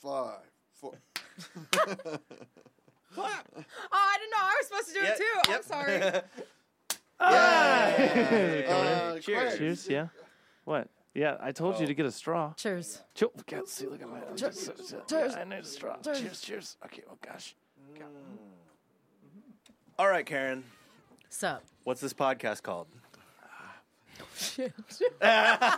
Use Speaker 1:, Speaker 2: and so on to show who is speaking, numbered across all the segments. Speaker 1: five, four.
Speaker 2: Clap.
Speaker 3: Oh, I didn't know. I was supposed to do it too. I'm sorry.
Speaker 1: Uh,
Speaker 2: Cheers.
Speaker 4: Cheers. Yeah. What? Yeah, I told you to get a straw.
Speaker 3: Cheers.
Speaker 4: Choo- God, see, look at my. Cheers.
Speaker 3: Cheers.
Speaker 4: I need a straw. Cheers. Cheers. Okay. Oh gosh.
Speaker 2: All right, Karen.
Speaker 3: Sup.
Speaker 2: What's this podcast called?
Speaker 3: Shit.
Speaker 2: Yes.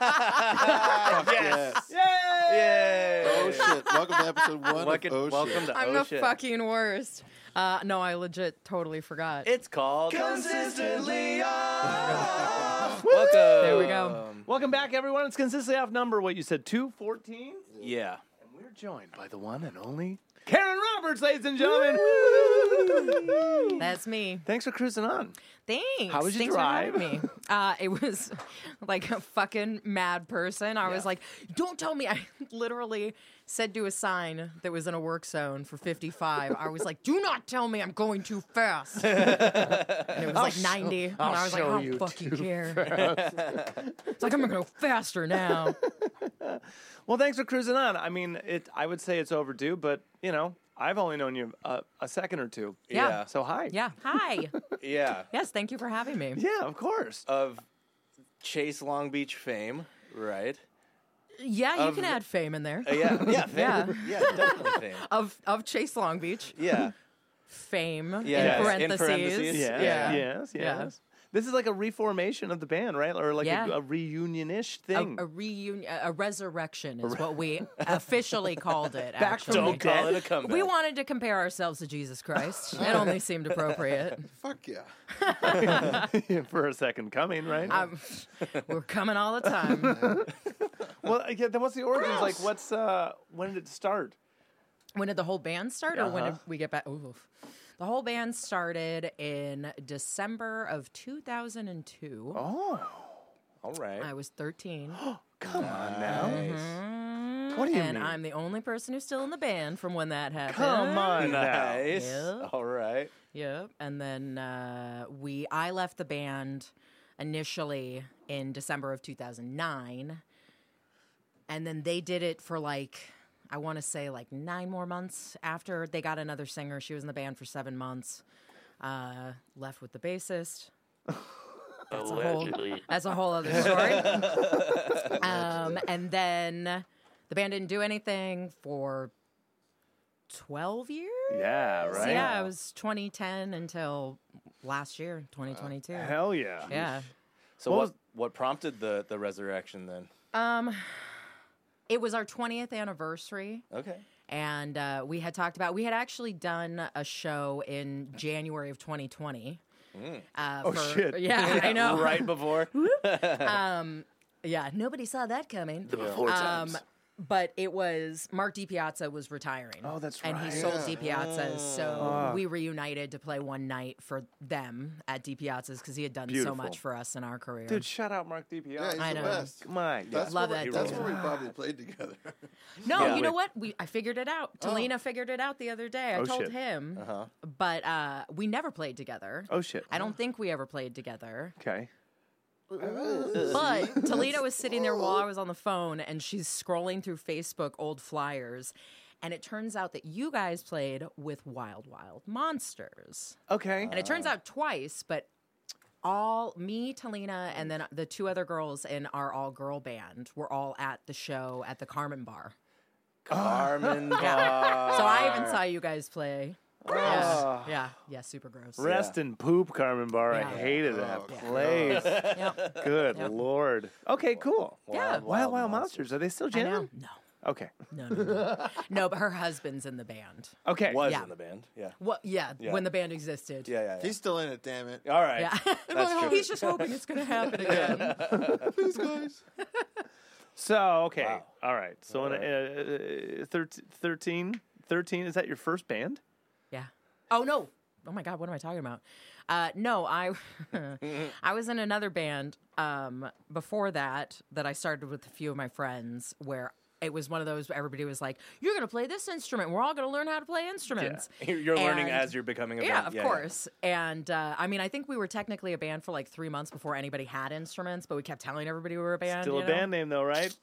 Speaker 1: Oh shit! Welcome to episode one. of
Speaker 2: Welcome,
Speaker 1: oh
Speaker 2: welcome
Speaker 1: shit.
Speaker 2: to
Speaker 3: I'm
Speaker 2: Oh
Speaker 3: the
Speaker 2: Shit.
Speaker 3: fucking worst. Uh, no, I legit totally forgot.
Speaker 2: It's called
Speaker 4: Consistently
Speaker 2: Welcome.
Speaker 3: there we go.
Speaker 4: Welcome back, everyone. It's consistently off number. What you said, two fourteen.
Speaker 2: Yeah.
Speaker 4: And we're joined by the one and only Karen Roberts, ladies and gentlemen.
Speaker 3: That's me.
Speaker 4: Thanks for cruising on.
Speaker 3: Thanks.
Speaker 4: How was your
Speaker 3: Thanks For
Speaker 4: drive?
Speaker 3: having me. Uh, it was like a fucking mad person. I was like, don't tell me. I literally said to a sign that was in a work zone for 55, I was like, do not tell me I'm going too fast. and it was like 90. and I was like, I
Speaker 4: show
Speaker 3: don't
Speaker 4: you
Speaker 3: fucking care. it's like, I'm going to go faster now.
Speaker 4: Well, thanks for cruising on. I mean, it. I would say it's overdue, but you know, I've only known you a, a second or two.
Speaker 3: Yeah.
Speaker 2: Yeah.
Speaker 4: So hi.
Speaker 3: Yeah. Hi.
Speaker 2: Yeah.
Speaker 3: Yes. Thank you for having me.
Speaker 4: Yeah, of course.
Speaker 2: Of Chase Long Beach fame, right?
Speaker 3: Yeah, you
Speaker 2: Of-
Speaker 3: can add fame in there.
Speaker 2: Uh, yeah. Yeah. Fame.
Speaker 3: Yeah.
Speaker 2: yeah. Definitely fame.
Speaker 3: Of of Chase Long Beach.
Speaker 2: Yeah.
Speaker 3: Fame.
Speaker 2: Yes,
Speaker 3: In
Speaker 2: in
Speaker 3: parentheses.
Speaker 2: parentheses.
Speaker 4: Yes,
Speaker 2: Yeah.
Speaker 4: yes, yes.
Speaker 3: Yeah.
Speaker 4: This is like a reformation of the band, right? Or like
Speaker 3: Yeah.
Speaker 4: a, a reunion-ish
Speaker 3: A,
Speaker 4: thing.
Speaker 3: a reunion, a resurrection is what we officially called it.
Speaker 4: Back
Speaker 3: actually.
Speaker 4: from the
Speaker 2: Don't call
Speaker 4: dead.
Speaker 2: it a comeback.
Speaker 3: We wanted to compare ourselves to Jesus Christ. It only seemed appropriate.
Speaker 1: Fuck yeah!
Speaker 4: for a second coming, right?
Speaker 3: Um, we're coming all the time.
Speaker 4: well, yeah. Then what's the origins? Like, what's uh, when did it start?
Speaker 3: When did the whole band start, or when did
Speaker 4: Uh-huh.
Speaker 3: we get back? Oof. The whole band started in December of 2002.
Speaker 2: Oh.
Speaker 4: Oh.
Speaker 2: All right.
Speaker 3: I was 13.
Speaker 4: Come on now.
Speaker 3: what
Speaker 2: Mm-hmm.
Speaker 4: What do you
Speaker 3: Mm, and
Speaker 4: mean?
Speaker 3: I'm the only person who's still in the band from when that happened.
Speaker 4: Come on now.
Speaker 2: Nice.
Speaker 3: Yeah.
Speaker 2: All right.
Speaker 3: Yep. And then uh, we, I left the band initially in December of 2009, and then they did it for like. I want to say like nine more months after they got another singer. She was in the band for seven months. Uh, left with the bassist. That's a whole. That's a whole other story. um, and then the band didn't do anything for twelve years.
Speaker 4: Yeah. Right.
Speaker 3: So yeah, it was 2010 until last year, 2022.
Speaker 4: Uh, Hell yeah.
Speaker 3: yeah.
Speaker 2: So
Speaker 4: What
Speaker 2: what,
Speaker 4: was-
Speaker 2: what, prompted the, the resurrection then?
Speaker 3: Um, it was our 20th anniversary,
Speaker 2: Okay.
Speaker 3: and uh, we had talked about we had actually done a show in January of 2020. Uh, oh
Speaker 4: Mm. shit.
Speaker 3: Yeah, I know.
Speaker 2: Right before.
Speaker 3: Yeah, nobody saw that coming. Um,
Speaker 4: Before times.
Speaker 3: but it was Mark DiPiazza was retiring.
Speaker 4: Oh, that's
Speaker 3: and
Speaker 4: right. Ah.
Speaker 3: he sold DiPiazza's, so we reunited to play one night for them at DiPiazza's because he had done
Speaker 4: Beautiful.
Speaker 3: so much for us in our career.
Speaker 4: Dude, shout out Mark DiPiazza.
Speaker 1: Yeah, he's
Speaker 3: I
Speaker 1: the
Speaker 3: know.
Speaker 1: best.
Speaker 4: Come on.
Speaker 1: That's
Speaker 3: Love
Speaker 1: where,
Speaker 3: that
Speaker 1: That's
Speaker 3: dude.
Speaker 1: where we probably played together. Oh,
Speaker 3: No,
Speaker 2: Yeah.
Speaker 3: you know what? We I figured it out. Talina figured it out the other day. I
Speaker 4: Oh,
Speaker 3: told
Speaker 4: shit.
Speaker 3: him, but uh, we never played together.
Speaker 4: Oh shit.
Speaker 3: I don't think we ever played together.
Speaker 4: Okay. Uh-huh.
Speaker 3: But Toledo was sitting there while I
Speaker 4: Oh.
Speaker 3: was on the phone, and she's scrolling through Facebook old flyers, and it turns out that you guys played with Wild Wild Monsters,
Speaker 4: Okay.
Speaker 3: and it turns out twice, but. All me, Talina, and then the two other girls in our all girl band were all at the show at the Carmen Bar.
Speaker 2: Carmen
Speaker 3: So I
Speaker 2: Ah.
Speaker 3: even saw you guys play. Yeah. yeah, yeah, super gross.
Speaker 4: Rest in poop, Carmen Bar. I
Speaker 3: Yeah.
Speaker 4: hated that place.
Speaker 3: Yep.
Speaker 4: Good lord. Okay. Cool.
Speaker 3: Yeah.
Speaker 4: Wild Wild Monsters. Are they still
Speaker 3: I know.
Speaker 4: jamming?
Speaker 3: No,
Speaker 4: Okay.
Speaker 3: no, no, no. no, but her husband's in the band.
Speaker 4: Okay.
Speaker 2: was
Speaker 3: Yeah.
Speaker 2: in the band. Yeah.
Speaker 3: Well, yeah, when the band existed.
Speaker 2: Yeah, yeah, yeah.
Speaker 1: He's still in it. Damn it!
Speaker 2: All right.
Speaker 3: Yeah.
Speaker 2: That's true.
Speaker 3: He's just hoping it's going to happen again.
Speaker 1: Please, guys.
Speaker 4: So okay,
Speaker 2: Wow.
Speaker 4: all right. So in, uh, uh, thir- 13, 13, is that your first band?
Speaker 3: Yeah. Oh no. Oh my god, what am I talking about? Uh, no, I I was in another band um, before that that I started with a few of my friends where it was one of those where everybody was like, "You're going to play this instrument. We're all going to learn how to play instruments."
Speaker 2: You're, you're learning
Speaker 3: And-
Speaker 2: as you're becoming a
Speaker 3: Yeah,
Speaker 2: band.
Speaker 3: of course. And uh, I mean, I think we were technically a band for like three months before anybody had instruments, but we kept telling everybody we were a band.
Speaker 4: Still
Speaker 3: you
Speaker 4: a
Speaker 3: know?
Speaker 4: band name though, right?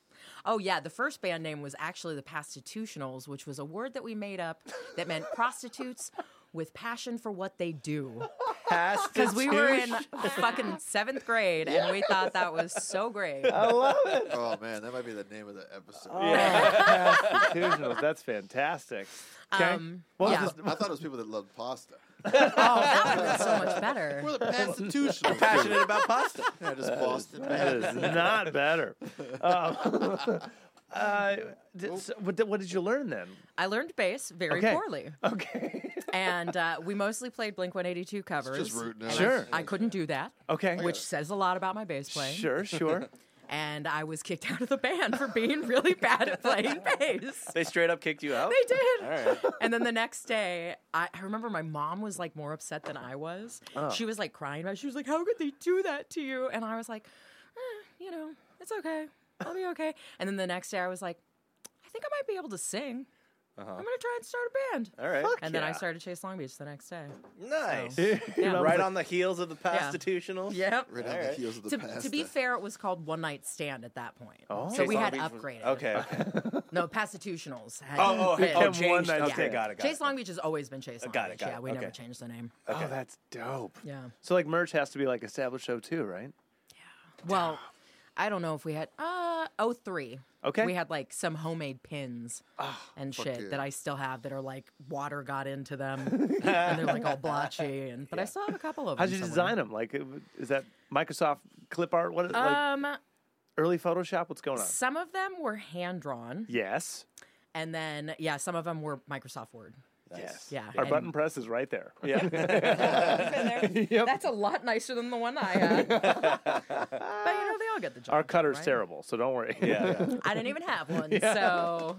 Speaker 3: Oh yeah, the first band name was actually the Prostitutionals, which was a word that we made up that meant prostitutes with passion for what they do. Because we were in fucking seventh grade and we thought that was so great.
Speaker 1: Oh man, that might be the name of the episode.
Speaker 4: Yeah. Constitutionals. That's fantastic. Okay.
Speaker 3: Um,
Speaker 4: What was
Speaker 3: yeah.
Speaker 4: this-
Speaker 1: I thought it was people that loved pasta.
Speaker 3: that would have been so much better.
Speaker 1: We're the constitutional.
Speaker 2: Passionate about pasta.
Speaker 1: Yeah, just Boston.
Speaker 4: That
Speaker 1: man.
Speaker 4: is not better. Um, uh, did, so what, did- what did you learn then?
Speaker 3: I learned bass very
Speaker 4: Okay.
Speaker 3: poorly,
Speaker 4: Okay.
Speaker 3: and uh, we mostly played Blink One Eighty Two covers.
Speaker 1: Just rooting. out.
Speaker 4: Sure.
Speaker 3: I couldn't do that,
Speaker 4: Okay.
Speaker 3: which says a lot about my bass playing.
Speaker 4: Sure, sure.
Speaker 3: And I was kicked out of the band for being really bad at playing bass.
Speaker 2: They straight up kicked you out.
Speaker 3: They did.
Speaker 2: All right.
Speaker 3: And then the next day, I, I remember my mom was like more upset than I was.
Speaker 2: Oh.
Speaker 3: She was like crying about it. She was like, How could they do that to you? And I was like, "Eh, You know, it's okay. I'll be okay. And then the next day, I was like, I think I might be able to sing.
Speaker 2: Uh-huh.
Speaker 3: I'm going to try and start a band.
Speaker 2: All right.
Speaker 3: And then I
Speaker 4: yeah.
Speaker 3: started Chase Long Beach the next day.
Speaker 2: Nice.
Speaker 3: Yeah.
Speaker 2: Right on the heels of the prostitutionals.
Speaker 3: Yep.
Speaker 1: Right on the
Speaker 2: Alright.
Speaker 1: heels of the
Speaker 3: To,
Speaker 1: pasta.
Speaker 3: to be fair, it was called One Night Stand at that point.
Speaker 4: Oh.
Speaker 3: so we
Speaker 2: Long
Speaker 3: had
Speaker 2: Beach was-
Speaker 3: upgraded.
Speaker 2: Okay. okay.
Speaker 3: No, Prostitutionals. Had
Speaker 2: Oh, oh,
Speaker 3: been-
Speaker 2: oh,
Speaker 4: one
Speaker 2: changed.
Speaker 4: night
Speaker 2: Okay,
Speaker 4: stand.
Speaker 2: got it. Got
Speaker 3: Chase
Speaker 2: it. Uh,
Speaker 3: Long Beach has always been Chase Long
Speaker 2: Got it,
Speaker 3: Beach.
Speaker 2: got
Speaker 3: yeah,
Speaker 2: it.
Speaker 3: we never
Speaker 2: Okay. Uh,
Speaker 3: changed the name.
Speaker 4: Oh, that's dope.
Speaker 3: Yeah.
Speaker 4: So like merch has to be like established show too, right?
Speaker 3: Well, I don't know if we had uh oh three.
Speaker 4: Okay.
Speaker 3: We had like some homemade pins
Speaker 2: Ah,
Speaker 3: and shit
Speaker 1: yeah.
Speaker 3: that I still have that are like water got into them and they're like all blotchy and but I still have a couple of
Speaker 4: How'd
Speaker 3: them.
Speaker 4: you
Speaker 3: somewhere.
Speaker 4: design them? Like, it- is that Microsoft clip art? What like uh,
Speaker 3: Um
Speaker 4: early Photoshop? What's going on?
Speaker 3: some of them were hand drawn
Speaker 4: Yes.
Speaker 3: and then yeah, some of them were Microsoft Word.
Speaker 4: Yes.
Speaker 3: Yeah,
Speaker 4: Our
Speaker 3: and-
Speaker 4: button press is right there. Yeah.
Speaker 3: Yep. That's a lot nicer than the one I had. but you know, they all get the job.
Speaker 4: Our cutter's
Speaker 3: right?
Speaker 4: terrible, so don't worry.
Speaker 2: Yeah. yeah.
Speaker 3: I didn't even have one, so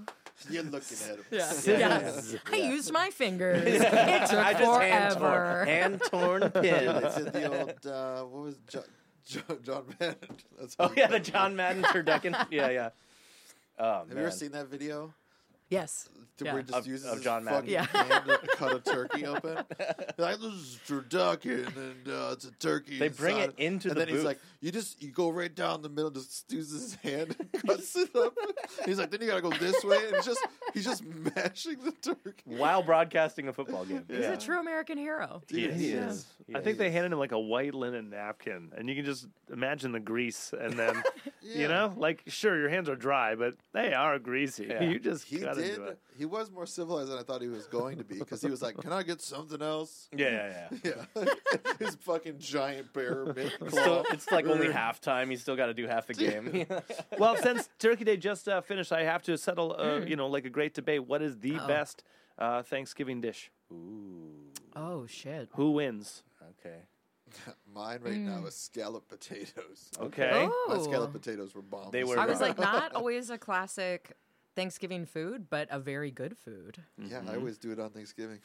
Speaker 1: You're looking at him.
Speaker 3: Yes. I used my fingers. It took
Speaker 2: I just hand
Speaker 3: forever.
Speaker 2: torn, hand torn pin.
Speaker 1: It's in the old. Uh, what was John? John, John Madden. That's
Speaker 2: Oh yeah, the John Madden turducken. Yeah, yeah. Oh man.
Speaker 1: Have you ever seen that video?
Speaker 3: Yes.
Speaker 1: To
Speaker 3: Yeah.
Speaker 1: Where he just
Speaker 2: Of-
Speaker 1: uses
Speaker 2: of
Speaker 1: his
Speaker 2: John Madden.
Speaker 1: fucking
Speaker 3: Yeah.
Speaker 1: hand to cut a turkey open. He's like this is turducken, and uh, it's a turkey.
Speaker 2: They bring
Speaker 1: inside."
Speaker 2: it into
Speaker 1: and
Speaker 2: the
Speaker 1: then he's
Speaker 2: booth.
Speaker 1: like, "You just you go right down the middle, just uses his hand, and cuts it up." he's like, "Then you gotta go this way," and he's just he's just mashing the turkey.
Speaker 2: while broadcasting a football game.
Speaker 1: He's a
Speaker 3: He's a true American hero.
Speaker 2: He is.
Speaker 1: He
Speaker 2: is.
Speaker 4: I think they handed him like a white linen napkin, and you can just imagine the grease, and then you
Speaker 1: Yeah.
Speaker 4: know, like sure, your hands are dry, but they are greasy.
Speaker 2: Yeah.
Speaker 4: You just
Speaker 1: He
Speaker 4: got
Speaker 1: did.
Speaker 4: into it.
Speaker 1: He was more civilized than I thought he was going to be because he was like, "Can I get something else?"
Speaker 2: Yeah, yeah, yeah.
Speaker 1: Yeah, his fucking giant bear made claw.
Speaker 2: So it's like only halftime. You still got to do half the game.
Speaker 4: well, since Turkey Day just uh, finished, I have to settle, uh, you know, like a great debate. What is the best uh, Thanksgiving dish?
Speaker 3: Oh shit.
Speaker 4: Who wins?
Speaker 2: okay.
Speaker 1: Mine right now is scallop potatoes.
Speaker 4: Okay.
Speaker 1: My
Speaker 3: Oh.
Speaker 1: scallop potatoes were bomb.
Speaker 2: They were
Speaker 3: I was
Speaker 2: Right.
Speaker 3: like, not always a classic Thanksgiving food, but a very good food.
Speaker 2: Mm-hmm.
Speaker 1: yeah, I always do it on Thanksgiving.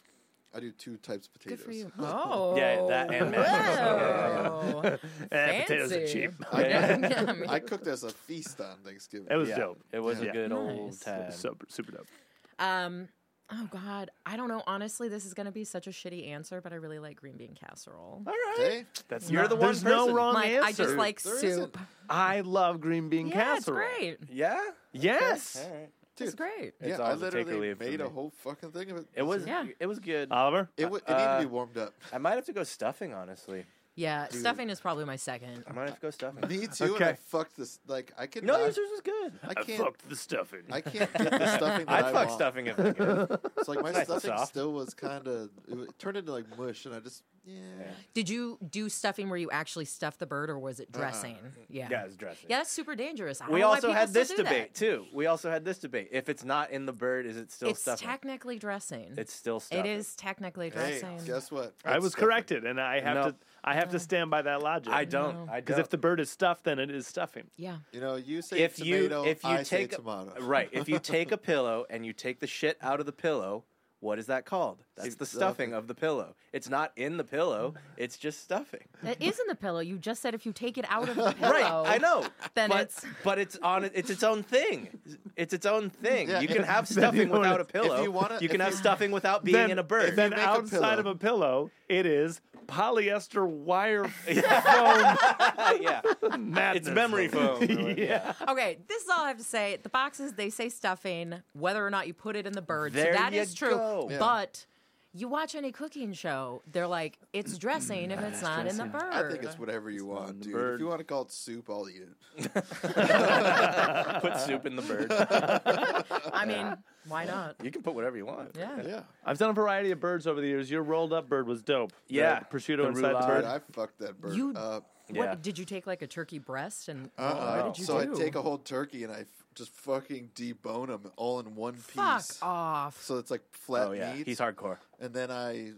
Speaker 1: I do two types of
Speaker 3: Good
Speaker 1: potatoes.
Speaker 3: for you. Oh.
Speaker 2: Yeah, that and mashed
Speaker 3: Whoa.
Speaker 4: Eh, potatoes are
Speaker 3: Fancy.
Speaker 4: cheap.
Speaker 3: Yum.
Speaker 1: I cooked as a feast on Thanksgiving.
Speaker 4: It was
Speaker 2: Yeah,
Speaker 4: dope.
Speaker 2: It was
Speaker 1: Yeah.
Speaker 2: a good
Speaker 3: Nice.
Speaker 2: old time.
Speaker 4: Super, super dope.
Speaker 3: um Oh God, I don't know. Honestly, this is going to be such a shitty answer, but I really like green bean casserole.
Speaker 2: All right.
Speaker 1: Okay?
Speaker 4: That's
Speaker 2: You're
Speaker 4: not-
Speaker 2: the one
Speaker 4: There's no
Speaker 2: person.
Speaker 4: wrong
Speaker 3: Like
Speaker 4: answer.
Speaker 3: I just like
Speaker 1: There
Speaker 3: soup.
Speaker 1: isn't.
Speaker 4: I love green bean
Speaker 3: Yeah, it's
Speaker 4: casserole.
Speaker 3: great.
Speaker 2: Yeah.
Speaker 4: Yes.
Speaker 2: All right.
Speaker 3: It's great.
Speaker 1: Yeah,
Speaker 2: It's
Speaker 1: I
Speaker 2: always a take or
Speaker 1: literally
Speaker 2: leave for
Speaker 1: made
Speaker 2: me.
Speaker 1: a whole fucking thing of it.
Speaker 2: It was. uh,
Speaker 3: Yeah.
Speaker 2: It was good.
Speaker 3: Uh,
Speaker 4: Oliver.
Speaker 1: It, w- it needed to be warmed up.
Speaker 2: I might have to go stuffing. Honestly,
Speaker 3: Yeah, stuffing is probably my second.
Speaker 2: I might have to go stuffing.
Speaker 1: Me too. And I
Speaker 4: Okay.
Speaker 1: fucked this. Like I can.
Speaker 2: No, yours was good.
Speaker 1: I
Speaker 4: I
Speaker 1: can't.
Speaker 4: fucked the stuffing.
Speaker 1: I can't get the stuffing that
Speaker 2: I'd
Speaker 1: I
Speaker 2: fuck
Speaker 1: want.
Speaker 2: stuffing if I could.
Speaker 1: It's like my
Speaker 2: Nice and
Speaker 1: stuffing
Speaker 2: soft.
Speaker 1: still was kind of. It, w- turned into like mush, and I just yeah.
Speaker 3: Did you do stuffing where you actually stuff the bird, or was it dressing? Yeah.
Speaker 2: Uh-uh. yeah, it's dressing.
Speaker 3: Yeah, that's super dangerous. I don't
Speaker 2: We
Speaker 3: know why
Speaker 2: also
Speaker 3: people
Speaker 2: had
Speaker 3: still
Speaker 2: this
Speaker 3: do that.
Speaker 2: debate too. We also had this debate. If it's not in the bird, is it still
Speaker 3: It's
Speaker 2: stuffing?
Speaker 3: technically dressing.
Speaker 2: it's still
Speaker 3: It
Speaker 2: stuffing.
Speaker 3: is technically
Speaker 1: Hey,
Speaker 3: dressing.
Speaker 1: guess what?
Speaker 4: I
Speaker 1: It's
Speaker 4: was
Speaker 1: stuffing.
Speaker 4: corrected, and I have
Speaker 2: No.
Speaker 4: to. I have to stand by that logic.
Speaker 2: I don't. I
Speaker 4: Because
Speaker 2: don't.
Speaker 4: if the bird is stuffed, then it is stuffing.
Speaker 3: yeah.
Speaker 1: You know, you say
Speaker 2: if
Speaker 1: tomato,
Speaker 2: you if you
Speaker 1: I
Speaker 2: take
Speaker 1: say
Speaker 2: a-
Speaker 1: tomato.
Speaker 2: right, if you take a pillow and you take the shit out of the pillow, what is that called? That's the stuffing of the pillow. It's not in the pillow. It's just stuffing.
Speaker 3: That is in the pillow. You just said if you take it out of the pillow.
Speaker 2: Right, I know.
Speaker 3: Then
Speaker 2: but,
Speaker 3: it's-
Speaker 2: but it's on it's its own thing. It's its own thing.
Speaker 1: Yeah,
Speaker 2: you can
Speaker 1: if-
Speaker 2: have stuffing
Speaker 4: you wanna-
Speaker 2: without a
Speaker 4: if
Speaker 2: pillow.
Speaker 1: you wanna-
Speaker 2: can
Speaker 1: if
Speaker 2: have
Speaker 1: you-
Speaker 2: stuffing without being in a bird.
Speaker 4: Then
Speaker 1: make a
Speaker 4: outside
Speaker 1: pillow-
Speaker 4: of a pillow, it is polyester wire foam
Speaker 2: yeah,
Speaker 4: madness.
Speaker 2: it's memory foam.
Speaker 4: yeah.
Speaker 3: Okay, this is all I have to say. The boxes they say stuffing, whether or not you put it in the bird.
Speaker 2: There
Speaker 3: so that
Speaker 2: you
Speaker 3: is true.
Speaker 2: go. Yeah.
Speaker 3: But you watch any cooking show, they're like, it's
Speaker 1: Mm-hmm.
Speaker 3: dressing if it's not in the bird.
Speaker 1: Ah, I think it's whatever you want, dude. If
Speaker 4: bird.
Speaker 1: you want to call it soup, I'll eat it.
Speaker 2: Put soup in the bird.
Speaker 3: I mean, why not?
Speaker 2: You can put whatever you want.
Speaker 3: Yeah.
Speaker 1: Yeah.
Speaker 4: I've done a variety of birds over the years. Your rolled up bird was dope. The
Speaker 2: Yeah.
Speaker 4: prosciutto
Speaker 2: The
Speaker 4: inside the
Speaker 2: roulade.
Speaker 4: bird.
Speaker 1: Dude, I fucked that bird
Speaker 3: You-
Speaker 1: up.
Speaker 2: Yeah.
Speaker 3: What did you take like a turkey breast and
Speaker 1: Uh-uh.
Speaker 3: what did you
Speaker 1: so
Speaker 3: do?
Speaker 1: I take a whole turkey and I f- just fucking debone them all in one
Speaker 3: Fuck
Speaker 1: piece.
Speaker 3: off.
Speaker 1: So it's like flat
Speaker 2: Oh yeah,
Speaker 1: meat.
Speaker 2: he's hardcore.
Speaker 1: And then I,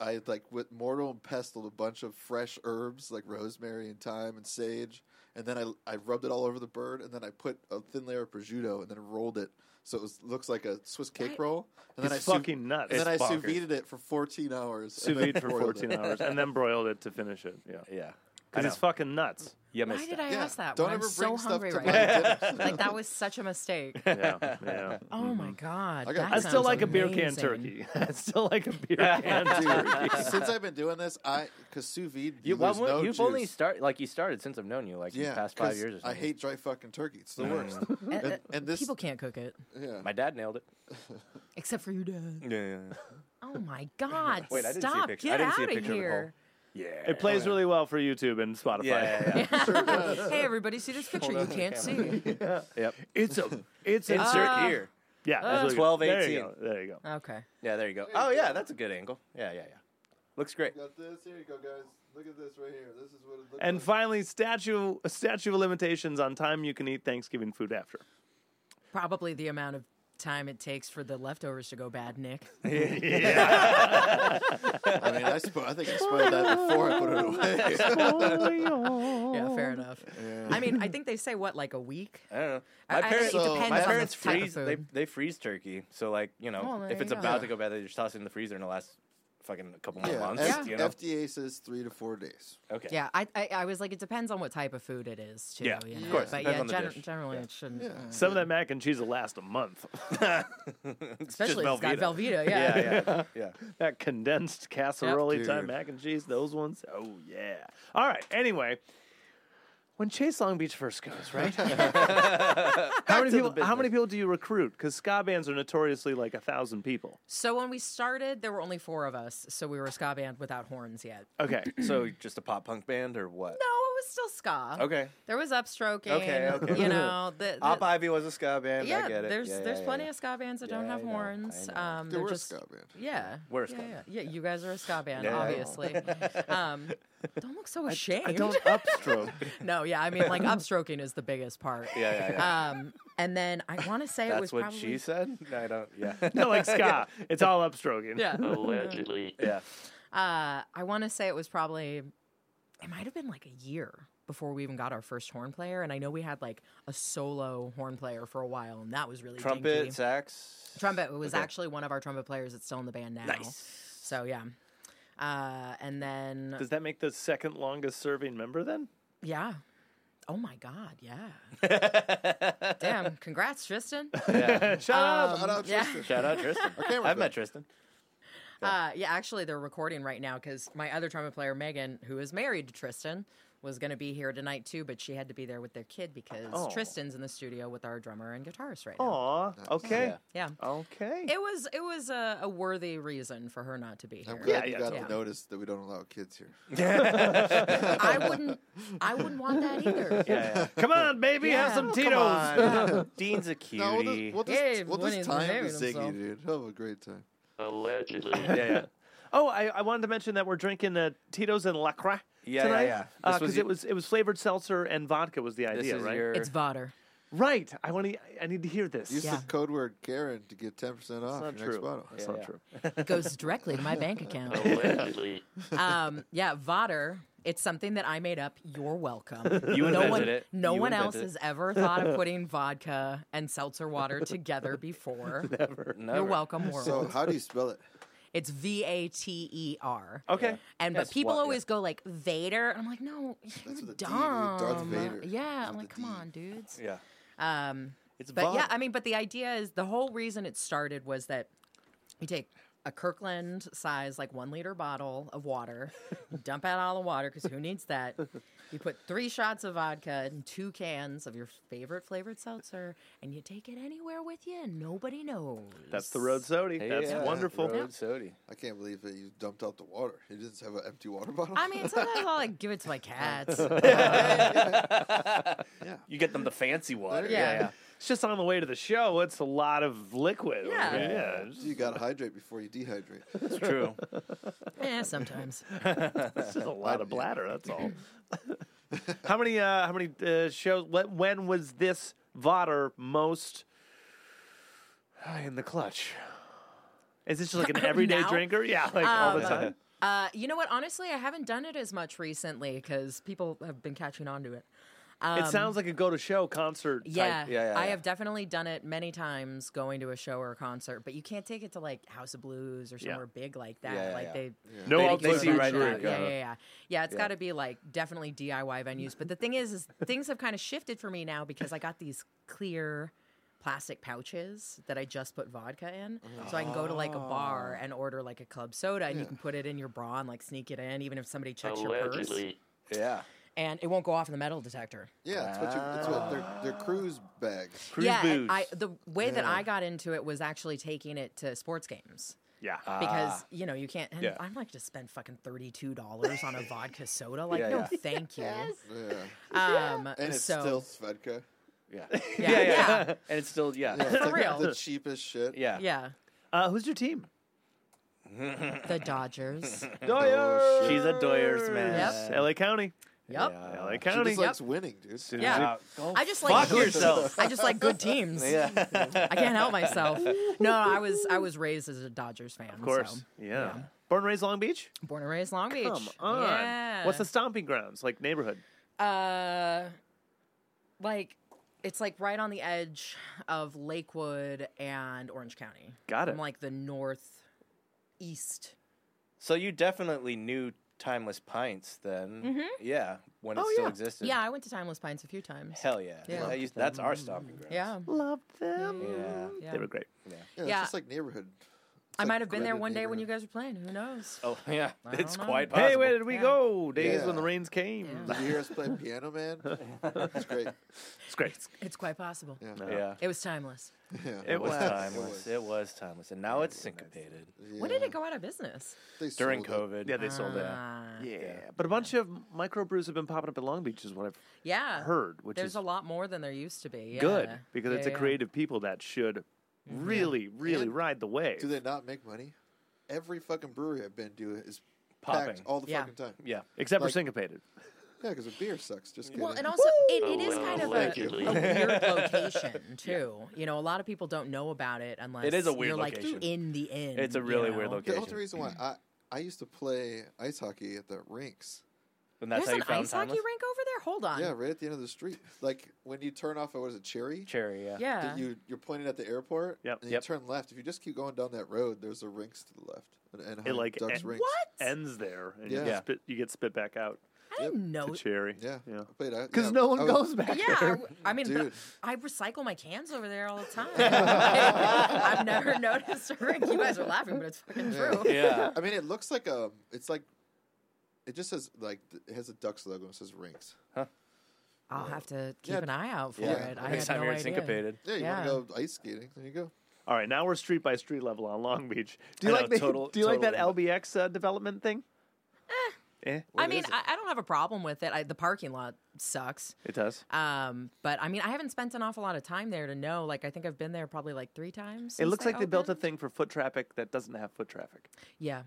Speaker 1: I like with mortal and pestled a bunch of fresh herbs like rosemary and thyme and sage, and then I I rubbed it all over the bird, and then I put a thin layer of prosciutto, and then rolled it so it was, looks like a Swiss cake roll. And then I
Speaker 4: It's
Speaker 1: sous-
Speaker 4: fucking nuts.
Speaker 1: And then I
Speaker 2: It's
Speaker 1: sous
Speaker 2: bonkers.
Speaker 1: vide it for fourteen hours. and
Speaker 4: Sous
Speaker 1: then
Speaker 4: vide for
Speaker 1: broiled it.
Speaker 4: 14 hours and then broiled it to finish it. Yeah.
Speaker 2: Yeah,
Speaker 4: Because it's fucking nuts.
Speaker 2: you
Speaker 3: Why
Speaker 2: missed
Speaker 3: did
Speaker 2: it.
Speaker 3: I
Speaker 1: Yeah.
Speaker 3: ask that?
Speaker 1: Don't
Speaker 3: when
Speaker 1: ever
Speaker 3: I'm so
Speaker 1: bring stuff
Speaker 3: hungry
Speaker 1: to
Speaker 3: right
Speaker 1: my
Speaker 3: now.
Speaker 1: dinners.
Speaker 3: like that was such a mistake.
Speaker 4: Yeah. yeah.
Speaker 3: Oh my god.
Speaker 1: Mm-hmm. I got-
Speaker 3: that
Speaker 4: I still
Speaker 3: sounds
Speaker 4: like a beer can
Speaker 3: amazing.
Speaker 4: turkey. I still like a beer can turkey.
Speaker 1: Since I've been doing this, I because sous vide you,
Speaker 2: You, well,
Speaker 1: lose no
Speaker 2: you've
Speaker 1: juice.
Speaker 2: only started like you started since I've known you, like in
Speaker 1: yeah,
Speaker 2: the past five
Speaker 1: 'cause
Speaker 2: years or
Speaker 1: I
Speaker 2: something.
Speaker 1: hate dry fucking turkey. It's the worst.
Speaker 3: And- uh,
Speaker 1: And- and this-
Speaker 3: people can't cook it
Speaker 1: yeah.
Speaker 2: my dad nailed it.
Speaker 3: except for your dad.
Speaker 2: Yeah, yeah,
Speaker 3: Oh my god!
Speaker 2: Wait, I didn't see a
Speaker 3: Stop!
Speaker 2: picture- I
Speaker 3: Get
Speaker 2: didn't see a
Speaker 3: out of
Speaker 2: picture of the hole.
Speaker 3: here!
Speaker 2: yeah.
Speaker 4: It plays really well for YouTube and Spotify.
Speaker 2: Yeah, yeah,
Speaker 3: Hey, everybody, see this picture you can't see.
Speaker 2: yeah. yep.
Speaker 4: It's a it's a uh,
Speaker 2: Insert
Speaker 3: Ah.
Speaker 2: here.
Speaker 4: yeah. that's what-
Speaker 2: 12,
Speaker 4: there
Speaker 2: 18.
Speaker 4: you go, There you go.
Speaker 3: Okay.
Speaker 2: Yeah, there you go. Oh yeah, that's a good angle. Yeah, yeah, yeah. Looks great.
Speaker 1: Got this. Here you go, guys. Look at this right here. This is what it looks
Speaker 4: And finally, statue statue of limitations on time you can eat Thanksgiving food after.
Speaker 3: Probably the amount of time it takes for the leftovers to go bad, Nick.
Speaker 1: I mean, I, spo- I think I spoiled that before I put it away.
Speaker 3: Yeah, fair enough. I mean, I think they say what, like a week?
Speaker 2: I don't know.
Speaker 3: I-
Speaker 2: My
Speaker 3: I think
Speaker 2: parents,
Speaker 1: it So- depends
Speaker 2: my
Speaker 1: on the
Speaker 2: parents
Speaker 3: type of
Speaker 2: freeze. They,
Speaker 3: food.
Speaker 2: they freeze turkey. So like you know,
Speaker 3: Oh,
Speaker 2: if
Speaker 3: there
Speaker 2: it's
Speaker 3: you go.
Speaker 2: about to go bad, they just toss it in the freezer and it lasts fucking a couple more
Speaker 1: yeah.
Speaker 2: months.
Speaker 1: F-
Speaker 2: You know.
Speaker 1: FDA says three to four days.
Speaker 2: Okay.
Speaker 3: Yeah, I, I I was like, it depends on what type of food it is, too.
Speaker 2: Yeah,
Speaker 3: you
Speaker 2: of
Speaker 3: know?
Speaker 2: course,
Speaker 3: But
Speaker 2: depends
Speaker 3: yeah,
Speaker 2: on the
Speaker 3: gen-
Speaker 2: dish.
Speaker 3: generally it shouldn't.
Speaker 1: Yeah.
Speaker 4: Some of that mac and cheese will last a month.
Speaker 3: Especially if it's got
Speaker 2: Velveeta.
Speaker 3: Velveeta, yeah.
Speaker 2: Yeah, yeah, yeah.
Speaker 4: that condensed casserole
Speaker 1: Dude.
Speaker 4: type mac and cheese, those ones. Oh yeah. All right. Anyway, when Chase Long Beach first goes, right? how many people? How many people do you recruit? Because ska bands are notoriously like a thousand people.
Speaker 3: So when we started, there were only four of us, so we were a ska band without horns yet.
Speaker 4: Okay.
Speaker 2: So just a pop punk band or what?
Speaker 3: No, it was still ska.
Speaker 2: Okay.
Speaker 3: There was upstroking.
Speaker 2: Okay, okay.
Speaker 3: You know, the, the,
Speaker 2: Op Ivy was a ska band.
Speaker 3: yeah,
Speaker 2: I get it.
Speaker 3: there's
Speaker 2: Yeah, yeah,
Speaker 3: there's
Speaker 2: yeah,
Speaker 3: plenty
Speaker 2: yeah.
Speaker 3: of ska bands that
Speaker 2: Yeah,
Speaker 3: don't have
Speaker 2: I know, I
Speaker 3: horns.
Speaker 2: know.
Speaker 3: Um,
Speaker 1: There
Speaker 3: they're
Speaker 1: were
Speaker 3: just
Speaker 1: ska band.
Speaker 3: yeah,
Speaker 2: We're a
Speaker 3: yeah,
Speaker 2: ska band.
Speaker 3: Yeah, yeah, you guys are a ska band,
Speaker 2: Yeah, I know.
Speaker 3: obviously. um, don't look so ashamed.
Speaker 4: I don't upstroke.
Speaker 3: no, yeah, I mean, like upstroking is the biggest part.
Speaker 2: Yeah, yeah, yeah.
Speaker 3: Um, and then I want to say it
Speaker 2: That's
Speaker 3: was
Speaker 2: what
Speaker 3: probably
Speaker 2: she said. I don't. Yeah.
Speaker 4: No, like ska. It's all upstroking.
Speaker 3: yeah.
Speaker 5: Allegedly.
Speaker 2: yeah.
Speaker 3: Uh, I want to say it was probably it might have been like a year before we even got our first horn player, and I know we had like a solo horn player for a while, and that was really
Speaker 2: Trumpet,
Speaker 3: dinky.
Speaker 2: sax.
Speaker 3: Trumpet was
Speaker 2: Okay.
Speaker 3: actually one of our trumpet players that's still in the band now.
Speaker 2: Nice.
Speaker 3: So yeah. Uh, and then
Speaker 4: Does that make the second longest serving member then?
Speaker 3: yeah. Oh my god, yeah. Damn, congrats Tristan.
Speaker 4: Shut up.
Speaker 1: Shout out
Speaker 3: um, yeah.
Speaker 1: Tristan.
Speaker 2: Shout out Tristan.
Speaker 1: camera's
Speaker 2: I've met
Speaker 1: up.
Speaker 2: Tristan.
Speaker 3: Uh, yeah, actually they're recording right now cuz my other trumpet player Megan, who is married to Tristan, was going to be here tonight too, but she had to be there with their kid because Tristan's in the studio with our drummer and guitarist right now.
Speaker 4: Aw. Okay.
Speaker 2: Yeah.
Speaker 3: Yeah.
Speaker 4: Okay.
Speaker 3: It was it was a, a worthy reason for her not to be
Speaker 1: I'm
Speaker 3: here.
Speaker 1: glad
Speaker 4: Yeah,
Speaker 1: you
Speaker 4: yeah,
Speaker 1: got
Speaker 3: yeah.
Speaker 1: the notice that we don't allow kids here.
Speaker 3: I wouldn't I wouldn't want that either.
Speaker 2: Yeah.
Speaker 4: Come on, baby. Have
Speaker 3: Yeah.
Speaker 4: some
Speaker 2: yeah.
Speaker 4: Tito's.
Speaker 2: Come on. Dean's a cutie.
Speaker 1: No, we'll just, we'll just,
Speaker 3: Yeah,
Speaker 1: we'll
Speaker 3: Winnie's
Speaker 1: just time
Speaker 3: behaving
Speaker 1: to Ziggy,
Speaker 3: himself.
Speaker 1: dude. Have a great time.
Speaker 5: Allegedly.
Speaker 2: yeah, yeah.
Speaker 4: Oh, I, I wanted to mention that we're drinking uh, Tito's and Lacroix
Speaker 2: Yeah, yeah,
Speaker 4: tonight.
Speaker 2: yeah. This was
Speaker 4: Because
Speaker 2: y-
Speaker 4: it was it was flavored seltzer and vodka was the
Speaker 2: This
Speaker 4: idea,
Speaker 2: is
Speaker 4: right?
Speaker 2: your.
Speaker 3: It's Vodder.
Speaker 4: Right. I want to. I need to hear this.
Speaker 1: Use
Speaker 3: Yeah.
Speaker 1: the code word Karen to get ten percent off your
Speaker 4: That's not
Speaker 1: next
Speaker 4: true.
Speaker 1: bottle.
Speaker 4: That's
Speaker 2: Yeah,
Speaker 4: not
Speaker 2: yeah.
Speaker 4: true.
Speaker 3: It goes directly to my bank account.
Speaker 5: Allegedly.
Speaker 3: um, yeah, Vodder. It's something that I made up. You're welcome.
Speaker 2: You
Speaker 3: no
Speaker 2: invented
Speaker 3: one,
Speaker 2: it.
Speaker 3: No
Speaker 2: You
Speaker 3: one else
Speaker 2: invented it.
Speaker 3: has ever thought of putting vodka and seltzer water together before.
Speaker 2: Never.
Speaker 3: You're welcome, world.
Speaker 1: So how do you spell it?
Speaker 3: it's V A T E R.
Speaker 4: Okay.
Speaker 3: And but
Speaker 2: That's
Speaker 3: people
Speaker 2: what- yeah.
Speaker 3: always go like Vader. I'm like, no, you're
Speaker 1: with a D, dude.
Speaker 3: dumb.
Speaker 1: Darth Vader.
Speaker 3: Yeah,
Speaker 1: It's
Speaker 3: I'm
Speaker 1: with
Speaker 3: like,
Speaker 1: a
Speaker 3: come
Speaker 1: D.
Speaker 3: on, dudes.
Speaker 2: Yeah.
Speaker 3: Um,
Speaker 2: It's
Speaker 3: but yeah,
Speaker 2: vodka.
Speaker 3: I mean, but the idea is the whole reason it started was that you take a Kirkland size, like one liter bottle of water. You dump out all the water because who needs that? You put three shots of vodka and two cans of your favorite flavored seltzer, and you take it anywhere with you, and nobody knows.
Speaker 4: That's the road sody. That's
Speaker 2: Yeah,
Speaker 4: wonderful.
Speaker 2: Road Sody.
Speaker 1: I can't believe that you dumped out the water. You didn't have an empty water bottle.
Speaker 3: I mean, sometimes I'll like give it to my cats.
Speaker 2: You get them the fancy water.
Speaker 1: Yeah.
Speaker 2: Yeah. yeah.
Speaker 4: It's just on the way to the show. It's a lot of liquid.
Speaker 3: Yeah.
Speaker 4: I mean,
Speaker 1: So
Speaker 4: yeah.
Speaker 1: you gotta hydrate before you dehydrate.
Speaker 2: It's true.
Speaker 3: yeah, sometimes.
Speaker 4: It's just a lot of bladder. That's all. how many? Uh, how many uh, shows? wh- When was this Vodder most uh, in the clutch? Is this just like an everyday
Speaker 3: Now?
Speaker 4: drinker? Yeah, like all the
Speaker 3: Um,
Speaker 4: time.
Speaker 3: Uh, you know what? Honestly, I haven't done it as much recently because people have been catching on to it.
Speaker 4: it sounds like a go to show concert. type.
Speaker 3: um, Yeah,
Speaker 2: Yeah, yeah,
Speaker 3: I
Speaker 2: yeah.
Speaker 3: have definitely done it many times going to a show or a concert, but you can't take it to like House of Blues or
Speaker 4: Yeah.
Speaker 3: somewhere big like that.
Speaker 2: Yeah, yeah,
Speaker 3: like
Speaker 2: yeah.
Speaker 3: they
Speaker 4: No
Speaker 3: they
Speaker 4: alcohol,
Speaker 3: can't
Speaker 2: see
Speaker 3: do
Speaker 2: right
Speaker 3: that.
Speaker 2: through,
Speaker 3: Yeah,
Speaker 2: yeah.
Speaker 3: yeah, yeah. Yeah, it's
Speaker 2: Yeah.
Speaker 3: got to be like definitely DIY venues, but the thing is is things have kind of shifted for me now because I got these clear plastic pouches that I just put vodka in. So I can go to like a bar
Speaker 2: Oh.
Speaker 3: and order like a club soda and you can put it in your bra and like sneak it in even if somebody checks your purse
Speaker 5: Allegedly.
Speaker 2: Yeah.
Speaker 3: and it won't go off in the metal detector.
Speaker 1: Yeah, it's what, you, it's what they're, they're cruise bags.
Speaker 4: Cruise
Speaker 3: yeah, and
Speaker 4: booze.
Speaker 3: I the way that I got into it was actually taking it to sports games
Speaker 4: yeah.
Speaker 2: Ah.
Speaker 3: because you know you can't. And
Speaker 4: Yeah.
Speaker 3: I'm like to spend fucking thirty two dollars on a vodka soda. Like,
Speaker 2: Yeah,
Speaker 3: no,
Speaker 2: yeah.
Speaker 3: thank you.
Speaker 1: Yeah,
Speaker 3: Um,
Speaker 1: and it's still
Speaker 3: so
Speaker 1: Svedka.
Speaker 2: Yeah.
Speaker 3: yeah,
Speaker 4: Yeah, yeah.
Speaker 3: yeah,
Speaker 2: And it's still yeah.
Speaker 1: Yeah,
Speaker 2: Yeah.
Speaker 1: it's
Speaker 3: For
Speaker 1: like
Speaker 3: real.
Speaker 1: the cheapest shit.
Speaker 4: uh, who's your team?
Speaker 3: yeah, the Dodgers. yep.
Speaker 1: Oh,
Speaker 4: Doyers.
Speaker 2: She's a Doyers man.
Speaker 3: Yep. Uh,
Speaker 4: LA County.
Speaker 2: Yeah.
Speaker 4: LA
Speaker 1: She
Speaker 4: County.
Speaker 1: just likes winning, dude.
Speaker 4: Yeah.
Speaker 2: Yeah. Go
Speaker 3: I just like
Speaker 2: fuck
Speaker 3: good-
Speaker 2: yourself.
Speaker 3: I just like good teams.
Speaker 2: yeah.
Speaker 3: I can't help myself. No, no, I was I was raised as a Dodgers fan.
Speaker 4: of course.
Speaker 3: so.
Speaker 4: yeah. Born and raised Long Beach?
Speaker 3: born and raised Long Beach.
Speaker 4: Come on.
Speaker 3: Yeah.
Speaker 4: What's the stomping grounds? Like neighborhood?
Speaker 3: Uh, like it's like right on the edge of Lakewood and Orange County.
Speaker 4: Got it.
Speaker 3: I'm like the northeast.
Speaker 2: So you definitely knew Timeless Pints then. Yeah. When it
Speaker 4: Oh,
Speaker 2: still
Speaker 4: yeah.
Speaker 2: existed.
Speaker 3: Mm-hmm. Yeah, I went to Timeless Pines a few times.
Speaker 2: Hell yeah.
Speaker 3: Yeah.
Speaker 2: I used- that's our stomping ground.
Speaker 3: yeah.
Speaker 4: Loved them.
Speaker 2: Yeah.
Speaker 3: Yeah.
Speaker 4: They were great.
Speaker 1: Yeah,
Speaker 3: Yeah.
Speaker 1: it's just like neighborhood. It's
Speaker 3: I
Speaker 1: like
Speaker 3: might have been there
Speaker 1: gridded
Speaker 3: one day when you
Speaker 1: neighborhood.
Speaker 3: guys were playing. Who knows?
Speaker 2: Oh yeah.
Speaker 3: I
Speaker 2: It's
Speaker 3: don't know.
Speaker 2: quite possible.
Speaker 4: Hey, where did we
Speaker 3: Yeah.
Speaker 4: go? Days
Speaker 1: Yeah.
Speaker 4: when the rains came.
Speaker 3: Yeah.
Speaker 1: Did you hear us play Piano Man? It's great.
Speaker 4: It's great.
Speaker 3: It's quite possible.
Speaker 1: Yeah.
Speaker 2: Yeah.
Speaker 3: It was timeless.
Speaker 1: Yeah.
Speaker 4: It
Speaker 2: It was
Speaker 4: was.
Speaker 2: timeless. It was timeless. And now it's syncopated
Speaker 3: When did it go out of business?
Speaker 1: They
Speaker 2: during
Speaker 1: sold
Speaker 2: COVID.
Speaker 4: Yeah, they sold it.
Speaker 3: Ah.
Speaker 4: Yeah. But a bunch of microbrews have been popping up in Long Beach, is what I've
Speaker 3: yeah.
Speaker 4: heard, which
Speaker 3: Uh, There's
Speaker 4: is
Speaker 3: a lot more than there used to be.
Speaker 4: good
Speaker 3: yeah.
Speaker 4: because
Speaker 3: Yeah,
Speaker 4: it's a
Speaker 3: yeah.
Speaker 4: creative people that should really, really
Speaker 1: And
Speaker 4: ride the wave.
Speaker 1: It. Do they not make money? Every fucking brewery I've been to is packed
Speaker 2: Popping.
Speaker 1: all the
Speaker 3: Yeah.
Speaker 1: fucking time.
Speaker 2: Yeah.
Speaker 4: Except for
Speaker 1: like-
Speaker 4: syncopated.
Speaker 1: Yeah, because the beer sucks. Just kidding.
Speaker 3: Well, and also it,
Speaker 2: Oh,
Speaker 3: it is
Speaker 5: Woo!
Speaker 3: kind of
Speaker 5: Thank
Speaker 3: a,
Speaker 5: you.
Speaker 3: a weird location too. You know, a lot of people don't know about it unless
Speaker 2: It is a weird
Speaker 3: you're like
Speaker 2: location.
Speaker 3: in the inn.
Speaker 2: It's a
Speaker 3: you
Speaker 2: really
Speaker 3: know?
Speaker 2: weird location.
Speaker 1: the only reason why I I used to play ice hockey at the rinks.
Speaker 2: And that's
Speaker 3: Uh, There's
Speaker 2: how you
Speaker 3: an
Speaker 2: found
Speaker 3: ice hockey
Speaker 2: timeless.
Speaker 3: rink over there. Hold on.
Speaker 1: Yeah, right at the end of the street. Like when you turn off, what is it, Cherry?
Speaker 2: Cherry. Yeah.
Speaker 3: Yeah.
Speaker 1: that you you're pointing at the airport.
Speaker 4: Yep.
Speaker 1: And you
Speaker 2: Yep.
Speaker 1: turn left. If you just keep going down that road, there's a rinks to the left. And, and
Speaker 4: It, like,
Speaker 1: Ducks
Speaker 4: en-
Speaker 1: rinks.
Speaker 3: what?
Speaker 4: Ends there, and you,
Speaker 1: Yeah.
Speaker 4: get spit, you get spit back out
Speaker 3: I didn't know.
Speaker 4: to cherry.
Speaker 1: Yeah. Oh.
Speaker 4: yeah.
Speaker 1: Because
Speaker 4: Because no one goes back
Speaker 3: Yeah, I,
Speaker 4: there.
Speaker 3: w- I mean, but
Speaker 1: Dude.
Speaker 3: I recycle my cans over there all the time. I've never noticed a rink. You guys are laughing, but it's fucking
Speaker 1: Yeah.
Speaker 3: true.
Speaker 2: Yeah.
Speaker 1: I mean, it looks like a. It's like. It just says like th- it has a ducks logo and says rinks.
Speaker 3: I'll have to keep
Speaker 1: Yeah.
Speaker 3: an eye out for
Speaker 1: Yeah.
Speaker 3: it. I
Speaker 2: Next
Speaker 3: had
Speaker 2: time
Speaker 3: no
Speaker 2: you're in
Speaker 3: idea.
Speaker 2: syncopated.
Speaker 1: Yeah, you
Speaker 3: Yeah.
Speaker 1: want to go ice skating? There you go.
Speaker 4: All right, now we're street by street level on Long Beach. Do you
Speaker 2: I know,
Speaker 4: like the,
Speaker 2: total-
Speaker 4: Do you like that
Speaker 2: total-
Speaker 4: LBX uh, development thing? Eh,
Speaker 3: I
Speaker 1: What
Speaker 3: mean,
Speaker 1: is it?
Speaker 3: I, I don't have a problem with it. I, the parking lot sucks.
Speaker 4: it does.
Speaker 3: Um, but I mean, I haven't spent an awful lot of time there to know. Like, I think I've been there probably like three times.
Speaker 4: It
Speaker 3: since
Speaker 4: looks like they built a
Speaker 3: opened.
Speaker 4: thing for foot traffic that doesn't have foot traffic.
Speaker 3: Yeah.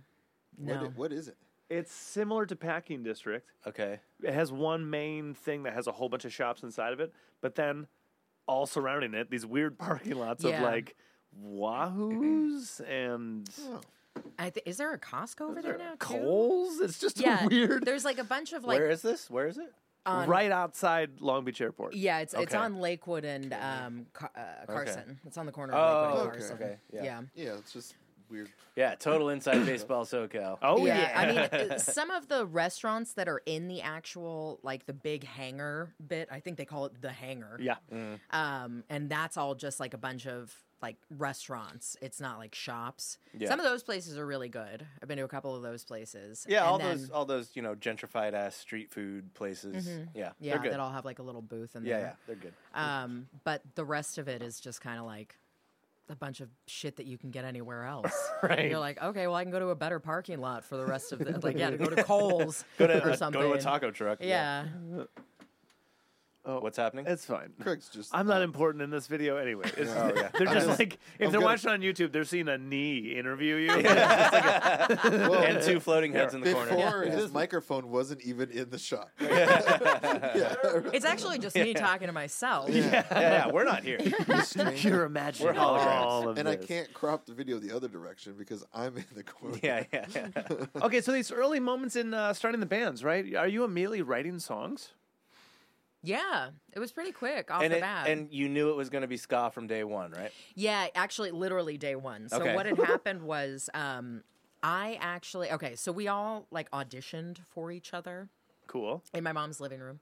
Speaker 1: What,
Speaker 3: No.
Speaker 1: i- what is it?
Speaker 4: It's similar to Packing District.
Speaker 2: Okay.
Speaker 4: It has one main thing that has a whole bunch of shops inside of it, but then all surrounding it, these weird parking lots
Speaker 3: Yeah.
Speaker 4: of like Wahoos and
Speaker 3: I th- is there a Costco over there now? too?
Speaker 4: Coles. It's just
Speaker 3: Yeah.
Speaker 4: a weird.
Speaker 3: There's like a bunch of like.
Speaker 2: Where is this? Where is it?
Speaker 3: on-
Speaker 4: right outside Long Beach Airport.
Speaker 3: Yeah, it's it's
Speaker 2: Okay.
Speaker 3: on Lakewood and um, Car- uh, Carson. It's on the corner
Speaker 2: Oh,
Speaker 3: of Lakewood and
Speaker 1: okay.
Speaker 3: Carson.
Speaker 2: Okay, yeah.
Speaker 3: yeah.
Speaker 1: Yeah, it's just weird.
Speaker 2: Yeah, total inside baseball SoCal.
Speaker 4: Oh yeah.
Speaker 3: I mean, uh, some of the restaurants that are in the actual, like the big hangar bit, I think they call it the hangar.
Speaker 4: yeah.
Speaker 1: Mm.
Speaker 3: Um, and that's all just like a bunch of like restaurants. It's not like shops.
Speaker 2: Yeah.
Speaker 3: Some of those places are really good. I've been to a couple of those places.
Speaker 2: Yeah,
Speaker 3: And
Speaker 2: all
Speaker 3: then-
Speaker 2: those all those you know gentrified ass street food places. Yeah,
Speaker 3: Mm-hmm. Yeah,
Speaker 2: they're good.
Speaker 3: that all have like a little booth in
Speaker 2: yeah, yeah,
Speaker 3: there.
Speaker 2: they're good.
Speaker 3: Um, but the rest of it is just kind of like a bunch of shit that you can get anywhere else.
Speaker 4: Right.
Speaker 3: You're like, okay, well, I can go to a better parking lot for the rest of the like, yeah, to go to Coles
Speaker 2: Go to,
Speaker 3: or
Speaker 2: uh,
Speaker 3: something.
Speaker 2: go to a taco truck.
Speaker 3: Yeah.
Speaker 2: What's happening?
Speaker 4: It's fine.
Speaker 1: Craig's just.
Speaker 4: I'm not important in this video anyway. It's,
Speaker 2: Oh, yeah.
Speaker 4: They're
Speaker 1: I'm
Speaker 4: just
Speaker 1: just-
Speaker 4: like if
Speaker 1: I'm
Speaker 4: they're
Speaker 1: gonna-
Speaker 4: watching on YouTube, they're seeing a knee interview you.
Speaker 1: Well,
Speaker 2: and two floating heads in the
Speaker 1: before
Speaker 2: corner.
Speaker 1: his microphone wasn't even in the shot.
Speaker 3: It's actually just me talking to myself.
Speaker 2: Yeah, yeah, we're not here.
Speaker 4: You're imagining
Speaker 2: We're holograms.
Speaker 4: all of
Speaker 1: and I
Speaker 4: this.
Speaker 1: can't crop the video the other direction because I'm in the corner.
Speaker 2: yeah, yeah, yeah.
Speaker 4: Okay, so these early moments in uh, starting the bands, right? Are you immediately writing songs?
Speaker 3: Yeah, it was pretty quick off
Speaker 2: And
Speaker 3: the
Speaker 2: it,
Speaker 3: bat.
Speaker 2: and you knew it was going to be ska from day one, right?
Speaker 3: yeah, actually, literally day one. So
Speaker 2: Okay.
Speaker 3: what had happened was, um, I actually okay. So we all like auditioned for each other
Speaker 4: Cool.
Speaker 3: in my mom's living room,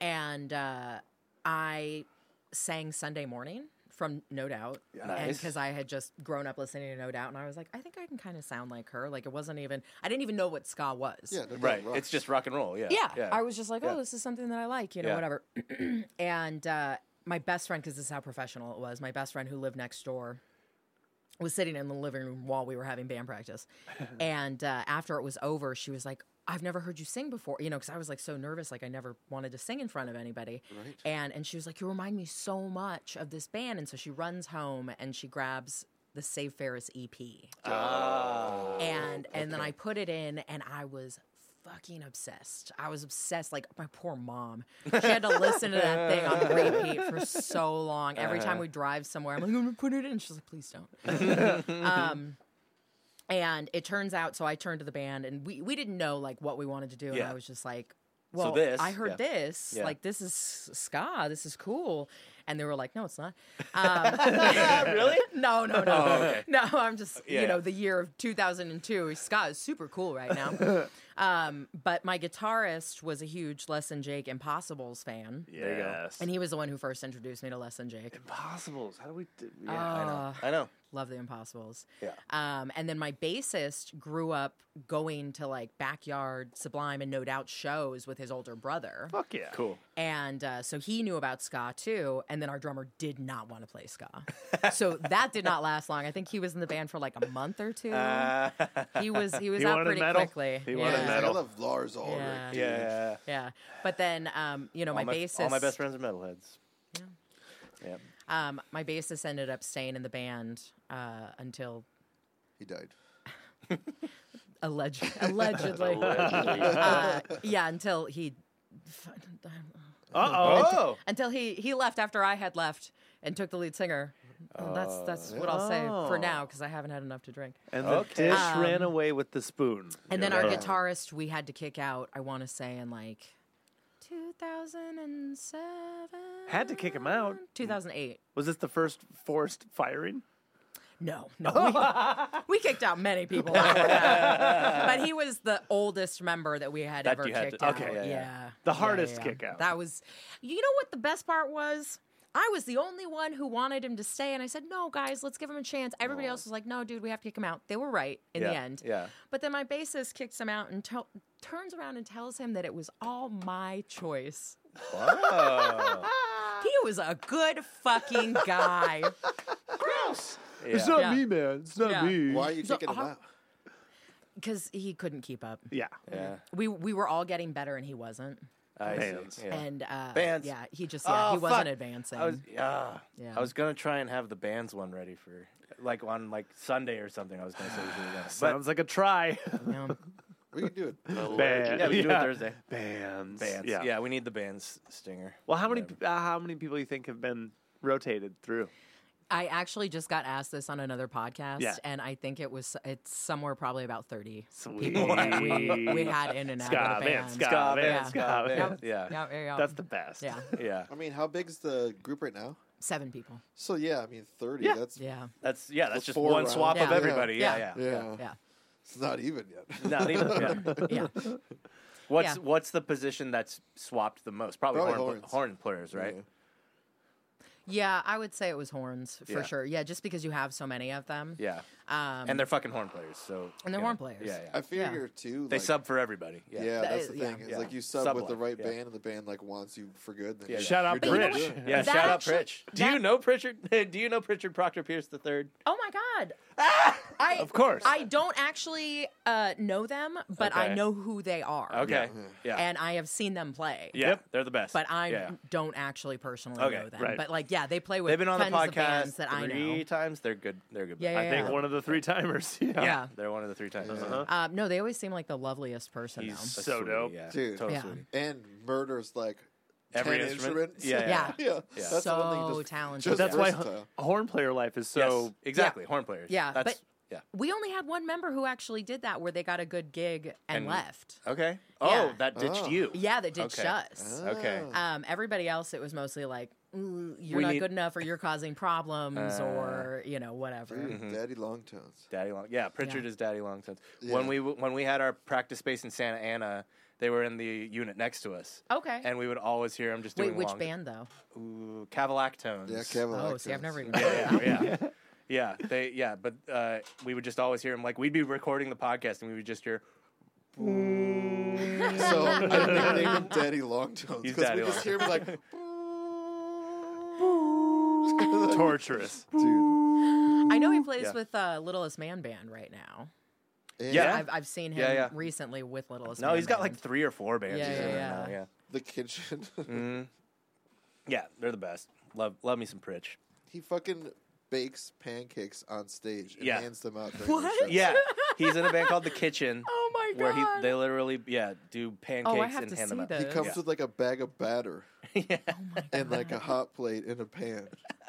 Speaker 3: and uh, I sang Sunday morning from No Doubt, and
Speaker 2: Nice.
Speaker 3: because I had just grown up listening to No Doubt, and I was like, I think I can kind of sound like her. Like it wasn't even I didn't even know what ska was.
Speaker 1: Yeah, no doubt
Speaker 2: Right.
Speaker 1: rocks.
Speaker 2: It's just rock and roll. Yeah.
Speaker 3: Yeah. I was just like, oh,
Speaker 2: Yeah.
Speaker 3: this is something that I like, you know,
Speaker 2: Yeah.
Speaker 3: whatever. and uh, my best friend, because this is how professional it was, my best friend who lived next door was sitting in the living room while we were having band practice. and uh, after it was over, she was like, I've never heard you sing before, you know, because I was like so nervous, like I never wanted to sing in front of anybody. Right. And and she was like, you remind me so much of this band, and so she runs home and she grabs the Save Ferris E EP
Speaker 2: Ah.
Speaker 3: and and then I put it in, and I was fucking obsessed. I was obsessed. Like my poor mom, she had to listen to that thing on repeat for so long. Every
Speaker 2: Uh-huh.
Speaker 3: time we drive somewhere, I'm like, I'm gonna put it in. She's like, please don't. um, and it turns out, so I turned to the band, and we we didn't know like what we wanted to do, and
Speaker 2: Yeah.
Speaker 3: I was just like. Well,
Speaker 2: this-
Speaker 3: I heard
Speaker 2: yeah.
Speaker 3: this.
Speaker 2: Yeah.
Speaker 3: Like, this is ska. This is cool. And they were like, no, it's not. Um,
Speaker 2: really?
Speaker 3: no, no, no.
Speaker 2: Oh, okay.
Speaker 3: No, I'm just,
Speaker 2: Yeah.
Speaker 3: you know, the year of 2002. Scott is super cool right now. um, but my guitarist was a huge Les and Jake Impossibles fan.
Speaker 2: you go.
Speaker 4: Yes.
Speaker 3: And he was the one who first introduced me to Les and Jake. Ah,
Speaker 4: Impossibles. How do we? Do, yeah.
Speaker 2: I
Speaker 3: Uh.
Speaker 2: know. I know.
Speaker 3: Love the Impossibles.
Speaker 2: Yeah.
Speaker 3: Um, and then my bassist grew up going to like backyard Sublime and No Doubt shows with his older brother.
Speaker 4: Fuck yeah.
Speaker 2: Cool.
Speaker 3: And uh, so he knew about ska too. And then our drummer did not want to play ska. so that did not last long. I think he was in the band for like a month or two.
Speaker 2: Uh,
Speaker 3: he was he was
Speaker 4: He
Speaker 3: out
Speaker 4: wanted
Speaker 3: pretty
Speaker 4: medal.
Speaker 3: quickly.
Speaker 4: He
Speaker 3: yeah.
Speaker 4: wanted
Speaker 1: It's like, I
Speaker 4: metal.
Speaker 1: love Lars Ulrich.
Speaker 3: Yeah.
Speaker 1: dude.
Speaker 2: yeah.
Speaker 3: Yeah. But then um, you know, my,
Speaker 2: all my,
Speaker 3: bassist
Speaker 2: all my best friends are metalheads.
Speaker 3: um my bassist ended up staying in the band uh, until
Speaker 1: He died.
Speaker 3: alleged allegedly.
Speaker 5: Allegedly.
Speaker 3: uh, yeah, until he
Speaker 4: Uh oh.
Speaker 2: Oh.
Speaker 3: until he he left after I had left and took the lead singer. And that's that's what I'll say for
Speaker 4: Oh.
Speaker 3: now because I haven't had enough to drink.
Speaker 4: And the
Speaker 2: Okay.
Speaker 4: dish ran away with the spoon.
Speaker 3: Um, And then our
Speaker 1: right.
Speaker 3: guitarist we had to kick out. I want to say in like 2007.
Speaker 4: Had to kick him out?
Speaker 3: 2008.
Speaker 4: Was this the first forced firing?
Speaker 3: No, no. We, we kicked out many people, but he was the oldest member that we had
Speaker 2: That
Speaker 3: ever
Speaker 2: you had
Speaker 3: kicked
Speaker 2: to-
Speaker 3: out.
Speaker 2: okay, yeah,
Speaker 3: yeah,
Speaker 2: yeah.
Speaker 4: The
Speaker 3: Yeah,
Speaker 4: hardest
Speaker 3: yeah.
Speaker 4: kick out.
Speaker 3: That was. You know what the best part was? I was the only one who wanted him to stay, and I said, "No, guys, let's give him a chance." Everybody else was like, "No, dude, we have to kick him out." They were right in the
Speaker 2: Yeah,
Speaker 3: end.
Speaker 2: yeah.
Speaker 3: But then my bassist kicks him out and to- turns around and tells him that it was all my choice.
Speaker 2: Wow.
Speaker 3: He was a good fucking guy.
Speaker 4: It's
Speaker 2: Yeah.
Speaker 4: not
Speaker 3: Yeah.
Speaker 4: me, man. It's not
Speaker 3: Yeah.
Speaker 4: me.
Speaker 1: Why are you
Speaker 3: So,
Speaker 1: kicking him
Speaker 3: how-
Speaker 1: out?
Speaker 3: because he couldn't keep up.
Speaker 4: Yeah.
Speaker 2: Yeah.
Speaker 3: We we were all getting better, and he wasn't.
Speaker 2: I
Speaker 4: Bands.
Speaker 2: see. Yeah.
Speaker 3: And uh,
Speaker 2: Bands.
Speaker 3: yeah, he just yeah,
Speaker 2: Oh,
Speaker 3: he wasn't
Speaker 2: fuck.
Speaker 3: advancing.
Speaker 2: I was yeah.
Speaker 3: Yeah.
Speaker 2: I was gonna try and have the bands one ready for like on like Sunday or something. I was gonna say we should have done it. But
Speaker 4: Sounds like a try.
Speaker 3: you know?
Speaker 1: We can do it.
Speaker 5: Allegedly.
Speaker 2: yeah, we can do
Speaker 4: Yeah.
Speaker 2: it Thursday.
Speaker 4: Bands.
Speaker 2: Bands. Yeah. we need the bands stinger.
Speaker 4: Well, how many uh, how many people you think have been rotated through?
Speaker 3: I actually just got asked this on another podcast,
Speaker 4: Yeah.
Speaker 3: and I think it was it's somewhere probably about thirty
Speaker 4: Sweet.
Speaker 3: people that we, we had in and out
Speaker 4: Ska
Speaker 3: of the
Speaker 4: bands,
Speaker 3: band.
Speaker 4: ska
Speaker 2: Ska
Speaker 4: bands,
Speaker 2: bands,
Speaker 3: Yeah.
Speaker 2: ska bands.
Speaker 3: Yeah,
Speaker 2: Yeah.
Speaker 3: yeah, yeah.
Speaker 4: That's the best.
Speaker 3: yeah.
Speaker 2: Yeah.
Speaker 1: I mean, how big's the group right now?
Speaker 3: seven people.
Speaker 1: So yeah, I mean thirty.
Speaker 4: Yeah.
Speaker 1: That's
Speaker 3: Yeah.
Speaker 2: That's yeah. That's
Speaker 1: The
Speaker 2: just
Speaker 1: four
Speaker 2: one
Speaker 1: round.
Speaker 2: swap of
Speaker 3: Yeah.
Speaker 2: everybody. Yeah, yeah.
Speaker 3: Yeah.
Speaker 1: yeah.
Speaker 3: Yeah.
Speaker 1: It's not even yet.
Speaker 2: Not even. yeah.
Speaker 3: Yeah.
Speaker 2: What's
Speaker 3: Yeah.
Speaker 2: what's the position that's swapped the most? Probably,
Speaker 1: Probably
Speaker 2: horn,
Speaker 1: horns.
Speaker 2: horn players, right?
Speaker 1: Yeah.
Speaker 3: Yeah, I would say it was horns for
Speaker 2: Yeah.
Speaker 3: sure. Yeah, just because you have so many of them.
Speaker 2: Yeah.
Speaker 3: Um,
Speaker 2: and they're fucking horn players. So
Speaker 3: And they're
Speaker 2: you know,
Speaker 3: horn players.
Speaker 2: Yeah, yeah.
Speaker 1: I figure too.
Speaker 2: they
Speaker 1: like,
Speaker 2: sub for everybody.
Speaker 1: Yeah,
Speaker 2: Yeah.
Speaker 1: that's
Speaker 3: That-
Speaker 1: the
Speaker 3: yeah.
Speaker 1: thing. It's
Speaker 2: Yeah.
Speaker 1: like you sub, with the
Speaker 2: Sublet,
Speaker 1: right
Speaker 2: yeah.
Speaker 1: band, and the band like wants you for good. Then
Speaker 2: Yeah.
Speaker 1: you're-
Speaker 4: Shout out,
Speaker 1: you're done
Speaker 4: Pritch.
Speaker 1: doing it.
Speaker 2: Yeah,
Speaker 3: That
Speaker 2: shout out
Speaker 3: actually-
Speaker 2: Pritch. Do you
Speaker 3: that-
Speaker 2: know Pritchard? Do you know Pritchard Proctor Pierce the third?
Speaker 3: oh my god.
Speaker 2: Ah!
Speaker 3: I,
Speaker 4: Of course.
Speaker 3: I don't actually uh, know them, but I
Speaker 2: Okay.
Speaker 3: know who they are.
Speaker 2: Okay. Yeah.
Speaker 3: And I have seen them play.
Speaker 2: yeah.
Speaker 4: Yep.
Speaker 2: They're the best.
Speaker 3: But I
Speaker 2: Yeah.
Speaker 3: don't actually personally
Speaker 2: Okay,
Speaker 3: know them.
Speaker 4: right.
Speaker 3: But like, yeah, they play with
Speaker 2: They've been on the
Speaker 3: tons of bands
Speaker 2: podcast
Speaker 3: that I
Speaker 2: three
Speaker 3: know.
Speaker 2: times. They're good. They're good.
Speaker 3: Yeah, yeah,
Speaker 2: I think
Speaker 4: Like
Speaker 3: yeah.
Speaker 4: one of the three timers. Yeah.
Speaker 3: Yeah.
Speaker 2: they're one of the three times.
Speaker 3: Um, no, they always seem like the loveliest person.
Speaker 2: He's
Speaker 3: though.
Speaker 2: a
Speaker 4: Uh-huh. So
Speaker 2: sweetie,
Speaker 4: dope.
Speaker 2: yeah.
Speaker 1: Dude.
Speaker 2: Total
Speaker 3: Yeah.
Speaker 2: sweetie.
Speaker 1: and murders like
Speaker 2: Every
Speaker 1: ten
Speaker 2: instrument?
Speaker 1: instruments.
Speaker 2: Yeah,
Speaker 3: yeah,
Speaker 1: yeah. That's the one thing.
Speaker 3: so
Speaker 1: Just,
Speaker 3: talented.
Speaker 1: just
Speaker 4: But that's
Speaker 1: Yeah.
Speaker 4: why
Speaker 1: Versatile.
Speaker 4: a horn player life is so.
Speaker 2: Yes, exactly horn players.
Speaker 3: Yeah,
Speaker 2: That's yeah.
Speaker 3: we only had one member who actually did that, where they got a good gig and,
Speaker 2: And-
Speaker 3: left.
Speaker 2: Okay.
Speaker 3: Yeah.
Speaker 2: Oh, that ditched
Speaker 1: Oh.
Speaker 2: you.
Speaker 3: Yeah, that ditched
Speaker 2: Okay.
Speaker 3: us.
Speaker 2: Okay.
Speaker 1: Ah.
Speaker 3: Um, everybody else, it was mostly like, "Ooh, you're
Speaker 2: We
Speaker 3: not
Speaker 2: need- Uh,
Speaker 3: good enough, or you're causing problems, or you know whatever.
Speaker 2: mm.
Speaker 1: Dude, Daddy Long Tones.
Speaker 2: Mm-hmm. Daddy Long. Yeah, Pritchard
Speaker 3: Yeah.
Speaker 2: is Daddy Long since
Speaker 1: Yeah.
Speaker 2: When we w- when we had our practice space in Santa Ana, they were in the unit next to us.
Speaker 3: Okay.
Speaker 2: And we would always hear him just
Speaker 3: Wait,
Speaker 2: doing
Speaker 3: which
Speaker 2: long-
Speaker 3: band though?
Speaker 2: Ooh, Cavalactones.
Speaker 1: Yeah, Kevin.
Speaker 3: Oh, see, I've never even.
Speaker 2: Yeah, yeah. yeah. Yeah, they yeah, but uh, we would just always hear him like we'd be recording the podcast and we would just hear
Speaker 1: So I nicknamed him Daddy Long Tones
Speaker 2: He's
Speaker 1: because
Speaker 2: Daddy
Speaker 1: we just
Speaker 2: Long
Speaker 1: hear him like,
Speaker 4: torturous.
Speaker 1: dude.
Speaker 3: I know he plays
Speaker 2: Yeah.
Speaker 3: with uh, Littlest Man Band right now.
Speaker 1: And
Speaker 2: Yeah.
Speaker 3: I've, I've seen him
Speaker 2: Yeah, yeah.
Speaker 3: recently with Littlest.
Speaker 2: No,
Speaker 3: Man
Speaker 2: he's got
Speaker 3: Band.
Speaker 2: like three or four bands.
Speaker 3: Yeah,
Speaker 2: he's in
Speaker 3: yeah,
Speaker 2: right now,
Speaker 3: yeah.
Speaker 2: yeah.
Speaker 1: the kitchen.
Speaker 2: Mm. Yeah, they're the best. Love love me some Pritch.
Speaker 1: he fucking bakes pancakes on stage and
Speaker 2: Yeah.
Speaker 1: hands them out. during
Speaker 3: What?
Speaker 1: the show.
Speaker 2: Yeah. He's in a band called The Kitchen.
Speaker 3: Oh my god!
Speaker 2: Where he they literally yeah, do pancakes
Speaker 3: oh, I have
Speaker 2: and
Speaker 3: to
Speaker 2: hand
Speaker 3: see
Speaker 2: them out.
Speaker 1: He
Speaker 3: those.
Speaker 1: comes
Speaker 2: Yeah. Oh
Speaker 1: with like a bag of batter and like a hot plate in a pan.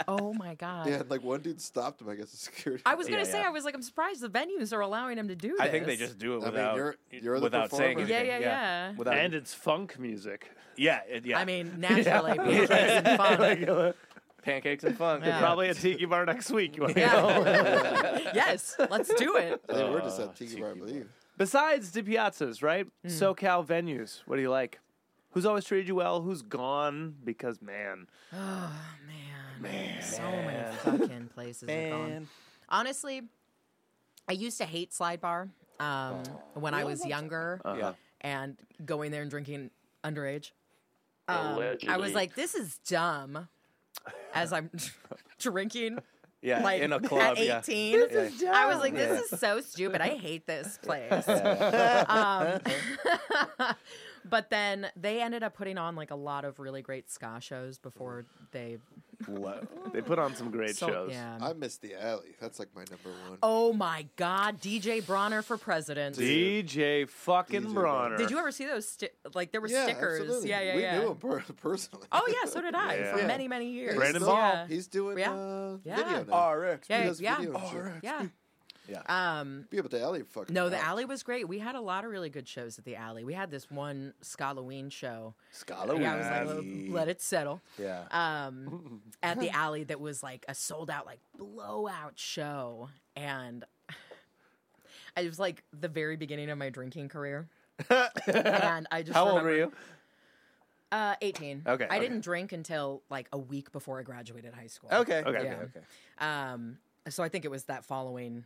Speaker 3: oh my god!
Speaker 1: Yeah, and like one dude stopped him, I guess, the security.
Speaker 3: I was gonna
Speaker 2: Yeah,
Speaker 3: say,
Speaker 2: yeah.
Speaker 3: I was like, I'm surprised the venues are allowing him to do. This.
Speaker 2: I think they just do it
Speaker 1: I mean,
Speaker 2: without
Speaker 1: you're- you're the
Speaker 2: without saying
Speaker 1: performer.
Speaker 2: anything.
Speaker 3: Yeah, yeah, yeah.
Speaker 2: Without
Speaker 4: And it's funk music.
Speaker 2: yeah, it, yeah.
Speaker 3: I mean, naturally, being friends and fun.
Speaker 2: pancakes and fun.
Speaker 3: Yeah.
Speaker 4: Probably a tiki bar next week. You wanna go?
Speaker 3: Yeah. yes, let's do it.
Speaker 1: They were just
Speaker 3: Oh,
Speaker 1: at Tiki
Speaker 2: Tiki
Speaker 1: Bar, I
Speaker 2: Bar.
Speaker 1: believe.
Speaker 4: Besides the piazzas, right?
Speaker 3: Hmm.
Speaker 4: SoCal venues. What do you like? Who's always treated you well? Who's gone? Because man,
Speaker 3: Oh man, so many fucking places are gone. Honestly, I used to hate Slide Bar um,
Speaker 2: Oh.
Speaker 3: when I was younger
Speaker 2: Yeah.
Speaker 3: and going there and drinking underage. Um,
Speaker 5: Allegedly.
Speaker 3: I was like, this is dumb. As I'm drinking,
Speaker 2: Yeah,
Speaker 3: like
Speaker 2: in a club.
Speaker 3: at
Speaker 2: yeah.
Speaker 3: 18, I was like, this is so stupid. I hate this place. um, but then they ended up putting on like a lot of really great ska shows before they
Speaker 4: Lo- they put on some great
Speaker 3: sold-
Speaker 4: shows.
Speaker 3: Yeah.
Speaker 1: I miss the alley. That's like my number one.
Speaker 3: Oh my God, DJ Bronner for president.
Speaker 4: DJ fucking
Speaker 1: DJ
Speaker 4: Bronner.
Speaker 3: Did you ever see those? Sti- like there were
Speaker 1: yeah,
Speaker 3: stickers.
Speaker 1: absolutely.
Speaker 3: Yeah, yeah,
Speaker 1: we
Speaker 3: yeah.
Speaker 1: knew him per- personally.
Speaker 3: Oh yeah, so did I
Speaker 4: Yeah.
Speaker 3: for
Speaker 1: Yeah.
Speaker 3: many, many years.
Speaker 4: Brandon
Speaker 1: Ball.
Speaker 3: Yeah.
Speaker 1: He's doing
Speaker 3: Yeah.
Speaker 1: uh,
Speaker 3: Yeah.
Speaker 1: video now.
Speaker 2: RX.
Speaker 1: He
Speaker 3: Yeah,
Speaker 1: does
Speaker 3: yeah,
Speaker 1: video and shit.
Speaker 3: yeah.
Speaker 2: Yeah.
Speaker 3: Um,
Speaker 1: Be able to alley fucking.
Speaker 3: no, the
Speaker 1: rocked.
Speaker 3: alley was great. We had a lot of really good shows at the alley. We had this one Halloween show.
Speaker 2: Scholar.
Speaker 3: Yeah, I was like, "Let- let it settle.
Speaker 2: Yeah.
Speaker 3: um, at the alley that was like a sold out like blowout show and I was like the very beginning of my drinking career. Uh, and I just
Speaker 2: How old were
Speaker 3: remember-
Speaker 2: you?
Speaker 3: Uh, 18.
Speaker 2: Okay,
Speaker 3: I
Speaker 2: okay.
Speaker 3: didn't drink until like a week before I graduated high school.
Speaker 2: Okay. Okay.
Speaker 3: Yeah.
Speaker 2: Okay.
Speaker 3: Um, so I think it was that following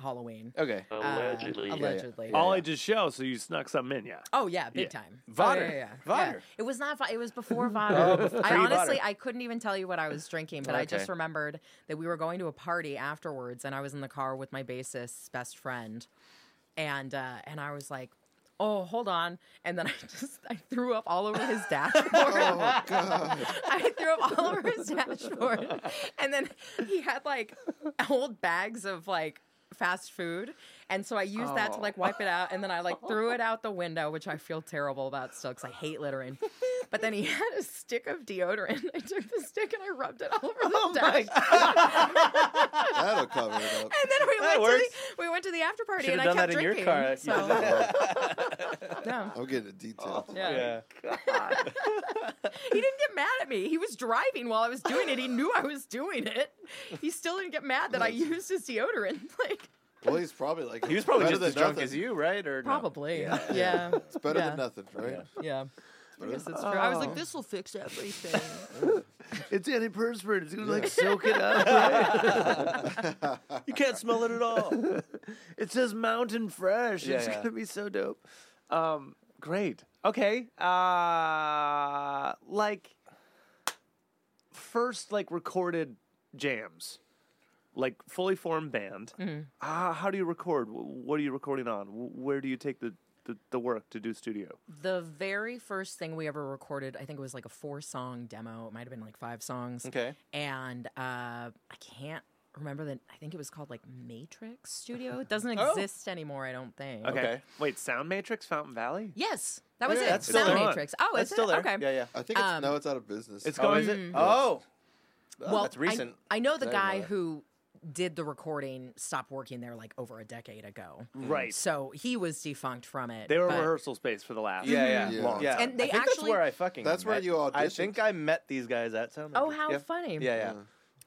Speaker 3: Halloween.
Speaker 2: Okay.
Speaker 3: uh,
Speaker 5: Allegedly.
Speaker 3: allegedly.
Speaker 4: All ages show, so you snuck something in, yeah.
Speaker 3: Oh yeah, big time.
Speaker 2: Vodder.
Speaker 3: Oh, yeah, yeah, yeah.
Speaker 2: Vodder.
Speaker 3: Yeah. It was not. Vodder. It was Oh, before Vodder. I honestly,
Speaker 2: Vodder.
Speaker 3: I couldn't even tell you what I was drinking, but I just
Speaker 2: Okay.
Speaker 3: remembered that we were going to a party afterwards, and I was in the car with my bassist's best friend, and uh, and I was like. Oh, hold on. And then I just I threw up all over his dashboard.
Speaker 1: Oh god.
Speaker 3: I threw up all over his dashboard. And then he had like old bags of like fast food. And so I used that to like wipe it out. And then I like threw it out the window, which I feel terrible about still because I hate littering. But then he had a stick of deodorant. I took the stick and I rubbed
Speaker 2: Oh,
Speaker 3: it all over the dashboard.
Speaker 1: That'll cover it up.
Speaker 3: And then we
Speaker 2: That
Speaker 3: went, to
Speaker 2: works.
Speaker 3: the, we went went to the after party
Speaker 2: Should
Speaker 3: and
Speaker 2: have done
Speaker 3: I
Speaker 2: that
Speaker 3: kept
Speaker 2: in your
Speaker 3: drinking.
Speaker 2: car. You
Speaker 3: so,
Speaker 2: did that.
Speaker 3: no.
Speaker 1: I'm getting it detailed.
Speaker 3: Yeah.
Speaker 2: yeah.
Speaker 3: He didn't get mad at me. He was driving while I was doing it. He knew I was doing it. He still didn't get mad that I used his deodorant. Like
Speaker 1: Well, he's probably like
Speaker 2: He was probably
Speaker 1: better
Speaker 2: just as
Speaker 1: than
Speaker 2: drunk
Speaker 1: nothing.
Speaker 2: as you, right? Or no?
Speaker 3: probably. Yeah.
Speaker 1: It's better
Speaker 3: Yeah.
Speaker 1: than nothing, right?
Speaker 3: Yeah. I guess that's true. I was like, this will fix everything.
Speaker 4: It's antiperspirant. It's gonna like soak it up. right? you can't smell it at all. It says mountain fresh.
Speaker 2: Yeah,
Speaker 4: it's
Speaker 2: yeah.
Speaker 4: gonna be so dope. Um, great. Okay. Uh, like first, like recorded jams, like fully formed band. Uh, how do you record? Wh- What are you recording on? Wh- Where do you take the the, the work to do studio?
Speaker 3: the very first thing we ever recorded, I think it was like a four song demo. It might have been like five songs.
Speaker 2: Okay.
Speaker 3: And uh, I can't remember the. I think it was called like Matrix Studio. It doesn't
Speaker 2: Oh.
Speaker 3: exist anymore, I don't think.
Speaker 2: Okay.
Speaker 4: Wait, Sound Matrix, Fountain Valley.
Speaker 3: Yes, that was
Speaker 2: Yeah,
Speaker 3: it.
Speaker 2: that's
Speaker 4: still
Speaker 3: Sound
Speaker 4: there.
Speaker 3: Matrix. Oh,
Speaker 2: That's
Speaker 3: is
Speaker 2: still
Speaker 3: it?
Speaker 2: there.
Speaker 3: Okay.
Speaker 2: Yeah, yeah.
Speaker 1: I think it's
Speaker 3: Um,
Speaker 1: no, it's out of business.
Speaker 4: It's
Speaker 2: Oh,
Speaker 4: going-
Speaker 2: is it? Oh. Oh,
Speaker 3: Well,
Speaker 2: that's recent.
Speaker 3: I, I know the
Speaker 2: I didn't know
Speaker 3: guy
Speaker 2: that.
Speaker 3: who did the recording stopped working there like over a decade ago.
Speaker 4: Right.
Speaker 3: So he was defunct from it.
Speaker 4: They were
Speaker 3: but-
Speaker 4: rehearsal space for the last.
Speaker 2: yeah,
Speaker 1: Yeah.
Speaker 2: yeah, yeah.
Speaker 3: And they
Speaker 2: I think that's
Speaker 3: actually-
Speaker 2: where I fucking.
Speaker 1: That's where
Speaker 2: met-
Speaker 1: you
Speaker 2: I
Speaker 1: auditioned.
Speaker 2: think I met these guys at Sound.
Speaker 3: Oh,
Speaker 2: Magic.
Speaker 3: how
Speaker 2: Yeah.
Speaker 3: funny.
Speaker 2: Yeah, yeah.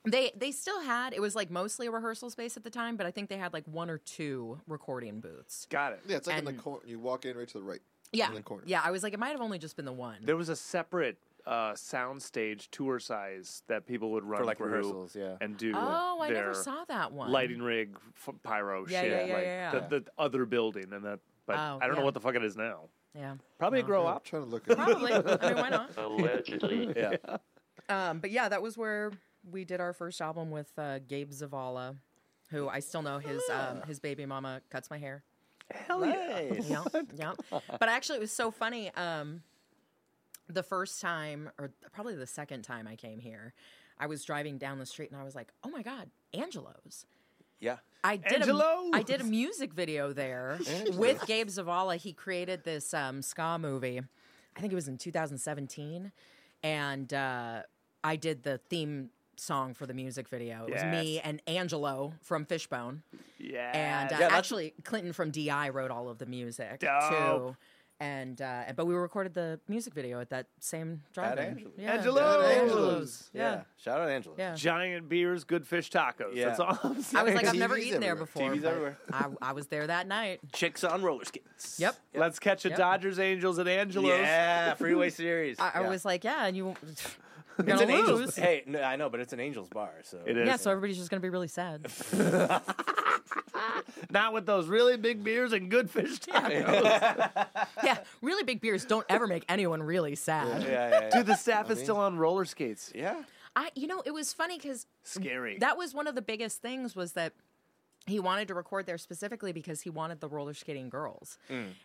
Speaker 3: They they still had it was like mostly a rehearsal space at the time, but I think they had like one or two recording booths.
Speaker 4: Got it.
Speaker 1: yeah, it's like in the
Speaker 3: and-
Speaker 1: corner. You walk in right to the right.
Speaker 3: Yeah,
Speaker 1: in the corner.
Speaker 3: yeah. I was like, it might have only just been the one.
Speaker 4: There was a separate uh, soundstage tour size that people would run
Speaker 2: For like
Speaker 4: through
Speaker 2: rehearsals, yeah.
Speaker 4: and do.
Speaker 3: oh, I
Speaker 4: their
Speaker 3: never saw that one.
Speaker 4: Lighting rig, f- pyro,
Speaker 3: Yeah,
Speaker 4: shit,
Speaker 3: yeah, yeah,
Speaker 4: like
Speaker 3: yeah, yeah.
Speaker 4: The, the other building, and that. But
Speaker 3: Oh,
Speaker 4: I don't know
Speaker 3: yeah. Uh-huh.
Speaker 4: what the fuck it is now.
Speaker 3: Yeah,
Speaker 4: Probably grow
Speaker 1: I'm
Speaker 4: up.
Speaker 1: trying to look at it.
Speaker 3: probably. I mean, why not?
Speaker 5: Allegedly.
Speaker 2: Yeah.
Speaker 3: Um, but yeah, that was where we did our first album with uh, Gabe Zavala, who I still know his um, his baby mama cuts my hair.
Speaker 4: Hell yeah!
Speaker 2: Nice.
Speaker 3: yeah, yeah. But actually, it was so funny. Um, the first time, or probably the second time I came here, I was driving down the street and I was like, "Oh my god, Angelo's!"
Speaker 2: Yeah.
Speaker 3: I did a, I
Speaker 4: Angelo's!
Speaker 3: did a music video there with Gabe Zavala. He created this um, ska movie. I think it was in 2017, and uh, I did the theme song for the music video. It was me
Speaker 4: Yes.
Speaker 3: and Angelo from Fishbone.
Speaker 4: Yeah.
Speaker 3: And uh,
Speaker 2: Yeah, that's-
Speaker 3: actually, Clinton from DI wrote all of the music
Speaker 4: Dope.
Speaker 3: too. And uh, but we recorded the music video at that same drive.
Speaker 2: Angelo.
Speaker 3: Yeah.
Speaker 4: Angelo!
Speaker 3: At
Speaker 1: Angelo's.
Speaker 3: Yeah.
Speaker 2: Shout out Angela.
Speaker 3: Yeah.
Speaker 4: Giant beers, good fish tacos.
Speaker 2: Yeah.
Speaker 4: That's all I'm saying.
Speaker 3: I was like, I've never
Speaker 1: TVs
Speaker 3: eaten there
Speaker 1: everywhere.
Speaker 3: before.
Speaker 2: TVs
Speaker 3: but
Speaker 2: everywhere.
Speaker 3: I, I was there that night.
Speaker 2: Chicks on roller skates.
Speaker 3: Yep.
Speaker 4: Let's catch a
Speaker 3: Yep.
Speaker 4: Dodgers, Angels, and Angelos.
Speaker 2: Yeah. Freeway series.
Speaker 3: I, I
Speaker 2: Yeah.
Speaker 3: was like, yeah, and you. You're
Speaker 2: It's
Speaker 3: gonna
Speaker 2: an Angels.
Speaker 3: lose.
Speaker 2: Hey, no, I know, but it's an Angels bar. So
Speaker 4: It is.
Speaker 3: Yeah, so everybody's just gonna be really sad.
Speaker 4: Not with those really big beers and good fish tacos.
Speaker 3: yeah, really big beers don't ever make anyone really sad.
Speaker 2: Yeah, yeah, yeah.
Speaker 4: Dude, the staff is still on roller skates.
Speaker 2: yeah.
Speaker 3: I, you know, it was funny because
Speaker 4: Scary.
Speaker 3: that was one of the biggest things was that he wanted to record there specifically because he wanted the roller skating girls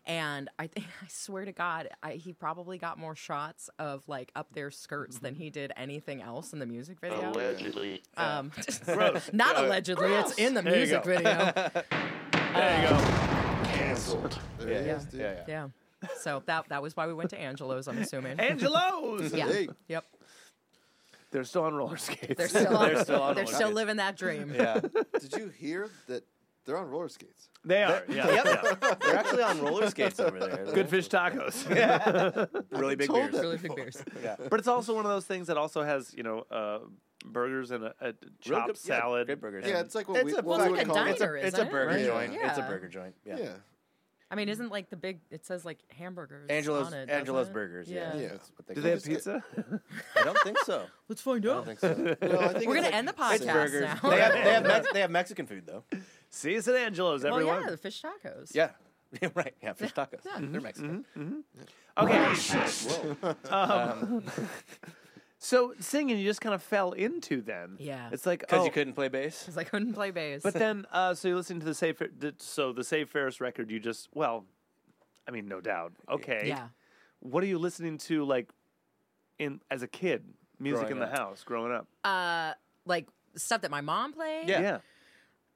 Speaker 3: and i think i swear to god I, he probably got more shots of like up their skirts than he did anything else in the music video
Speaker 5: Allegedly.
Speaker 3: um, not allegedly it's in the
Speaker 4: There you
Speaker 3: music
Speaker 4: go.
Speaker 3: video
Speaker 4: there you go.
Speaker 5: Cancelled.
Speaker 1: There
Speaker 2: Yeah,
Speaker 1: he
Speaker 2: yeah,
Speaker 1: is, dude.
Speaker 2: yeah, yeah.
Speaker 3: yeah so that that was why we went to angelo's i'm assuming
Speaker 4: Angelos.
Speaker 3: yeah
Speaker 1: Hey.
Speaker 3: yep
Speaker 4: They're still on roller skates.
Speaker 3: they're still
Speaker 2: They're still on
Speaker 3: they're
Speaker 2: roller
Speaker 3: still
Speaker 2: skates.
Speaker 3: living that dream
Speaker 2: Yeah.
Speaker 1: Did you hear that they're on roller skates?
Speaker 4: They are. Yeah. yeah.
Speaker 2: They're actually on roller skates over there.
Speaker 4: Good fish tacos.
Speaker 2: Really big
Speaker 1: told
Speaker 2: beers.
Speaker 1: them.
Speaker 3: really big beers
Speaker 4: But it's also one of those things that also has, you know, uh, burgers and a, a
Speaker 2: Real
Speaker 4: chopped
Speaker 2: good- yeah,
Speaker 4: salad.
Speaker 2: Good burgers.
Speaker 1: Yeah,
Speaker 2: And-
Speaker 1: it's like what we,
Speaker 2: a-
Speaker 1: what
Speaker 3: well,
Speaker 1: we
Speaker 3: it's
Speaker 1: would call
Speaker 3: like a
Speaker 2: It's a,
Speaker 3: diner,
Speaker 2: it's a
Speaker 3: isn't it?
Speaker 2: burger
Speaker 1: Right.
Speaker 2: joint. It's a
Speaker 3: Yeah.
Speaker 2: burger joint. Yeah.
Speaker 1: Yeah. yeah,
Speaker 3: i mean isn't like the big it says like hamburgers
Speaker 2: Angelo's
Speaker 3: on it, doesn't
Speaker 2: Angelo's
Speaker 3: it?
Speaker 2: Burgers. Yeah.
Speaker 1: Yeah.
Speaker 2: That's what
Speaker 4: Do
Speaker 2: call
Speaker 4: they have
Speaker 2: it.
Speaker 4: pizza?
Speaker 2: I don't think so.
Speaker 3: let's find
Speaker 2: I don't think
Speaker 1: No,
Speaker 2: so.
Speaker 1: I think it's
Speaker 3: We're gonna
Speaker 1: like-
Speaker 3: end the
Speaker 2: It's
Speaker 3: podcast
Speaker 2: burgers.
Speaker 3: now.
Speaker 2: They have they have, Mex- they have Mexican food though.
Speaker 4: See us at Angelo's,
Speaker 3: well,
Speaker 4: everyone.
Speaker 3: yeah, the fish tacos.
Speaker 2: Yeah. right. Yeah. Fish tacos. They're Mexican.
Speaker 4: Okay. Um, so singing, you just kind of fell into then.
Speaker 3: Yeah.
Speaker 4: It's like
Speaker 2: Because
Speaker 4: oh,
Speaker 2: you couldn't play bass.
Speaker 3: because I couldn't play bass.
Speaker 4: But then, uh, so you're listening to the Save, Fer- the- so the Save Ferris record. You just, well, I mean, no doubt. Okay.
Speaker 3: yeah,
Speaker 4: What are you listening to, like, in as a kid? Music
Speaker 2: Growing
Speaker 4: in the
Speaker 2: up.
Speaker 4: house, growing up.
Speaker 3: uh, like stuff that my mom played.
Speaker 2: Yeah.
Speaker 4: yeah.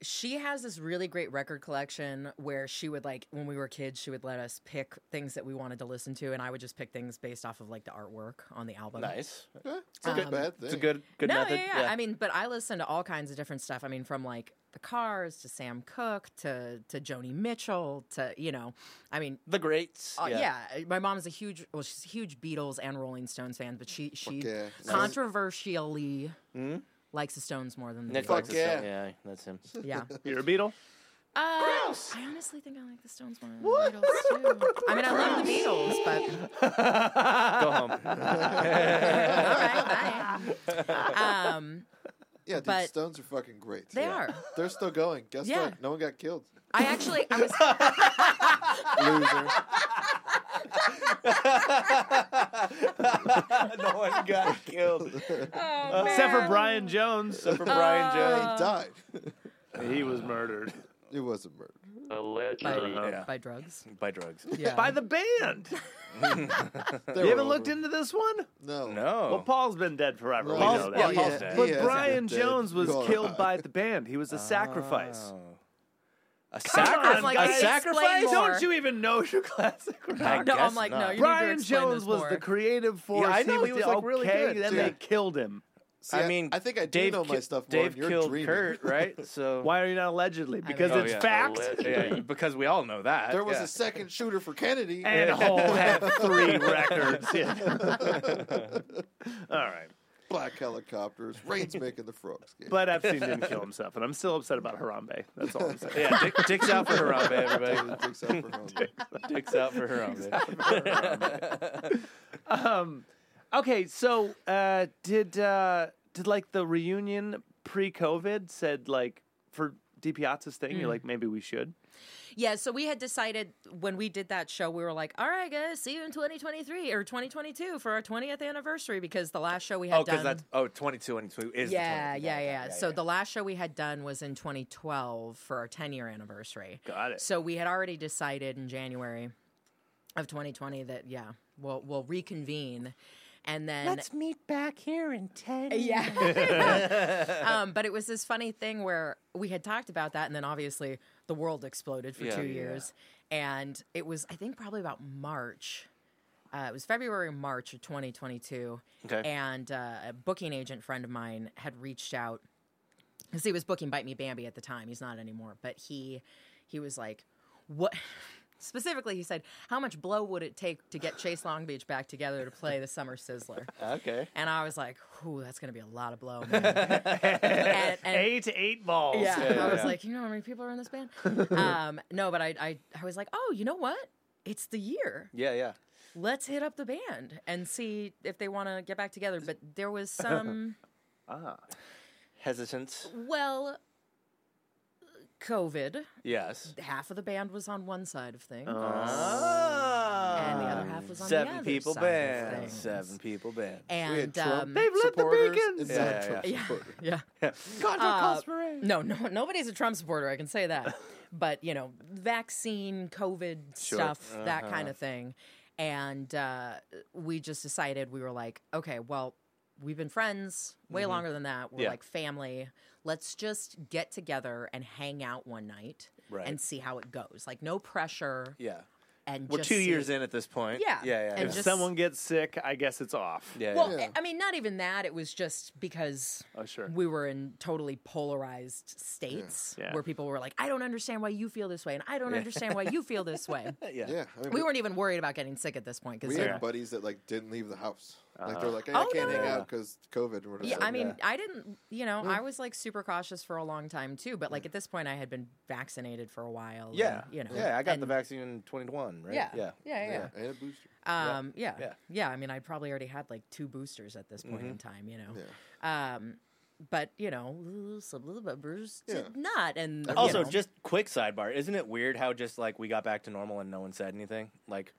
Speaker 3: she has this really great record collection where she would like when we were kids she would let us pick things that we wanted to listen to and i would just pick things based off of like the artwork on the album
Speaker 2: Nice.
Speaker 1: Yeah, it's
Speaker 3: Um,
Speaker 1: not a bad thing.
Speaker 2: It's a good good
Speaker 3: no,
Speaker 2: method.
Speaker 3: Yeah, yeah, I mean, but I listen to all kinds of different stuff. I mean, from like the Cars to Sam Cooke to to Joni Mitchell to you know, I mean,
Speaker 2: the greats.
Speaker 3: uh, yeah. My mom's a huge well, she's a huge Beatles and Rolling Stones fan, but she she
Speaker 1: Fuck yeah. Nice.
Speaker 3: controversially likes the Stones more than the
Speaker 2: Nick
Speaker 3: Beatles.
Speaker 2: likes
Speaker 1: Fuck
Speaker 2: his
Speaker 1: yeah.
Speaker 2: song. Yeah, that's him.
Speaker 3: Yeah.
Speaker 4: You're a Beatle.
Speaker 3: Uh, I honestly think I like the Stones more than the Beatles too. I mean, I love the Beatles, but
Speaker 2: Go home.
Speaker 3: all right, bye. Um,
Speaker 1: yeah, dude,
Speaker 3: but-
Speaker 1: Stones are fucking great.
Speaker 3: they
Speaker 1: Yeah.
Speaker 3: are.
Speaker 1: They're still going. Guess
Speaker 3: Yeah.
Speaker 1: what? No one got killed.
Speaker 3: I actually, I was.
Speaker 1: Loser.
Speaker 2: no one got killed
Speaker 3: Oh,
Speaker 4: Except for
Speaker 3: man.
Speaker 4: Brian Jones.
Speaker 2: except for Brian
Speaker 3: Uh,
Speaker 2: Jones.
Speaker 1: he died.
Speaker 4: he was murdered
Speaker 1: It wasn't murder.
Speaker 3: By,
Speaker 5: Allegedly.
Speaker 2: Yeah.
Speaker 3: by drugs.
Speaker 2: By drugs.
Speaker 3: Yeah.
Speaker 4: by the band.
Speaker 1: They
Speaker 4: You
Speaker 1: were
Speaker 4: haven't looked
Speaker 1: over.
Speaker 4: into this one?
Speaker 1: No.
Speaker 2: No.
Speaker 4: Well, Paul's been dead forever.
Speaker 1: No.
Speaker 4: We
Speaker 2: Oh. Paul's-
Speaker 4: know that.
Speaker 2: yeah,
Speaker 1: he-
Speaker 2: Paul's dead.
Speaker 1: he
Speaker 4: But
Speaker 1: is
Speaker 4: Brian
Speaker 1: dead.
Speaker 4: Jones was
Speaker 1: You're
Speaker 4: killed
Speaker 1: right.
Speaker 4: by the band. He
Speaker 2: Ah.
Speaker 4: was a sacrifice.
Speaker 2: Oh. A
Speaker 4: on,
Speaker 2: sacrifice.
Speaker 4: like,
Speaker 2: a
Speaker 4: explain
Speaker 2: sacrifice.
Speaker 3: more.
Speaker 4: Don't you even know your classic
Speaker 2: I
Speaker 4: rock?
Speaker 3: No, I'm
Speaker 2: guess
Speaker 3: like, no,
Speaker 2: not.
Speaker 3: you need to
Speaker 4: Brian
Speaker 3: explain
Speaker 4: Jones
Speaker 3: this
Speaker 4: was
Speaker 3: more.
Speaker 4: the creative force.
Speaker 2: I know, he
Speaker 4: the
Speaker 2: was, like, really
Speaker 4: okay,
Speaker 2: good,
Speaker 4: Then
Speaker 2: too.
Speaker 4: they killed him.
Speaker 1: See,
Speaker 2: I mean,
Speaker 1: I think I do
Speaker 2: Dave
Speaker 1: know my
Speaker 2: ki-
Speaker 1: stuff more.
Speaker 2: Dave
Speaker 1: and you're
Speaker 2: killed
Speaker 1: dreaming.
Speaker 2: Kurt, right? So
Speaker 4: Why are you not allegedly? Because
Speaker 2: Oh,
Speaker 4: it's
Speaker 2: yeah.
Speaker 4: fact.
Speaker 2: Yeah,
Speaker 5: Allegedly.
Speaker 2: because we all know that.
Speaker 1: There was
Speaker 2: Uh, yeah.
Speaker 1: a second shooter for Kennedy.
Speaker 4: And Hole had three records. Yeah. All right.
Speaker 1: black helicopters. Rain's making the frogs. Game.
Speaker 4: But Epstein didn't kill himself, and I'm still upset about Harambe. That's all I'm saying.
Speaker 2: yeah, Dick, Dick's out for Harambe, everybody. Oh,
Speaker 1: Takes out for home.
Speaker 2: Dick's out for Harambe.
Speaker 4: Okay, so uh, did uh, did like the reunion pre-COVID said like for Di Piazza's thing? You're like maybe we should.
Speaker 3: Yeah, so we had decided when we did that show, we were like, all right, guys, see you in 2023 or 2022 for our 20th anniversary because the last show we had
Speaker 2: Oh, because
Speaker 3: done.
Speaker 2: that's oh 22 and 22 is the
Speaker 3: yeah,
Speaker 2: 20th.
Speaker 3: yeah, yeah, So the last show we had done was in 2012 for our 10 year anniversary.
Speaker 4: Got
Speaker 3: So we had already decided in January of 2020 that, yeah, we'll, we'll reconvene. And then
Speaker 2: meet back here in 10.
Speaker 3: yeah. um, but it was this funny thing where we had talked about that, and then obviously the world exploded for
Speaker 2: Yeah.
Speaker 3: two
Speaker 2: Yeah.
Speaker 3: years. And it was, I think, probably about March. Uh, it was February, March of 2022.
Speaker 2: Okay.
Speaker 3: And uh, a booking agent friend of mine had reached out because he was booking Bite Me Bambi at the time. He's not anymore, but he he was like, what? Specifically, he said, "How much blow would it take to get Chase Long Beach back together to play the Summer Sizzler?"
Speaker 2: Okay.
Speaker 3: And I was like, "Ooh, that's gonna be a lot of blow." Man. and, and-
Speaker 4: eight to eight balls.
Speaker 3: yeah,
Speaker 2: Yeah,
Speaker 3: I was
Speaker 2: yeah.
Speaker 3: like, "You know how many people are in this band?" um, no, but I, I, I was like, "Oh, you know what? It's the year.
Speaker 2: Yeah, yeah.
Speaker 3: Let's hit up the band and see if they want to get back together." But there was some,
Speaker 2: Hesitant.
Speaker 3: well, COVID.
Speaker 2: Yes.
Speaker 3: Half of the band was on one side of things,
Speaker 2: And
Speaker 3: and the other half was on
Speaker 2: Ah. Seven
Speaker 3: the other
Speaker 2: people
Speaker 3: side of
Speaker 2: band.
Speaker 3: things.
Speaker 2: Seven people band.
Speaker 1: We had
Speaker 3: And
Speaker 1: Trump
Speaker 3: um,
Speaker 4: They've lit the
Speaker 1: supporters
Speaker 4: beacons.
Speaker 1: and
Speaker 2: Yeah,
Speaker 1: non-Trump
Speaker 3: yeah,
Speaker 1: supporters.
Speaker 3: yeah. Uh, no, no, nobody's a Trump supporter. I can say that. but you know, vaccine, COVID stuff, that
Speaker 2: Uh-huh.
Speaker 3: kind of thing. And uh, we just decided we were like, okay, well, we've been friends way longer than that. We're
Speaker 2: Mm-hmm. Yeah.
Speaker 3: like family. Let's just get together and hang out one night
Speaker 2: Right.
Speaker 3: and see how it goes. Like no pressure.
Speaker 2: Yeah.
Speaker 3: And
Speaker 2: We're
Speaker 3: just
Speaker 2: two
Speaker 3: see-
Speaker 2: years in at this point.
Speaker 3: Yeah.
Speaker 2: Yeah, yeah.
Speaker 3: And
Speaker 2: yeah.
Speaker 3: just-
Speaker 4: Someone gets sick. I guess it's off.
Speaker 2: yeah,
Speaker 3: Well,
Speaker 1: Yeah.
Speaker 3: I mean, not even that. It was just because
Speaker 4: Oh sure.
Speaker 3: we were in totally polarized states
Speaker 4: Yeah.
Speaker 3: where people were like, I don't understand why you feel this way, and I don't understand why you feel this way.
Speaker 2: yeah.
Speaker 1: Yeah, I mean,
Speaker 3: We weren't even worried about getting sick at this point
Speaker 1: We
Speaker 3: because.
Speaker 1: had
Speaker 4: Yeah.
Speaker 1: buddies that like didn't leave the house. Like
Speaker 2: Uh-huh.
Speaker 1: they're like, hey, I
Speaker 3: Oh,
Speaker 1: can't
Speaker 3: no.
Speaker 1: hang out because COVID or whatever.
Speaker 3: Yeah, I mean, I didn't, you know,
Speaker 2: Mm.
Speaker 3: I was like super cautious for a long time too, but like at this point I had been vaccinated for a while. and,
Speaker 2: Yeah.
Speaker 3: you know.
Speaker 2: Yeah, I got the
Speaker 3: and-
Speaker 2: vaccine in 21, right?
Speaker 3: Yeah.
Speaker 2: Yeah.
Speaker 3: Yeah, yeah.
Speaker 1: and a booster.
Speaker 2: Yeah.
Speaker 3: Um, yeah.
Speaker 2: Yeah. Mm-hmm.
Speaker 3: yeah. I mean, I probably already had like two boosters at this point in time, you know. Um, but, you know, some little bit bruised,
Speaker 1: Yeah.
Speaker 3: not. And you
Speaker 2: Also,
Speaker 3: know.
Speaker 2: just quick sidebar. Isn't it weird how just like we got back to normal and no one said anything? Like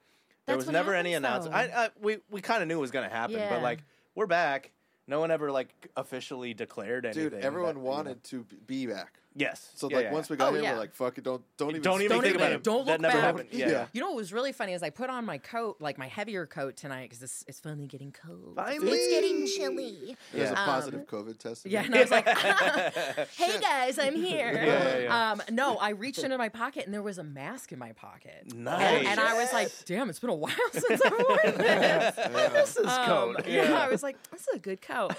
Speaker 2: there
Speaker 3: That's
Speaker 2: was
Speaker 3: what
Speaker 2: never any
Speaker 3: happens,
Speaker 2: announcement. I, I we we kind of knew it was going to happen,
Speaker 3: Yeah.
Speaker 2: but like we're back. No one ever like officially declared anything.
Speaker 1: Dude, everyone
Speaker 2: that-
Speaker 1: wanted to b- be back.
Speaker 2: Yes.
Speaker 1: So
Speaker 2: Yeah,
Speaker 1: like
Speaker 2: yeah,
Speaker 1: once
Speaker 2: yeah.
Speaker 1: we got
Speaker 3: Oh,
Speaker 1: here,
Speaker 3: yeah.
Speaker 1: we're like, fuck it, don't don't even
Speaker 2: don't even
Speaker 3: Don't
Speaker 2: think
Speaker 3: even-
Speaker 2: about it.
Speaker 3: don't
Speaker 2: that
Speaker 3: look
Speaker 2: never
Speaker 3: back.
Speaker 2: happened. Yeah. yeah.
Speaker 1: Yeah.
Speaker 3: You know what was really funny is I put on my coat, like my heavier coat tonight, because it's, it's finally getting cold.
Speaker 4: Finally.
Speaker 3: It's getting chilly.
Speaker 1: There's a
Speaker 2: Yeah.
Speaker 1: positive COVID test.
Speaker 3: Yeah, and I was like, "Hey guys, I'm here."
Speaker 2: Yeah, yeah.
Speaker 3: Um, no, I reached into my pocket and there was a mask in my pocket.
Speaker 2: Nice.
Speaker 3: And, and I was like, "Damn, it's been a while since I've worn this."
Speaker 4: This is
Speaker 3: Um,
Speaker 4: cold.
Speaker 3: Yeah. I was like, "This is a good coat."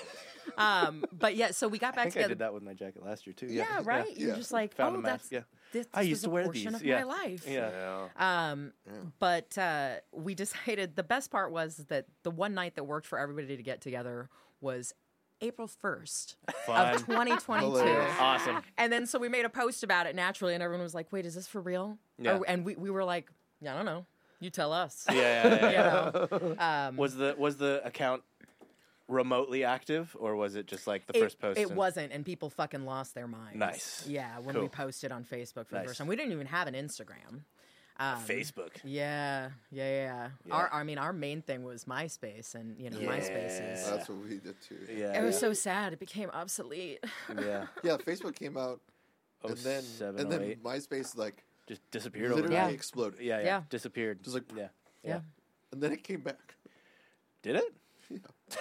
Speaker 3: Um, but yeah, so we got
Speaker 2: I
Speaker 3: back
Speaker 2: think I
Speaker 3: together.
Speaker 2: did that with my jacket last year too.
Speaker 3: Yeah, right. You're
Speaker 1: Yeah.
Speaker 3: just like,
Speaker 2: Found
Speaker 3: "Oh,
Speaker 2: a mask.
Speaker 3: that's
Speaker 2: Yeah.
Speaker 3: this,
Speaker 2: I
Speaker 3: this
Speaker 2: used
Speaker 3: was
Speaker 2: to
Speaker 3: a
Speaker 2: wear
Speaker 3: portion
Speaker 2: these.
Speaker 3: of
Speaker 2: Yeah.
Speaker 3: my life."
Speaker 2: Yeah.
Speaker 3: Um, But uh, we decided the best part was that the one night that worked for everybody to get together was April 1st
Speaker 2: Fun.
Speaker 3: of 2022.
Speaker 1: Hilarious.
Speaker 2: awesome.
Speaker 3: and then so we made a post about it naturally, and everyone was like, wait, is this for real?
Speaker 2: Yeah.
Speaker 3: Or- and we, we were like, yeah, I don't know. You tell us.
Speaker 2: Yeah. yeah, yeah,
Speaker 3: You
Speaker 2: yeah.
Speaker 3: know? Um,
Speaker 2: Was the was the account remotely active or was it just like the first
Speaker 3: it,
Speaker 2: post?
Speaker 3: It
Speaker 2: and-
Speaker 3: wasn't, and people fucking lost their minds.
Speaker 2: Nice.
Speaker 3: Yeah, when
Speaker 2: Cool.
Speaker 3: we posted on Facebook for the
Speaker 2: Nice.
Speaker 3: first time. We didn't even have an Instagram.
Speaker 2: Facebook.
Speaker 3: Yeah, yeah, yeah. Our, I mean, our main thing was MySpace, and you know, MySpace is
Speaker 1: That's what we did too. Yeah,
Speaker 2: Yeah.
Speaker 3: It was so sad. It became obsolete.
Speaker 2: yeah.
Speaker 1: Facebook came out,
Speaker 2: Oh,
Speaker 1: and then
Speaker 2: 07,
Speaker 1: and then
Speaker 2: 08.
Speaker 1: MySpace like
Speaker 2: just disappeared
Speaker 1: literally
Speaker 2: overnight.
Speaker 3: Yeah.
Speaker 1: exploded.
Speaker 2: Yeah, yeah,
Speaker 3: Yeah.
Speaker 2: disappeared.
Speaker 1: Just like-
Speaker 2: yeah.
Speaker 3: Yeah.
Speaker 1: and then it came back.
Speaker 2: Did it?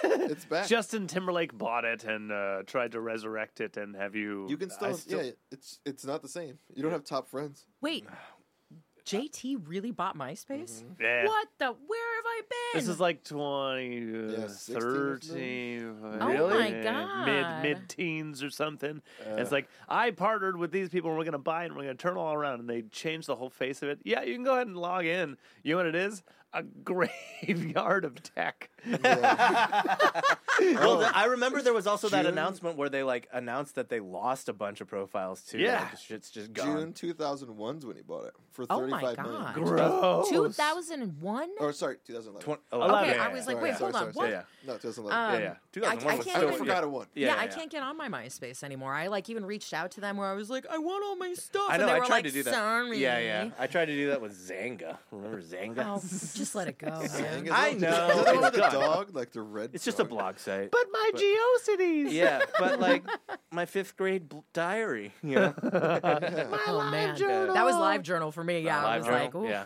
Speaker 1: It's back.
Speaker 4: Justin Timberlake bought it and uh, tried to resurrect it. And have you?
Speaker 1: you can
Speaker 4: I
Speaker 1: still, yeah. It's it's not the same. You don't have top friends.
Speaker 3: Wait, JT really bought MySpace?
Speaker 2: Mm-hmm.
Speaker 4: Yeah.
Speaker 3: What the? Where have I been?
Speaker 4: This is like uh, 2013.
Speaker 1: 16 or
Speaker 3: Oh
Speaker 2: Really?
Speaker 3: my god!
Speaker 4: uh, Mid mid teens or something. it's like I partnered with these people and we're gonna buy it and we're gonna turn it all around and they changed the whole face of it. Yeah, you can go ahead and log in. You know what it is? A graveyard of tech.
Speaker 2: Well, th- I remember there was also that
Speaker 1: June-
Speaker 2: announcement where they like announced that they lost a bunch of profiles too.
Speaker 4: Yeah.
Speaker 2: Like, shit's just
Speaker 1: June
Speaker 2: gone.
Speaker 1: 2001's when he bought it for
Speaker 3: Oh my
Speaker 1: 35 million.
Speaker 3: God.
Speaker 2: Oh,
Speaker 4: Gross.
Speaker 3: Two thousand and one.
Speaker 1: Or sorry, 2011.
Speaker 2: Twen-
Speaker 4: Okay,
Speaker 2: Oh, yeah,
Speaker 4: I
Speaker 2: yeah,
Speaker 3: was
Speaker 2: yeah.
Speaker 3: like, wait,
Speaker 1: sorry,
Speaker 3: hold
Speaker 1: sorry, sorry.
Speaker 3: on, what?
Speaker 2: Yeah,
Speaker 1: No, 2011.
Speaker 2: yeah,
Speaker 3: Um,
Speaker 2: yeah. 2001
Speaker 3: I
Speaker 2: was
Speaker 3: can't
Speaker 1: I
Speaker 2: still,
Speaker 3: remember-
Speaker 1: forgot it won.
Speaker 2: Yeah,
Speaker 3: Yeah,
Speaker 2: yeah,
Speaker 3: I
Speaker 2: yeah.
Speaker 3: can't get on my MySpace anymore. I like even reached out to them where I was like, I want all my stuff.
Speaker 2: I know.
Speaker 3: And they
Speaker 2: I
Speaker 3: were
Speaker 2: tried
Speaker 3: like,
Speaker 2: to do that.
Speaker 3: Sorry.
Speaker 2: Yeah, yeah. I tried to do that with Zanga. Remember Zanga?
Speaker 3: Oh, just let it go. man.
Speaker 1: Is
Speaker 2: I
Speaker 1: that-
Speaker 2: know,
Speaker 1: Is that the
Speaker 2: it's
Speaker 1: one with the
Speaker 2: done.
Speaker 1: dog? Like the red
Speaker 2: it's just a
Speaker 1: dog?
Speaker 2: blog site.
Speaker 4: But my GeoCities.
Speaker 2: yeah, but like my fifth grade bl- diary. You know,
Speaker 3: oh man, that was live journal for me. Yeah, I
Speaker 2: Live
Speaker 3: was
Speaker 2: journal.
Speaker 3: like, ooh.
Speaker 2: yeah.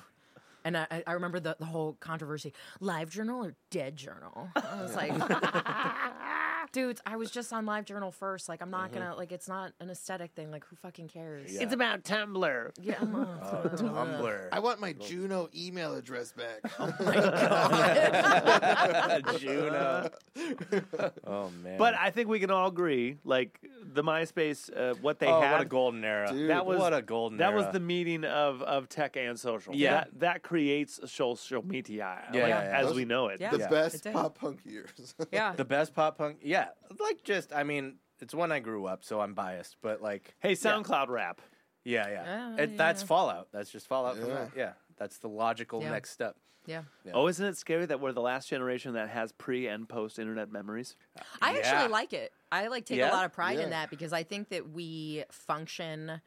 Speaker 3: And I- I, I remember the, the whole controversy live journal or dead journal? I was like, dudes, I was just on live journal first. Like, I'm not gonna, like, it's not an aesthetic thing. Like, who fucking cares?
Speaker 2: Mm-hmm. Yeah. Uh,
Speaker 4: It's about Tumblr.
Speaker 3: Yeah, I'm not-
Speaker 2: Tumblr.
Speaker 1: I want my Juno email address back.
Speaker 2: Oh, Juno. oh man.
Speaker 4: But I think we can all agree, like the MySpace, uh, what they
Speaker 2: oh,
Speaker 4: had.
Speaker 2: what a golden era.
Speaker 1: Dude.
Speaker 4: That was
Speaker 2: what a golden
Speaker 4: That
Speaker 2: era.
Speaker 4: was the meeting of, of tech and social.
Speaker 2: Yeah.
Speaker 4: that, that creates social media
Speaker 2: Yeah,
Speaker 4: like,
Speaker 2: yeah, yeah.
Speaker 4: as
Speaker 1: Those-
Speaker 4: we know it.
Speaker 3: Yeah.
Speaker 1: the
Speaker 3: it
Speaker 1: best
Speaker 3: did.
Speaker 1: pop punk years.
Speaker 3: yeah.
Speaker 2: the best pop punk. Yeah, like just I mean, it's when I grew up, so I'm biased. But like,
Speaker 4: Hey, SoundCloud rap.
Speaker 2: yeah, yeah,
Speaker 3: Oh,
Speaker 2: it, that's
Speaker 3: yeah.
Speaker 2: Fallout. That's just Fallout from
Speaker 1: Yeah.
Speaker 2: that. Yeah, that's the logical
Speaker 3: Yeah.
Speaker 2: next step.
Speaker 3: yeah.
Speaker 2: Yeah.
Speaker 4: Oh, isn't it scary that we're the last generation that has pre and post internet memories?
Speaker 3: I
Speaker 2: Yeah.
Speaker 3: actually like it. I like take
Speaker 2: Yeah?
Speaker 3: a lot of pride
Speaker 1: Yeah.
Speaker 3: in that because I think that we function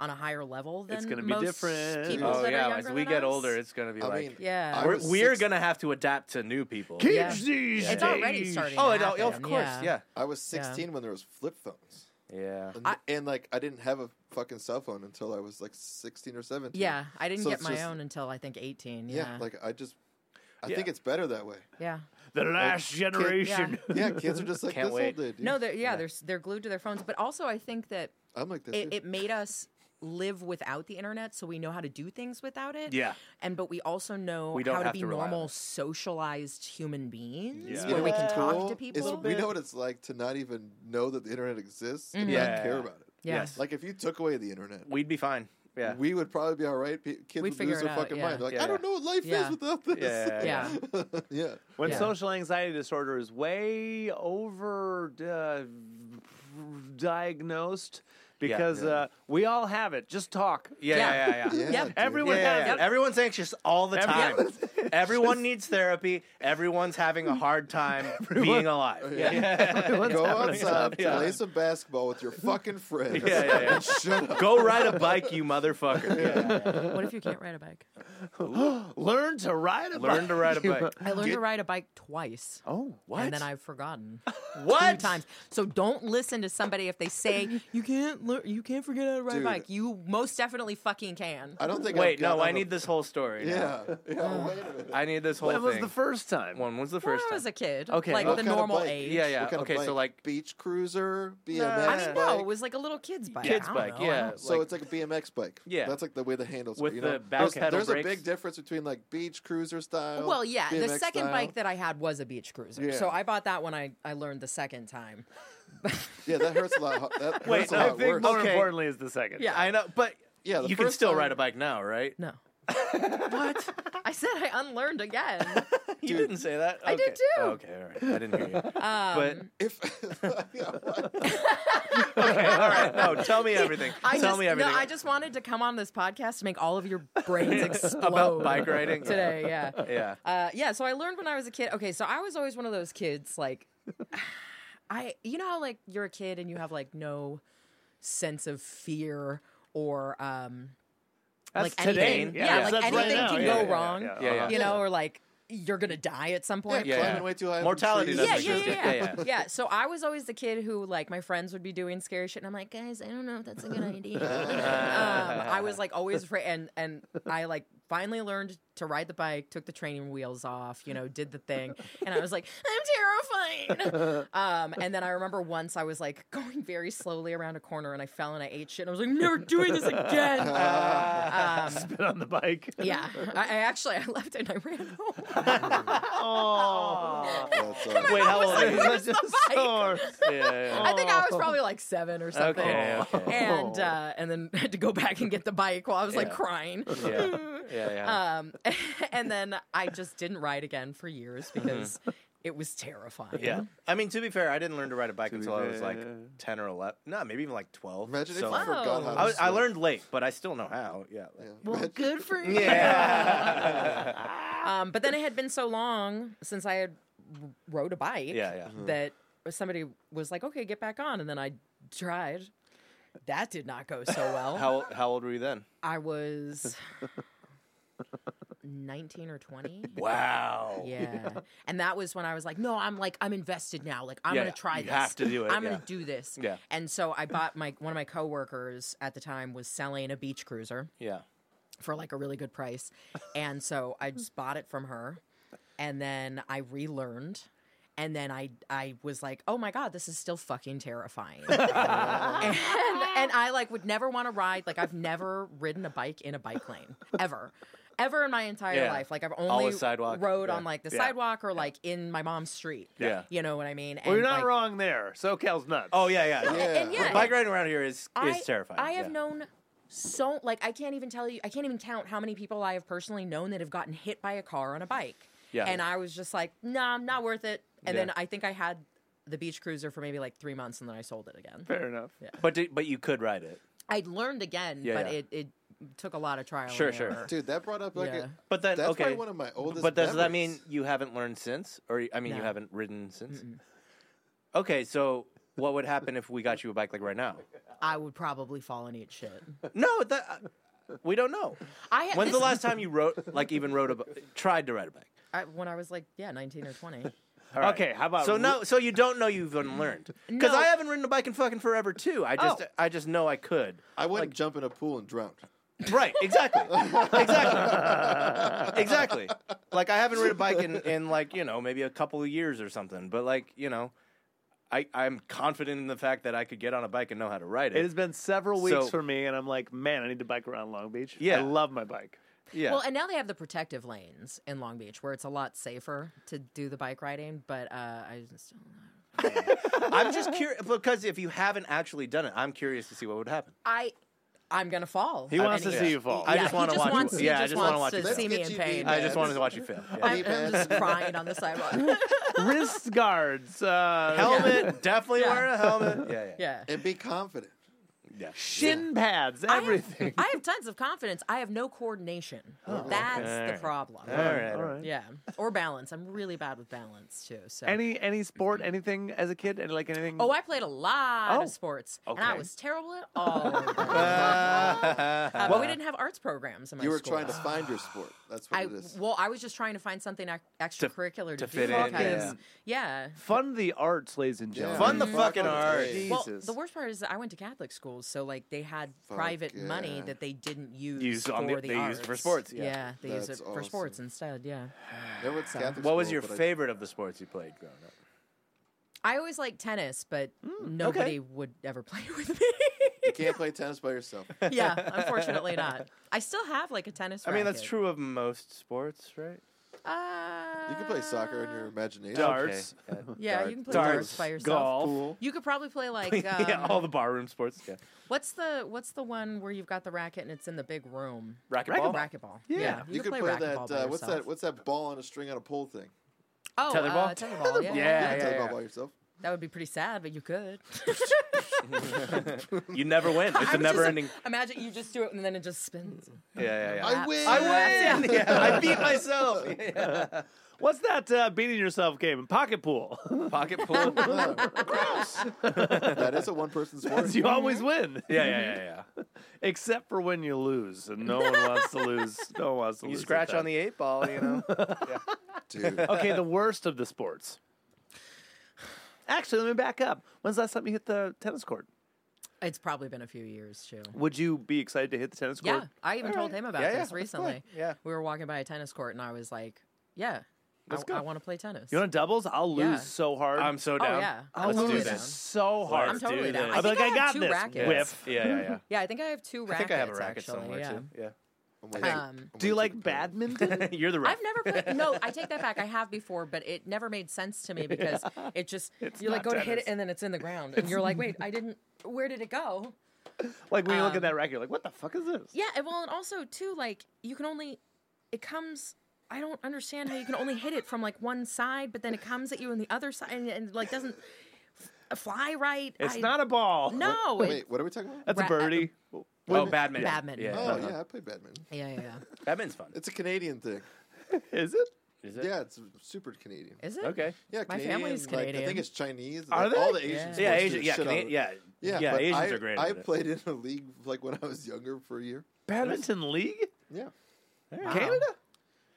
Speaker 3: on a higher level than
Speaker 4: It's gonna be
Speaker 3: most
Speaker 4: different.
Speaker 3: people
Speaker 2: Oh
Speaker 3: that are
Speaker 2: yeah,
Speaker 3: younger
Speaker 2: as we
Speaker 3: than
Speaker 2: get
Speaker 3: us.
Speaker 2: older, it's gonna be
Speaker 1: I
Speaker 2: like
Speaker 1: mean,
Speaker 3: Yeah.
Speaker 1: I
Speaker 2: we're,
Speaker 1: was
Speaker 2: we're
Speaker 1: six-
Speaker 2: gonna have to adapt to new people.
Speaker 4: Kids
Speaker 3: Yeah.
Speaker 4: these
Speaker 3: It's already
Speaker 4: days.
Speaker 3: starting.
Speaker 2: Oh,
Speaker 3: to
Speaker 2: it, oh,
Speaker 3: happen.
Speaker 2: of course, yeah,
Speaker 1: I was 16 when there was flip phones,
Speaker 2: yeah.
Speaker 1: and,
Speaker 3: I-
Speaker 1: and like I didn't have a fucking cell phone until I was like 16 or 17.
Speaker 3: Yeah, I didn't
Speaker 1: So
Speaker 3: get
Speaker 1: it's
Speaker 3: my
Speaker 1: just-
Speaker 3: own until I think 18.
Speaker 1: yeah.
Speaker 3: Yeah,
Speaker 1: Like I just, I
Speaker 2: Yeah.
Speaker 1: think it's better that way.
Speaker 3: yeah.
Speaker 4: The last generation.
Speaker 1: Yeah, kids are just like
Speaker 2: Can't
Speaker 1: this
Speaker 2: wait.
Speaker 1: old dude.
Speaker 3: No, they're, yeah, they're s- they're glued to their phones. But also, I think that
Speaker 1: I'm like this.
Speaker 3: it,
Speaker 1: dude.
Speaker 3: it made us live without the internet, so we know how to do things without it.
Speaker 2: Yeah.
Speaker 3: and but we also know
Speaker 2: We don't
Speaker 3: how to
Speaker 2: have
Speaker 3: be
Speaker 2: to rely on
Speaker 3: normal,
Speaker 2: it.
Speaker 3: socialized human beings
Speaker 2: Yeah.
Speaker 1: You
Speaker 3: where
Speaker 1: know
Speaker 3: we can
Speaker 1: what's
Speaker 3: talk
Speaker 1: cool?
Speaker 3: to
Speaker 1: Is
Speaker 3: people.
Speaker 1: we know what it's like to not even know that the internet exists and
Speaker 2: Mm-hmm. Yeah.
Speaker 1: not care about it.
Speaker 3: Yeah.
Speaker 2: Yes,
Speaker 1: Like if you took away the internet,
Speaker 2: we'd be fine. Yeah,
Speaker 1: we would probably be all right. Pe- Kids
Speaker 3: We'd
Speaker 1: would
Speaker 3: figure
Speaker 1: lose
Speaker 3: it
Speaker 1: their
Speaker 3: out,
Speaker 1: fucking
Speaker 3: yeah.
Speaker 1: mind. They're like,
Speaker 2: Yeah,
Speaker 1: I don't know what life
Speaker 3: Yeah.
Speaker 1: is without this.
Speaker 2: Yeah,
Speaker 3: yeah.
Speaker 1: yeah.
Speaker 4: When
Speaker 3: Yeah.
Speaker 4: social anxiety disorder is way over uh, diagnosed because
Speaker 2: Yeah.
Speaker 4: Uh, we all have it. Just talk.
Speaker 2: yeah, yeah,
Speaker 3: Yeah.
Speaker 2: yeah. yeah.
Speaker 1: Yeah,
Speaker 3: Yep.
Speaker 1: dude.
Speaker 4: Everyone
Speaker 2: Yeah, yeah,
Speaker 4: has
Speaker 2: yeah.
Speaker 4: it.
Speaker 2: Everyone's anxious all the time.
Speaker 4: Everyone's
Speaker 2: Everyone needs therapy. Everyone's having a hard time being
Speaker 1: Oh,
Speaker 2: alive. Yeah,
Speaker 1: Go outside, play some basketball with your fucking friends.
Speaker 2: Yeah, yeah, yeah.
Speaker 1: and Shut up.
Speaker 2: Go ride a bike, you motherfucker.
Speaker 3: what if you can't ride a bike?
Speaker 4: Learn to ride a
Speaker 2: Learn to ride a bike.
Speaker 3: I learned to ride a bike twice.
Speaker 4: Oh,
Speaker 2: What?
Speaker 3: And then I've forgotten.
Speaker 2: what?
Speaker 3: Two times. So don't listen to somebody if they say you can't can't learn. You can't forget how to ride
Speaker 1: Dude.
Speaker 3: a bike. You most definitely fucking can.
Speaker 1: I don't think.
Speaker 2: Wait,
Speaker 1: I've got
Speaker 2: no, I
Speaker 1: on the-
Speaker 2: need this whole story. now.
Speaker 1: Yeah, yeah. Wait a minute.
Speaker 2: I need this whole
Speaker 4: When was
Speaker 2: thing.
Speaker 4: the first time?
Speaker 2: When was the
Speaker 3: when
Speaker 2: first
Speaker 3: I
Speaker 2: time?
Speaker 3: was a kid.
Speaker 2: Okay.
Speaker 3: Like
Speaker 2: What
Speaker 3: the
Speaker 1: kind of
Speaker 3: normal
Speaker 1: bike?
Speaker 3: age.
Speaker 2: Yeah, yeah.
Speaker 1: What kind of
Speaker 2: Okay, so,
Speaker 1: bike?
Speaker 2: like-
Speaker 1: beach cruiser, BMX.
Speaker 3: I don't know. It
Speaker 1: bike?
Speaker 3: was like a little kid's bike. I
Speaker 2: Kids
Speaker 3: don't
Speaker 2: bike,
Speaker 3: know. I
Speaker 2: yeah.
Speaker 3: don't-
Speaker 1: So it's like a BMX bike.
Speaker 2: Yeah.
Speaker 1: that's like the way the handles
Speaker 2: With
Speaker 1: are. You
Speaker 2: the
Speaker 1: know?
Speaker 2: back
Speaker 1: there's,
Speaker 2: pedal
Speaker 1: there's
Speaker 2: brakes.
Speaker 1: a big difference between like beach cruiser style.
Speaker 3: Well, yeah. The
Speaker 1: BMX
Speaker 3: second
Speaker 1: style.
Speaker 3: bike that I had was a beach cruiser.
Speaker 1: Yeah.
Speaker 3: So I bought that when I, I learned the second time.
Speaker 1: yeah, that hurts a lot. ho- That
Speaker 2: Wait,
Speaker 1: hurts a
Speaker 2: I
Speaker 1: lot
Speaker 4: I think
Speaker 1: worse.
Speaker 4: more
Speaker 2: Okay.
Speaker 4: importantly is the second.
Speaker 3: Yeah.
Speaker 2: I know, but
Speaker 1: Yeah, the
Speaker 2: you can
Speaker 1: first
Speaker 2: still
Speaker 1: time-
Speaker 2: ride a bike now, right?
Speaker 3: No. what? I said I unlearned again. Um,
Speaker 2: You didn't say that.
Speaker 3: I did
Speaker 2: Okay.
Speaker 3: too.
Speaker 2: Oh, okay, all right. I didn't hear you. but
Speaker 1: If yeah, what?
Speaker 2: okay, all right. No, tell me everything.
Speaker 3: I
Speaker 2: tell
Speaker 3: just,
Speaker 2: me everything.
Speaker 3: No, I just wanted to come on this podcast to make all of your brains explode
Speaker 2: about bike riding
Speaker 3: today. Yeah.
Speaker 2: Yeah.
Speaker 3: Uh, yeah, so I learned when I was a kid. Okay, so I was always one of those kids, like, I, you know how, like, you're a kid and you have, like, no sense of fear or, um,
Speaker 4: That's
Speaker 3: like,
Speaker 4: today.
Speaker 3: anything.
Speaker 4: Yeah,
Speaker 3: Yeah,
Speaker 4: yeah.
Speaker 3: like,
Speaker 4: That's right
Speaker 3: anything
Speaker 4: now.
Speaker 3: can
Speaker 4: Yeah,
Speaker 3: go
Speaker 4: yeah,
Speaker 3: wrong,
Speaker 4: yeah,
Speaker 2: yeah.
Speaker 3: you know, or, like, you're going to die at some
Speaker 1: yeah,
Speaker 3: point.
Speaker 2: Yeah,
Speaker 1: climbing
Speaker 2: yeah.
Speaker 1: way too high. up in
Speaker 2: Mortality
Speaker 1: trees.
Speaker 2: doesn't
Speaker 3: yeah,
Speaker 2: That's
Speaker 3: yeah,
Speaker 2: just
Speaker 3: yeah,
Speaker 2: it.
Speaker 3: yeah,
Speaker 2: Yeah, yeah.
Speaker 3: Yeah, So I was always the kid who, like, my friends would be doing scary shit, and I'm like, guys, I don't know if that's a good idea. um, I was like always afraid, and and I like finally learned to ride the bike, took the training wheels off, you know, did the thing, and I was like, I'm terrified. Um, and then I remember once I was like going very slowly around a corner, and I fell and I ate shit, and I was like, I'm never doing this again. um,
Speaker 4: Uh, Spit on the bike.
Speaker 3: yeah, I, I actually I left and I ran home.
Speaker 4: Oh.
Speaker 1: That's, uh,
Speaker 2: Wait, how old? are you?
Speaker 4: That's just
Speaker 3: bike?
Speaker 4: sore.
Speaker 2: Yeah, yeah.
Speaker 3: I think I was probably like seven or something.
Speaker 2: Okay, okay.
Speaker 3: And uh, and then had to go back and get the bike while I was like
Speaker 2: Yeah.
Speaker 3: crying.
Speaker 2: Yeah, yeah, yeah.
Speaker 3: Um, and then I just didn't ride again for years because it was terrifying.
Speaker 2: Mm-hmm. yeah. I mean, to be fair, I didn't learn to ride a bike
Speaker 4: be
Speaker 2: until I was like
Speaker 4: fair.
Speaker 2: ten or eleven. No, maybe even like twelve.
Speaker 1: Imagine
Speaker 2: so
Speaker 1: if you
Speaker 3: Wow.
Speaker 1: forgot how. To
Speaker 2: I, was, I
Speaker 1: swim.
Speaker 2: learned late, but I still know how. Yeah.
Speaker 1: Yeah.
Speaker 3: Well,
Speaker 1: Imagine-
Speaker 3: good for you.
Speaker 2: Yeah.
Speaker 3: Um, but then it had been so long since I had r- rode a bike
Speaker 2: Yeah, Mm-hmm. yeah.
Speaker 3: that somebody was like, "Okay, get back on," and then I tried. That did not go so well.
Speaker 2: How how old were you then?
Speaker 3: I was 19 or 20.
Speaker 2: Wow.
Speaker 3: Yeah. And that was when I was like, no, I'm like, I'm invested now. Like, I'm
Speaker 2: Yeah,
Speaker 3: going to try
Speaker 2: you
Speaker 3: this.
Speaker 2: have to do it,
Speaker 3: I'm going
Speaker 2: yeah.
Speaker 3: to do this.
Speaker 2: Yeah.
Speaker 3: And so I bought my, one of my coworkers at the time was selling a beach cruiser
Speaker 2: Yeah.
Speaker 3: for like a really good price. And so I just bought it from her. And then I relearned. And then I, I was like, oh my God, this is still fucking terrifying. and, and I like would never want to ride. Like I've never ridden a bike in a bike lane ever. Ever in my entire
Speaker 2: Yeah.
Speaker 3: life. Like I've
Speaker 2: Always
Speaker 3: only
Speaker 2: sidewalk.
Speaker 3: rode
Speaker 2: Yeah.
Speaker 3: on like the
Speaker 4: Yeah.
Speaker 3: sidewalk or like in my mom's street.
Speaker 2: Yeah.
Speaker 3: You know what I mean?
Speaker 4: Well,
Speaker 3: And,
Speaker 4: you're not
Speaker 3: like-
Speaker 4: wrong there. SoCal's nuts.
Speaker 2: Oh yeah, yeah.
Speaker 1: Yeah.
Speaker 3: And yeah,
Speaker 2: Bike riding around here is
Speaker 3: I-
Speaker 2: is terrifying.
Speaker 3: I have
Speaker 2: yeah.
Speaker 3: known so like I can't even tell you I can't even count how many people I have personally known that have gotten hit by a car on a bike.
Speaker 2: Yeah.
Speaker 3: And I was just like, nah, I'm not worth it. And
Speaker 2: Yeah.
Speaker 3: then I think I had the beach cruiser for maybe like three months and then I sold it again.
Speaker 4: Fair enough.
Speaker 2: But did, but you could ride it.
Speaker 3: I learned again,
Speaker 2: Yeah,
Speaker 3: but
Speaker 2: yeah.
Speaker 3: It, it took a lot of trial.
Speaker 2: Sure,
Speaker 3: and
Speaker 2: sure.
Speaker 3: error.
Speaker 1: Dude, that brought up like
Speaker 3: Yeah.
Speaker 1: a,
Speaker 2: But then
Speaker 1: that's
Speaker 2: okay.
Speaker 1: probably one of my oldest.
Speaker 2: but does that mean
Speaker 1: memories.
Speaker 2: you haven't learned since, or I mean you
Speaker 3: No.
Speaker 2: haven't ridden since? Okay, so what would happen if we got you a bike like right now?
Speaker 3: I would probably fall and eat shit.
Speaker 2: No, that uh, we don't know.
Speaker 3: I had
Speaker 2: When's the
Speaker 3: this-
Speaker 2: last time you wrote like even rode a b- tried to ride a bike?
Speaker 3: I, when I was like, yeah, nineteen or twenty.
Speaker 2: All right.
Speaker 4: Okay, how about
Speaker 2: so
Speaker 4: re-
Speaker 2: no? So you don't know you've unlearned because
Speaker 3: No.
Speaker 2: I haven't ridden a bike in fucking forever too. I just
Speaker 3: Oh.
Speaker 2: I just know I could.
Speaker 1: I wouldn't jump in a pool and drown.
Speaker 2: Right, exactly. exactly. exactly. Like I haven't ridden a bike in, in like, you know, maybe a couple of years or something. But like, you know, I, I'm confident in the fact that I could get on a bike and know how to ride it.
Speaker 4: It has been several weeks
Speaker 2: So-
Speaker 4: for me, and I'm like, man, I need to bike around Long Beach.
Speaker 2: Yeah.
Speaker 4: I love my bike.
Speaker 2: yeah.
Speaker 3: Well, and now they have the protective lanes in Long Beach where it's a lot safer to do the bike riding, but uh, I just don't know.
Speaker 2: I'm just curious because if you haven't actually done it, I'm curious to see what would happen.
Speaker 3: I I'm gonna fall.
Speaker 4: He wants
Speaker 3: And
Speaker 4: to
Speaker 3: he-
Speaker 4: see you fall.
Speaker 2: I
Speaker 3: yeah,
Speaker 2: just
Speaker 3: he
Speaker 2: wanna watch you-
Speaker 3: wants- he
Speaker 2: yeah, I just wanna
Speaker 3: wants
Speaker 2: watch you
Speaker 3: to
Speaker 2: fall.
Speaker 3: see me
Speaker 1: Let's
Speaker 3: in
Speaker 1: get you
Speaker 3: pain.
Speaker 1: beat
Speaker 2: I
Speaker 1: Yeah,
Speaker 2: just
Speaker 1: want-
Speaker 2: wanted to watch you fail. Yeah.
Speaker 3: I'm, I'm just crying on the sidewalk.
Speaker 4: Wrist guards. Uh,
Speaker 2: helmet, definitely
Speaker 3: Yeah.
Speaker 2: wear a helmet. Yeah, yeah.
Speaker 3: Yeah.
Speaker 1: And be confident.
Speaker 2: yeah.
Speaker 4: Shin pads,
Speaker 3: I have-
Speaker 4: everything.
Speaker 3: I have, tons of confidence. I have no coordination.
Speaker 2: Oh,
Speaker 3: That's the problem.
Speaker 2: All right.
Speaker 4: All right.
Speaker 3: Yeah. Or balance. I'm really bad with balance too. So
Speaker 4: Any any sport, anything as a kid, and like anything.
Speaker 3: Oh, I played a lot
Speaker 4: Oh.
Speaker 3: of sports, and I
Speaker 4: Okay.
Speaker 3: was terrible at all. of them. Uh, but we didn't have arts programs in my
Speaker 1: You were
Speaker 3: school.
Speaker 1: trying to find your sport. That's what
Speaker 3: I
Speaker 1: it is.
Speaker 3: well, I was just trying to find something ex- extracurricular to, do
Speaker 2: to fit in,
Speaker 3: because- yeah.
Speaker 4: Fund the arts, ladies and
Speaker 1: Yeah.
Speaker 4: gentlemen.
Speaker 2: Fund the
Speaker 1: Mm.
Speaker 2: fucking arts.
Speaker 1: Hey.
Speaker 3: Well,
Speaker 4: Jesus.
Speaker 3: the worst part is I went to Catholic schools, so like they had
Speaker 1: Fuck
Speaker 3: private
Speaker 1: yeah.
Speaker 3: money that they didn't use,
Speaker 2: Used
Speaker 3: for
Speaker 2: on the-
Speaker 3: the
Speaker 2: they
Speaker 3: arts.
Speaker 2: used for sports, yeah.
Speaker 3: they used it
Speaker 1: That's
Speaker 3: for
Speaker 1: awesome.
Speaker 3: sports instead. Yeah,
Speaker 1: Never went to Catholic
Speaker 2: What was
Speaker 1: school,
Speaker 2: your
Speaker 1: but I-
Speaker 2: favorite of the sports you played growing up?
Speaker 3: I always liked tennis, but nobody would ever play with me.
Speaker 1: You can't play tennis by yourself.
Speaker 3: yeah, unfortunately not. I still have like a tennis.
Speaker 2: I mean, that's
Speaker 3: racket.
Speaker 2: true of most sports, right?
Speaker 3: Uh,
Speaker 1: You can play soccer in your imagination.
Speaker 4: Darts.
Speaker 2: Okay.
Speaker 3: Yeah,
Speaker 1: Dart-
Speaker 3: you can play
Speaker 2: darts,
Speaker 3: darts, by yourself.
Speaker 4: golf.
Speaker 3: You could probably play like um,
Speaker 2: Yeah. yeah, all the barroom sports. Yeah.
Speaker 3: what's the what's the one where you've got the racket and it's in the big room?
Speaker 2: Racquetball.
Speaker 3: Racquetball.
Speaker 4: Yeah.
Speaker 1: You, could
Speaker 3: could
Speaker 1: play,
Speaker 3: racquetball
Speaker 1: that.
Speaker 3: by
Speaker 1: Uh, what's
Speaker 3: yourself.
Speaker 1: that? What's that ball on a string on a pole thing?
Speaker 3: Oh,
Speaker 2: Tetherball?
Speaker 3: uh, tetherball. Yeah.
Speaker 2: Yeah,
Speaker 1: you
Speaker 2: yeah,
Speaker 1: can play
Speaker 2: yeah.
Speaker 1: ball by yourself.
Speaker 3: That would be pretty sad, but you could.
Speaker 2: You never win. It's
Speaker 3: I
Speaker 2: a
Speaker 3: was just-
Speaker 2: never-ending.
Speaker 3: Imagine you just do it and then it just spins.
Speaker 2: Yeah, yeah, yeah.
Speaker 1: I win.
Speaker 3: I
Speaker 2: win! Yeah, I beat myself.
Speaker 4: What's that uh, beating yourself game? in Pocket pool.
Speaker 2: Pocket pool. Yeah,
Speaker 1: that is a one-person sport.
Speaker 4: you always
Speaker 3: Mm-hmm.
Speaker 4: win.
Speaker 2: yeah, yeah, yeah.
Speaker 4: Except for when you lose, and no one wants to lose. No one wants to
Speaker 2: You
Speaker 4: lose. at
Speaker 2: scratch
Speaker 4: that.
Speaker 2: on the eight ball, you know.
Speaker 1: Dude,
Speaker 4: okay, the worst of the sports. Actually, let me back up. When's the last time you hit the tennis court?
Speaker 3: It's probably been a few years too.
Speaker 4: Would you be excited to hit the tennis
Speaker 3: Yeah,
Speaker 4: court?
Speaker 3: I even told
Speaker 2: right.
Speaker 3: him about
Speaker 2: Yeah, yeah,
Speaker 3: this
Speaker 2: let's play.
Speaker 3: recently.
Speaker 2: Yeah.
Speaker 3: we were walking by a tennis court and I was like, "Yeah, I,
Speaker 4: Let's go.
Speaker 3: want to play tennis."
Speaker 4: You want doubles? I'll lose
Speaker 3: Yeah.
Speaker 4: so hard.
Speaker 2: I'm so
Speaker 3: oh
Speaker 2: down.
Speaker 3: yeah,
Speaker 4: I'll
Speaker 3: I'm totally
Speaker 4: lose
Speaker 3: down.
Speaker 4: so hard.
Speaker 3: I'm totally down.
Speaker 4: I'll be
Speaker 3: think
Speaker 4: like, I,
Speaker 3: have
Speaker 4: got
Speaker 3: two
Speaker 4: this.
Speaker 3: rackets.
Speaker 4: Whiff.
Speaker 2: Yeah, yeah, yeah.
Speaker 3: Yeah, I think I have two rackets.
Speaker 2: I think I have a racket
Speaker 3: actually,
Speaker 2: somewhere
Speaker 3: yeah.
Speaker 2: too. Yeah.
Speaker 1: I'm way too-
Speaker 3: Um,
Speaker 1: I'm
Speaker 4: Do you
Speaker 1: way
Speaker 4: like
Speaker 1: too competitive.
Speaker 4: badminton?
Speaker 2: You're the ref.
Speaker 3: I've never played. No, I take that back. I have before, but it never made sense to me because it just you like
Speaker 4: not
Speaker 3: go to hit it
Speaker 4: tennis.
Speaker 3: and then it's in the ground and you're like, wait, I didn't. Where did it go?
Speaker 4: like when you look at that racket, you're like, what the fuck is this?
Speaker 3: Um, Yeah, and well, and also too, like you can only it comes. I don't understand how you can only hit it from like one side, but then it comes at you on the other side and, and like doesn't f- fly right.
Speaker 4: It's
Speaker 3: I-
Speaker 4: not a ball.
Speaker 3: no. it-
Speaker 1: Wait, what are we talking about?
Speaker 4: That's a
Speaker 3: Ra-
Speaker 4: birdie.
Speaker 2: Oh, badminton.
Speaker 3: Badminton.
Speaker 2: Yeah.
Speaker 1: Oh yeah, I play badminton.
Speaker 3: yeah, yeah, yeah.
Speaker 2: Badminton's fun.
Speaker 1: It's a Canadian thing.
Speaker 4: Is it?
Speaker 2: Is it?
Speaker 1: Yeah, it's super Canadian.
Speaker 3: Is it
Speaker 2: Okay.
Speaker 1: Yeah,
Speaker 3: My
Speaker 1: Canadian,
Speaker 3: family's
Speaker 1: Like, I
Speaker 3: Canadian.
Speaker 1: think it's Chinese.
Speaker 4: Are
Speaker 1: like, All
Speaker 4: they?
Speaker 1: the Asian
Speaker 3: Yeah.
Speaker 1: sports
Speaker 2: Yeah,
Speaker 1: do
Speaker 2: Asian.
Speaker 1: the
Speaker 2: Yeah,
Speaker 1: shit out
Speaker 2: Cana-
Speaker 1: of it.
Speaker 2: yeah.
Speaker 1: yeah.
Speaker 2: yeah
Speaker 1: but
Speaker 2: Asians
Speaker 1: I,
Speaker 2: are great.
Speaker 1: I
Speaker 2: at it.
Speaker 1: played in a league like when I was younger for a year.
Speaker 4: Badminton league?
Speaker 1: Yeah.
Speaker 4: Canada?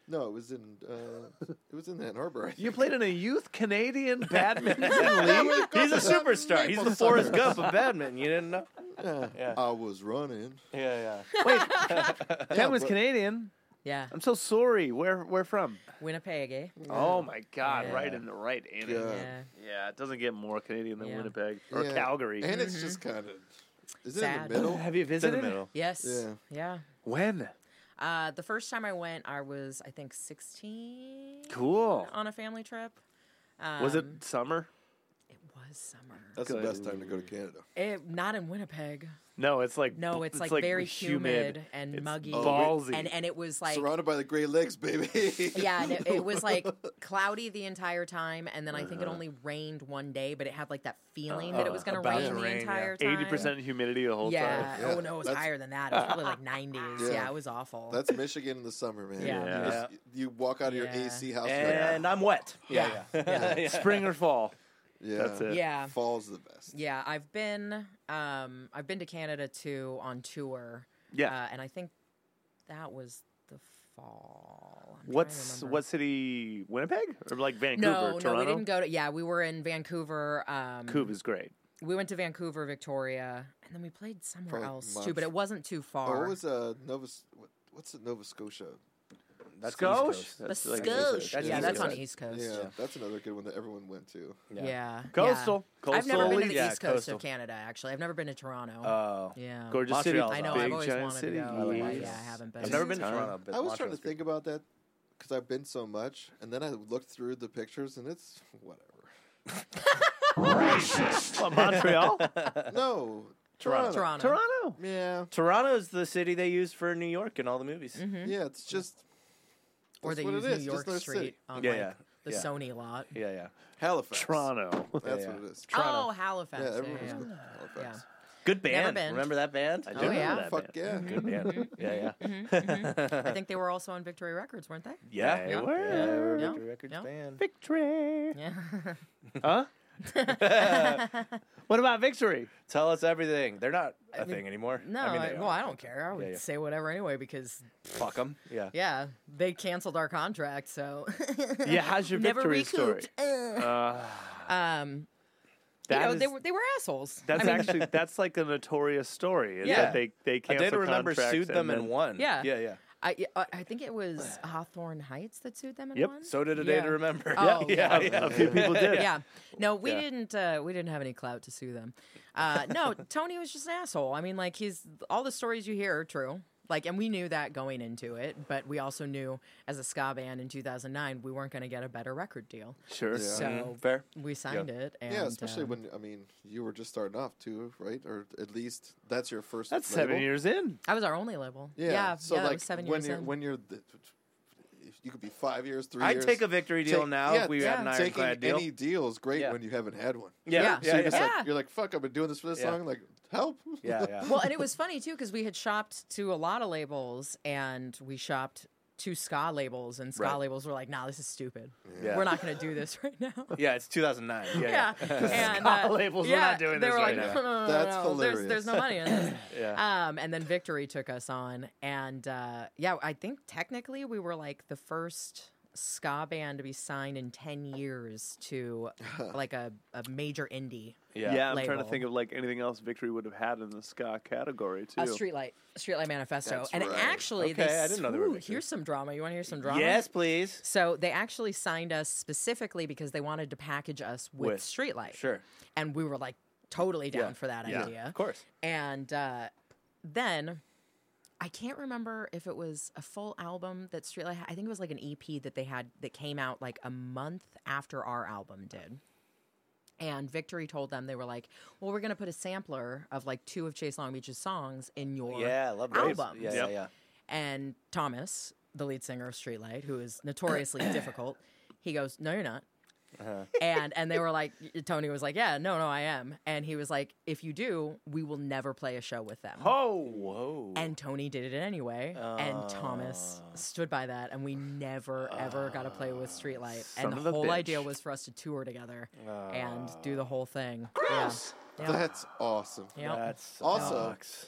Speaker 1: No, it was in uh, it was in Ann Harbor. I
Speaker 4: You
Speaker 1: think.
Speaker 4: played in a youth Canadian badminton league?
Speaker 2: He's
Speaker 1: Gotham
Speaker 2: a superstar. He's the
Speaker 1: Maple
Speaker 2: Forrest Gump of badminton. You didn't know?
Speaker 1: I was running.
Speaker 2: Yeah,
Speaker 4: Wait,
Speaker 1: Yeah,
Speaker 4: Ken was
Speaker 1: but-
Speaker 4: Canadian.
Speaker 3: yeah.
Speaker 4: I'm so sorry. Where where from?
Speaker 3: Winnipeg, eh?
Speaker 4: Oh my god,
Speaker 3: Yeah.
Speaker 4: right in the right inning.
Speaker 1: Yeah.
Speaker 4: Yeah.
Speaker 3: Yeah.
Speaker 4: it doesn't get more Canadian than
Speaker 3: Yeah.
Speaker 4: Winnipeg or
Speaker 1: Yeah.
Speaker 4: Calgary. Mm-hmm.
Speaker 1: and it's just kind of is it in
Speaker 3: Sad.
Speaker 1: the middle?
Speaker 4: Have you
Speaker 2: It's in
Speaker 4: visited?
Speaker 2: the middle.
Speaker 3: Yes.
Speaker 1: Yeah.
Speaker 3: yeah.
Speaker 4: When?
Speaker 3: Uh, the first time I went, I was I think sixteen.
Speaker 4: Cool.
Speaker 3: On a family trip. Um,
Speaker 4: Was it summer?
Speaker 3: It was summer.
Speaker 1: That's the best time to go to Canada.
Speaker 3: It, not in Winnipeg.
Speaker 4: No, it's like
Speaker 3: No, it's, like, very humid, and
Speaker 4: It's
Speaker 3: muggy,
Speaker 4: ballsy.
Speaker 3: and and it was like
Speaker 1: Surrounded by the Great Lakes, baby.
Speaker 3: yeah, and it, it was like cloudy the entire time, and then I think it only rained one day, but it had like that feeling that it was going to
Speaker 2: about
Speaker 3: rain
Speaker 2: to
Speaker 3: the
Speaker 2: rain, yeah.
Speaker 3: entire time.
Speaker 4: Eighty percent humidity the whole
Speaker 3: Yeah.
Speaker 4: time.
Speaker 1: Yeah,
Speaker 3: Oh no, it was
Speaker 1: that's-
Speaker 3: higher than that. It was probably like nineties.
Speaker 1: Yeah.
Speaker 3: Yeah. it was awful.
Speaker 1: That's Michigan in the summer, man.
Speaker 3: Yeah.
Speaker 1: You, just- you walk out of your
Speaker 3: Yeah.
Speaker 1: AC house
Speaker 2: And I'm wet. Yeah, yeah.
Speaker 4: Spring or
Speaker 1: you're
Speaker 4: fall.
Speaker 1: like, yeah,
Speaker 4: That's it.
Speaker 3: yeah.
Speaker 1: Fall's the best.
Speaker 3: Yeah, I've been um I've been to Canada too on tour.
Speaker 4: Yeah.
Speaker 3: Uh, and I think that was the fall. I'm trying to
Speaker 4: What's
Speaker 3: remember.
Speaker 4: what city? Winnipeg or like Vancouver?
Speaker 3: no,
Speaker 4: Toronto?
Speaker 3: no, we didn't go to. Yeah, we were in Vancouver. Um,
Speaker 4: Vancouver's great.
Speaker 3: We went to Vancouver, Victoria, and then we played somewhere
Speaker 1: Probably
Speaker 3: else
Speaker 1: Banff.
Speaker 3: too, but it wasn't too
Speaker 1: Oh,
Speaker 3: far.
Speaker 1: what was uh, Nova? S- What, what's the Nova Scotia?
Speaker 2: That's the East
Speaker 4: Scotia.
Speaker 2: Coast.
Speaker 3: the
Speaker 4: That's like-
Speaker 3: Scotia.
Speaker 2: that's
Speaker 3: yeah,
Speaker 2: East
Speaker 3: that's on
Speaker 2: Coast.
Speaker 3: the East Coast.
Speaker 1: Yeah, that's another good one that everyone went to.
Speaker 3: Yeah. yeah.
Speaker 4: Coastal.
Speaker 3: I've never been to the
Speaker 4: Coastal. Uh,
Speaker 2: Yeah,
Speaker 3: East Coast
Speaker 2: coastal.
Speaker 3: of Canada, actually. I've never been to Toronto.
Speaker 2: Oh.
Speaker 3: yeah.
Speaker 4: Gorgeous
Speaker 2: Montreal's
Speaker 4: city.
Speaker 3: I know,
Speaker 4: Big
Speaker 3: I've always
Speaker 4: giant
Speaker 3: wanted
Speaker 4: city.
Speaker 3: to go. but, like,
Speaker 4: Yes.
Speaker 3: yeah, I haven't been.
Speaker 2: I've never been to
Speaker 4: Time.
Speaker 2: Toronto. but
Speaker 1: I was
Speaker 2: Montreal's
Speaker 1: trying to
Speaker 2: great.
Speaker 1: think about that because I've been so much, and then I looked through the pictures, and it's whatever.
Speaker 4: What, Montreal.
Speaker 1: No, Toronto.
Speaker 3: Toronto.
Speaker 4: Toronto.
Speaker 1: Yeah,
Speaker 2: Toronto's the city they use for New York in all the movies.
Speaker 1: yeah. It's just
Speaker 3: Hmm? Or
Speaker 1: that's
Speaker 3: they
Speaker 1: what
Speaker 3: use
Speaker 1: it is,
Speaker 3: New
Speaker 1: just
Speaker 3: York
Speaker 1: another
Speaker 3: Street
Speaker 1: city.
Speaker 3: on
Speaker 2: Yeah,
Speaker 3: like,
Speaker 2: yeah,
Speaker 3: the
Speaker 2: yeah.
Speaker 3: Halifax. Sony lot.
Speaker 2: Yeah, yeah.
Speaker 1: Halifax.
Speaker 4: Toronto.
Speaker 1: That's
Speaker 2: Yeah,
Speaker 1: what
Speaker 2: yeah.
Speaker 1: it is.
Speaker 3: Oh, Halifax.
Speaker 1: Yeah,
Speaker 3: yeah,
Speaker 1: everyone's
Speaker 3: yeah.
Speaker 1: going to Halifax.
Speaker 2: Good band.
Speaker 3: been.
Speaker 2: Remember that band?
Speaker 4: I do
Speaker 3: Oh,
Speaker 4: remember
Speaker 3: yeah.
Speaker 4: that
Speaker 1: Fuck
Speaker 4: band.
Speaker 1: yeah.
Speaker 2: Good band. Yeah, yeah.
Speaker 3: Mm-hmm,
Speaker 2: Uh,
Speaker 3: I think they were also on Victory Records, weren't they?
Speaker 2: Yeah.
Speaker 4: They
Speaker 3: Yeah.
Speaker 4: were.
Speaker 2: Yeah, they were a
Speaker 3: Yeah.
Speaker 2: Victory Records
Speaker 3: Yeah.
Speaker 2: band.
Speaker 4: Victory.
Speaker 3: Yeah.
Speaker 4: Huh? What about Victory?
Speaker 2: Tell us everything. They're not a thing anymore.
Speaker 3: No,
Speaker 2: I mean,
Speaker 3: I-
Speaker 2: they
Speaker 3: well,
Speaker 2: are.
Speaker 3: I don't care. I would
Speaker 2: yeah.
Speaker 3: say whatever anyway because,
Speaker 2: fuck them. Yeah.
Speaker 3: yeah, they canceled our contract, so
Speaker 4: Yeah, how's your
Speaker 3: never
Speaker 4: Victory story?
Speaker 3: recouped. Ugh.
Speaker 4: Uh,
Speaker 3: um, you
Speaker 4: That
Speaker 3: know, they
Speaker 4: is-
Speaker 3: were they were assholes.
Speaker 4: That's
Speaker 3: I mean,
Speaker 4: actually that's like a notorious story. Is
Speaker 2: Yeah.
Speaker 4: that they they
Speaker 2: A
Speaker 4: cancel
Speaker 2: Day to Remember
Speaker 4: contracts
Speaker 2: sued them and,
Speaker 4: then-
Speaker 2: won.
Speaker 3: Yeah.
Speaker 2: Yeah. Yeah.
Speaker 3: I, I I think it was Hawthorne Heights that sued them and
Speaker 4: Yep,
Speaker 3: won.
Speaker 2: So did A Day
Speaker 3: Yeah.
Speaker 2: to Remember.
Speaker 3: Oh,
Speaker 2: yeah. Yeah.
Speaker 4: A few people did.
Speaker 3: yeah. No, we
Speaker 2: Yeah.
Speaker 3: didn't. Uh, we didn't have any clout to sue them. Uh, no, Tony was just an asshole. I mean, like he's all the stories you hear are true. Like, and we knew that going into it, but we also knew as a ska band in 2009 we weren't going to get a better record deal,
Speaker 4: Sure.
Speaker 1: Yeah.
Speaker 3: so
Speaker 2: Mm-hmm. Fair.
Speaker 3: we signed it. And,
Speaker 1: yeah, especially
Speaker 3: um,
Speaker 1: when I mean you were just starting off too, right? Or at least that's your first.
Speaker 4: That's
Speaker 1: label.
Speaker 4: seven years in.
Speaker 3: I was our only label.
Speaker 1: Yeah.
Speaker 3: yeah.
Speaker 1: so
Speaker 3: yeah, that
Speaker 1: like
Speaker 3: was seven
Speaker 1: when
Speaker 3: years
Speaker 1: you're
Speaker 3: in.
Speaker 1: when you're, th- you could be five years, 3
Speaker 2: I'd
Speaker 1: years.
Speaker 2: take a victory deal
Speaker 1: Take-
Speaker 2: now
Speaker 1: yeah,
Speaker 2: if we had an
Speaker 3: yeah.
Speaker 1: Taking
Speaker 2: ironclad deal.
Speaker 1: any deal is great
Speaker 2: Yeah.
Speaker 1: when you haven't had one.
Speaker 2: yeah.
Speaker 3: Yeah.
Speaker 1: So
Speaker 2: Yeah.
Speaker 1: you're just
Speaker 2: yeah.
Speaker 1: like
Speaker 3: Yeah.
Speaker 1: you're like, fuck, I've been doing this for this
Speaker 2: Yeah.
Speaker 1: long. Like, help.
Speaker 2: Yeah, yeah.
Speaker 3: well, and it was funny too because we had shopped to a lot of labels, and we shopped to ska labels, and ska
Speaker 2: Right.
Speaker 3: labels were like, "Nah, this is stupid.
Speaker 2: Yeah.
Speaker 3: We're not going to do this right now."
Speaker 2: Yeah, it's 2009. Yeah.
Speaker 3: yeah, and uh,
Speaker 4: Ska labels, we're
Speaker 3: yeah,
Speaker 4: not doing
Speaker 3: they
Speaker 4: this
Speaker 3: were
Speaker 4: right
Speaker 3: like,
Speaker 4: now.
Speaker 3: "No, no, no,
Speaker 1: That's
Speaker 3: no, There's,
Speaker 1: hilarious.
Speaker 3: there's no money in this.
Speaker 2: Yeah.
Speaker 3: Um, and then Victory took us on, and uh, yeah, I think technically we were like the first ska band to be signed in 10 years to like a, a major indie
Speaker 2: Yeah.
Speaker 4: I'm trying to
Speaker 3: Label.
Speaker 4: think of like anything else Victory would have had in the ska category too.
Speaker 3: A streetlight, streetlight manifesto,
Speaker 1: That's
Speaker 3: and
Speaker 1: right.
Speaker 3: actually, they
Speaker 2: Okay, I didn't know they were
Speaker 3: ooh,
Speaker 2: victory.
Speaker 3: here's some drama. You want to hear some drama?
Speaker 2: Yes, please.
Speaker 3: So they actually signed us specifically because they wanted to package us with,
Speaker 2: With-
Speaker 3: streetlight,
Speaker 2: Sure.
Speaker 3: and we were like totally down
Speaker 2: Yeah.
Speaker 3: for that
Speaker 2: Yeah.
Speaker 3: idea.
Speaker 2: Of course.
Speaker 3: And uh, then I can't remember if it was a full album that Streetlight. Had. I think it was like an EP that they had that came out like a month after our album did. And Victory told them they were like, "Well, we're going to put a sampler of like two of Chase Long Beach's songs in your
Speaker 2: Yeah, I love Graves.
Speaker 3: albums."
Speaker 2: Yeah, yeah, yeah.
Speaker 3: And Thomas, the lead singer of Streetlight, who is notoriously difficult, he goes, "No, you're not."
Speaker 2: Uh-huh.
Speaker 3: and and they were like, Tony was like, "Yeah, no, no, I am." And he was like, "If you do, we will never play a show with them."
Speaker 4: Oh,
Speaker 2: Whoa.
Speaker 3: And Tony did it anyway, and Thomas stood by that, and we never ever got to play with Streetlight.
Speaker 4: son
Speaker 3: And
Speaker 4: of
Speaker 3: the
Speaker 4: a
Speaker 3: whole
Speaker 4: bitch.
Speaker 3: idea was for us to tour together
Speaker 2: Uh,
Speaker 3: and do the whole thing. Gross. Yeah. Yep.
Speaker 1: That's awesome.
Speaker 3: Yep.
Speaker 2: That's
Speaker 1: Also-
Speaker 2: sucks.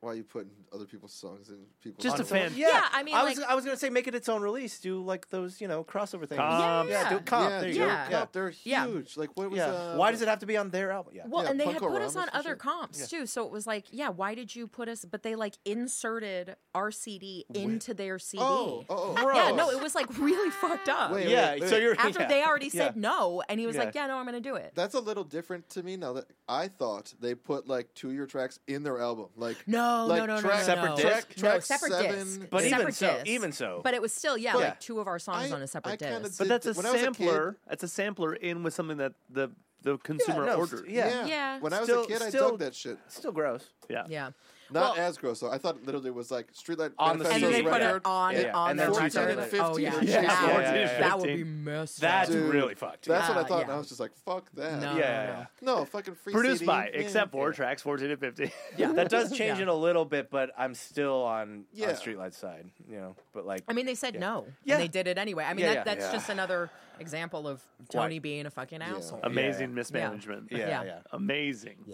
Speaker 1: Why are you putting other people's songs in people's?
Speaker 4: Just a
Speaker 1: albums?
Speaker 4: fan.
Speaker 2: Yeah,
Speaker 3: Yeah, I mean,
Speaker 2: I was
Speaker 3: like-
Speaker 2: I was gonna say make it its own release. Do like those you know crossover things.
Speaker 4: Comp.
Speaker 2: yeah,
Speaker 3: Yeah.
Speaker 2: do comp.
Speaker 1: Yeah,
Speaker 2: there you
Speaker 1: Joe
Speaker 2: go.
Speaker 3: yeah.
Speaker 1: Cup, they're
Speaker 3: Yeah.
Speaker 1: huge. Like, what was?
Speaker 2: Yeah.
Speaker 1: Uh,
Speaker 2: Why does it have to be on their album? Yeah.
Speaker 3: Well,
Speaker 1: Yeah,
Speaker 3: and they had
Speaker 1: Punkorama
Speaker 3: put us on
Speaker 1: for
Speaker 3: other
Speaker 1: sure.
Speaker 3: comps too, so it was like, yeah, why did you put us? But they like inserted our CD into their CD.
Speaker 1: Oh, oh, oh.
Speaker 3: yeah,
Speaker 2: gross.
Speaker 3: no, it was like really fucked up.
Speaker 1: Wait,
Speaker 2: yeah.
Speaker 1: wait,
Speaker 2: So
Speaker 1: wait.
Speaker 2: you're
Speaker 3: After
Speaker 2: yeah,
Speaker 3: they already
Speaker 2: yeah.
Speaker 3: said no, and he was
Speaker 2: Yeah.
Speaker 3: like, yeah, no, I'm gonna do it.
Speaker 1: That's a little different to me now that I thought they put like two of your tracks in their album. Like
Speaker 3: No,
Speaker 1: like
Speaker 3: no, no,
Speaker 1: track,
Speaker 3: no,
Speaker 2: Separate
Speaker 3: no, no.
Speaker 2: disc?
Speaker 1: Track
Speaker 3: no, separate
Speaker 1: seven,
Speaker 3: disc.
Speaker 2: But even
Speaker 3: separate
Speaker 2: so-
Speaker 3: disc.
Speaker 2: even so.
Speaker 3: but it was still yeah,
Speaker 2: Yeah.
Speaker 3: like two of our songs
Speaker 1: I-
Speaker 3: on a separate
Speaker 1: I kinda
Speaker 3: disc.
Speaker 1: did
Speaker 4: but that's
Speaker 1: th-
Speaker 4: a
Speaker 1: when I was a kid-
Speaker 4: sampler. that's a sampler in with something that the the
Speaker 2: Yeah,
Speaker 4: consumer
Speaker 2: no,
Speaker 4: ordered.
Speaker 2: st- Yeah.
Speaker 1: yeah.
Speaker 3: Yeah.
Speaker 1: When I was
Speaker 2: Still-
Speaker 1: a kid, I
Speaker 2: still-
Speaker 1: dug that shit.
Speaker 2: Still gross.
Speaker 4: yeah.
Speaker 3: yeah,
Speaker 1: Not
Speaker 3: Well-
Speaker 1: as gross though. I thought it literally was like Streetlight
Speaker 2: On the
Speaker 3: and then
Speaker 2: So
Speaker 3: they
Speaker 1: Manifesto's
Speaker 2: it's
Speaker 3: put
Speaker 1: record.
Speaker 3: it on
Speaker 2: Yeah.
Speaker 3: on
Speaker 2: And
Speaker 3: their
Speaker 2: then
Speaker 3: record.
Speaker 2: 14 and
Speaker 3: oh
Speaker 1: 15.
Speaker 3: yeah,
Speaker 1: Yeah,
Speaker 3: that,
Speaker 2: yeah,
Speaker 3: would-
Speaker 2: yeah, yeah.
Speaker 3: that would be
Speaker 4: 15.
Speaker 3: messed
Speaker 2: That's
Speaker 3: up.
Speaker 1: Dude.
Speaker 2: really fucked.
Speaker 1: That's what I
Speaker 3: Uh,
Speaker 1: thought,
Speaker 3: yeah.
Speaker 1: and I was just like, "Fuck that."
Speaker 3: No.
Speaker 2: yeah, yeah, yeah.
Speaker 1: No, fucking free.
Speaker 4: Produced
Speaker 1: CD.
Speaker 4: by,
Speaker 1: Yeah.
Speaker 4: except for tracks 14 and 15.
Speaker 3: Yeah,
Speaker 2: That does change
Speaker 3: Yeah.
Speaker 2: it a little bit, but I'm still on
Speaker 1: Yeah.
Speaker 2: on Streetlight's side, you know. But like,
Speaker 3: I mean, they said no.
Speaker 2: Yeah.
Speaker 3: And they did it anyway. I mean,
Speaker 2: Yeah,
Speaker 3: that,
Speaker 2: yeah.
Speaker 3: that's
Speaker 2: Yeah.
Speaker 3: just another example of Tony being a fucking asshole.
Speaker 2: Um,
Speaker 3: Yeah.
Speaker 4: Amazing mismanagement.
Speaker 2: yeah, yeah,
Speaker 3: yeah.
Speaker 2: yeah,
Speaker 4: Amazing.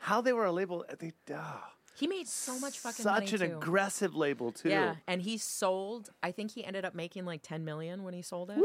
Speaker 4: How they were a label, they ah,
Speaker 3: He made so much fucking money.
Speaker 4: such an
Speaker 3: too.
Speaker 4: aggressive label too.
Speaker 3: Yeah, and he sold. I think he ended up making like ten million when he sold it.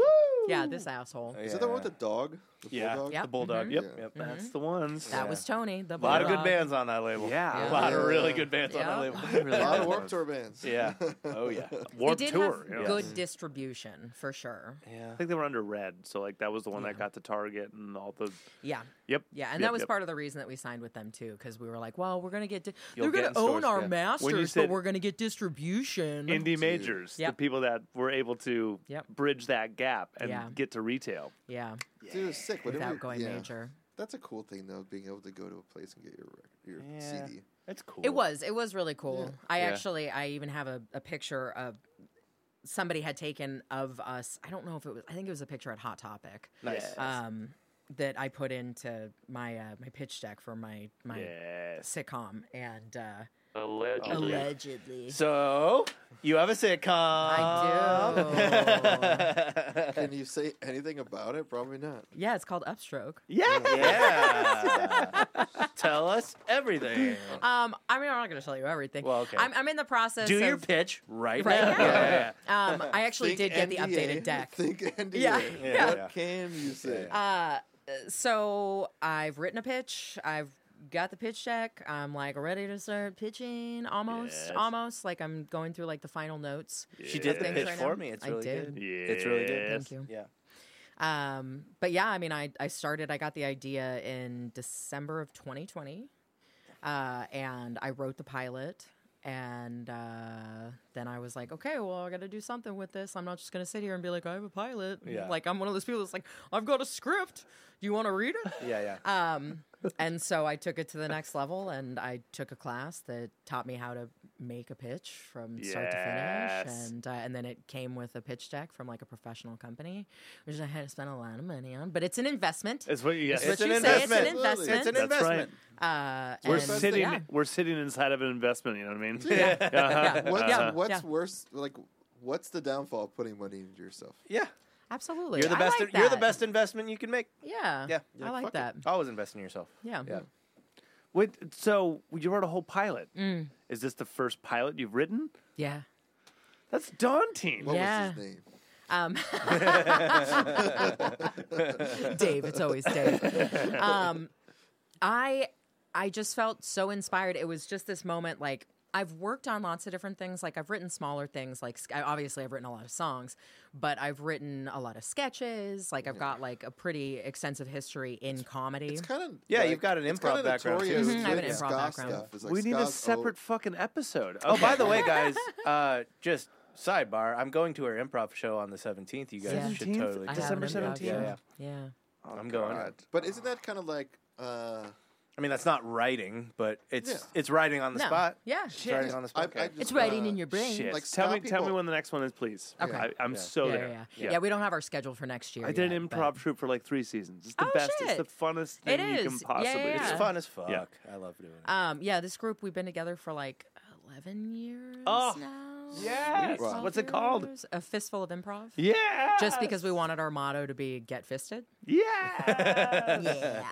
Speaker 3: Yeah, this asshole.
Speaker 1: Is it the one with the dog? The
Speaker 2: yeah.
Speaker 1: bulldog?
Speaker 2: the bulldog?
Speaker 4: Yep,
Speaker 1: Yeah.
Speaker 4: yep. That's the ones.
Speaker 3: Mm-hmm. That was Tony. The
Speaker 2: A lot of good
Speaker 3: bulldog.
Speaker 2: bands on that label.
Speaker 4: Yeah.
Speaker 2: a lot of
Speaker 1: Yeah.
Speaker 2: really good bands
Speaker 3: Yeah.
Speaker 2: on that label.
Speaker 1: A lot of Warped Tour bands.
Speaker 2: yeah. Oh yeah.
Speaker 3: They
Speaker 4: Warped
Speaker 3: did
Speaker 4: Tour.
Speaker 3: have
Speaker 4: yeah.
Speaker 3: good distribution for sure.
Speaker 2: Yeah.
Speaker 4: I think they were under Red, so like that was the one that got to Target and all the.
Speaker 3: Yeah.
Speaker 4: Yep.
Speaker 3: Mm-hmm. Yeah, and
Speaker 4: yep,
Speaker 3: that was
Speaker 4: yep.
Speaker 3: part of the reason that we signed with them too, because we were like, "Well, we're gonna get di-
Speaker 2: You'll
Speaker 3: they're
Speaker 2: get
Speaker 3: gonna
Speaker 2: in
Speaker 3: own
Speaker 2: stores, yeah.
Speaker 3: our
Speaker 2: When you
Speaker 3: masters,
Speaker 4: said
Speaker 3: but we're gonna get distribution."
Speaker 4: Indie majors, the
Speaker 3: Yep.
Speaker 4: people that were able to
Speaker 3: Yep.
Speaker 4: bridge that gap and
Speaker 3: Yeah.
Speaker 4: get to retail.
Speaker 3: yeah,
Speaker 1: Dude, it was sick. Whenever
Speaker 3: without
Speaker 1: you-
Speaker 3: going
Speaker 1: yeah.
Speaker 3: major.
Speaker 1: That's a cool thing though, being able to go to a place and get your rec- your
Speaker 2: Yeah.
Speaker 1: CD.
Speaker 2: That's cool.
Speaker 3: It was. It was really cool. I
Speaker 2: Yeah.
Speaker 3: actually, I even have a, a picture of somebody had taken of us. I don't know if it was. I think it was a picture at Hot Topic.
Speaker 2: nice.
Speaker 3: Um, that I put into my uh, my pitch deck for my my
Speaker 4: Yes.
Speaker 3: sitcom, and uh,
Speaker 5: Allegedly.
Speaker 3: Allegedly.
Speaker 2: So you have a sitcom.
Speaker 3: I
Speaker 1: Can you say anything about it? Probably not.
Speaker 3: do. yeah, it's called Upstroke.
Speaker 4: Yeah.
Speaker 2: Yeah. Tell us everything.
Speaker 3: Um, I mean, I'm not going to tell you everything.
Speaker 2: Well, okay.
Speaker 3: I'm, I'm in the process.
Speaker 2: Do your
Speaker 3: of-
Speaker 2: pitch right,
Speaker 3: Right
Speaker 2: now.
Speaker 3: now.
Speaker 2: Yeah.
Speaker 3: Um, I actually
Speaker 1: Think
Speaker 3: did get the
Speaker 1: NDA.
Speaker 3: updated deck.
Speaker 1: Think NDA.
Speaker 3: Yeah.
Speaker 2: Yeah.
Speaker 1: What
Speaker 2: Yeah.
Speaker 1: can you say?
Speaker 3: Uh, so I've written a pitch. I've got the pitch deck. I'm like ready to start pitching. Almost,
Speaker 4: Yes.
Speaker 3: almost. Like I'm going through like the final notes.
Speaker 2: She did the
Speaker 3: Thanks
Speaker 2: pitch
Speaker 3: right now.
Speaker 2: for me. It's
Speaker 3: I
Speaker 2: really
Speaker 3: did.
Speaker 2: good. It's really good.
Speaker 4: Yes.
Speaker 3: Thank you.
Speaker 2: Yeah.
Speaker 3: Um, but yeah, I mean, I, I started, I got the idea in December of 2020. Uh, and I wrote the pilot. And uh, then I was like, okay, well, I got to do something with this. I'm not just going to sit here and be like, I have a pilot.
Speaker 2: Yeah.
Speaker 3: Like, I'm one of those people that's like, I've got a script. Do you want to read it?
Speaker 2: Yeah. Yeah.
Speaker 3: Um, and so I took it to the next level, and I took a class that taught me how to make a pitch from start to
Speaker 4: Yes.
Speaker 3: finish, and uh, and then it came with a pitch deck from like a professional company, which I had to spend a lot of money on, but it's an investment.
Speaker 4: It's what you yes.
Speaker 3: It's what
Speaker 2: It's an
Speaker 3: you say. It's an
Speaker 1: investment.
Speaker 3: investment.
Speaker 1: Absolutely. It's an
Speaker 4: That's right.
Speaker 3: uh,
Speaker 4: We're
Speaker 3: and-
Speaker 4: sitting
Speaker 3: Yeah.
Speaker 4: we're sitting inside of an investment, you know what I mean?
Speaker 1: Yeah.
Speaker 4: Uh-huh.
Speaker 1: What's,
Speaker 3: Yeah.
Speaker 1: what's
Speaker 3: Yeah.
Speaker 1: worse? Like, what's the downfall of putting money into yourself?
Speaker 2: Yeah.
Speaker 3: Absolutely.
Speaker 2: You're the
Speaker 3: I
Speaker 2: best.
Speaker 3: like
Speaker 2: you're the
Speaker 3: that.
Speaker 2: best investment you can make.
Speaker 3: Yeah.
Speaker 2: Yeah.
Speaker 1: Yeah,
Speaker 3: I like
Speaker 1: fuck it.
Speaker 3: that.
Speaker 2: Always invest in yourself.
Speaker 3: Yeah.
Speaker 2: Yeah.
Speaker 4: Wait, so you wrote a whole pilot.
Speaker 3: Mm.
Speaker 4: Is this the first pilot you've written?
Speaker 3: Yeah.
Speaker 4: That's daunting.
Speaker 1: What
Speaker 3: Yeah.
Speaker 1: was his name?
Speaker 3: Um, Dave, it's always Dave. Um, I I just felt so inspired. It was just this moment, like I've worked on lots of different things. Like I've written smaller things, like I- obviously I've written a lot of songs, but I've written a lot of sketches. Like I've got like a pretty extensive history in comedy.
Speaker 1: It's kind of
Speaker 2: Yeah, you've got an improv background, too. Mhm,
Speaker 3: Mm-hmm, I have an improv background.
Speaker 4: we need
Speaker 1: oh.
Speaker 4: a separate fucking episode.
Speaker 2: Oh, by the way, guys, uh, just sidebar. I'm going to her improv show on the 17th. You guys should
Speaker 4: 17th?
Speaker 2: totally.
Speaker 3: I
Speaker 2: go.
Speaker 3: have an
Speaker 4: December
Speaker 3: improv
Speaker 4: 17th.
Speaker 3: show.
Speaker 2: Yeah,
Speaker 3: yeah.
Speaker 2: I'm going.
Speaker 1: but isn't that kind of like? Uh,
Speaker 2: I mean, that's not writing, but it's
Speaker 1: Yeah.
Speaker 2: it's writing on the
Speaker 3: No.
Speaker 2: spot.
Speaker 3: Yeah.
Speaker 2: It's writing on the spot.
Speaker 1: I- I
Speaker 2: Okay.
Speaker 1: just,
Speaker 3: It's writing
Speaker 1: uh,
Speaker 3: in your brain.
Speaker 4: Shit.
Speaker 1: Like,
Speaker 4: tell me,
Speaker 1: stop
Speaker 4: tell me
Speaker 1: people.
Speaker 4: when the next one is, please.
Speaker 3: Okay.
Speaker 4: I, I'm
Speaker 2: Yeah.
Speaker 4: so
Speaker 3: yeah,
Speaker 4: there.
Speaker 3: yeah, yeah. Yeah, we don't have our schedule for next year.
Speaker 4: I did
Speaker 3: yet,
Speaker 4: an
Speaker 3: but-
Speaker 4: improv troupe for like three seasons. It's the
Speaker 3: Oh,
Speaker 4: best. It's
Speaker 3: shit.
Speaker 4: the funnest thing you can
Speaker 3: is. Yeah,
Speaker 4: possibly.
Speaker 3: yeah,
Speaker 4: It's
Speaker 2: It's
Speaker 3: yeah.
Speaker 4: fun.
Speaker 2: fun as fuck.
Speaker 4: Yeah.
Speaker 2: I love doing it.
Speaker 3: Um, yeah, this group we've been together for like eleven years
Speaker 4: Oh,
Speaker 3: now.
Speaker 4: yes.
Speaker 3: Wow.
Speaker 4: What's it called?
Speaker 3: Years. A fistful of improv.
Speaker 4: Yeah.
Speaker 3: Just because we wanted our motto to be "Get Fisted."
Speaker 4: Yeah.
Speaker 3: Yeah.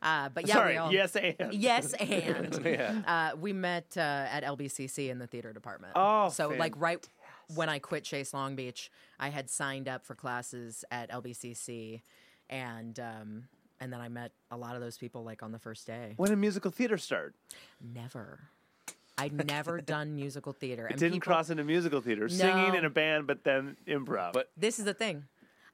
Speaker 3: uh, but yeah,
Speaker 4: Sorry.
Speaker 3: we all,
Speaker 4: Yes, and.
Speaker 3: yes, and
Speaker 2: yeah.
Speaker 3: uh, we met uh, at LBCC in the theater department.
Speaker 4: Oh,
Speaker 3: so like right when I quit Chase Long Beach, I had signed up for classes at LBCC, and um, and then I met a lot of those people like on the first day.
Speaker 4: When did musical theater start?
Speaker 3: Never. I'd never done musical theater.
Speaker 4: It didn't cross into musical theater. Singing
Speaker 3: No.
Speaker 4: in a band, but then improv.
Speaker 2: But-
Speaker 3: This is the thing.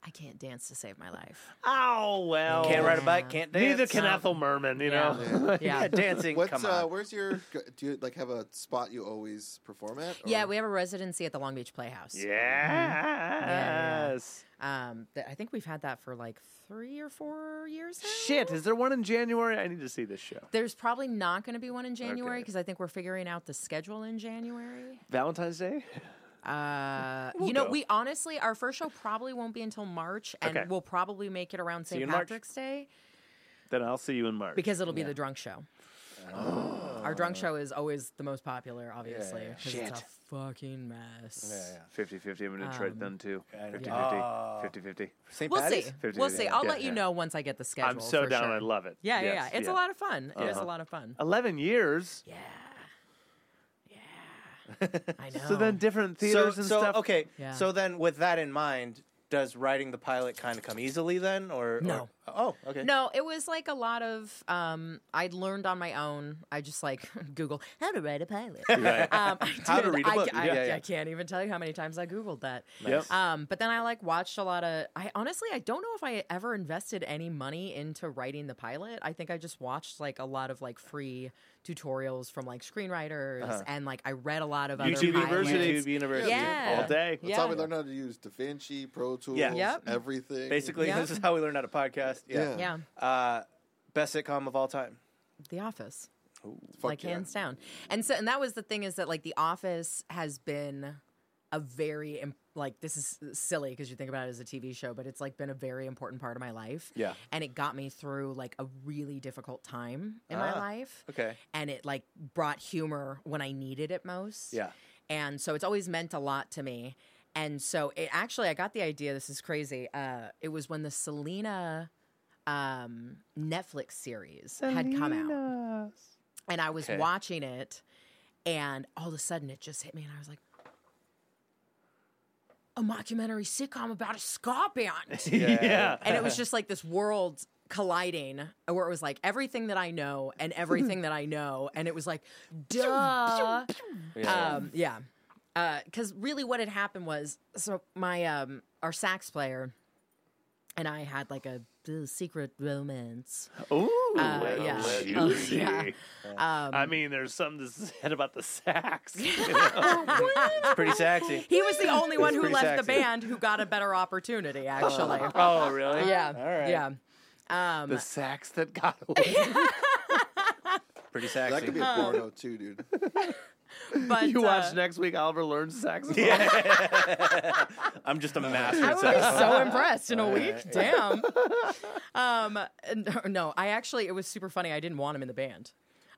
Speaker 3: I can't dance to save my life.
Speaker 4: oh well.
Speaker 2: Can't ride a bike. Can't dance.
Speaker 4: Neither can
Speaker 3: No.
Speaker 4: Ethel Merman. You
Speaker 3: Yeah.
Speaker 4: know.
Speaker 2: Yeah,
Speaker 3: Yeah.
Speaker 2: dancing.
Speaker 1: What's
Speaker 2: come
Speaker 1: uh,
Speaker 2: on.
Speaker 1: where's your? Do you like have a spot you always perform at? or-
Speaker 3: Yeah, we have a residency at the Long Beach Playhouse. Mm-hmm. yeah.
Speaker 4: Yes.
Speaker 3: Um, th- I think we've had that for like three or four years now.
Speaker 4: Shit, is there one in January? I need to see this show.
Speaker 3: There's probably not going to be one in January
Speaker 4: Okay.
Speaker 3: because I think we're figuring out the schedule in January.
Speaker 4: Valentine's Day?
Speaker 3: Uh, you know,
Speaker 2: go.
Speaker 3: we honestly, our first show probably won't be until March, and
Speaker 4: Okay.
Speaker 3: we'll probably make it around
Speaker 2: you
Speaker 3: St.
Speaker 2: in March.
Speaker 3: Patrick's Day
Speaker 4: Then I'll see you in March.
Speaker 3: because it'll be the drunk show. Our drunk show is always the most popular, obviously.
Speaker 2: yeah.
Speaker 3: 'cause It's a fucking mess.
Speaker 2: yeah, yeah.
Speaker 4: 50 50. I'm in Detroit
Speaker 3: Um,
Speaker 4: then too.
Speaker 2: I know.
Speaker 4: 50
Speaker 2: Oh.
Speaker 4: 50. 50 50.
Speaker 2: St.
Speaker 3: We'll
Speaker 2: Patty's?
Speaker 3: see.
Speaker 4: 50,
Speaker 3: we'll
Speaker 4: yeah.
Speaker 3: see. I'll
Speaker 4: Yeah,
Speaker 3: let you
Speaker 4: yeah.
Speaker 3: know once I get the schedule.
Speaker 4: I'm so
Speaker 3: for
Speaker 4: down.
Speaker 3: sure.
Speaker 4: I love it.
Speaker 3: Yeah, yeah,
Speaker 4: Yes,
Speaker 3: yeah. It's a lot of fun. It is a
Speaker 4: Uh-huh.
Speaker 3: lot of fun.
Speaker 4: 11 years.
Speaker 3: Yeah. Yeah. I know.
Speaker 4: So then different
Speaker 2: So,
Speaker 4: theaters and
Speaker 2: so,
Speaker 4: stuff.
Speaker 2: okay.
Speaker 3: Yeah.
Speaker 2: So then, with that in mind, does writing the pilot kind of come easily then, or
Speaker 3: No.
Speaker 2: or- oh, okay.
Speaker 3: No, it was like a lot of um, I'd learned on my own. I just like Google how to write a pilot.
Speaker 4: Right.
Speaker 3: Um, I
Speaker 2: How to
Speaker 3: did-
Speaker 2: read a
Speaker 3: I-
Speaker 2: book.
Speaker 3: I,
Speaker 2: Yeah, yeah.
Speaker 3: I can't even tell you how many times I googled that.
Speaker 4: Yep.
Speaker 3: Um, but then I like watched a lot of. I honestly I don't know if I ever invested any money into writing the pilot. I think I just watched like a lot of like free tutorials from like screenwriters and like I read a lot of other
Speaker 4: Uh-huh. YouTube
Speaker 3: pilots.
Speaker 4: University.
Speaker 2: YouTube University.
Speaker 3: Yeah.
Speaker 4: All day.
Speaker 1: That's
Speaker 3: Yeah.
Speaker 1: how we learned how to use DaVinci, Pro Tools,
Speaker 2: Yeah.
Speaker 3: Yep.
Speaker 1: everything.
Speaker 2: Basically,
Speaker 3: Yeah.
Speaker 2: this is how we learned how to podcast. Yeah.
Speaker 3: Yeah,
Speaker 2: Uh, best sitcom of all time.
Speaker 3: The Office.
Speaker 1: Fuck
Speaker 3: like
Speaker 1: yeah.
Speaker 3: hands down. And so and that was the thing is that like The Office has been a very im- like this is silly because you think about it as a TV show, but it's like been a very important part of my life.
Speaker 2: Yeah.
Speaker 3: and it got me through like a really difficult time in my
Speaker 2: Ah,
Speaker 3: life.
Speaker 2: okay.
Speaker 3: and it like brought humor when I needed it most.
Speaker 2: Yeah.
Speaker 3: and so it's always meant a lot to me. And so it actually, I got the idea. This is crazy. Uh, it was when the Selena um, Netflix series had come out and I was
Speaker 2: Okay.
Speaker 3: watching it, and all of a sudden it just hit me, and I was like, a mockumentary sitcom about a ska band,
Speaker 4: Yeah.
Speaker 3: and it was just like this world colliding, where it was like everything that I know and everything that I know, and it was like, duh,
Speaker 2: Yeah.
Speaker 3: um, yeah, because really what had happened was so my um our sax player and I had like a uh, secret romance.
Speaker 4: Ooh.
Speaker 3: Uh, yeah. Um, Oh,
Speaker 4: Juicy.
Speaker 3: yeah.
Speaker 4: I mean, there's something to be said about the sax.
Speaker 2: It's pretty sexy.
Speaker 3: He was the only one who
Speaker 2: pretty
Speaker 3: left the
Speaker 2: sexy.
Speaker 3: band who got a better opportunity, actually.
Speaker 2: Oh, really?
Speaker 3: yeah.
Speaker 2: All right.
Speaker 3: Yeah.
Speaker 4: the sax that got away.
Speaker 2: Pretty
Speaker 1: That
Speaker 2: sexy.
Speaker 1: could be a porno too, dude.
Speaker 3: But
Speaker 4: you watch
Speaker 3: uh,
Speaker 4: next week. Oliver learns saxophone.
Speaker 2: I'm just a master.
Speaker 3: I
Speaker 2: at
Speaker 3: would
Speaker 2: sex.
Speaker 3: be so impressed in a week. Damn. Um, n- no, I actually, it was super funny. I didn't want him in the band.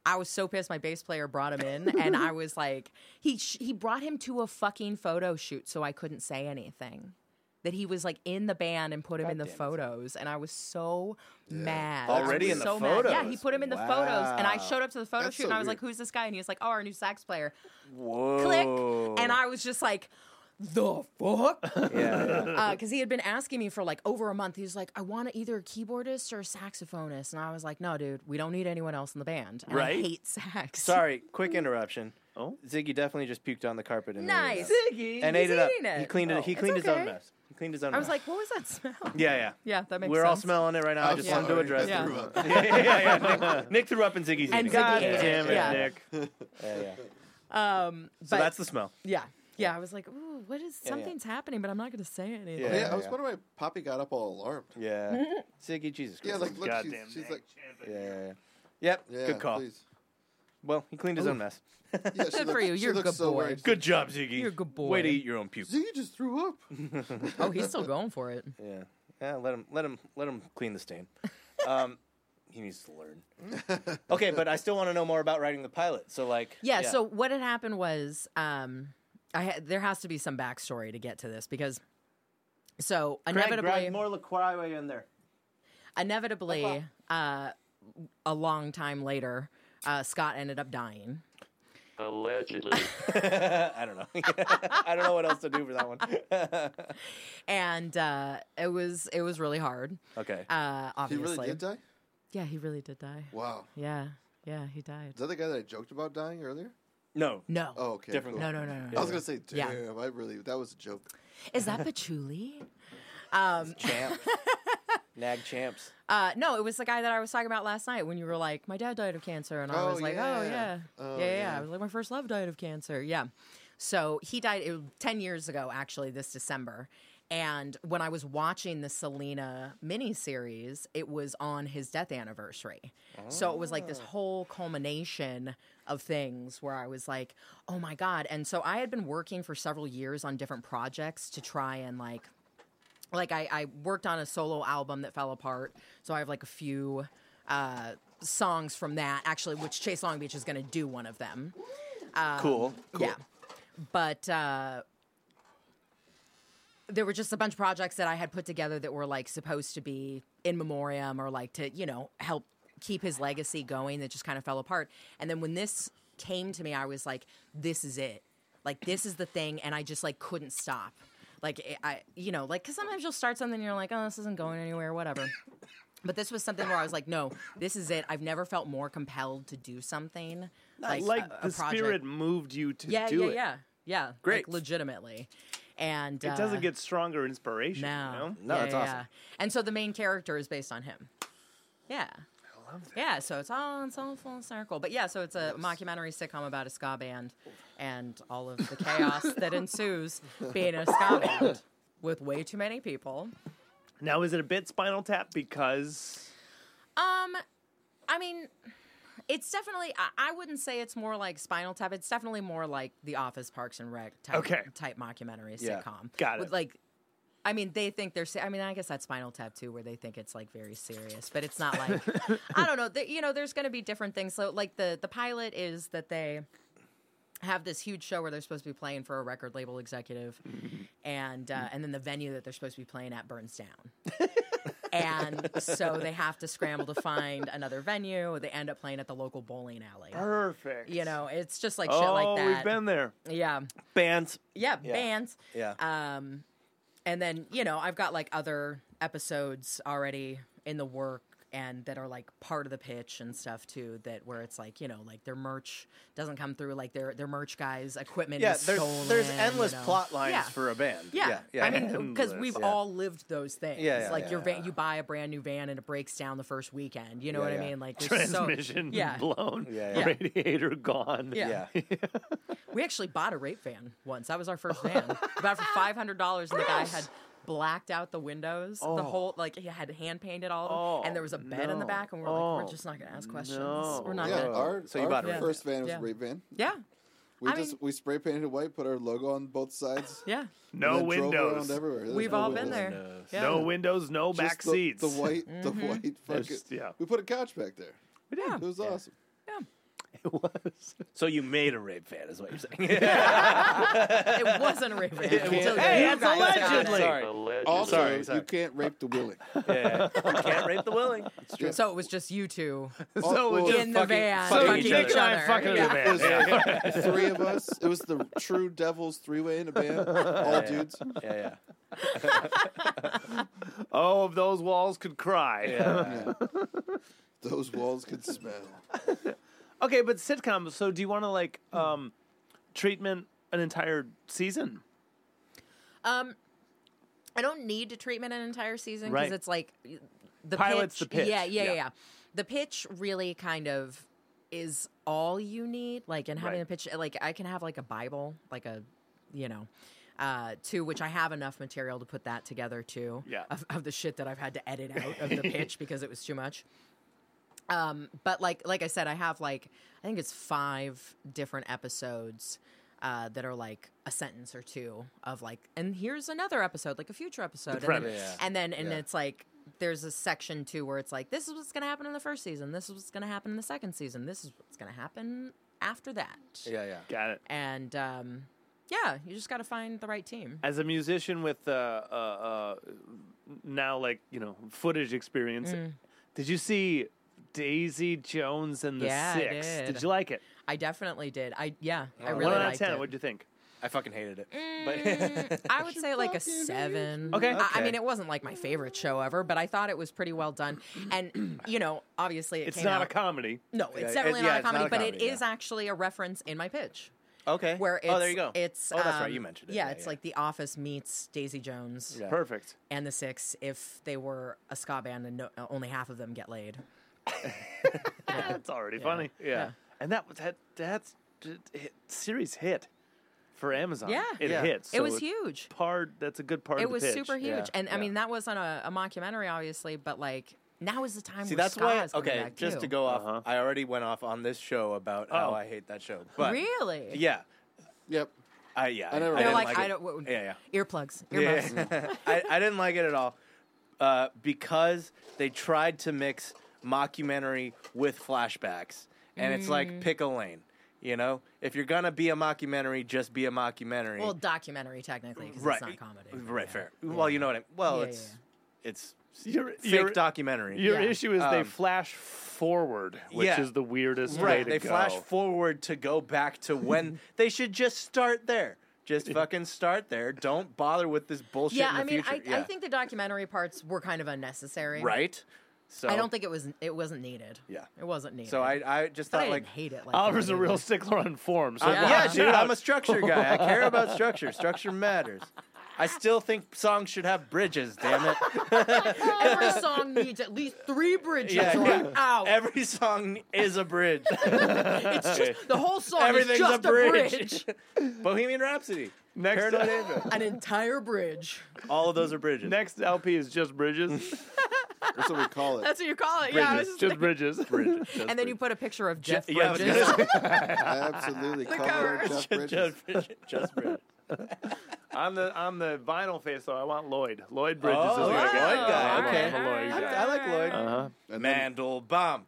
Speaker 3: I was so pissed. My bass player brought him in, and I was like, he sh- he brought him to a fucking photo shoot, so I couldn't say anything. That he was like in the band and put him in the photos, and I was so mad. I
Speaker 2: Already
Speaker 3: was
Speaker 2: in the
Speaker 3: so mad. Yeah,
Speaker 2: photos.
Speaker 3: he put him in the photos, and I
Speaker 2: Wow.
Speaker 3: showed up to the photo
Speaker 1: That's
Speaker 3: shoot,
Speaker 1: so
Speaker 3: and I was
Speaker 1: weird.
Speaker 3: like, "Who's this guy?" And he was like, "Oh, our new sax player."
Speaker 2: Whoa.
Speaker 3: Click, and I was just like, "The fuck."
Speaker 2: Yeah, yeah.
Speaker 3: because Uh, he had been asking me for like over a month. He was like, "I want either a keyboardist or a saxophonist," and I was like, "No, dude, we don't need anyone else in the band. And I
Speaker 2: Right?
Speaker 3: hate sax."
Speaker 2: Sorry, quick interruption.
Speaker 4: Oh.
Speaker 2: Ziggy definitely just puked on the carpet. And ate it
Speaker 3: nice.
Speaker 2: up. And ate
Speaker 3: He's
Speaker 2: it up.
Speaker 3: eating
Speaker 2: He cleaned it. He
Speaker 3: It's
Speaker 2: cleaned his
Speaker 3: okay.
Speaker 2: own mess. He cleaned his own.
Speaker 3: I was
Speaker 2: mess.
Speaker 3: like, "What was that smell?"
Speaker 2: yeah, yeah.
Speaker 3: Yeah, that makes.
Speaker 2: We're
Speaker 3: sense.
Speaker 2: all smelling it right now. i
Speaker 1: I'm
Speaker 2: just wanted to
Speaker 1: sorry.
Speaker 2: address
Speaker 1: I
Speaker 3: Yeah.
Speaker 2: it.
Speaker 1: threw up.
Speaker 2: yeah, yeah, yeah. Nick, Nick threw up and Ziggy's
Speaker 3: And
Speaker 2: eating.
Speaker 3: Ziggy
Speaker 2: it.
Speaker 4: God
Speaker 3: ate it,
Speaker 4: damn it,
Speaker 3: yeah.
Speaker 4: Nick.
Speaker 2: Yeah, yeah.
Speaker 3: Um, but
Speaker 2: So that's the smell.
Speaker 3: yeah, yeah. I was like, "Ooh, what is
Speaker 2: yeah.
Speaker 3: something's happening?" But I'm not going to say anything.
Speaker 1: Yeah,
Speaker 2: Yeah,
Speaker 1: I was
Speaker 2: yeah.
Speaker 1: wondering why Poppy got up all alarmed.
Speaker 2: Yeah. Ziggy, Jesus Christ.
Speaker 1: Yeah, like look, she's,
Speaker 4: Goddamn.
Speaker 1: she's like,
Speaker 2: yeah, yeah, yeah. Yep.
Speaker 1: yeah,
Speaker 2: good call.
Speaker 1: Please.
Speaker 2: Well, he cleaned his own mess.
Speaker 1: Yeah, she
Speaker 3: Good for
Speaker 1: looks-
Speaker 3: you.
Speaker 1: she
Speaker 3: You're a
Speaker 1: looks
Speaker 3: good
Speaker 1: so
Speaker 3: boy.
Speaker 1: worried.
Speaker 2: Good job, Ziggy.
Speaker 3: You're a good boy.
Speaker 2: Way to eat your own puke.
Speaker 1: Ziggy just threw up.
Speaker 3: Oh, he's still going for it.
Speaker 2: Yeah. Yeah, let him let him let him clean the stain. Um he needs to learn. Okay, but I still want to know more about writing the pilot. So like
Speaker 3: yeah, so what had happened was um i had there has to be some backstory to get to this because so inevitably
Speaker 2: more LaCroix in there.
Speaker 3: inevitably uh a long time later uh scott ended up dying
Speaker 5: Allegedly.
Speaker 2: I don't know. I don't know what else to do for that one.
Speaker 3: and uh it was it was really hard
Speaker 2: okay.
Speaker 3: uh
Speaker 1: He
Speaker 3: obviously
Speaker 1: really did die.
Speaker 3: yeah he really did die
Speaker 1: Wow.
Speaker 3: yeah yeah he died
Speaker 1: Is that the guy that I joked about dying earlier?
Speaker 2: No.
Speaker 3: no
Speaker 1: Oh, okay.
Speaker 2: Different
Speaker 1: cool.
Speaker 3: no no no no,
Speaker 1: I
Speaker 3: no.
Speaker 1: was gonna say,
Speaker 3: Yeah.
Speaker 1: damn, I really that was a joke.
Speaker 3: is that patchouli
Speaker 2: Champ. Nag champs.
Speaker 3: Uh, no, it was the guy that I was talking about last night when you were like, my dad died of cancer, and I
Speaker 1: Oh,
Speaker 3: was like,
Speaker 1: yeah.
Speaker 3: oh yeah,
Speaker 1: Oh,
Speaker 3: yeah, yeah,
Speaker 1: yeah.
Speaker 3: I was like, my first love died of cancer. Yeah, so he died it, was ten years ago, actually, this December. And when I was watching the Selena miniseries, it was on his death anniversary. So it was like
Speaker 1: Oh.
Speaker 3: this whole culmination of things where I was like, oh my God. And so I had been working for several years on different projects to try and like like I, I worked on a solo album that fell apart so i have like a few uh, songs from that actually which chase long beach is going to do one of them um,
Speaker 2: cool.
Speaker 3: yeah but uh, there were just a bunch of projects that i had put together that were like supposed to be in memoriam or like to you know help keep his legacy going that just kind of fell apart and then when this came to me i was like this is it like this is the thing and i just like couldn't stop like it- i you know like because sometimes you'll start something and you're like oh this isn't going anywhere whatever but this was something where i was like no this is it i've never felt more compelled to do something like,
Speaker 4: Like
Speaker 3: a-
Speaker 4: the
Speaker 3: a project.
Speaker 4: spirit moved you to
Speaker 3: yeah
Speaker 4: do
Speaker 3: yeah
Speaker 4: it.
Speaker 3: yeah yeah
Speaker 2: Great.
Speaker 3: like legitimately and
Speaker 4: It
Speaker 3: uh,
Speaker 4: doesn't get stronger inspiration.
Speaker 3: no
Speaker 4: You know?
Speaker 2: No,
Speaker 3: yeah,
Speaker 2: it's
Speaker 3: yeah,
Speaker 2: awesome.
Speaker 3: yeah. and so the main character is based on him yeah I love that. Yeah, so it's all it's all full circle, but yeah, so it's a mockumentary sitcom about a ska band and all of the chaos that ensues being a ska band with way too many people.
Speaker 4: Now, is it a bit Spinal Tap because
Speaker 3: Um, I mean, It's definitely. I, I wouldn't say it's more like Spinal Tap. It's definitely more like the Office, Parks and Rec type,
Speaker 4: Okay.
Speaker 3: type mockumentary
Speaker 2: Yeah.
Speaker 3: sitcom.
Speaker 4: Got
Speaker 3: With
Speaker 4: it.
Speaker 3: like, I mean, they think they're. se- I mean, I guess that's Spinal Tap too, where they think it's like very serious, but it's not like. I don't know. The, you know, there's going to be different things. So, like the the pilot is that they have this huge show where they're supposed to be playing for a record label executive, and uh, and then the venue that they're supposed to be playing at burns down and so they have to scramble to find another venue. They end up playing at the local bowling alley.
Speaker 4: Perfect.
Speaker 3: You know, it's just like
Speaker 4: oh,
Speaker 3: shit like that.
Speaker 4: we've been there.
Speaker 3: yeah.
Speaker 4: Bands.
Speaker 3: yeah, bands.
Speaker 2: Yeah.
Speaker 3: Um, and then you know, I've got like other episodes already in the work. And that are like part of the pitch and stuff too. That where it's like you know, like their merch doesn't come through. Like their their merch guys' equipment.
Speaker 2: yeah,
Speaker 3: is
Speaker 2: there's
Speaker 3: stolen,
Speaker 2: there's
Speaker 3: you
Speaker 2: endless
Speaker 3: know.
Speaker 2: plot lines
Speaker 3: Yeah.
Speaker 2: for a band.
Speaker 3: Yeah.
Speaker 2: yeah. yeah.
Speaker 3: I mean, because we've
Speaker 2: Yeah.
Speaker 3: all lived those things.
Speaker 2: Yeah, yeah,
Speaker 3: like
Speaker 2: yeah,
Speaker 3: your van,
Speaker 2: yeah.
Speaker 3: you buy a brand new van and it breaks down the first weekend. You know
Speaker 2: Yeah,
Speaker 3: what
Speaker 2: yeah.
Speaker 3: I mean? Like there's so-
Speaker 4: Transmission
Speaker 3: yeah.
Speaker 4: blown.
Speaker 2: Yeah, yeah.
Speaker 4: Radiator gone.
Speaker 3: Yeah.
Speaker 2: yeah.
Speaker 3: We actually bought a rape van once. That was our first van. We bought it for five hundred dollars, and the guy had blacked out the windows. The whole like he had hand painted all of them,
Speaker 4: Oh,
Speaker 3: and there was a bed in the
Speaker 4: no.
Speaker 3: back, and we're like,
Speaker 4: Oh,
Speaker 3: we're just not gonna ask questions.
Speaker 4: no.
Speaker 3: We're not
Speaker 1: yeah,
Speaker 3: gonna.
Speaker 1: our,
Speaker 2: So you
Speaker 1: our
Speaker 2: bought a rape
Speaker 1: first
Speaker 3: van.
Speaker 1: van was
Speaker 3: Yeah.
Speaker 1: a rape van.
Speaker 3: Yeah,
Speaker 1: We
Speaker 3: I
Speaker 1: just
Speaker 3: mean-
Speaker 1: we spray painted it white, put our logo on both sides.
Speaker 3: yeah.
Speaker 4: No
Speaker 1: and then drove around
Speaker 4: windows.
Speaker 1: everywhere. There's
Speaker 3: We've
Speaker 1: no
Speaker 3: all been
Speaker 1: windows.
Speaker 3: there.
Speaker 2: Uh,
Speaker 3: Mm-hmm. Yeah.
Speaker 4: No windows, no
Speaker 1: Just
Speaker 4: back
Speaker 1: the,
Speaker 4: seats.
Speaker 1: The white, the white fucking.
Speaker 4: Just- yeah.
Speaker 1: We put a couch back there.
Speaker 4: We did.
Speaker 1: It was awesome.
Speaker 4: It was.
Speaker 2: So you made a rape fan, is what you're saying. Yeah.
Speaker 3: It wasn't a rape van. until
Speaker 4: Hey,
Speaker 3: you
Speaker 4: that's
Speaker 3: guys got it.
Speaker 4: allegedly.
Speaker 2: Sorry.
Speaker 5: Allegedly.
Speaker 1: Also,
Speaker 2: Sorry, sorry.
Speaker 1: you can't rape the willing.
Speaker 2: yeah. You can't rape the willing.
Speaker 3: So it was just you two
Speaker 1: Oh, well,
Speaker 3: in the van,
Speaker 2: fucking
Speaker 3: fucking
Speaker 2: each
Speaker 3: each
Speaker 2: other.
Speaker 3: other. Yeah.
Speaker 1: It was like three of us. It was the True Devils three way in a band, all
Speaker 2: yeah.
Speaker 1: dudes.
Speaker 2: Yeah, yeah.
Speaker 4: Oh, if those walls could cry.
Speaker 2: Yeah.
Speaker 1: Those walls could smell.
Speaker 4: Okay, but sitcom. So, do you want to like um, treatment an entire season?
Speaker 3: Um, I don't need to treatment an entire season because
Speaker 4: Right.
Speaker 3: it's like the
Speaker 4: Pilot's
Speaker 3: pitch,
Speaker 4: the pitch.
Speaker 3: Yeah, yeah,
Speaker 4: Yeah.
Speaker 3: yeah, yeah. The pitch really kind of is all you need. Like, and having
Speaker 4: Right.
Speaker 3: a pitch, like I can have like a Bible, like a, you know. Uh, to which I have enough material to put that together too.
Speaker 4: Yeah.
Speaker 3: Of, of the shit that I've had to edit out of the pitch because it was too much. Um, but like like I said, I have like I think it's five different episodes uh, that are like a sentence or two of like, and here's another episode, like a future episode, and then,
Speaker 4: premise. Yeah.
Speaker 3: and then and
Speaker 1: Yeah.
Speaker 3: it's like there's a section too where it's like this is what's gonna happen in the first season, this is what's gonna happen in the second season, this is what's gonna happen after that,
Speaker 2: Yeah, yeah.
Speaker 4: Got it.
Speaker 3: and um, yeah, you just gotta find the right team.
Speaker 4: As a musician with uh, uh, uh, now like you know footage experience,
Speaker 3: Mm.
Speaker 4: did you see Daisy Jones and the
Speaker 3: Yeah, I
Speaker 4: Six?
Speaker 3: did.
Speaker 4: you like it?
Speaker 3: I definitely did. I yeah, I
Speaker 2: One
Speaker 3: really
Speaker 4: One out of
Speaker 3: liked
Speaker 4: ten.
Speaker 3: it.
Speaker 4: What'd you think?
Speaker 2: I fucking hated it.
Speaker 3: Mm, I would say like a
Speaker 1: fucking idiot.
Speaker 3: seven.
Speaker 4: Okay.
Speaker 3: I, I
Speaker 4: Okay.
Speaker 3: mean, it wasn't like my favorite show ever, but I thought it was pretty well done. And you know, obviously, it
Speaker 4: It's
Speaker 3: came
Speaker 4: not a
Speaker 3: out-
Speaker 4: comedy.
Speaker 3: No,
Speaker 2: Yeah,
Speaker 3: it's definitely
Speaker 2: it-
Speaker 3: not,
Speaker 2: yeah,
Speaker 3: a
Speaker 2: it's not
Speaker 3: comedy,
Speaker 2: a
Speaker 3: but it
Speaker 2: comedy,
Speaker 3: is actually a reference in my pitch.
Speaker 2: But okay.
Speaker 3: Where it's,
Speaker 2: oh, there you go.
Speaker 3: It's
Speaker 2: oh, that's
Speaker 3: um,
Speaker 2: right. You mentioned it.
Speaker 3: Yeah, it's like The Office meets Daisy Jones
Speaker 2: Yeah.
Speaker 4: Perfect.
Speaker 3: and the Six. If they were a ska band and no, uh, only half of them get laid,
Speaker 4: That's already funny. Yeah. And that was that that's hit, series hit for Amazon.
Speaker 3: Yeah.
Speaker 4: It
Speaker 2: Yeah.
Speaker 4: hit.
Speaker 3: it was
Speaker 4: so
Speaker 3: huge.
Speaker 4: Part that's a good part
Speaker 3: It
Speaker 4: of the
Speaker 3: was
Speaker 4: pitch.
Speaker 3: super huge,
Speaker 2: Yeah,
Speaker 3: and
Speaker 2: yeah.
Speaker 3: I mean that wasn't a, a mockumentary, obviously, but like now is the time.
Speaker 2: See,
Speaker 3: where
Speaker 2: that's
Speaker 3: ska
Speaker 2: why.
Speaker 3: is coming
Speaker 2: Okay,
Speaker 3: back,
Speaker 2: just to
Speaker 3: too.
Speaker 2: go off,
Speaker 4: Uh-huh.
Speaker 2: I already went off on this show about
Speaker 4: Oh.
Speaker 2: how I hate that show. But
Speaker 3: really,
Speaker 2: Yeah.
Speaker 1: Yep.
Speaker 2: I yeah.
Speaker 1: I never
Speaker 2: I
Speaker 1: read
Speaker 3: They're
Speaker 2: didn't
Speaker 1: it.
Speaker 3: like,
Speaker 2: like
Speaker 3: I
Speaker 2: it.
Speaker 3: don't. What,
Speaker 2: Yeah, yeah.
Speaker 3: Earplugs. Earmuffs.
Speaker 2: Yeah. I, I didn't like it at all uh, because they tried to mix mockumentary with flashbacks, and it's
Speaker 3: Mm.
Speaker 2: like pick a lane. You know, if you're gonna be a mockumentary, just be a mockumentary.
Speaker 3: Well, documentary technically, because
Speaker 2: right,
Speaker 3: it's not comedy. but
Speaker 2: Right,
Speaker 3: yeah.
Speaker 2: fair. Well, you know what I mean. Well,
Speaker 3: Yeah,
Speaker 2: it's it's
Speaker 4: Your,
Speaker 2: fake
Speaker 4: your,
Speaker 2: documentary.
Speaker 4: your
Speaker 3: Yeah.
Speaker 4: issue is they
Speaker 2: Um,
Speaker 4: flash forward, which
Speaker 2: yeah.
Speaker 4: is the weirdest way
Speaker 2: right,
Speaker 4: to
Speaker 2: they
Speaker 4: go.
Speaker 2: flash forward to go back to when they should just start there. Just fucking start there. Don't bother with this bullshit
Speaker 3: Yeah,
Speaker 2: in the
Speaker 3: I mean,
Speaker 2: future.
Speaker 3: I, I think the documentary parts were kind of unnecessary.
Speaker 2: right. So
Speaker 3: I don't think it was. It wasn't needed.
Speaker 2: Yeah.
Speaker 3: It wasn't needed.
Speaker 2: So I, I just
Speaker 3: But I
Speaker 2: thought
Speaker 3: didn't
Speaker 2: like,
Speaker 3: hate it. Like
Speaker 4: Oliver's
Speaker 3: that
Speaker 4: a real
Speaker 3: either.
Speaker 4: stickler on form. So
Speaker 2: I'm-
Speaker 3: Yeah.
Speaker 2: yeah, dude, I'm a structure guy. I care about structure. Structure matters. I still think songs should have bridges. Damn it!
Speaker 3: Every song needs at least three bridges.
Speaker 2: Yeah,
Speaker 3: or
Speaker 2: yeah.
Speaker 3: I'm out.
Speaker 2: Every song is a bridge.
Speaker 3: it's just the whole song
Speaker 2: Everything's
Speaker 3: is just
Speaker 2: a bridge. Bohemian Rhapsody,
Speaker 4: Next-
Speaker 2: Paranoid Android,
Speaker 3: An entire bridge.
Speaker 2: all of those are bridges.
Speaker 4: Next LP is just bridges.
Speaker 1: That's what we call it.
Speaker 3: That's what you call it. Yeah. I was just
Speaker 4: Just, just
Speaker 3: like-
Speaker 4: bridges. Bridges.
Speaker 3: and then you put a picture of Jeff
Speaker 2: yeah, I was
Speaker 3: Bridges.
Speaker 2: gonna say-
Speaker 1: Absolutely. cover
Speaker 3: cover.
Speaker 1: Jeff Bridges.
Speaker 2: Just Bridges. Just Bridges.
Speaker 4: I'm the I'm the vinyl face though. I want Lloyd. Lloyd Bridges is
Speaker 2: Oh,
Speaker 4: my
Speaker 2: Lloyd
Speaker 4: guy.
Speaker 2: guy,
Speaker 4: I want-
Speaker 2: okay.
Speaker 4: I'm a Lloyd
Speaker 2: I,
Speaker 4: guy.
Speaker 2: I like Uh, Lloyd.
Speaker 4: Uh-huh.
Speaker 1: And then-
Speaker 2: Mandelbaum.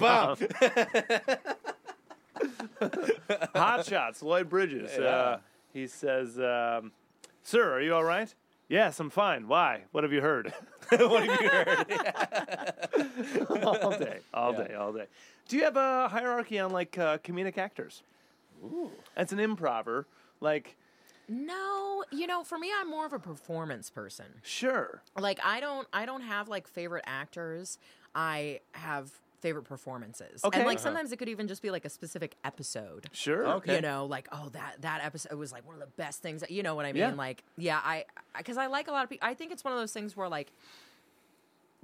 Speaker 2: Mandelbaum.
Speaker 4: Hot shots, Lloyd Bridges. Uh, he says, um, "Sir, are you all right?" Yes, I'm fine. Why? What have you heard?
Speaker 2: what have you heard?
Speaker 4: all day, all day, all day. Do you have a hierarchy on like uh, comedic actors? Ooh, that's an improver. Like,
Speaker 3: No, you know, for me, I'm more of a performance person.
Speaker 4: sure,
Speaker 3: Like, I don't, I don't have like favorite actors. I have favorite performances.
Speaker 4: Okay.
Speaker 3: And like
Speaker 4: Uh-huh.
Speaker 3: sometimes it could even just be like a specific episode.
Speaker 4: sure.
Speaker 2: Okay.
Speaker 3: You know, like oh that that episode was like one of the best things. You know what I mean?
Speaker 4: Yeah.
Speaker 3: Like yeah, I because I like a lot of people. I think it's one of those things where like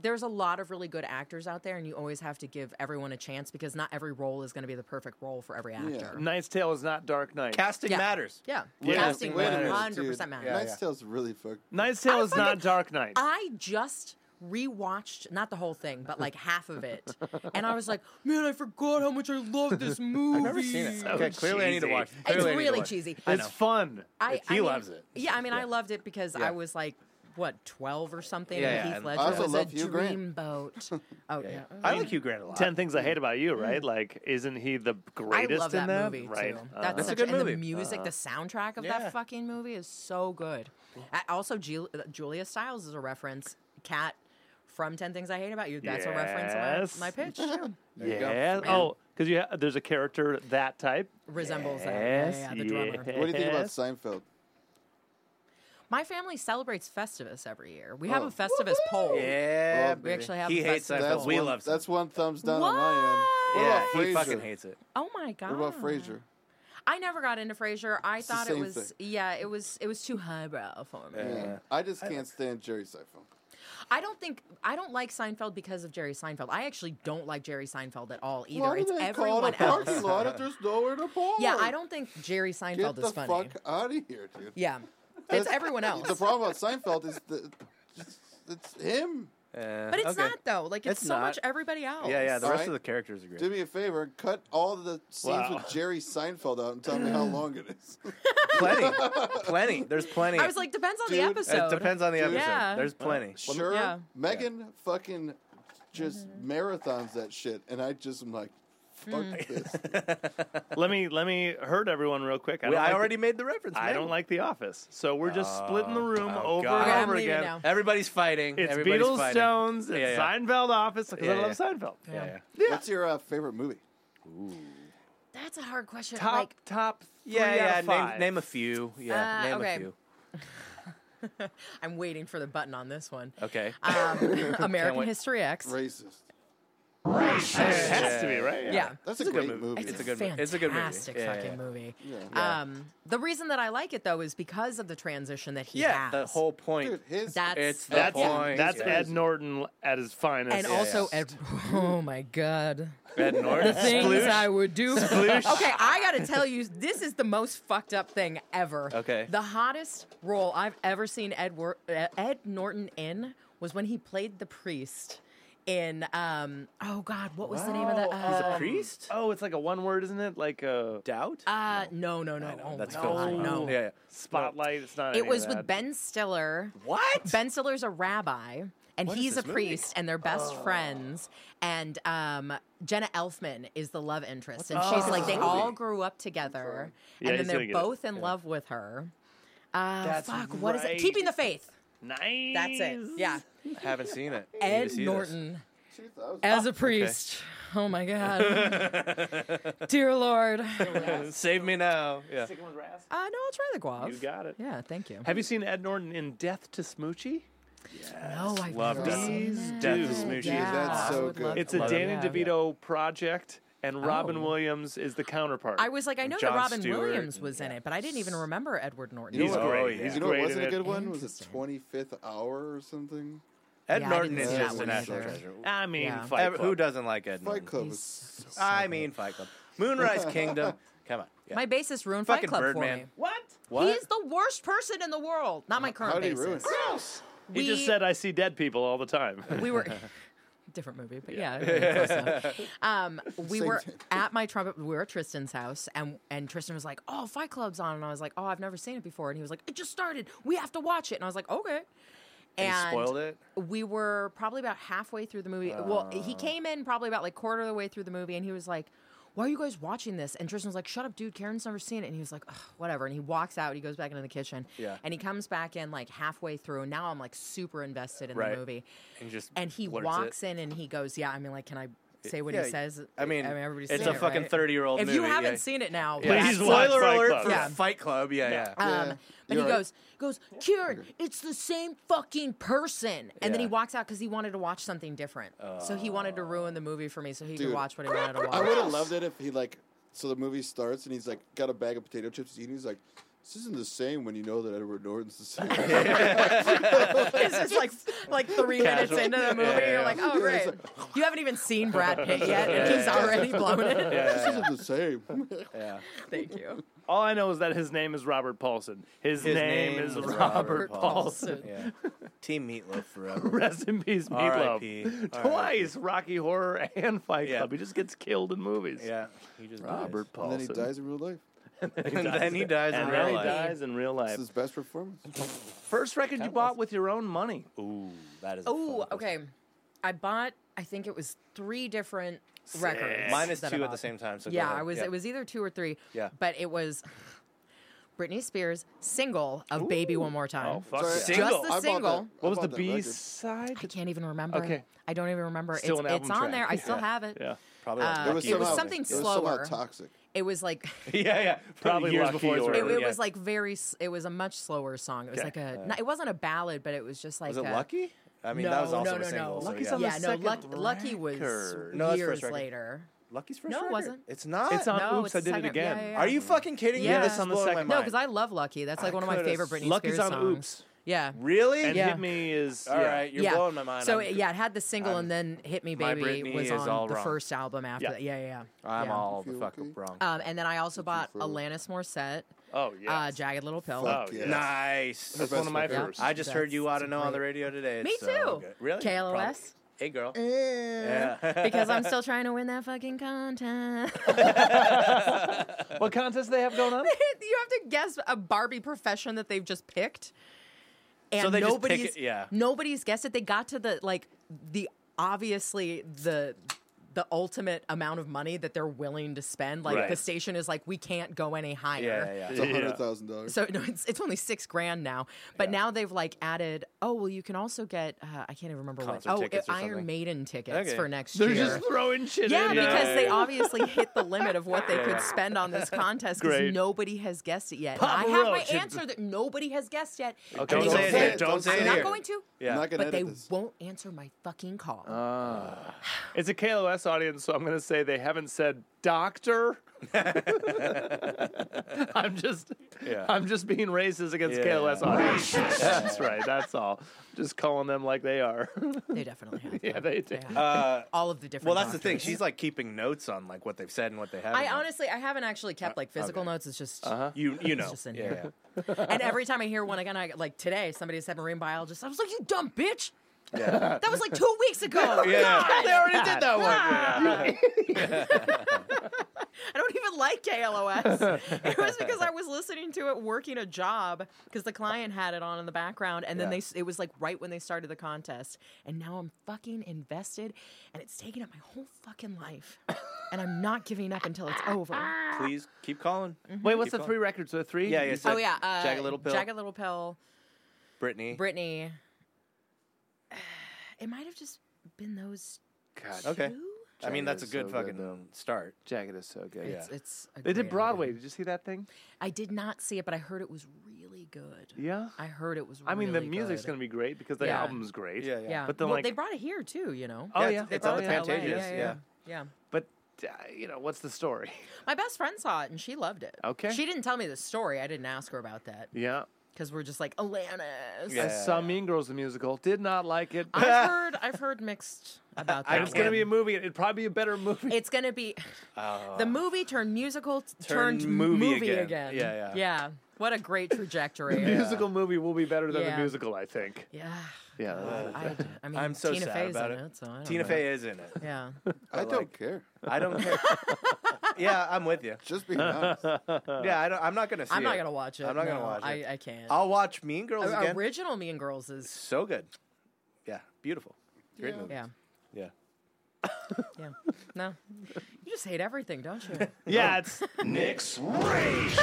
Speaker 3: there's a lot of really good actors out there, and you always have to give everyone a chance because not every role is going to be the perfect role for every actor.
Speaker 4: Knight's Tale is not Dark Knight.
Speaker 2: Casting
Speaker 3: Yeah.
Speaker 2: matters.
Speaker 3: Yeah,
Speaker 4: Yeah.
Speaker 3: casting
Speaker 1: Wait a minute,
Speaker 3: 100
Speaker 1: dude.
Speaker 3: percent matters.
Speaker 1: Knight's Tale's really fucked.
Speaker 4: Knight's Tale is not Dark Knight.
Speaker 3: I just rewatched not the whole thing, but like half of it, and I was like, man, I forgot how much I love this movie.
Speaker 2: Never seen it.
Speaker 4: So
Speaker 2: okay, clearly I need to
Speaker 4: cheesy.
Speaker 2: watch.
Speaker 3: It's
Speaker 2: Clearly I need to
Speaker 3: really
Speaker 2: watch.
Speaker 3: cheesy.
Speaker 2: I
Speaker 4: it's
Speaker 2: know.
Speaker 4: fun.
Speaker 3: I,
Speaker 2: He
Speaker 3: I mean,
Speaker 2: loves it.
Speaker 3: Yeah, I mean, I loved it because
Speaker 2: Yeah.
Speaker 3: I was like, what, twelve or something?
Speaker 2: Yeah,
Speaker 3: Yeah,
Speaker 2: yeah,
Speaker 3: Heath
Speaker 2: and-
Speaker 3: Ledger
Speaker 1: I also
Speaker 3: was
Speaker 1: love
Speaker 3: a
Speaker 1: Hugh Grant.
Speaker 3: dreamboat. Oh yeah,
Speaker 2: I like Hugh Grant a lot.
Speaker 4: Ten Things I Hate About You, right? Like, isn't he the
Speaker 3: I
Speaker 4: greatest
Speaker 3: love
Speaker 4: in
Speaker 3: that,
Speaker 4: that?
Speaker 3: movie
Speaker 4: right.
Speaker 3: too.
Speaker 4: Uh,
Speaker 3: That's,
Speaker 2: That's a
Speaker 3: such,
Speaker 2: good
Speaker 3: and
Speaker 2: movie.
Speaker 3: the music, the soundtrack of
Speaker 2: Yeah.
Speaker 3: that fucking movie is so good. I- also, Ju- Julia Stiles is a reference. Cat from Ten Things I Hate About You. That's a reference.
Speaker 4: Yes.
Speaker 3: to My, my pitch too.
Speaker 1: you go.
Speaker 4: yeah. Oh, because you ha- there's a character that type.
Speaker 3: resembles
Speaker 4: Yes,
Speaker 3: that. Yeah, yeah, the drummer.
Speaker 4: yeah.
Speaker 1: What do you think about
Speaker 4: Yes.
Speaker 1: Seinfeld?
Speaker 3: My family celebrates Festivus every year. We have
Speaker 1: Oh.
Speaker 3: a Festivus poll.
Speaker 2: Yeah,
Speaker 1: Well,
Speaker 2: baby.
Speaker 1: we
Speaker 3: actually have
Speaker 2: he
Speaker 3: a
Speaker 2: hates
Speaker 3: festival.
Speaker 2: that.
Speaker 1: Oh, That's
Speaker 2: but We
Speaker 1: one,
Speaker 2: love
Speaker 1: That's
Speaker 2: it.
Speaker 1: one thumbs down on my end. What
Speaker 2: Yeah,
Speaker 1: about
Speaker 2: he
Speaker 1: Frasier?
Speaker 2: fucking hates it.
Speaker 3: Oh my god!
Speaker 1: What about Frasier?
Speaker 3: I never got into Frasier. I
Speaker 1: the
Speaker 3: thought it
Speaker 1: same
Speaker 3: was
Speaker 1: thing.
Speaker 3: yeah, it was it was too highbrow for me.
Speaker 1: Yeah. I just can't stand Jerry Seinfeld.
Speaker 3: I don't think I don't like Seinfeld because of Jerry Seinfeld. I actually don't like Jerry Seinfeld at all either.
Speaker 1: Why do
Speaker 3: it's
Speaker 1: they call
Speaker 3: everyone
Speaker 1: it a
Speaker 3: else.
Speaker 1: parking lot if there's nowhere to park?
Speaker 3: Yeah, I don't think Jerry Seinfeld
Speaker 1: Get the
Speaker 3: is funny.
Speaker 1: fuck out of here, dude.
Speaker 3: Yeah,
Speaker 1: That's-
Speaker 3: it's everyone else.
Speaker 1: The problem about Seinfeld is the, it's, it's him.
Speaker 3: but it's not though. Like it's,
Speaker 2: It's
Speaker 3: so
Speaker 2: not.
Speaker 3: much everybody else.
Speaker 2: Uh, Yeah, yeah. The
Speaker 1: All
Speaker 2: rest
Speaker 1: right.
Speaker 2: of the characters are great.
Speaker 1: Do me a favor, cut all the scenes
Speaker 4: Wow.
Speaker 1: with Jerry Seinfeld out and tell me how long it is.
Speaker 2: plenty, plenty. There's plenty.
Speaker 3: I was like, depends on the
Speaker 1: Dude, it
Speaker 3: episode.
Speaker 2: It depends on the episode.
Speaker 3: Yeah.
Speaker 2: There's plenty.
Speaker 1: sure,
Speaker 3: Yeah.
Speaker 1: Megan fucking just marathons that shit, and I just am like, fuck this.
Speaker 4: let me let me hurt everyone real quick. I,
Speaker 2: We-
Speaker 4: don't
Speaker 2: I
Speaker 4: like
Speaker 2: already
Speaker 4: The,
Speaker 2: made the reference.
Speaker 4: I
Speaker 2: man.
Speaker 4: don't like The Office, so we're just splitting the room
Speaker 2: Oh,
Speaker 4: over
Speaker 2: God.
Speaker 4: and
Speaker 2: Okay, I'm
Speaker 4: over
Speaker 3: leaving
Speaker 4: again.
Speaker 3: now.
Speaker 2: Everybody's fighting.
Speaker 4: It's
Speaker 2: Everybody's
Speaker 4: Beatles,
Speaker 2: fighting.
Speaker 4: Jones, it's
Speaker 2: Yeah, yeah.
Speaker 4: Seinfeld Office because
Speaker 2: Yeah,
Speaker 4: I love
Speaker 2: yeah.
Speaker 4: Seinfeld.
Speaker 2: Yeah, yeah.
Speaker 1: What's your uh, favorite movie?
Speaker 3: That's a hard question.
Speaker 4: Top
Speaker 3: like
Speaker 4: top three
Speaker 2: Yeah,
Speaker 4: out
Speaker 2: yeah.
Speaker 4: of five.
Speaker 2: Name, name a few. Yeah,
Speaker 3: Uh,
Speaker 2: name
Speaker 3: okay.
Speaker 2: a few.
Speaker 3: I'm waiting for the button on this one.
Speaker 2: Okay.
Speaker 3: Um, American
Speaker 2: wait.
Speaker 3: History X.
Speaker 1: Racist.
Speaker 4: It has to be right.
Speaker 3: Yeah.
Speaker 1: That's a great
Speaker 2: good
Speaker 1: movie.
Speaker 3: It's,
Speaker 2: It's
Speaker 3: a
Speaker 2: a good mo-
Speaker 3: fantastic
Speaker 2: it's a good movie. Yeah, yeah,
Speaker 3: fucking
Speaker 2: yeah.
Speaker 3: movie.
Speaker 1: Yeah.
Speaker 3: Um, the reason that I like it though is because of the transition that he
Speaker 2: yeah,
Speaker 3: has.
Speaker 2: the whole point.
Speaker 1: Dude, his
Speaker 3: That's
Speaker 2: it's the
Speaker 4: That's
Speaker 2: point.
Speaker 4: that's
Speaker 2: yeah.
Speaker 4: Ed Norton at his finest.
Speaker 3: and
Speaker 2: yeah.
Speaker 3: also Ed, oh my god,
Speaker 2: Ed Norton.
Speaker 3: things
Speaker 2: Sploosh.
Speaker 3: I would do. Okay, I gotta tell you, this is the most fucked up thing ever.
Speaker 2: Okay.
Speaker 3: the hottest role I've ever seen Ed Wor- uh, Ed Norton in was when he played the priest in um oh god, what was the name of that?
Speaker 4: Wow, he's a
Speaker 3: uh,
Speaker 2: Priest?
Speaker 4: Oh, it's like a one word, isn't it? Like a
Speaker 2: Doubt?
Speaker 3: Uh, no, no, no. Oh
Speaker 2: that's
Speaker 3: my
Speaker 2: Phil's
Speaker 3: God,
Speaker 2: one.
Speaker 3: no.
Speaker 2: Yeah, yeah.
Speaker 4: spotlight. It's not.
Speaker 3: It
Speaker 4: any
Speaker 3: was
Speaker 4: of
Speaker 3: with
Speaker 4: that.
Speaker 3: Ben Stiller.
Speaker 2: What?
Speaker 3: Ben Stiller's a rabbi, and
Speaker 2: What is
Speaker 3: he's a
Speaker 2: this movie?
Speaker 3: priest, and they're best friends. And um, Jenna Elfman is the love interest, and she's like they all grew up together,
Speaker 4: Yeah,
Speaker 3: and
Speaker 4: he's
Speaker 3: then
Speaker 4: gonna
Speaker 3: they're
Speaker 4: get it.
Speaker 3: both in love with her. Uh,
Speaker 4: That's
Speaker 3: fuck, what is
Speaker 4: right.
Speaker 3: it? Keeping the faith.
Speaker 4: Nice.
Speaker 3: That's it. Yeah,
Speaker 2: Haven't seen it. Need to
Speaker 3: Ed
Speaker 2: see this.
Speaker 3: Norton
Speaker 1: 2000.
Speaker 3: as a priest. Oh my god, dear Lord. Uh, no,
Speaker 2: Save me now. Yeah.
Speaker 3: I'll try the guave.
Speaker 4: You got it.
Speaker 3: Yeah, thank you.
Speaker 4: Have you seen Ed Norton in Death to Smoochie?
Speaker 3: No, I've
Speaker 2: Love
Speaker 3: never
Speaker 2: Death.
Speaker 3: seen
Speaker 4: Please
Speaker 3: that.
Speaker 2: Death
Speaker 4: do.
Speaker 2: is Smoochie.
Speaker 3: Oh, Yeah,
Speaker 1: That's
Speaker 3: I
Speaker 1: so
Speaker 3: would
Speaker 1: good.
Speaker 3: love
Speaker 4: It's
Speaker 3: to
Speaker 4: a
Speaker 3: love
Speaker 4: Danny
Speaker 3: that.
Speaker 4: DeVito project, and Robin
Speaker 3: Oh.
Speaker 4: Williams is the counterpart.
Speaker 3: I was like, I know that
Speaker 2: Jon
Speaker 3: Robin
Speaker 2: Stewart
Speaker 3: Williams
Speaker 2: and-
Speaker 3: was in it, but I didn't even remember Edward Norton.
Speaker 1: You
Speaker 4: He's
Speaker 1: know what?
Speaker 2: great.
Speaker 4: great.
Speaker 2: yeah.
Speaker 4: He's
Speaker 1: You know what
Speaker 4: great. in
Speaker 1: wasn't a
Speaker 4: it.
Speaker 1: good one? Was it
Speaker 3: Interesting.
Speaker 1: 25th Hour or something?
Speaker 2: Ed
Speaker 3: Yeah, I
Speaker 2: Norton
Speaker 3: didn't
Speaker 2: is
Speaker 1: see that
Speaker 2: just a
Speaker 1: one
Speaker 2: national
Speaker 1: either.
Speaker 2: treasure.
Speaker 4: I mean,
Speaker 3: Yeah.
Speaker 4: Fight
Speaker 2: Ev-
Speaker 4: Club.
Speaker 2: Who doesn't like Ed
Speaker 1: Fight
Speaker 2: Norton?
Speaker 1: Club was
Speaker 3: He's-
Speaker 1: so
Speaker 2: I mean, Fight Club. Moonrise Kingdom. Come on. Yeah.
Speaker 3: uh, My bassist ruined Fight
Speaker 2: Fucking
Speaker 3: Club for
Speaker 2: Birdman.
Speaker 3: me. What? He is the worst person in the world. Not my current
Speaker 1: How'd he
Speaker 3: bassist.
Speaker 1: ruin it?
Speaker 2: Gross.
Speaker 4: He just said I see dead people all the time.
Speaker 3: we were different movie, but yeah, really close enough. um, we
Speaker 1: Same
Speaker 3: were
Speaker 1: thing.
Speaker 3: at my trumpet. We were at Tristan's house, and and Tristan was like, "Oh, Fight Club's on," and I was like, "Oh, I've never seen it before," and he was like, "It just started. We have to watch it," and I was like, "Okay."
Speaker 2: He
Speaker 3: And
Speaker 2: spoiled it.
Speaker 3: we were probably about halfway through the movie. well, he
Speaker 2: Uh.
Speaker 3: came in probably about like quarter of the way through the movie, and he was like, "Why are you guys watching this?" And Tristan was like, "Shut up, dude. Karen's never seen it." And he was like, Ugh, "Whatever." And he walks out. He goes back into the kitchen.
Speaker 2: Yeah.
Speaker 3: And he comes back in like halfway through. And now I'm like super invested in
Speaker 2: Right.
Speaker 3: the movie.
Speaker 2: And just
Speaker 3: And he
Speaker 2: blurts
Speaker 3: walks
Speaker 2: it.
Speaker 3: in and he goes, "Yeah, I mean, like, can I say what
Speaker 2: Yeah,
Speaker 3: he says?"
Speaker 2: I mean,
Speaker 3: everybody's
Speaker 2: it's
Speaker 3: seen
Speaker 2: a
Speaker 3: it,
Speaker 2: fucking
Speaker 3: right?
Speaker 2: 30-year-old
Speaker 3: If you
Speaker 2: movie,
Speaker 3: haven't
Speaker 2: yeah.
Speaker 3: seen it now,
Speaker 2: Yeah.
Speaker 4: Please
Speaker 3: that's
Speaker 4: watch
Speaker 3: like-
Speaker 2: Spoiler
Speaker 4: Fight
Speaker 2: alert
Speaker 4: Club.
Speaker 2: for
Speaker 3: Yeah.
Speaker 2: Fight Club. Yeah, yeah.
Speaker 3: um,
Speaker 1: Yeah.
Speaker 3: But
Speaker 1: You
Speaker 3: he
Speaker 1: all right?
Speaker 3: goes, goes, Kieran, it's the same fucking person. And then he
Speaker 2: Yeah.
Speaker 3: walks out because he wanted to watch something different. so he wanted to ruin the movie for me so he
Speaker 6: Dude.
Speaker 3: could watch what he wanted to
Speaker 6: I would
Speaker 3: watch.
Speaker 6: have loved it if he like. So the movie starts and he's like got a bag of potato chips he's eating. He's like, "This isn't the same when you know that Edward Norton's the same."
Speaker 3: it's just like like three
Speaker 4: Casual.
Speaker 3: minutes into the movie,
Speaker 2: yeah,
Speaker 3: you're
Speaker 2: yeah.
Speaker 3: like, oh great, you haven't even seen Brad Pitt yet, and
Speaker 2: Yeah,
Speaker 3: he's
Speaker 2: yeah,
Speaker 3: already blown it.
Speaker 6: this isn't the same.
Speaker 2: yeah.
Speaker 3: Thank you.
Speaker 4: All I know is that his name is Robert Paulson. His,
Speaker 2: His
Speaker 4: name,
Speaker 2: name
Speaker 4: is
Speaker 2: was
Speaker 4: Robert,
Speaker 2: Robert
Speaker 4: Paulson.
Speaker 2: Yeah. Team Meatloaf forever.
Speaker 4: Rest in peace,
Speaker 2: R.I.P..
Speaker 4: Meatloaf.
Speaker 2: R.I.P..
Speaker 4: Twice, Rocky Horror and Fight
Speaker 2: Yeah.
Speaker 4: Club. He just gets killed in movies.
Speaker 2: Yeah. He just
Speaker 4: Robert
Speaker 6: And
Speaker 4: Paulson.
Speaker 6: then he dies in real life.
Speaker 2: dies. And then he dies in
Speaker 4: And then
Speaker 2: real
Speaker 4: he
Speaker 2: life.
Speaker 4: dies in real
Speaker 6: It's
Speaker 4: life.
Speaker 6: his best performance.
Speaker 4: First record you bought with your own money.
Speaker 2: Ooh, that is. a
Speaker 3: Oh,
Speaker 2: fun question.
Speaker 3: okay. I bought, I think it was three different records.
Speaker 2: Mine is
Speaker 3: that
Speaker 2: two
Speaker 3: I
Speaker 2: at the
Speaker 3: bought.
Speaker 2: same time. So go
Speaker 3: yeah,
Speaker 2: ahead.
Speaker 3: I was. It was either two or three.
Speaker 2: Yeah.
Speaker 3: but it was Britney Spears' single of "Baby One More Time."
Speaker 4: Oh, fuck
Speaker 6: Sorry,
Speaker 4: yeah.
Speaker 6: I-
Speaker 2: Single.
Speaker 3: Just
Speaker 6: I
Speaker 3: the
Speaker 6: bought
Speaker 3: single.
Speaker 6: that- I
Speaker 4: What was
Speaker 6: bought that
Speaker 4: the B
Speaker 6: record.
Speaker 4: side?
Speaker 3: I can't even remember.
Speaker 4: Okay.
Speaker 3: I don't even remember.
Speaker 4: Still
Speaker 3: it's
Speaker 4: an
Speaker 3: it's
Speaker 4: album
Speaker 3: on there.
Speaker 4: track.
Speaker 3: I still
Speaker 4: Yeah.
Speaker 3: have it.
Speaker 4: Yeah.
Speaker 2: probably.
Speaker 3: uh,
Speaker 2: like
Speaker 3: was
Speaker 2: Lucky
Speaker 3: it was
Speaker 2: Luke.
Speaker 6: somehow- it
Speaker 3: something
Speaker 6: was somehow
Speaker 3: slower.
Speaker 6: toxic.
Speaker 3: It was like
Speaker 2: yeah, yeah.
Speaker 4: Probably
Speaker 2: years
Speaker 4: Lucky
Speaker 2: before. it's
Speaker 4: Order.
Speaker 2: written,
Speaker 3: it, it
Speaker 2: yeah.
Speaker 3: was like very. s- It was a much slower song. It was
Speaker 4: Okay.
Speaker 3: like a. no, it wasn't a ballad, but it was just like.
Speaker 2: Was it
Speaker 3: a,
Speaker 2: Lucky? I mean,
Speaker 3: no,
Speaker 2: that was also
Speaker 3: no,
Speaker 2: a
Speaker 3: no,
Speaker 2: single.
Speaker 3: no.
Speaker 2: so
Speaker 4: Lucky's
Speaker 2: yeah.
Speaker 4: on the
Speaker 3: yeah, no.
Speaker 4: second
Speaker 3: Luck, Lucky was
Speaker 4: record.
Speaker 2: No, that's
Speaker 3: years
Speaker 2: first record.
Speaker 3: later.
Speaker 2: Lucky's first
Speaker 3: No, it
Speaker 2: record.
Speaker 3: wasn't.
Speaker 2: It's not.
Speaker 4: It's on
Speaker 3: No,
Speaker 4: Oops,
Speaker 3: it's
Speaker 4: I
Speaker 3: the
Speaker 4: Did It
Speaker 3: second-
Speaker 4: Again.
Speaker 3: yeah, yeah,
Speaker 2: Are you fucking kidding me?
Speaker 3: Yeah.
Speaker 2: This is
Speaker 4: On the
Speaker 2: blowing my mind.
Speaker 4: second- No,
Speaker 3: No, because I love Lucky. That's like
Speaker 2: I
Speaker 3: one of my
Speaker 2: could've-
Speaker 3: favorite Britney
Speaker 4: Lucky's
Speaker 3: Spears
Speaker 4: on
Speaker 3: songs.
Speaker 4: Oops.
Speaker 3: Yeah.
Speaker 2: really.
Speaker 4: And
Speaker 3: Yeah.
Speaker 4: Hit Me is.
Speaker 2: All
Speaker 4: yeah.
Speaker 2: right, you're
Speaker 3: yeah.
Speaker 2: blowing my mind.
Speaker 3: So
Speaker 2: I'm-
Speaker 3: yeah, it had the single,
Speaker 2: I'm-
Speaker 3: and then "Hit Me
Speaker 2: My
Speaker 3: Baby"
Speaker 2: Britney
Speaker 3: was
Speaker 2: is
Speaker 3: on
Speaker 2: all
Speaker 3: the
Speaker 2: wrong.
Speaker 3: first album after
Speaker 4: Yeah.
Speaker 3: that. Yeah, yeah, yeah.
Speaker 2: I'm
Speaker 3: Yeah.
Speaker 2: all the
Speaker 6: Feel
Speaker 2: fuck
Speaker 6: okay?
Speaker 2: wrong.
Speaker 3: Um, and then I also bought
Speaker 6: for-
Speaker 3: Alanis Morissette,
Speaker 4: Oh, yeah.
Speaker 3: uh, "Jagged Little Pill."
Speaker 6: Fuck
Speaker 4: Oh,
Speaker 6: yes.
Speaker 2: nice.
Speaker 4: That's one of my
Speaker 3: Yeah.
Speaker 4: first.
Speaker 2: I just heard
Speaker 3: That's
Speaker 2: you ought to know on the
Speaker 3: great.
Speaker 2: radio today.
Speaker 3: Me
Speaker 2: so
Speaker 3: too.
Speaker 2: good. Really?
Speaker 3: KLOS.
Speaker 2: Prob- Hey, girl.
Speaker 3: Yeah. because I'm still trying to win that fucking contest.
Speaker 4: What contest they have going on?
Speaker 3: you have to guess a Barbie profession that they've just picked. And
Speaker 2: So they just pick
Speaker 3: nobody's
Speaker 2: it- yeah.
Speaker 3: nobody's guessed it. They got to the like the obviously the the ultimate amount of money that they're willing to spend. Like
Speaker 4: Right.
Speaker 3: the station is like, we can't go any higher.
Speaker 2: Yeah, yeah,
Speaker 6: It's
Speaker 2: yeah.
Speaker 6: a hundred thousand dollars.
Speaker 3: So no, it's it's only six grand now. But now they've like added. Oh well, you can also get. Uh, I can't even remember
Speaker 2: Concert
Speaker 3: what. Oh,
Speaker 2: tickets or
Speaker 3: Iron
Speaker 2: something.
Speaker 3: Maiden tickets
Speaker 2: Okay.
Speaker 3: for next
Speaker 4: They're
Speaker 3: year.
Speaker 4: just throwing shit
Speaker 3: yeah,
Speaker 4: in.
Speaker 3: because
Speaker 4: there.
Speaker 3: they obviously hit the limit of what they
Speaker 2: Yeah.
Speaker 3: could spend on this contest
Speaker 4: Great.
Speaker 3: because nobody has guessed it yet. And I have my
Speaker 4: Pavarotti.
Speaker 3: answer that nobody has guessed yet. and
Speaker 4: Don't
Speaker 3: they
Speaker 4: say it here.
Speaker 3: won't.
Speaker 4: Don't say it
Speaker 3: I'm not
Speaker 2: here.
Speaker 3: going to.
Speaker 2: Yeah.
Speaker 6: I'm not gonna
Speaker 3: But they
Speaker 6: edit this.
Speaker 3: won't answer my fucking call.
Speaker 2: Uh,
Speaker 4: It's a KLOS audience, so I'm going to say they haven't said doctor. I'm just,
Speaker 2: Yeah.
Speaker 4: I'm just being racist against
Speaker 2: Yeah.
Speaker 4: KLOS audience. that's right. That's all. Just calling them like they are.
Speaker 3: they definitely have.
Speaker 4: yeah, they do.
Speaker 3: have.
Speaker 2: Uh,
Speaker 3: All of the different.
Speaker 2: well, that's the thing.
Speaker 3: doctors.
Speaker 2: She's like keeping notes on like what they've said and what they haven't.
Speaker 3: I
Speaker 2: done.
Speaker 3: honestly, I haven't actually
Speaker 2: Uh,
Speaker 3: kept like physical notes. It's just
Speaker 2: you you know.
Speaker 3: just in
Speaker 2: yeah,
Speaker 3: here.
Speaker 2: yeah.
Speaker 3: And
Speaker 2: Uh-huh.
Speaker 3: every time I hear one again, I like today somebody said marine biologist. I was like, you dumb bitch.
Speaker 2: Yeah.
Speaker 3: That was like two weeks ago.
Speaker 2: Yeah.
Speaker 3: God.
Speaker 2: They already did that one.
Speaker 3: I don't even like KLOS. it was because I was listening to it working a job because the client had it on in the background, and then
Speaker 2: Yeah.
Speaker 3: they s- it was like right when they started the contest, and now I'm fucking invested, and it's taken up my whole fucking life, and I'm not giving up until it's over.
Speaker 2: Please keep calling.
Speaker 4: Wait, what's
Speaker 2: Keep
Speaker 4: the
Speaker 2: going.
Speaker 4: three records? The three?
Speaker 2: Yeah, yeah.
Speaker 4: You
Speaker 2: so
Speaker 3: Oh yeah, uh,
Speaker 2: Jagged Little Pill.
Speaker 3: Jagged Little Pill,
Speaker 2: Brittany.
Speaker 3: Brittany. It might have just been those
Speaker 4: God,
Speaker 2: Okay.
Speaker 3: two.
Speaker 2: I mean, that's a
Speaker 4: Jagged
Speaker 2: good
Speaker 4: is so good,
Speaker 2: fucking start.
Speaker 4: Jagged is so good.
Speaker 3: It's, it's a
Speaker 4: They
Speaker 3: great
Speaker 4: did
Speaker 3: album.
Speaker 4: Broadway. Did you see that thing?
Speaker 3: I did not see it, but I heard it was really good.
Speaker 4: Yeah.
Speaker 3: I heard it was.
Speaker 4: I mean,
Speaker 3: really
Speaker 4: the music's
Speaker 3: good.
Speaker 4: going to be great because the
Speaker 3: Yeah.
Speaker 4: album's great.
Speaker 2: yeah.
Speaker 3: Yeah,
Speaker 4: But then,
Speaker 3: well,
Speaker 4: like-
Speaker 3: they brought it here too. You know.
Speaker 4: Oh,
Speaker 2: Yeah,
Speaker 4: yeah.
Speaker 2: it's- it's
Speaker 3: They
Speaker 2: on
Speaker 3: brought
Speaker 2: the
Speaker 3: it to LA.
Speaker 2: Pantages,
Speaker 3: Yeah,
Speaker 2: yeah.
Speaker 3: yeah, yeah.
Speaker 4: But, uh, you know, what's the story?
Speaker 3: My best friend saw it and she loved it.
Speaker 4: Okay.
Speaker 3: She didn't tell me the story. I didn't ask her about that
Speaker 4: Yeah.
Speaker 3: because we're just like Alanis.
Speaker 2: Yeah.
Speaker 4: I saw Mean Girls the musical. Did not like it.
Speaker 3: I've heard I've heard mixed about that.
Speaker 4: And it's going to
Speaker 3: one.
Speaker 4: be a Ah. movie. It'd probably be a better movie.
Speaker 3: It's gonna be the movie turned musical t-
Speaker 2: Turned
Speaker 3: turned,
Speaker 2: movie
Speaker 3: movie,
Speaker 2: again.
Speaker 3: again.
Speaker 2: Yeah, yeah.
Speaker 3: yeah. What a great trajectory.
Speaker 4: The musical movie will be better than the
Speaker 3: Yeah.
Speaker 4: musical, I think. Uh,
Speaker 3: Yeah,
Speaker 4: Yeah.
Speaker 3: I, I mean,
Speaker 2: uh, I'm so
Speaker 3: Tina
Speaker 2: sad
Speaker 3: Fey's
Speaker 2: about
Speaker 3: in
Speaker 2: it.
Speaker 3: it. so I don't
Speaker 2: Tina
Speaker 3: know.
Speaker 2: Fey is in it.
Speaker 3: Yeah,
Speaker 1: I don't
Speaker 2: like-
Speaker 1: care.
Speaker 2: I don't care. yeah, I'm with you.
Speaker 1: Just being honest.
Speaker 2: Yeah, I don't, I'm not gonna. See
Speaker 3: I'm not
Speaker 2: it.
Speaker 3: gonna watch it.
Speaker 2: I'm not gonna
Speaker 3: No,
Speaker 2: watch it.
Speaker 3: I, I can't.
Speaker 2: I'll watch Mean Girls
Speaker 3: O-
Speaker 2: again.
Speaker 3: Original Mean Girls is
Speaker 2: so good. Yeah, beautiful. Great
Speaker 1: Yeah.
Speaker 2: movie.
Speaker 3: yeah,
Speaker 2: Yeah.
Speaker 3: yeah. No, you just hate everything, don't you?
Speaker 4: Yeah, it's
Speaker 5: Nick's Rage.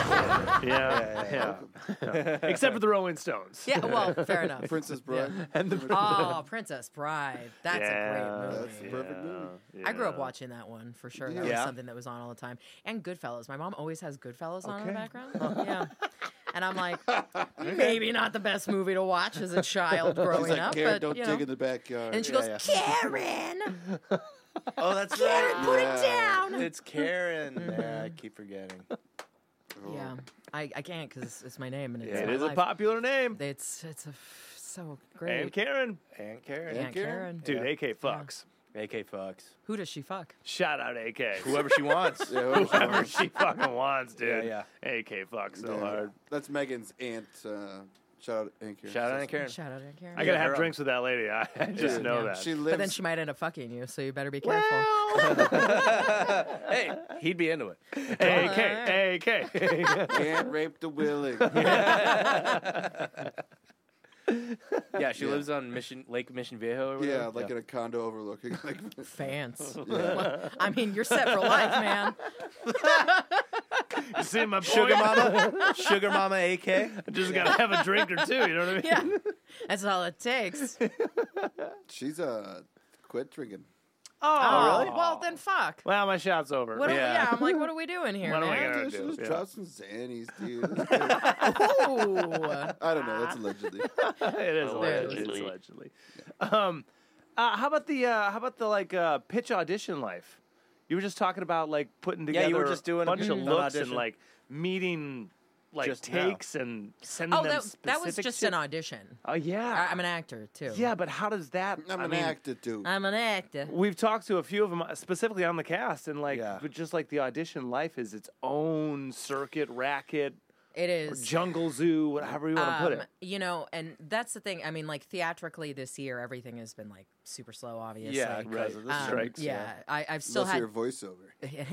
Speaker 4: yeah, yeah, Except for the Rolling Stones.
Speaker 3: Yeah. Well, fair enough.
Speaker 1: Princess Bride.
Speaker 4: and the
Speaker 3: Oh, Princess Bride. That's a
Speaker 4: Yeah.
Speaker 3: great movie.
Speaker 1: That's the perfect movie.
Speaker 3: I grew up watching that one for sure. That
Speaker 2: Yeah.
Speaker 3: was something that was on all the time. And Goodfellas. My mom always has Goodfellas on in
Speaker 4: Okay.
Speaker 3: the background. yeah. And I'm like, maybe not the best movie to watch as a child growing
Speaker 6: He's like,
Speaker 3: up,
Speaker 6: Garrett,
Speaker 3: but
Speaker 6: don't
Speaker 3: you
Speaker 6: dig
Speaker 3: know.
Speaker 6: in the backyard.
Speaker 3: and she
Speaker 2: Yeah,
Speaker 3: goes, Karen,
Speaker 2: Oh, that's
Speaker 3: Karen,
Speaker 2: right.
Speaker 3: put
Speaker 6: Yeah.
Speaker 3: it down.
Speaker 2: It's Karen. Yeah, I keep forgetting.
Speaker 3: Yeah, I, I can't because it's, it's my name and it's
Speaker 4: Oh, It
Speaker 3: my
Speaker 4: is a
Speaker 3: life.
Speaker 4: popular name.
Speaker 3: It's it's a f- so great.
Speaker 4: And Karen.
Speaker 2: Aunt Karen.
Speaker 3: Aunt Karen.
Speaker 4: Dude, AK fucks.
Speaker 2: AK Fox.
Speaker 3: Who does she fuck?
Speaker 4: Shout out AK.
Speaker 2: Whoever she wants.
Speaker 6: Yeah, what was that?
Speaker 4: Whoever she fucking wants, dude.
Speaker 2: Yeah,
Speaker 4: AK fucks so
Speaker 6: Yeah.
Speaker 4: hard.
Speaker 6: That's Megan's aunt. Uh, shout out, Aunt Karen.
Speaker 2: Shout out Aunt Karen.
Speaker 3: Shout out to Karen.
Speaker 4: I gotta
Speaker 2: her
Speaker 4: have
Speaker 2: up.
Speaker 4: drinks with that lady. I I just know
Speaker 3: Yeah.
Speaker 4: that.
Speaker 6: She lives.
Speaker 3: but then she might end up fucking you, so you better be careful.
Speaker 2: Hey, he'd be into it.
Speaker 4: AK, AK.
Speaker 6: can't rape the willing.
Speaker 2: Yeah, she lives on Mission Lake Mission Viejo or whatever.
Speaker 6: yeah, like in a condo overlooking. Like,
Speaker 3: Fans. I mean, you're set for life, man.
Speaker 4: You see my point?
Speaker 2: Sugar Mama. Sugar Mama AK.
Speaker 4: Just gotta have a drink or two. You know what I mean?
Speaker 3: Yeah, that's all it takes.
Speaker 4: Oh,
Speaker 6: she's uh, quit drinking.
Speaker 3: Oh,
Speaker 4: really?
Speaker 3: Well, then fuck.
Speaker 4: Well, my shot's over.
Speaker 3: What are
Speaker 2: Yeah.
Speaker 3: yeah. yeah, I'm like, what are we doing here,
Speaker 4: Why don't I
Speaker 3: man?
Speaker 4: get-
Speaker 6: Yeah,
Speaker 4: I
Speaker 6: she
Speaker 4: do,
Speaker 6: was
Speaker 4: yeah.
Speaker 6: dropped some Xannies, dude. That's good.
Speaker 3: Oh,
Speaker 6: I don't know. That's allegedly.
Speaker 4: it is allegedly. It's
Speaker 5: Allegedly.
Speaker 4: allegedly. Um, uh, how about the uh, how about the like uh, pitch audition life? You were just talking about like putting
Speaker 2: Yeah,
Speaker 4: together
Speaker 2: you were just doing a
Speaker 4: a bunch of
Speaker 2: an
Speaker 4: looks
Speaker 2: audition.
Speaker 4: and like meeting like
Speaker 2: Just now.
Speaker 4: takes and sending
Speaker 3: oh,
Speaker 4: them
Speaker 3: that, that was
Speaker 4: specific
Speaker 3: just
Speaker 4: shit.
Speaker 3: an audition.
Speaker 4: Oh yeah,
Speaker 3: I, I'm an actor too.
Speaker 4: yeah, but how does that?
Speaker 6: I'm
Speaker 4: I
Speaker 6: an
Speaker 4: mean,
Speaker 6: actor, dude.
Speaker 3: I'm an actor.
Speaker 4: We've talked to a few of them uh, specifically on the cast, and like,
Speaker 2: Yeah.
Speaker 4: but just like the audition life is its own circuit, racket,
Speaker 3: It
Speaker 4: or
Speaker 3: is.
Speaker 4: jungle zoo, whatever you want to put
Speaker 3: um,
Speaker 4: it.
Speaker 3: You know, and that's the thing. I mean, like theatrically this year, everything has been like super slow. Obviously,
Speaker 2: Yeah,
Speaker 4: right.
Speaker 2: because of the
Speaker 3: Um,
Speaker 4: strikes,
Speaker 3: Yeah, I, I've still
Speaker 6: Still your voiceover.
Speaker 3: had.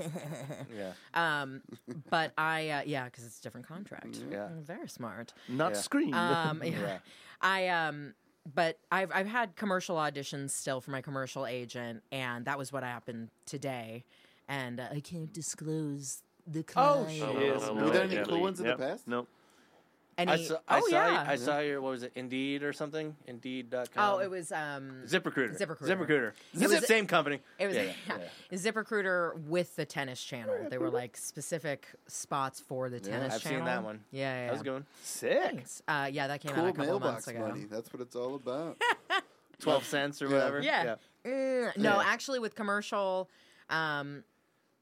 Speaker 2: Yeah.
Speaker 3: um, but I uh, yeah, because it's a different contract.
Speaker 2: Mm,
Speaker 3: Mm,
Speaker 2: Yeah.
Speaker 3: very smart.
Speaker 4: Not screen.
Speaker 3: Um, yeah. I um, but I've I've had commercial auditions still for my commercial agent, and that was what happened today. And uh, I can't disclose the
Speaker 4: Oh,
Speaker 3: client.
Speaker 4: she
Speaker 5: no,
Speaker 4: is.
Speaker 5: no,
Speaker 4: no, no,
Speaker 5: no, no,
Speaker 4: no,
Speaker 5: no.
Speaker 4: no.
Speaker 6: ones in the
Speaker 4: Yep.
Speaker 6: past?
Speaker 4: Nope.
Speaker 3: And
Speaker 2: I
Speaker 3: he-
Speaker 2: saw,
Speaker 3: oh
Speaker 2: I saw,
Speaker 3: yeah.
Speaker 2: I saw your, what was it, Indeed or something? Indeed.com.
Speaker 3: oh, it was um.
Speaker 2: ZipRecruiter.
Speaker 3: ZipRecruiter.
Speaker 2: ZipRecruiter. It's
Speaker 3: was-
Speaker 2: the same company.
Speaker 3: It was
Speaker 2: Yeah,
Speaker 3: yeah,
Speaker 2: yeah, yeah.
Speaker 3: ZipRecruiter with the Tennis Channel. They were like specific spots for the Tennis
Speaker 2: I've seen
Speaker 3: Channel.
Speaker 2: that one.
Speaker 3: Yeah, yeah.
Speaker 2: That was a
Speaker 3: yeah.
Speaker 2: good one.
Speaker 4: Sick.
Speaker 3: Thanks. Uh, yeah, that came out a
Speaker 6: Cool
Speaker 3: couple of
Speaker 6: mailbox
Speaker 3: months ago.
Speaker 6: money. That's what it's all about.
Speaker 2: 12 cents or whatever.
Speaker 3: Yeah. Mm, no,
Speaker 6: Yeah.
Speaker 3: actually, with commercial, um,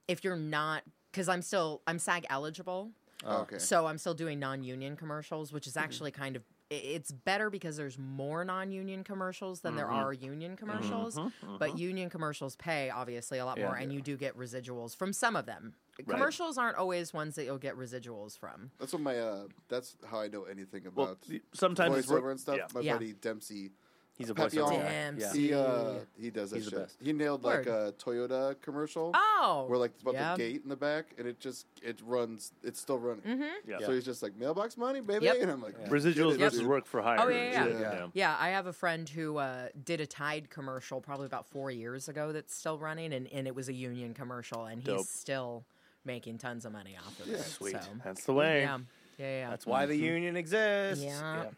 Speaker 3: if you're not, because I'm still I'm SAG eligible,
Speaker 6: Oh, okay. Mm-hmm.
Speaker 3: so I'm still doing non-union commercials, which is actually kind of i- it's better because there's more non-union commercials than
Speaker 6: Mm-hmm.
Speaker 3: there are union commercials. But union commercials pay obviously a lot more, and you do get residuals from some of them. Commercials aren't always ones that you'll get residuals from.
Speaker 6: That's what my. Uh, that's how I know anything
Speaker 4: Well,
Speaker 6: about
Speaker 4: y- sometimes it's
Speaker 6: voiceover and stuff.
Speaker 4: yeah.
Speaker 6: My
Speaker 3: Yeah.
Speaker 6: buddy Dempsey.
Speaker 2: He's a
Speaker 6: Papillon.
Speaker 2: voiceover guy.
Speaker 3: Damn.
Speaker 2: Yeah.
Speaker 6: He uh, he does that
Speaker 2: He's the
Speaker 6: shit.
Speaker 2: best.
Speaker 6: He nailed like
Speaker 3: Word.
Speaker 6: a Toyota commercial.
Speaker 3: Oh,
Speaker 6: Where like it's about
Speaker 3: yeah.
Speaker 6: the gate in the back, and it just it runs. It's still running.
Speaker 4: Yeah.
Speaker 6: So he's just like mailbox money, baby,
Speaker 3: Mm-hmm. Yep.
Speaker 6: and I'm like, get
Speaker 4: residuals
Speaker 6: it,
Speaker 4: versus
Speaker 6: dude.
Speaker 4: work for hire.
Speaker 3: Oh, yeah, yeah,
Speaker 6: yeah.
Speaker 4: yeah.
Speaker 3: Yeah, I have a friend who uh, did a Tide commercial probably about four years ago that's still running, and, and it was a union commercial, and
Speaker 4: Dope.
Speaker 3: he's still making tons of money off of it.
Speaker 2: Sweet.
Speaker 3: So,
Speaker 4: That's the way.
Speaker 3: yeah, yeah, yeah.
Speaker 2: That's why the union exists.
Speaker 3: Mm-hmm. yeah.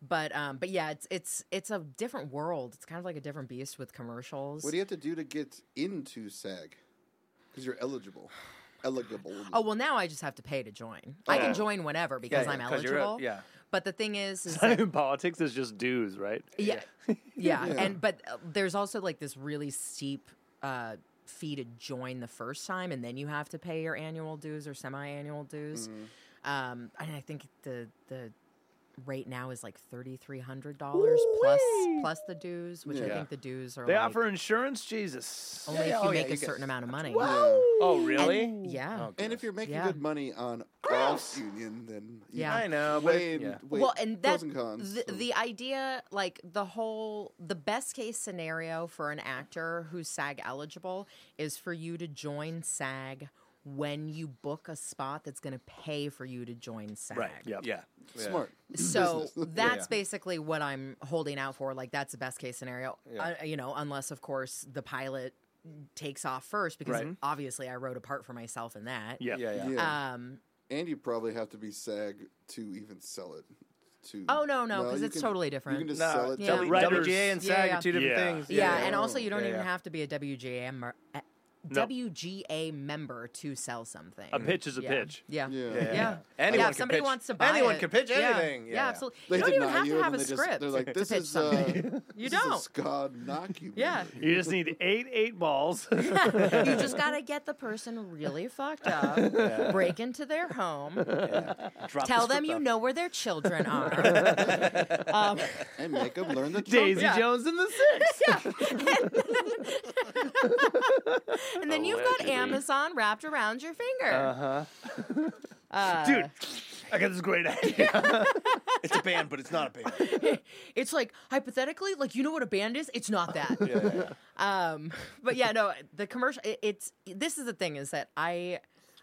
Speaker 3: But um, but yeah, it's it's it's a different world. It's kind of like a different beast with commercials.
Speaker 6: What do you have to do to get into SAG? Because you're eligible, eligible.
Speaker 3: oh well, now I just have to pay to join. I can join whenever because
Speaker 2: yeah,
Speaker 3: I'm
Speaker 2: 'cause you're a-
Speaker 3: eligible.
Speaker 2: yeah.
Speaker 3: But the thing is, is that
Speaker 4: In politics, it's just dues, right?
Speaker 3: Yeah. Yeah. And but uh, there's also like this really steep uh fee to join the first time and then you have to pay your annual dues or semi-annual dues. Um and I think the the rate now is like thirty three hundred dollars plus plus the dues, which I
Speaker 1: Yeah.
Speaker 3: think the dues are
Speaker 4: They
Speaker 3: like
Speaker 4: offer insurance? Jesus.
Speaker 3: only
Speaker 1: Yeah,
Speaker 3: if you
Speaker 1: oh, yeah,
Speaker 3: make
Speaker 1: you
Speaker 3: a
Speaker 1: get-
Speaker 3: certain amount of money.
Speaker 2: Oh, really?
Speaker 3: Yeah.
Speaker 2: Oh,
Speaker 1: And
Speaker 2: gross.
Speaker 1: if you're making
Speaker 3: Yeah.
Speaker 1: good money on Cross Union, then you
Speaker 3: Yeah.
Speaker 2: I know, but
Speaker 1: weigh, in-
Speaker 2: yeah.
Speaker 1: weigh
Speaker 3: well, and that
Speaker 1: pros and cons.
Speaker 3: the,
Speaker 1: so-
Speaker 3: the idea, like the whole, the best case scenario for an actor who's SAG eligible is for you to join SAG when you book a spot that's going to pay for you to join SAG.
Speaker 2: right.
Speaker 4: Yep.
Speaker 2: Yeah. Yeah.
Speaker 1: smart.
Speaker 3: So that's
Speaker 2: Yeah.
Speaker 3: basically what I'm holding out for. Like that's the best case scenario.
Speaker 2: Yeah.
Speaker 3: Uh, you know, unless of course the pilot takes off first, because
Speaker 2: Right.
Speaker 3: obviously I wrote a part for myself in that.
Speaker 4: Yeah.
Speaker 2: Yeah. Yeah.
Speaker 1: Yeah.
Speaker 3: Um,
Speaker 1: and you probably have to be SAG to even sell it. To
Speaker 3: Oh, no, no, 'cause
Speaker 1: you
Speaker 3: it's
Speaker 1: can-
Speaker 3: totally
Speaker 1: You
Speaker 3: different.
Speaker 1: can just
Speaker 2: No,
Speaker 1: sell it.
Speaker 3: Yeah.
Speaker 1: to
Speaker 2: W-
Speaker 4: Writers-
Speaker 2: WGA and
Speaker 3: Yeah,
Speaker 2: SAG
Speaker 3: yeah.
Speaker 2: are two different
Speaker 4: Yeah.
Speaker 2: things.
Speaker 3: yeah, and also you don't
Speaker 2: Yeah,
Speaker 3: even
Speaker 2: yeah.
Speaker 3: have to be a WGA mer- uh,
Speaker 4: No.
Speaker 3: WGA member to sell something.
Speaker 4: A pitch is a
Speaker 3: yeah.
Speaker 4: pitch.
Speaker 3: Yeah.
Speaker 1: Yeah.
Speaker 3: Yeah.
Speaker 1: Yeah.
Speaker 2: Anyone
Speaker 3: yeah, if
Speaker 2: can
Speaker 3: somebody
Speaker 2: pitch-
Speaker 3: wants to buy
Speaker 2: anyone
Speaker 3: it,
Speaker 2: can pitch
Speaker 3: yeah.
Speaker 2: anything.
Speaker 3: Yeah,
Speaker 2: Yeah.
Speaker 3: absolutely.
Speaker 1: They
Speaker 3: you don't even
Speaker 1: deny
Speaker 3: have
Speaker 1: you,
Speaker 3: to
Speaker 1: and
Speaker 3: have
Speaker 1: then
Speaker 3: a
Speaker 1: they just-
Speaker 3: script.
Speaker 1: They're like,
Speaker 3: to
Speaker 1: this
Speaker 3: pitch
Speaker 1: is
Speaker 3: something.
Speaker 1: uh,
Speaker 3: you
Speaker 1: this is a
Speaker 3: don't.
Speaker 1: ska knockument.
Speaker 3: Yeah.
Speaker 4: You just need eight eight balls.
Speaker 3: you just gotta get the person really fucked up, break into their home,
Speaker 2: Drop the
Speaker 3: tell them
Speaker 2: script
Speaker 3: you
Speaker 2: off.
Speaker 3: know where their children are. um,
Speaker 1: and make them learn the
Speaker 4: Daisy
Speaker 3: Yeah.
Speaker 4: Jones and the Six.
Speaker 3: and then you've got Amazon wrapped around your finger.
Speaker 2: Uh-huh.
Speaker 4: huh.
Speaker 3: Uh,
Speaker 4: Dude, I got this great idea.
Speaker 2: It's a band, but it's not a band.
Speaker 3: It's like hypothetically, like you know what a band is? It's not that.
Speaker 2: Yeah, yeah, yeah.
Speaker 3: Um, but yeah, no, the commercial. It, it's this is the thing is that I,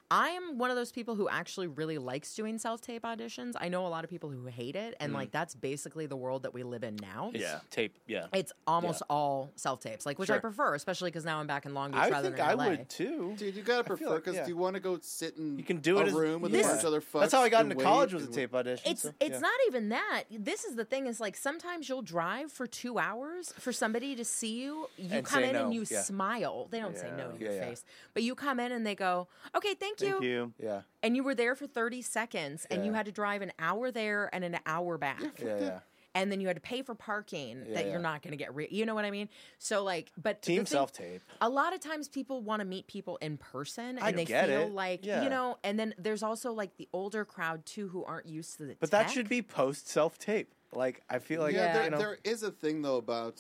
Speaker 3: I am one of those people who actually really likes doing self tape auditions. I know a lot of people who hate it, and like that's basically the world that we live in now.
Speaker 2: It's Tape. Mm. Yeah.
Speaker 3: It's almost all self tapes, like which I
Speaker 2: Sure.
Speaker 3: prefer, especially because now I'm back in Long Beach
Speaker 2: I
Speaker 3: rather
Speaker 2: think
Speaker 3: than
Speaker 2: I
Speaker 3: LA.
Speaker 2: would too.
Speaker 1: Dude, you gotta prefer
Speaker 2: like-
Speaker 1: because
Speaker 2: yeah.
Speaker 1: do you want to go sit in?
Speaker 2: You can do
Speaker 1: a
Speaker 2: it as
Speaker 1: room with
Speaker 3: This-
Speaker 1: a bunch of other fucks.
Speaker 2: That's how I got
Speaker 1: and
Speaker 2: into
Speaker 1: wait
Speaker 2: college was a
Speaker 1: and
Speaker 2: tape audition.
Speaker 3: It's
Speaker 2: so,
Speaker 3: it's
Speaker 2: yeah.
Speaker 3: not even that. This is the thing is like sometimes you'll drive for two hours for somebody to see you. You
Speaker 2: And
Speaker 3: come
Speaker 2: say
Speaker 3: in
Speaker 2: no,
Speaker 3: and you
Speaker 2: yeah.
Speaker 3: smile. They don't say no
Speaker 2: Yeah.
Speaker 3: to your
Speaker 2: Yeah, yeah.
Speaker 3: face, but you come in and they go, "Okay, thank you,",
Speaker 4: Thank you.
Speaker 2: Yeah.
Speaker 3: and you were there for thirty seconds, and you
Speaker 2: Yeah.
Speaker 3: had to drive an hour there and an hour back,
Speaker 2: Yeah. Yeah.
Speaker 3: and then you had to pay for parking that
Speaker 2: Yeah.
Speaker 3: you're not going to get. Re- you know what I mean? So like, but the
Speaker 2: Team
Speaker 3: thing-
Speaker 2: self tape.
Speaker 3: a lot of times people want to meet people in person and
Speaker 2: I
Speaker 3: they
Speaker 2: get
Speaker 3: feel
Speaker 2: it.
Speaker 3: like
Speaker 2: Yeah.
Speaker 3: you know and then there's also like the older crowd too who aren't used to the
Speaker 2: But that
Speaker 3: tech.
Speaker 2: should be post self tape. Like I feel like
Speaker 3: Yeah.
Speaker 1: yeah, there,
Speaker 2: you know,
Speaker 1: there is a thing though about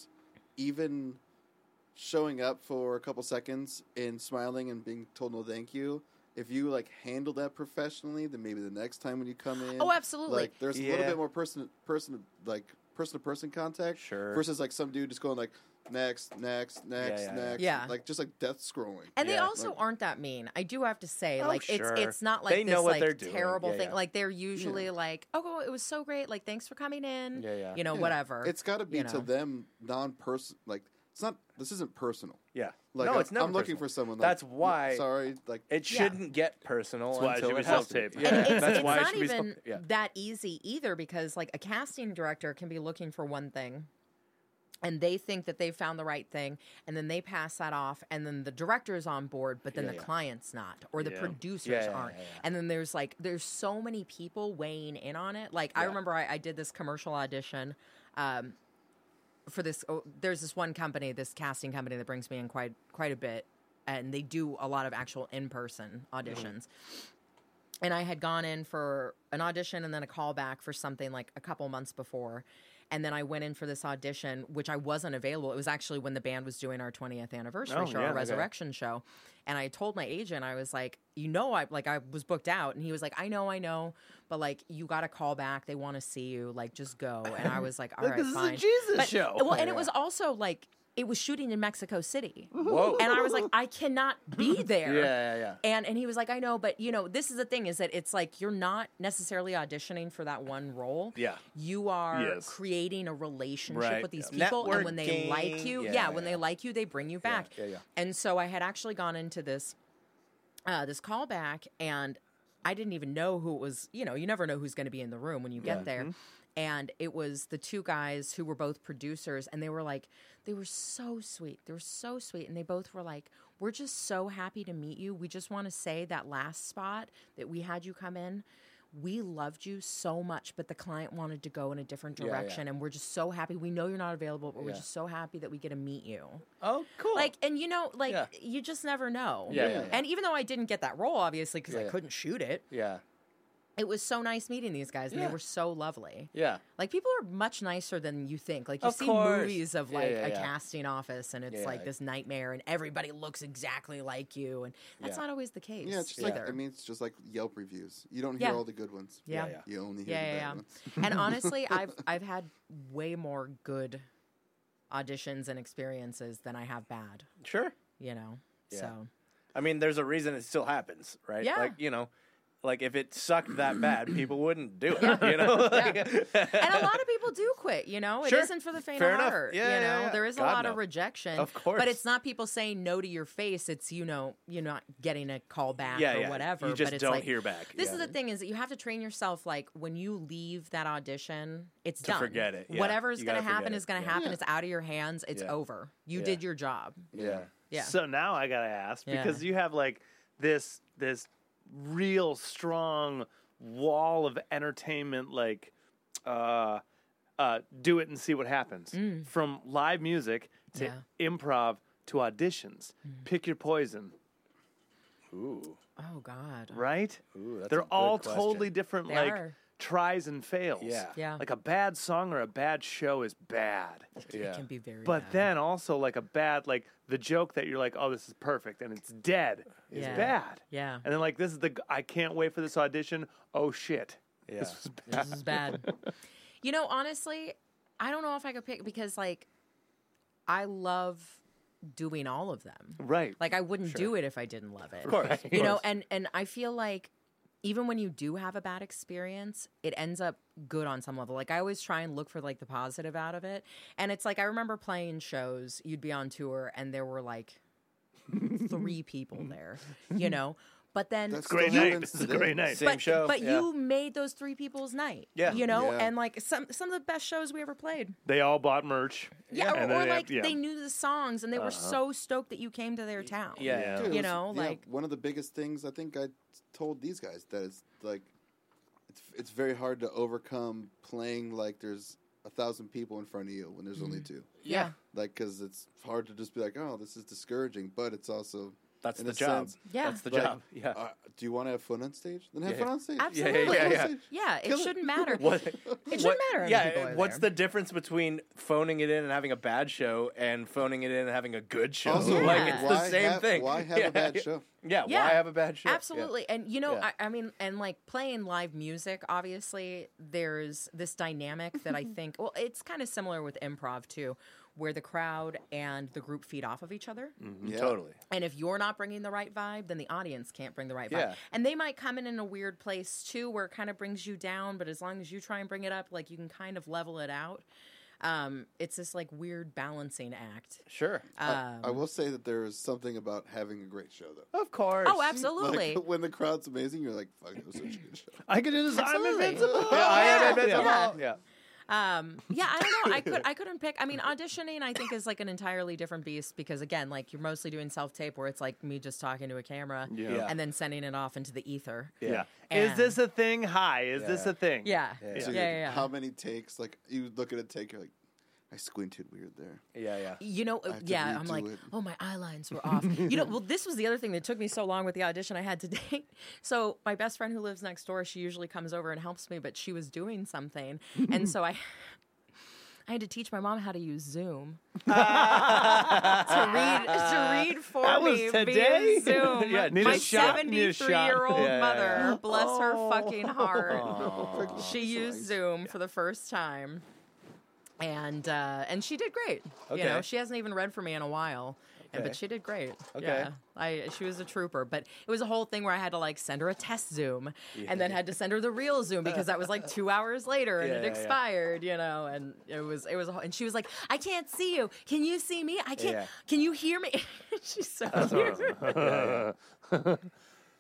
Speaker 1: even showing up for a couple seconds and smiling and being told no thank you. If you like handle that professionally, then maybe the next time when you come in,
Speaker 3: Oh, absolutely.
Speaker 1: Like, there's a
Speaker 2: Yeah.
Speaker 1: little bit more person, person, like person to person contact.
Speaker 2: Sure.
Speaker 1: Versus like some dude just going like next, next, next,
Speaker 2: yeah, yeah.
Speaker 1: next.
Speaker 3: Yeah.
Speaker 1: Like just like death scrolling.
Speaker 3: and they
Speaker 2: Yeah. Oh,
Speaker 3: also
Speaker 1: Like-
Speaker 3: aren't that mean. I do have to say, like
Speaker 2: sure.
Speaker 3: it's it's not like
Speaker 2: They
Speaker 3: this
Speaker 2: know what
Speaker 3: like
Speaker 2: they're doing.
Speaker 3: terrible
Speaker 2: Yeah,
Speaker 3: thing.
Speaker 2: yeah.
Speaker 3: Like they're usually like, oh, it was so great. Like thanks for coming in.
Speaker 2: Yeah, yeah.
Speaker 3: You know,
Speaker 1: Yeah.
Speaker 3: whatever.
Speaker 1: It's got to be
Speaker 3: you know.
Speaker 1: to them non-person. Like it's not. This isn't personal.
Speaker 2: yeah.
Speaker 1: Like
Speaker 2: no,
Speaker 1: I,
Speaker 2: it's never
Speaker 1: I'm looking
Speaker 2: personal.
Speaker 1: for someone. Like,
Speaker 2: That's why
Speaker 1: Sorry. Like
Speaker 2: it
Speaker 3: Yeah.
Speaker 2: shouldn't get personal
Speaker 4: why it
Speaker 2: until
Speaker 4: should be
Speaker 2: it has to be.
Speaker 4: self-tape.
Speaker 2: Yeah.
Speaker 4: And
Speaker 3: And it's,
Speaker 2: That's
Speaker 3: it's
Speaker 2: why it
Speaker 3: not
Speaker 2: should be self-
Speaker 3: even
Speaker 2: yeah.
Speaker 3: that easy either because like a casting director can be looking for one thing and they think that they've found the right thing and then they pass that off and then the director is on board but then
Speaker 2: Yeah,
Speaker 3: the
Speaker 2: yeah.
Speaker 3: client's not or the
Speaker 4: Yeah.
Speaker 3: producers
Speaker 2: Yeah, yeah,
Speaker 3: aren't
Speaker 2: yeah, yeah.
Speaker 3: and then there's like there's so many people weighing in on it like i
Speaker 2: Yeah.
Speaker 3: remember I, I did this commercial audition um, for this oh, there's this one company this casting company that brings me in quite quite a bit and they do a lot of actual in-person
Speaker 2: Mm-hmm.
Speaker 3: auditions and I had gone in for an audition and then a callback for something like a couple months before. And then I went in for this audition, which I wasn't available. It was actually when the band was doing our 20th anniversary
Speaker 4: Oh,
Speaker 3: show,
Speaker 4: yeah,
Speaker 3: our
Speaker 4: okay.
Speaker 3: resurrection show. And I told my agent, I was like, you know, I like I was booked out. And he was like, I know, I know, but like you got a call back. They want to see you. Like, just go. And I was like, all right,
Speaker 4: this is
Speaker 3: fine.
Speaker 4: a Jesus
Speaker 3: But-
Speaker 4: show.
Speaker 3: Well, and it was also like it was shooting in Mexico City.
Speaker 2: Whoa.
Speaker 3: And I was like, I cannot be there.
Speaker 2: Yeah, yeah, yeah.
Speaker 3: And and he was like, I know, but you know, this is the thing is that it's like you're not necessarily auditioning for that one role.
Speaker 2: Yeah.
Speaker 3: You are
Speaker 4: Yes.
Speaker 3: creating a relationship
Speaker 2: Right.
Speaker 3: with these
Speaker 2: Yeah.
Speaker 3: people. And when they like
Speaker 2: Networking.
Speaker 3: you, yeah,
Speaker 2: Yeah,
Speaker 3: when
Speaker 2: yeah.
Speaker 3: they like you, they bring you back.
Speaker 2: yeah, yeah.
Speaker 3: And so I had actually gone into this uh, this callback and I didn't even know who it was. You know, you never know who's going to be in the room when you get
Speaker 2: Mm-hmm.
Speaker 3: there. And it was the two guys who were both producers, and they were like, they were so sweet. They were so sweet. And they both were like, we're just so happy to meet you. We just want to say that last spot that we had you come in. We loved you so much, but the client wanted to go in a different
Speaker 2: yeah.
Speaker 3: direction, and we're just so happy. We know you're not available, but we're
Speaker 2: Yeah.
Speaker 3: just so happy that we get to meet you.
Speaker 2: Oh, cool.
Speaker 3: Like, and you know, like,
Speaker 2: Yeah.
Speaker 3: you just never know.
Speaker 2: Yeah, yeah, yeah.
Speaker 3: And even though I didn't get that role, obviously, because I
Speaker 2: yeah.
Speaker 3: couldn't shoot it,
Speaker 2: yeah.
Speaker 3: It was so nice meeting these guys, and
Speaker 2: Yeah.
Speaker 3: they were so lovely.
Speaker 2: Yeah.
Speaker 3: Like people are much nicer than you think. Like you
Speaker 2: Of
Speaker 3: see
Speaker 2: course.
Speaker 3: movies of
Speaker 2: Yeah,
Speaker 3: like
Speaker 2: yeah,
Speaker 3: a
Speaker 2: yeah.
Speaker 3: casting office, and it's
Speaker 2: Yeah,
Speaker 3: like
Speaker 2: yeah.
Speaker 3: this nightmare, and everybody looks exactly like you, and that's
Speaker 2: Yeah.
Speaker 3: not always the case.
Speaker 1: Yeah, it's just
Speaker 3: either.
Speaker 1: like I mean, it's just like Yelp reviews. You don't hear
Speaker 3: Yeah.
Speaker 1: all the good ones.
Speaker 3: Yeah. Yeah,
Speaker 2: yeah.
Speaker 1: You only hear
Speaker 3: yeah,
Speaker 1: the bad
Speaker 3: yeah,
Speaker 1: ones.
Speaker 3: yeah. and honestly, I've I've had way more good auditions and experiences than I have bad.
Speaker 2: Sure.
Speaker 3: You know,
Speaker 2: Yeah.
Speaker 3: so
Speaker 2: I mean, there's a reason it still happens, right?
Speaker 3: Yeah.
Speaker 2: Like, you know, like if it sucked that bad, people wouldn't do it, you know? Like-
Speaker 3: and a lot of people do quit. You know, it
Speaker 2: Sure.
Speaker 3: not for the faint
Speaker 2: Fair
Speaker 3: of
Speaker 2: enough.
Speaker 3: heart.
Speaker 2: Yeah,
Speaker 3: you know,
Speaker 2: yeah, yeah.
Speaker 3: there is a
Speaker 2: God,
Speaker 3: lot
Speaker 2: no.
Speaker 3: of rejection,
Speaker 2: Of course.
Speaker 3: but it's not people saying no to your face. It's you know, you're not getting a call back
Speaker 2: yeah,
Speaker 3: or
Speaker 2: yeah.
Speaker 3: whatever.
Speaker 2: You just
Speaker 3: but it's
Speaker 2: don't
Speaker 3: like,
Speaker 2: hear back.
Speaker 3: This
Speaker 2: yeah.
Speaker 3: is the thing is that you have to train yourself. Like when you leave that audition, it's
Speaker 2: To
Speaker 3: done.
Speaker 2: forget it, yeah.
Speaker 3: Whatever is
Speaker 2: You
Speaker 3: going to
Speaker 2: gotta forget
Speaker 3: happen
Speaker 2: it,
Speaker 3: is going to
Speaker 2: yeah.
Speaker 3: happen. It's out of your hands. It's
Speaker 2: Yeah.
Speaker 3: over. You
Speaker 2: Yeah.
Speaker 3: did your job.
Speaker 2: Yeah.
Speaker 3: Yeah.
Speaker 4: So now I gotta ask
Speaker 3: Yeah.
Speaker 4: because you have like this this real strong wall of entertainment, like uh, uh, do it and see what happens from live music to
Speaker 3: Mm. Yeah. Mm.
Speaker 4: improv to auditions. Pick your poison,
Speaker 2: Ooh.
Speaker 3: oh God.
Speaker 4: right?
Speaker 2: Ooh, that's a
Speaker 4: They're
Speaker 2: good
Speaker 4: all
Speaker 2: question.
Speaker 4: totally different,
Speaker 3: They
Speaker 4: like
Speaker 3: are.
Speaker 4: tries and fails.
Speaker 2: Yeah.
Speaker 3: Yeah.
Speaker 4: Like a bad song or a bad show is bad.
Speaker 2: Yeah.
Speaker 3: It can be very.
Speaker 4: But
Speaker 3: bad.
Speaker 4: then also like a bad like the joke that you're like, oh, this is perfect and it's dead is
Speaker 3: Yeah.
Speaker 4: bad.
Speaker 3: Yeah.
Speaker 4: And then like this is the g- I can't wait for this audition. Oh shit.
Speaker 2: Yeah.
Speaker 4: This was bad.
Speaker 3: This is bad. you know, honestly, I don't know if I could pick because like I love doing all of them.
Speaker 4: Right.
Speaker 3: Like I wouldn't do it if I didn't love it. Of
Speaker 2: course,
Speaker 3: You know, and and I feel like even when you do have a bad experience, it ends up good on some level. Like I always try and look for like the positive out of it. And it's like I remember playing shows, you'd be on tour and there were like three people there, you know. But then
Speaker 1: That's
Speaker 4: great
Speaker 1: still
Speaker 4: night.
Speaker 1: happens
Speaker 4: This is a
Speaker 1: today.
Speaker 4: great night.
Speaker 2: Same
Speaker 3: but,
Speaker 2: show.
Speaker 3: But
Speaker 2: yeah.
Speaker 3: you made those three people's night.
Speaker 2: Yeah.
Speaker 3: You know,
Speaker 1: Yeah.
Speaker 3: and like some some of the best shows we ever played.
Speaker 4: They all bought merch.
Speaker 3: Yeah.
Speaker 4: And
Speaker 3: or
Speaker 4: then
Speaker 3: or
Speaker 4: they have-
Speaker 3: like
Speaker 4: yeah.
Speaker 3: they knew the songs and they were so stoked that you came to their town.
Speaker 2: Uh-huh. Yeah.
Speaker 4: Yeah.
Speaker 1: Dude,
Speaker 3: You
Speaker 1: it was-
Speaker 3: know, like-
Speaker 1: one of the biggest things I think I told these guys that it's like it's it's very hard to overcome playing like there's a thousand people in front of you when there's only
Speaker 2: Mm-hmm.
Speaker 1: two.
Speaker 3: Yeah.
Speaker 1: Like, because it's hard to just be like, oh, this is discouraging, but it's also
Speaker 2: That's
Speaker 1: in
Speaker 2: the
Speaker 1: a
Speaker 2: job.
Speaker 1: sense,
Speaker 3: Yeah.
Speaker 2: That's the
Speaker 1: like,
Speaker 2: job. Yeah.
Speaker 1: uh, do you want to have fun on stage? Then have
Speaker 2: Yeah,
Speaker 1: fun
Speaker 2: yeah.
Speaker 1: on stage.
Speaker 3: Absolutely.
Speaker 2: yeah,
Speaker 1: Have fun on
Speaker 2: yeah.
Speaker 1: stage.
Speaker 3: Yeah, it
Speaker 1: Kill
Speaker 3: shouldn't matter.
Speaker 2: What-
Speaker 3: It shouldn't matter.
Speaker 2: Yeah, what's the difference between phoning it in and having a bad show and phoning it in and having a good show?
Speaker 1: Also,
Speaker 2: Like
Speaker 3: Yeah.
Speaker 2: it's the
Speaker 1: why
Speaker 2: same
Speaker 1: have-
Speaker 2: thing.
Speaker 1: Why have
Speaker 2: yeah.
Speaker 1: a bad show?
Speaker 2: Yeah,
Speaker 3: Yeah.
Speaker 2: why have a bad show? Yeah.
Speaker 3: Absolutely. And you know,
Speaker 2: Yeah.
Speaker 3: I, I mean, and like playing live music, obviously, there's this dynamic that I think, well, it's kind of similar with improv too, where the crowd and the group feed off of each other.
Speaker 2: Mm-hmm.
Speaker 1: Yeah.
Speaker 2: Totally.
Speaker 3: And if you're not bringing the right vibe, then the audience can't bring the right vibe.
Speaker 2: Yeah.
Speaker 3: And they might come in in a weird place too, where it kind of brings you down. But as long as you try and bring it up, like you can kind of level it out. Um, it's this like weird balancing act.
Speaker 2: Sure.
Speaker 3: Um,
Speaker 1: I will say that there is something about having a great show, though.
Speaker 2: of course.
Speaker 3: oh, absolutely.
Speaker 1: Like, when the crowd's amazing, you're like, fuck, it was such a good show.
Speaker 4: I could do this. I'm
Speaker 3: Absolutely.
Speaker 4: invincible.
Speaker 2: Yeah, I am
Speaker 3: oh, Yeah.
Speaker 2: invincible.
Speaker 3: Yeah.
Speaker 2: Yeah.
Speaker 3: Um, yeah, I don't know. I could I couldn't pick. I mean, auditioning I think is like an entirely different beast because again, like you're mostly doing self tape where it's like me just talking to a camera
Speaker 2: Yeah.
Speaker 3: and then sending it off into the ether.
Speaker 4: Yeah. Is
Speaker 3: And-
Speaker 4: this a thing? Hi. Is this
Speaker 2: Yeah.
Speaker 4: a thing?
Speaker 3: Yeah.
Speaker 2: Yeah.
Speaker 1: So
Speaker 3: yeah,
Speaker 1: you're like,
Speaker 3: yeah, yeah.
Speaker 1: How many takes? Like you look at a take, you're like, I squinted weird there.
Speaker 2: Yeah, yeah.
Speaker 3: You know, uh,
Speaker 1: have to
Speaker 3: yeah, I'm
Speaker 1: redo
Speaker 3: like,
Speaker 1: it.
Speaker 3: oh, my eye lines were off. you know, well, this was the other thing that took me so long with the audition I had today. So my best friend who lives next door, she usually comes over and helps me, but she was doing something, and so I, I had to teach my mom how to use Zoom to read to read for
Speaker 4: That was
Speaker 3: me
Speaker 4: today?
Speaker 3: via Zoom.
Speaker 4: Yeah, need a
Speaker 3: my
Speaker 4: shot, need a shot.
Speaker 3: 73 year old
Speaker 2: Yeah, yeah,
Speaker 3: mother,
Speaker 2: yeah.
Speaker 3: bless her
Speaker 4: Oh.
Speaker 3: fucking heart.
Speaker 1: Perfect.
Speaker 3: She used Zoom for the first time. And uh, and she did great. You know,
Speaker 2: Okay.
Speaker 3: she hasn't even read for me in a while. And,
Speaker 2: Okay.
Speaker 3: but she did great.
Speaker 2: Okay.
Speaker 3: Yeah. I she was a trooper, but it was a whole thing where I had to like send her a test Zoom and then had to send her the real Zoom because that was like 2 hours later and
Speaker 2: Yeah,
Speaker 3: it
Speaker 2: yeah, yeah.
Speaker 3: expired, you know, and it was it was a whole- and she was like, "I can't see you. Can you see me? I can't.
Speaker 2: Yeah.
Speaker 3: Can you hear me?" She's so weird.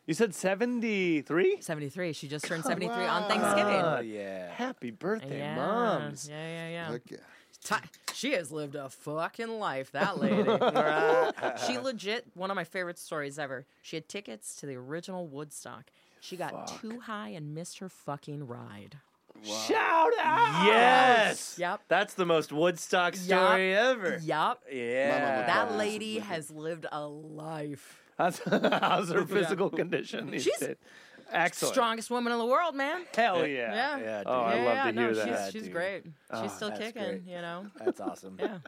Speaker 4: You said 73?
Speaker 3: 73. She just turned 73 on Thanksgiving.
Speaker 2: Oh, yeah.
Speaker 4: Happy birthday,
Speaker 3: Yeah.
Speaker 4: moms.
Speaker 3: Yeah, yeah, yeah.
Speaker 1: Heck yeah.
Speaker 3: Ti she has lived a fucking life, that lady. she legit, one of my favorite stories ever. She had tickets to the original Woodstock. She got too high and missed her fucking ride.
Speaker 4: Shout out.
Speaker 2: Yes.
Speaker 3: Yep.
Speaker 2: That's the most Woodstock story ever.
Speaker 3: Yup.
Speaker 2: Yeah.
Speaker 3: That lady has lived a life.
Speaker 4: How's, how's her physical condition? these
Speaker 3: She's
Speaker 4: days? Excellent.
Speaker 3: Strongest woman in the world, man.
Speaker 4: Hell yeah.
Speaker 3: Yeah.
Speaker 2: Yeah, dude.
Speaker 4: Oh, I love to
Speaker 3: no,
Speaker 4: hear
Speaker 3: she's,
Speaker 4: that.
Speaker 3: She's
Speaker 2: dude.
Speaker 3: great. She's still
Speaker 2: that's
Speaker 3: kicking,
Speaker 2: great.
Speaker 3: you know?
Speaker 2: That's awesome.
Speaker 3: Yeah.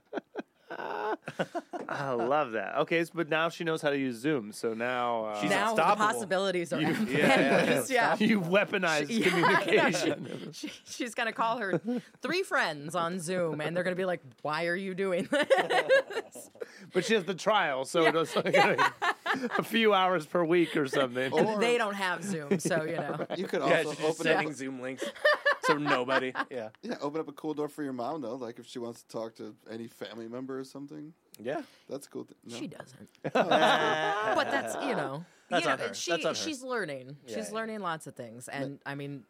Speaker 4: I love that. Okay, so- but now she knows how to use Zoom. So now uh,
Speaker 2: She's
Speaker 3: now the
Speaker 2: unstoppable.
Speaker 3: possibilities are endless.
Speaker 2: yeah, yeah.
Speaker 3: yeah.
Speaker 4: you weaponized
Speaker 3: Yeah,
Speaker 4: communication.
Speaker 3: no, she, she- she's gonna call her three friends on Zoom, and they're gonna be like, "Why are you doing this?"
Speaker 4: But she has the trial, so it's like a few hours per week or something.
Speaker 1: Or
Speaker 3: they don't have Zoom, so you know.
Speaker 6: You could
Speaker 2: Yeah,
Speaker 6: also
Speaker 2: she's just
Speaker 6: open up,
Speaker 2: sending Zoom links to nobody. Yeah.
Speaker 6: yeah, open up a cool door for your mom though. Like if she wants to talk to any family member or something,
Speaker 2: Yeah.
Speaker 6: that's a cool. Th- no.
Speaker 3: She doesn't, but that's you know.
Speaker 2: That's
Speaker 3: you know,
Speaker 2: on her.
Speaker 3: She
Speaker 2: That's on her.
Speaker 3: she's learning.
Speaker 2: Yeah,
Speaker 3: she's
Speaker 2: yeah.
Speaker 3: learning lots of things, and I mean,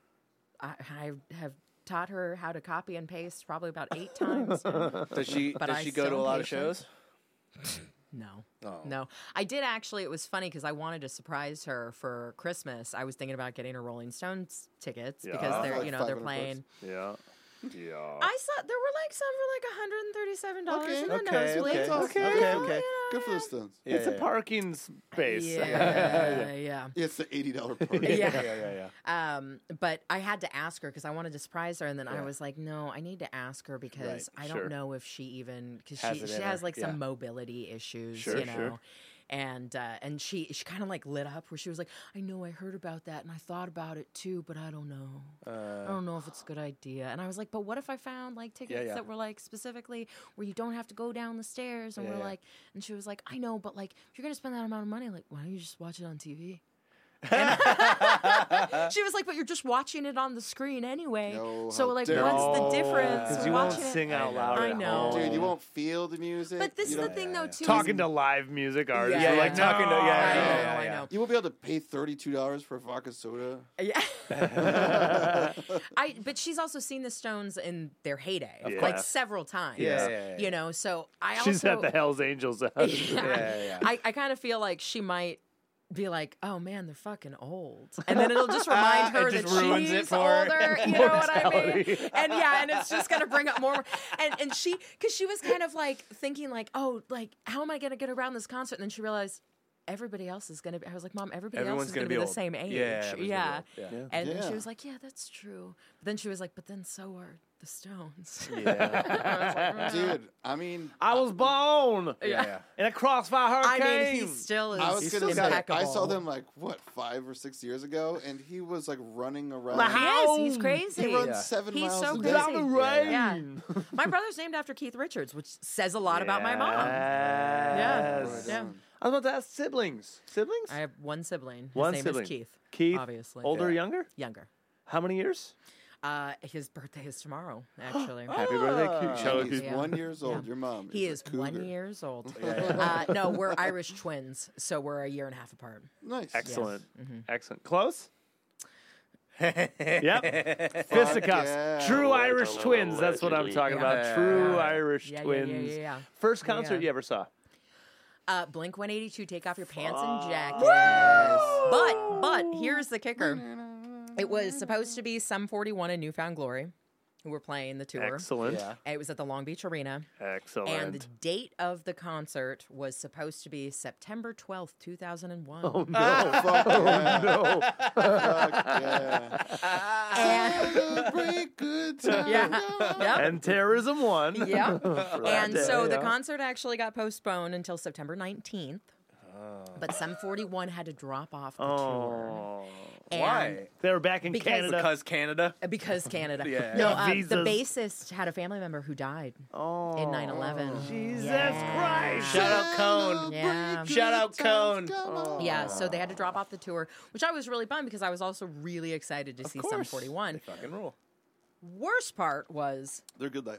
Speaker 3: I, I have taught her how to copy and paste probably about eight times.
Speaker 2: Does she
Speaker 3: But
Speaker 2: does
Speaker 3: I
Speaker 2: she go to a
Speaker 3: still
Speaker 2: lot of
Speaker 3: patient.
Speaker 2: shows?
Speaker 3: No.
Speaker 2: Oh.
Speaker 3: No. I did actually, it was funny because I wanted to surprise her for Christmas. I was thinking about getting her Rolling Stones tickets because
Speaker 4: Yeah.
Speaker 3: they're,
Speaker 6: Like
Speaker 3: you know,
Speaker 6: 500
Speaker 3: they're
Speaker 6: bucks.
Speaker 3: playing.
Speaker 4: yeah. Yeah.
Speaker 3: I saw there were like some for like $137
Speaker 6: Okay,
Speaker 3: in the
Speaker 2: okay,
Speaker 3: nosebleeds.
Speaker 2: okay,
Speaker 6: okay,
Speaker 2: okay, okay.
Speaker 6: Good for the Stones.
Speaker 2: Yeah,
Speaker 4: it's
Speaker 2: yeah,
Speaker 4: a
Speaker 2: yeah.
Speaker 4: parking space.
Speaker 3: Yeah, yeah.
Speaker 6: It's the eighty dollar party.
Speaker 3: Yeah.
Speaker 2: Yeah, yeah, yeah.
Speaker 3: Um, but I had to ask her because I wanted to surprise her, and then I was like, "No, I need to ask her because I don't
Speaker 4: sure.
Speaker 3: know if she even because
Speaker 2: Has
Speaker 3: she
Speaker 2: it
Speaker 3: she
Speaker 2: in
Speaker 3: has
Speaker 2: her,
Speaker 3: like
Speaker 2: yeah.
Speaker 3: some mobility issues,
Speaker 4: Sure,
Speaker 3: you know."
Speaker 4: sure.
Speaker 3: And uh, and she she kind of like lit up where she was like, "I know I heard about that, and I thought about it too, but I don't know. I
Speaker 4: Uh,
Speaker 3: don't know if it's a good idea." And I was like, "But what if I found like tickets
Speaker 2: yeah.
Speaker 3: that were like specifically where you don't have to go down the stairs?" And
Speaker 2: Yeah,
Speaker 3: we're
Speaker 2: yeah.
Speaker 3: like, and she was like, "I know, but like if you're gonna spend that amount of money, like why don't you just watch it on TV?" She was like, "But you're just watching it on the screen anyway.
Speaker 6: No,
Speaker 3: so
Speaker 6: how
Speaker 3: like,
Speaker 6: dare
Speaker 3: what's the
Speaker 4: you.
Speaker 3: difference?
Speaker 4: Because
Speaker 3: from
Speaker 4: you won't
Speaker 3: watching it-
Speaker 4: sing out loud.
Speaker 3: I
Speaker 4: at
Speaker 3: know.
Speaker 4: home.
Speaker 6: Dude, you won't feel the music.
Speaker 3: But this
Speaker 6: you
Speaker 3: is the
Speaker 6: don't-
Speaker 3: thing, though, too.
Speaker 4: talking
Speaker 3: is-
Speaker 4: to live music artists.
Speaker 3: Yeah,
Speaker 4: You're like
Speaker 3: yeah.
Speaker 4: talking to
Speaker 3: I
Speaker 4: yeah,
Speaker 3: know,
Speaker 4: yeah, yeah,
Speaker 3: I
Speaker 4: yeah.
Speaker 3: know.
Speaker 6: You won't be able to pay thirty two dollars for a vodka soda.
Speaker 3: Yeah. I but she's also seen the Stones in their heyday,
Speaker 4: Of
Speaker 3: like
Speaker 4: course.
Speaker 3: several times.
Speaker 2: Yeah, yeah, yeah, yeah.
Speaker 3: You know, so I also
Speaker 4: She's at the Hell's Angels.
Speaker 3: Yeah.
Speaker 2: Yeah, yeah.
Speaker 3: I, I kind of feel like she might be like, "Oh man, they're fucking old," and then it'll just remind her
Speaker 2: Uh, It just
Speaker 3: that
Speaker 2: ruins
Speaker 3: she's
Speaker 2: it for her.
Speaker 3: older. You know what I mean? And yeah, and it's just gonna bring up more. And and she, because she was kind of like thinking like, "Oh, like how am I gonna get around this concert?" And then she realized. Everybody else is gonna be. I was like, Mom, everybody else
Speaker 2: Everyone's
Speaker 3: is gonna,
Speaker 2: gonna
Speaker 3: be,
Speaker 2: be
Speaker 3: the
Speaker 2: old.
Speaker 3: same age.
Speaker 2: Yeah, everyone's
Speaker 3: yeah.
Speaker 2: gonna be old. Yeah.
Speaker 3: And then
Speaker 6: Yeah.
Speaker 3: she was like, Yeah, that's true. But then she was like, But then so are the Stones.
Speaker 2: Yeah.
Speaker 6: Dude, I mean,
Speaker 4: I was born
Speaker 2: Yeah, yeah.
Speaker 4: in a crossfire
Speaker 3: I
Speaker 4: hurricane.
Speaker 3: mean, he still is
Speaker 6: I was gonna say,
Speaker 3: impeccable.
Speaker 6: I saw them like what five or six years ago, and he was like running around.
Speaker 3: He is. He's
Speaker 4: Ow.
Speaker 3: crazy.
Speaker 6: Oh. He runs seven
Speaker 3: He's
Speaker 6: miles
Speaker 3: so
Speaker 6: a
Speaker 3: crazy.
Speaker 6: day.
Speaker 4: Down the rain.
Speaker 3: Yeah. My brother's named after Keith Richards, which says a lot about my mom.
Speaker 4: Yes.
Speaker 3: Yeah.
Speaker 4: I was about to ask siblings. Siblings?
Speaker 3: I have one sibling. His
Speaker 4: One
Speaker 3: name
Speaker 4: sibling.
Speaker 3: is Keith.
Speaker 4: Keith.
Speaker 3: obviously.
Speaker 4: Older, or
Speaker 2: Yeah.
Speaker 4: younger?
Speaker 3: Younger.
Speaker 4: How many years?
Speaker 3: Uh, his birthday is tomorrow,
Speaker 6: Oh,
Speaker 3: actually.
Speaker 4: Happy birthday, Keith. Shout out
Speaker 6: And he's
Speaker 4: Keith.
Speaker 3: Yeah.
Speaker 6: one years old. Your mom.
Speaker 3: He
Speaker 6: a
Speaker 3: is one
Speaker 6: cougar.
Speaker 3: years old. Uh, no, we're Irish twins, so we're a year and a half apart.
Speaker 6: Nice.
Speaker 4: Excellent.
Speaker 3: Mm-hmm.
Speaker 4: Excellent. Close?
Speaker 2: yeah.
Speaker 4: Yep. Fisticuffs.
Speaker 6: yeah.
Speaker 4: True Irish twins. That's what I'm talking about.
Speaker 2: Yeah.
Speaker 4: True Irish
Speaker 3: Yeah, yeah, yeah,
Speaker 4: twins.
Speaker 3: yeah, yeah.
Speaker 4: First concert
Speaker 3: Yeah.
Speaker 4: you ever saw?
Speaker 3: Uh, Blink 182, take off your pants and jacket. But, but here's the kicker it was supposed to be Sum 41 and Newfound Glory, who were playing the tour.
Speaker 4: Excellent.
Speaker 2: Yeah.
Speaker 3: It was at the Long Beach Arena.
Speaker 4: Excellent.
Speaker 3: And the date of the concert was supposed to be September 12th, 2001.
Speaker 4: Oh.
Speaker 6: Oh, Fuck yeah.
Speaker 4: no.
Speaker 6: Fuck yeah.
Speaker 3: And,
Speaker 6: Celebrate good time.
Speaker 3: yeah. Uh, Yep.
Speaker 4: And terrorism won.
Speaker 3: Yep. and
Speaker 4: day,
Speaker 3: so the
Speaker 4: yeah.
Speaker 3: concert actually got postponed until September 19th. But some 41 had to drop off the tour.
Speaker 4: Oh.
Speaker 3: And
Speaker 2: Why?
Speaker 4: They were back in
Speaker 3: Because-
Speaker 4: Canada.
Speaker 2: Because Canada.
Speaker 3: Uh, Because Canada.
Speaker 2: Yeah.
Speaker 3: No,
Speaker 4: Yeah,
Speaker 3: um, the
Speaker 4: visas.
Speaker 3: bassist had a family member who died
Speaker 4: oh.
Speaker 3: in 9 11.
Speaker 4: Jesus Christ.
Speaker 2: Shout out Cone.
Speaker 3: Yeah.
Speaker 2: Shout out Cone.
Speaker 3: Yeah, so they had to drop off the tour, which I was really bummed because I was also really excited to see Sum
Speaker 2: course.
Speaker 3: 41.
Speaker 2: Fucking rule.
Speaker 3: Worst part was
Speaker 6: They're good life.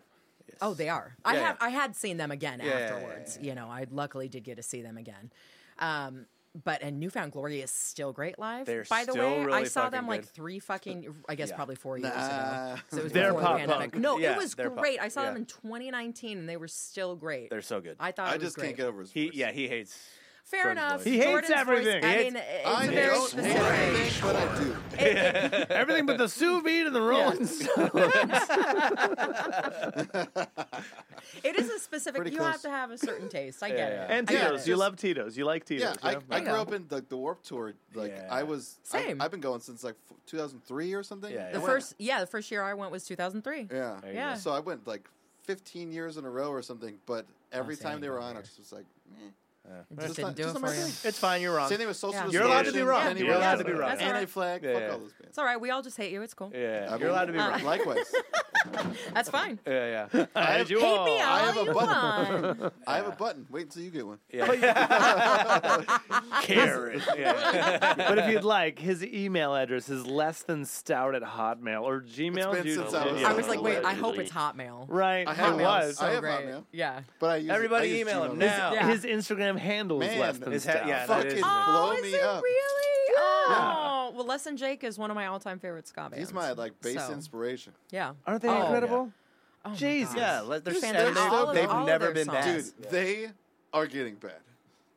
Speaker 3: Oh, they are. I
Speaker 2: Yeah,
Speaker 3: have
Speaker 2: yeah.
Speaker 3: I had seen them again
Speaker 2: yeah, yeah,
Speaker 3: afterwards. You know, I luckily did get to see them again. Um, but and Newfound Glory is still great live.
Speaker 2: They're
Speaker 3: By the
Speaker 2: still
Speaker 3: way, I
Speaker 2: really
Speaker 3: saw
Speaker 2: fucking
Speaker 3: them like
Speaker 2: good.
Speaker 3: three fucking, I guess probably four years
Speaker 6: Nah.
Speaker 3: ago. So it was
Speaker 4: They're
Speaker 3: before the
Speaker 4: pop
Speaker 3: pandemic.
Speaker 4: punk.
Speaker 3: No,
Speaker 2: Yeah,
Speaker 3: it was
Speaker 2: they're pop-
Speaker 3: great. I saw them
Speaker 2: yeah.
Speaker 3: in 2019 and they were still great.
Speaker 2: They're so good.
Speaker 3: I thought
Speaker 6: I
Speaker 3: it was
Speaker 6: just
Speaker 3: great.
Speaker 6: can't get over his
Speaker 2: he
Speaker 6: voice.
Speaker 2: yeah, he hates
Speaker 3: Fair
Speaker 2: Jordan's
Speaker 3: enough.
Speaker 2: voice.
Speaker 4: He hates
Speaker 3: Jordan's
Speaker 4: everything.
Speaker 3: Voice,
Speaker 2: He
Speaker 3: I
Speaker 2: hates-
Speaker 3: mean, it's
Speaker 6: I
Speaker 3: a very
Speaker 6: don't hate
Speaker 3: specific.
Speaker 6: everything, but I do.
Speaker 4: Everything but the sous vide and the Rolling Stones.
Speaker 3: It is a specific.
Speaker 1: Pretty
Speaker 3: you
Speaker 1: close.
Speaker 3: have to have a certain taste. I get
Speaker 2: yeah.
Speaker 3: it.
Speaker 4: And
Speaker 3: I get
Speaker 4: Tito's.
Speaker 3: it.
Speaker 4: You love Tito's. You like Tito's.
Speaker 1: Yeah, I, I
Speaker 3: Yeah.
Speaker 1: grew up in like the Warp Tour. Like
Speaker 2: Yeah.
Speaker 1: I was,
Speaker 3: Same.
Speaker 1: I, have been going since like f- 2003 or something.
Speaker 2: Yeah,
Speaker 1: I
Speaker 3: the
Speaker 1: went-
Speaker 3: first. Yeah, the first year I went was 2003.
Speaker 1: Yeah.
Speaker 2: There you
Speaker 3: Yeah.
Speaker 2: go.
Speaker 1: So I went like 15 years in a row or something. But every
Speaker 3: see, I
Speaker 1: time
Speaker 3: ain't
Speaker 1: they were
Speaker 3: going
Speaker 1: on, I
Speaker 3: there.
Speaker 1: just was like, meh.
Speaker 3: It just
Speaker 1: Just not-
Speaker 3: didn't do
Speaker 1: just
Speaker 3: it
Speaker 1: not my
Speaker 3: for you.
Speaker 1: thing.
Speaker 2: It's fine. You're wrong.
Speaker 1: Same thing with social.
Speaker 3: Yeah.
Speaker 2: You're allowed to be
Speaker 1: Association,
Speaker 2: wrong.
Speaker 1: Anti-
Speaker 2: You're allowed to be
Speaker 1: Anti-
Speaker 2: wrong.
Speaker 3: That's all right.
Speaker 1: Anti-flag.
Speaker 2: Yeah,
Speaker 1: fuck
Speaker 2: yeah.
Speaker 1: all those bands.
Speaker 3: It's all right. We all just hate you. It's cool.
Speaker 2: Yeah.
Speaker 1: I
Speaker 2: You're allowed to be
Speaker 1: mean,
Speaker 2: wrong.
Speaker 1: Likewise,
Speaker 3: That's fine.
Speaker 2: Yeah, yeah. I had you
Speaker 3: Hate
Speaker 2: all.
Speaker 3: me all
Speaker 1: I have a
Speaker 3: you
Speaker 1: button.
Speaker 3: want.
Speaker 1: I have a button. Wait until you get one.
Speaker 2: Karen. Yeah.
Speaker 4: but if you'd like, his email address is less than stout at hotmail or Gmail.
Speaker 1: been
Speaker 4: dude.
Speaker 1: since I was-
Speaker 4: Yeah.
Speaker 3: I was like, wait. I hope
Speaker 5: Allegedly.
Speaker 3: it's Hotmail.
Speaker 4: right.
Speaker 1: I
Speaker 4: it
Speaker 1: have
Speaker 4: was.
Speaker 1: I have
Speaker 3: Great.
Speaker 1: Hotmail,
Speaker 3: Yeah.
Speaker 1: but I use
Speaker 2: Everybody
Speaker 1: I use
Speaker 2: email
Speaker 1: Gmail.
Speaker 2: him now.
Speaker 3: Yeah.
Speaker 4: His Instagram handle is
Speaker 1: Man,
Speaker 4: less than
Speaker 1: his
Speaker 2: ha-
Speaker 4: stout.
Speaker 2: yeah, that
Speaker 1: Fucking
Speaker 2: is-
Speaker 1: blow
Speaker 3: Oh, is
Speaker 1: me
Speaker 3: it
Speaker 1: up.
Speaker 3: really? Oh, well, Lesson Jake is one of my all-time favorite ska bands.
Speaker 1: He's my like base
Speaker 3: So,
Speaker 1: inspiration.
Speaker 3: Yeah.
Speaker 4: Aren't they
Speaker 2: Oh,
Speaker 4: incredible?
Speaker 3: Oh my
Speaker 4: Jesus.
Speaker 3: God.
Speaker 2: Yeah, let- they're
Speaker 1: Just- they're
Speaker 2: standing there.
Speaker 1: all of-
Speaker 2: They've
Speaker 3: all of
Speaker 2: never
Speaker 3: their
Speaker 2: been
Speaker 3: songs. Hmm.
Speaker 1: Dude,
Speaker 2: bad.
Speaker 1: they are getting bad.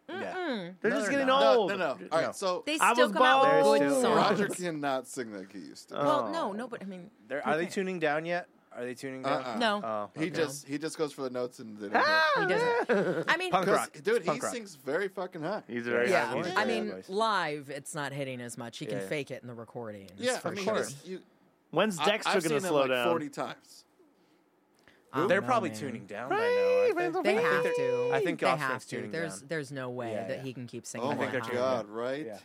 Speaker 2: Yeah.
Speaker 4: They're
Speaker 2: No,
Speaker 4: just
Speaker 2: they're
Speaker 4: getting
Speaker 2: not.
Speaker 1: No,
Speaker 4: old.
Speaker 1: no, no. All right, so
Speaker 3: They
Speaker 4: I
Speaker 3: still
Speaker 4: was
Speaker 3: come out
Speaker 4: born
Speaker 3: with good
Speaker 2: too.
Speaker 3: songs.
Speaker 1: Roger cannot sing like he used to.
Speaker 3: Oh. Well, no, no, but I mean,
Speaker 2: They're, are they
Speaker 3: Okay.
Speaker 2: tuning down yet? Are they tuning down?
Speaker 1: Uh-uh.
Speaker 3: no.
Speaker 2: Oh,
Speaker 1: He
Speaker 2: okay.
Speaker 1: just he just goes for the notes and they don't
Speaker 4: Ah,
Speaker 1: know.
Speaker 3: He doesn't. I mean,
Speaker 2: Punk
Speaker 1: Because,
Speaker 2: rock.
Speaker 1: dude,
Speaker 2: It's punk
Speaker 1: he
Speaker 2: rock.
Speaker 1: sings very fucking high.
Speaker 4: He's very
Speaker 3: yeah.
Speaker 4: high voice.
Speaker 2: he's
Speaker 3: I
Speaker 2: very
Speaker 3: mean,
Speaker 2: nice.
Speaker 3: live, it's not hitting as much. He can
Speaker 2: Yeah.
Speaker 3: fake it in the recording.
Speaker 1: yeah,
Speaker 3: for
Speaker 1: I mean,
Speaker 3: sure.
Speaker 1: just- you,
Speaker 4: When's
Speaker 1: I,
Speaker 4: Dexter
Speaker 1: I've
Speaker 4: going to
Speaker 1: seen
Speaker 4: slow
Speaker 1: him like
Speaker 4: down?
Speaker 1: forty times.
Speaker 3: I
Speaker 2: They're
Speaker 3: don't
Speaker 2: probably
Speaker 3: know, man.
Speaker 2: tuning down by now. aren't Oh, They,
Speaker 3: They
Speaker 2: I think
Speaker 3: have
Speaker 2: they're-
Speaker 3: to.
Speaker 2: I think
Speaker 3: they
Speaker 2: Austin's
Speaker 3: have to.
Speaker 2: tuning
Speaker 3: There's
Speaker 2: down.
Speaker 3: there's no way
Speaker 2: Yeah,
Speaker 3: that
Speaker 2: yeah.
Speaker 3: he can keep singing.
Speaker 1: Oh my
Speaker 3: that high.
Speaker 1: god! Right?
Speaker 2: Yeah.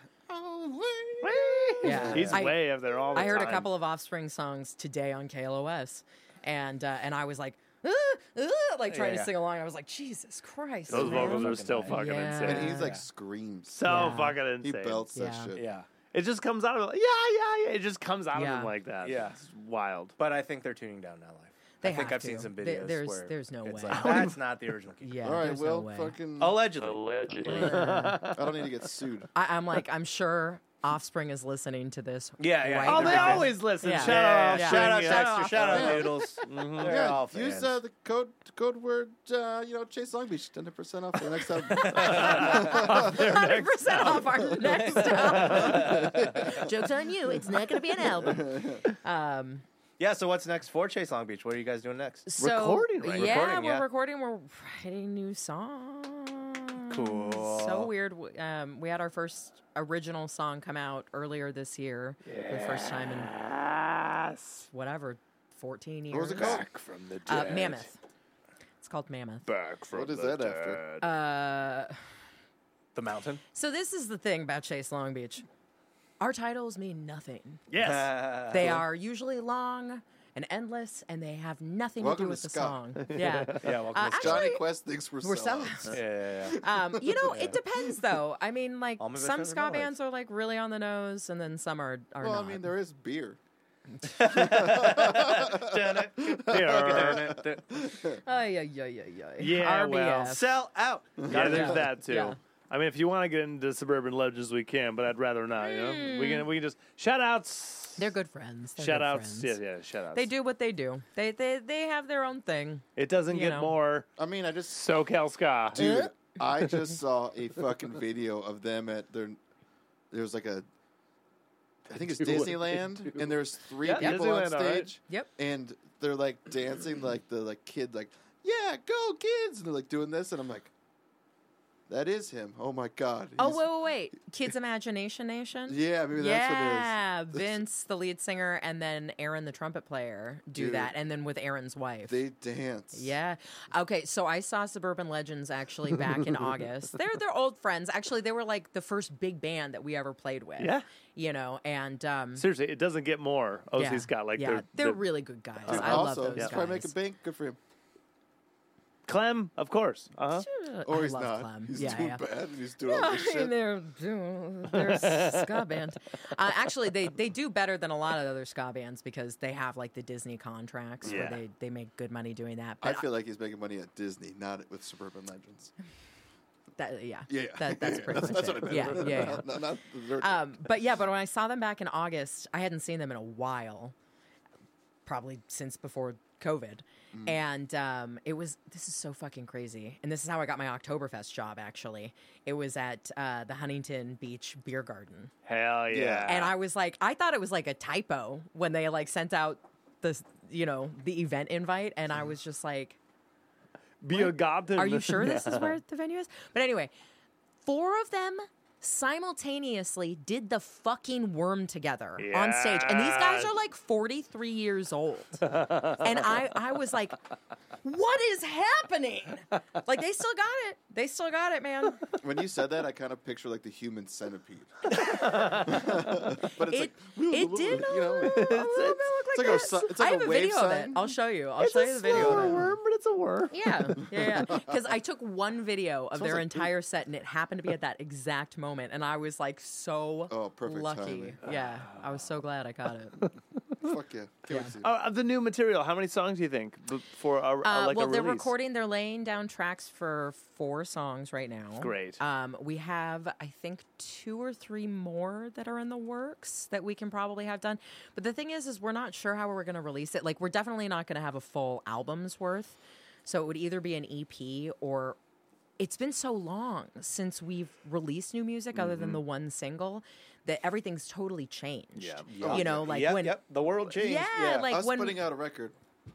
Speaker 3: Yeah.
Speaker 4: He's
Speaker 3: I-
Speaker 4: way up there all the
Speaker 3: I heard
Speaker 4: time.
Speaker 3: a couple of Offspring songs today on KLOS, and uh, and I was like, "Ah, ah," like trying
Speaker 2: Yeah.
Speaker 3: to sing along. I was like, Jesus Christ!
Speaker 4: Those
Speaker 3: man."
Speaker 4: vocals are still
Speaker 2: Yeah.
Speaker 4: fucking insane.
Speaker 1: And he's like
Speaker 2: Yeah.
Speaker 1: screams.
Speaker 4: so
Speaker 3: Yeah.
Speaker 4: fucking
Speaker 1: He
Speaker 4: insane.
Speaker 1: belts that
Speaker 3: Yeah.
Speaker 1: shit.
Speaker 2: Yeah.
Speaker 4: It just comes out of yeah, yeah, yeah. It just comes out of
Speaker 3: Yeah.
Speaker 4: him like that.
Speaker 2: Yeah.
Speaker 4: it's wild.
Speaker 2: But I think they're tuning down now live.
Speaker 3: They
Speaker 2: I think
Speaker 3: have
Speaker 2: I've seen
Speaker 3: to.
Speaker 2: some
Speaker 3: There-
Speaker 2: videos
Speaker 3: there's-
Speaker 2: where
Speaker 3: there's no
Speaker 2: it's
Speaker 3: way.
Speaker 2: like, that's not the original key.
Speaker 3: Yeah.
Speaker 1: All right,
Speaker 3: there's no
Speaker 1: well,
Speaker 3: way.
Speaker 1: fucking.
Speaker 2: Allegedly.
Speaker 5: Allegedly.
Speaker 1: I don't need to get sued.
Speaker 3: I, I'm like, I'm sure Offspring is listening to this.
Speaker 2: Yeah, yeah.
Speaker 3: Right
Speaker 4: Oh,
Speaker 2: They're
Speaker 4: they
Speaker 2: fans.
Speaker 4: always listen.
Speaker 3: Yeah.
Speaker 4: Shout
Speaker 2: Yeah,
Speaker 4: out,
Speaker 3: Yeah.
Speaker 2: Shout out
Speaker 4: Shout out.
Speaker 2: Dexter. Shout out
Speaker 1: Yeah.
Speaker 2: Noodles. Mm-hmm. They're
Speaker 1: Yeah,
Speaker 2: all
Speaker 1: use
Speaker 2: fans.
Speaker 1: uh, the code code word. Uh, you know, Chase Long Beach, ten percent off for the next album.
Speaker 3: 100 percent off our next album. Jokes on you. It's not going to be an album. Um,
Speaker 2: Yeah, so what's next for Chase Long Beach? What are you guys doing next?
Speaker 3: so
Speaker 4: Recording, right?
Speaker 3: Yeah,
Speaker 2: Recording,
Speaker 3: we're
Speaker 2: yeah.
Speaker 3: recording. We're writing new songs.
Speaker 2: Cool.
Speaker 3: So weird. W- Um, we had our first original song come out earlier this year for the first time in
Speaker 4: Yes.
Speaker 3: whatever 14 years.
Speaker 1: what was it called?
Speaker 5: from the
Speaker 3: Uh, Mammoth. It's called Mammoth.
Speaker 5: Back from
Speaker 1: What is
Speaker 5: the
Speaker 1: that after?
Speaker 3: Uh,
Speaker 2: The mountain.
Speaker 3: so this is the thing about Chase Long Beach. Our titles mean nothing.
Speaker 4: Yes.
Speaker 2: Uh,
Speaker 3: They are usually long and endless, and they have nothing to
Speaker 1: Welcome
Speaker 3: do
Speaker 1: to
Speaker 3: with the
Speaker 1: ska.
Speaker 3: song. Yeah.
Speaker 2: yeah, welcome
Speaker 3: Uh,
Speaker 2: to Scott.
Speaker 1: Johnny
Speaker 3: Actually,
Speaker 1: Quest thinks we're,
Speaker 3: We're
Speaker 1: sellouts.
Speaker 3: sellouts.
Speaker 2: Yeah, yeah, yeah.
Speaker 3: Um, you know, it depends though. I mean, like
Speaker 2: All my best
Speaker 3: some
Speaker 2: friends are
Speaker 3: ska
Speaker 2: Norwegians.
Speaker 3: bands are like really on the nose, and then some are are
Speaker 1: Well,
Speaker 3: not.
Speaker 1: I mean, there is beer.
Speaker 4: There.
Speaker 3: Ay, ay, ay, ay, ay.
Speaker 4: Yeah, well,
Speaker 3: RBF.
Speaker 2: Sell out.
Speaker 4: yeah, there's that too.
Speaker 3: Yeah.
Speaker 4: I mean, if you want to get into suburban legends, we can, but I'd rather not. You know, we can we can just shout outs.
Speaker 3: they're good friends. They're
Speaker 4: shout
Speaker 3: good
Speaker 4: outs.
Speaker 3: friends.
Speaker 4: Yeah, yeah, shout outs.
Speaker 3: They do what they do. They they they have their own thing.
Speaker 4: It doesn't
Speaker 3: you
Speaker 4: get
Speaker 3: know.
Speaker 4: more
Speaker 1: I mean, I just
Speaker 4: SoCal ska.
Speaker 1: dude. I just saw a fucking video of them at their. There was like a. I think it's
Speaker 4: Do what they
Speaker 1: Disneyland, and there's three
Speaker 4: Yeah,
Speaker 1: people on
Speaker 4: Disneyland, all right.
Speaker 1: stage.
Speaker 3: Yep.
Speaker 1: And they're like dancing, like the like kid, like yeah, go kids, and they're like doing this, and I'm like, that is him. Oh my god.
Speaker 3: Oh
Speaker 1: He's-
Speaker 3: wait, wait, wait. Kids Imagination Nation.
Speaker 1: Yeah, maybe that's
Speaker 3: Yeah,
Speaker 1: what it is.
Speaker 3: Vince, the lead singer, and then Aaron, the trumpet player, do
Speaker 1: Dude.
Speaker 3: that, and then with Aaron's wife.
Speaker 1: They dance.
Speaker 3: Yeah. Okay. So I saw Suburban Legends actually back in August. They're they're old friends. Actually, they were like the first big band that we ever played with.
Speaker 4: Yeah.
Speaker 3: You know, and um,
Speaker 4: Seriously, it doesn't get more OC
Speaker 3: yeah,
Speaker 4: ska. Like
Speaker 3: yeah,
Speaker 4: they're,
Speaker 3: they're really good guys.
Speaker 1: Dude,
Speaker 3: I
Speaker 1: also,
Speaker 3: love those
Speaker 1: he's
Speaker 3: guys.
Speaker 1: probably making bank. Good for him.
Speaker 4: Clem, of course. Uh huh.
Speaker 1: Or
Speaker 3: I
Speaker 1: he's
Speaker 3: love
Speaker 1: not.
Speaker 3: Clem.
Speaker 1: He's
Speaker 3: yeah,
Speaker 1: doing
Speaker 3: yeah.
Speaker 1: bad, and he's doing all
Speaker 3: I
Speaker 1: this
Speaker 3: mean,
Speaker 1: shit.
Speaker 3: they're they're a ska band. Uh, actually, they, they do better than a lot of other ska bands because they have like the Disney contracts
Speaker 4: Yeah.
Speaker 3: where they, they make good money doing that.
Speaker 1: I
Speaker 3: But uh,
Speaker 1: feel like he's making money at Disney, not with Suburban Legends.
Speaker 3: that, yeah,
Speaker 1: Yeah, yeah.
Speaker 3: That, that's pretty
Speaker 1: that's,
Speaker 3: much
Speaker 1: that's
Speaker 3: it.
Speaker 1: what I
Speaker 3: yeah,
Speaker 1: meant.
Speaker 3: yeah, yeah.
Speaker 1: Not- not the dirt.
Speaker 3: Um, but yeah, but when I saw them back in August, I hadn't seen them in a while, probably since before COVID. And um, it was, this is so fucking crazy. And this is how I got my Oktoberfest job, actually. It was at uh, the Huntington Beach Beer Garden.
Speaker 4: Hell yeah.
Speaker 1: Yeah.
Speaker 3: And I was like, I thought it was like a typo when they like sent out the, you know, the event invite. And I was just like,
Speaker 4: be a goblin.
Speaker 3: Are you sure this is where the venue is? But anyway, four of them simultaneously did the fucking worm together on stage. And these guys are like 43 years old. and I, I was like, what is happening? Like, they still got it. They still got it, man.
Speaker 1: When you said that, I kind of picture like the human centipede. but it's
Speaker 3: It,
Speaker 1: like you
Speaker 3: it did a
Speaker 1: know,
Speaker 3: little, a little bit look like,
Speaker 1: like a
Speaker 3: this.
Speaker 1: si- it's like
Speaker 3: I have
Speaker 1: a
Speaker 3: a,
Speaker 1: wave
Speaker 3: video of it.
Speaker 1: sign.
Speaker 3: I'll show you. I'll show you the video of it.
Speaker 4: worm, but it's a worm.
Speaker 3: Yeah, yeah, yeah. Because I took one video of their
Speaker 1: like poop.
Speaker 3: entire set, and it happened to be at that exact moment, and I was like so
Speaker 1: Oh, perfect
Speaker 3: lucky.
Speaker 1: timing.
Speaker 3: Yeah, I was so glad I caught it.
Speaker 1: fuck yeah. Can't wait to see it.
Speaker 3: Oh,
Speaker 4: Uh, of the new material, how many songs do you think before a,
Speaker 3: Uh,
Speaker 4: like
Speaker 3: well,
Speaker 4: a
Speaker 3: they're
Speaker 4: release?
Speaker 3: recording. They're laying down tracks for four songs right now.
Speaker 4: Great.
Speaker 3: Um, we have, I think, two or three more that are in the works that we can probably have done. But the thing is, is we're not sure how we're going to release it. Like, we're definitely not going to have a full album's worth. So it would either be an EP or. It's been so long since we've released new music, other than the
Speaker 4: Mm-hmm.
Speaker 3: one single, that everything's totally changed.
Speaker 7: Yeah.
Speaker 3: You know, like
Speaker 2: yep,
Speaker 3: when
Speaker 2: yep. The world changed.
Speaker 3: Yeah, like
Speaker 1: Us
Speaker 3: when
Speaker 1: putting out a record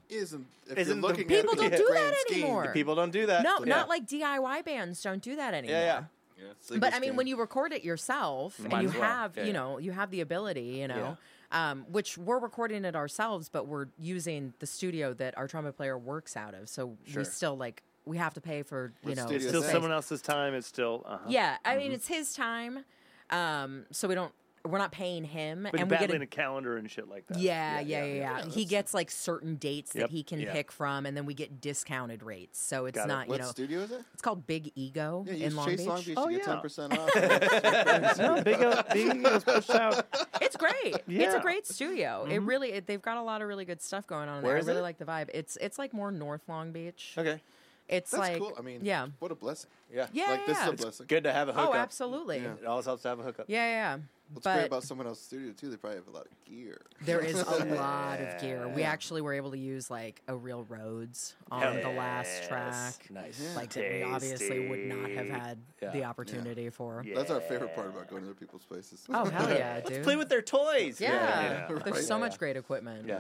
Speaker 1: isn't. If
Speaker 2: Isn't the
Speaker 1: you're looking
Speaker 3: people
Speaker 1: at it
Speaker 3: don't
Speaker 1: in
Speaker 3: do
Speaker 1: the
Speaker 3: that
Speaker 1: grand scheme,
Speaker 3: anymore.
Speaker 2: People don't do that.
Speaker 3: No,
Speaker 2: Yeah.
Speaker 3: not like DIY bands don't do that anymore.
Speaker 2: Yeah, yeah.
Speaker 1: it's like
Speaker 3: But
Speaker 1: this
Speaker 3: I mean,
Speaker 1: game.
Speaker 3: when you record it yourself and
Speaker 2: Might
Speaker 3: you
Speaker 2: as well.
Speaker 3: have,
Speaker 2: Yeah,
Speaker 3: you
Speaker 2: yeah.
Speaker 3: know, you have the ability, you know, um, which we're recording it ourselves, but we're using the studio that our trumpet player works out of. So we still like, we have to pay for, you
Speaker 1: With
Speaker 3: know,
Speaker 1: studio
Speaker 4: Still
Speaker 1: Yes.
Speaker 3: space.
Speaker 4: someone else's time. It's still. Uh-huh.
Speaker 3: Yeah. I mean, it's his time. Um, so we don't, we're not paying him.
Speaker 4: But
Speaker 3: and we
Speaker 4: battling
Speaker 3: get a
Speaker 4: a calendar and shit like that.
Speaker 3: yeah, yeah, yeah, yeah. He gets like certain dates
Speaker 4: Yep.
Speaker 3: that he can
Speaker 2: Yeah.
Speaker 3: pick from, and then we get discounted rates. So it's
Speaker 4: Got it.
Speaker 3: not, you
Speaker 1: What
Speaker 3: know,
Speaker 1: studio is it?
Speaker 3: it's called Big Ego
Speaker 1: Yeah, you
Speaker 3: in
Speaker 1: use
Speaker 3: Long
Speaker 1: Chase
Speaker 3: Beach.
Speaker 1: Long Beach
Speaker 4: Oh,
Speaker 1: to
Speaker 4: yeah.
Speaker 1: get ten percent off.
Speaker 4: no, big, uh, big Ego's pushed out.
Speaker 3: It's great. It's a
Speaker 4: Yeah.
Speaker 3: great studio. It really it, they've got a lot of really good stuff going on
Speaker 2: Where
Speaker 3: there.
Speaker 2: is
Speaker 3: I really
Speaker 2: it?
Speaker 3: like the vibe. It's it's like more North Long Beach.
Speaker 2: Okay.
Speaker 3: It's
Speaker 1: That's
Speaker 3: like
Speaker 1: cool. I mean,
Speaker 3: yeah.
Speaker 1: what a blessing.
Speaker 2: Yeah.
Speaker 3: Yeah,
Speaker 1: like this
Speaker 3: yeah.
Speaker 1: is a
Speaker 3: It's
Speaker 1: blessing.
Speaker 2: Good to have a hookup.
Speaker 3: Oh, absolutely. Yeah,
Speaker 2: It always helps to have a hookup.
Speaker 3: yeah. yeah.
Speaker 1: What's
Speaker 3: But
Speaker 1: great about someone else's studio too? They probably have a lot of gear.
Speaker 3: there is a lot of gear. We actually were able to use like a real Rhodes on the last track.
Speaker 2: Nice.
Speaker 3: Like that we obviously would not have had the opportunity for.
Speaker 1: That's our favorite part about going to other people's places.
Speaker 3: Oh hell yeah, dude.
Speaker 2: Play with their toys.
Speaker 3: yeah.
Speaker 4: yeah.
Speaker 3: There's
Speaker 1: Right.
Speaker 3: so much great equipment.
Speaker 2: Yeah.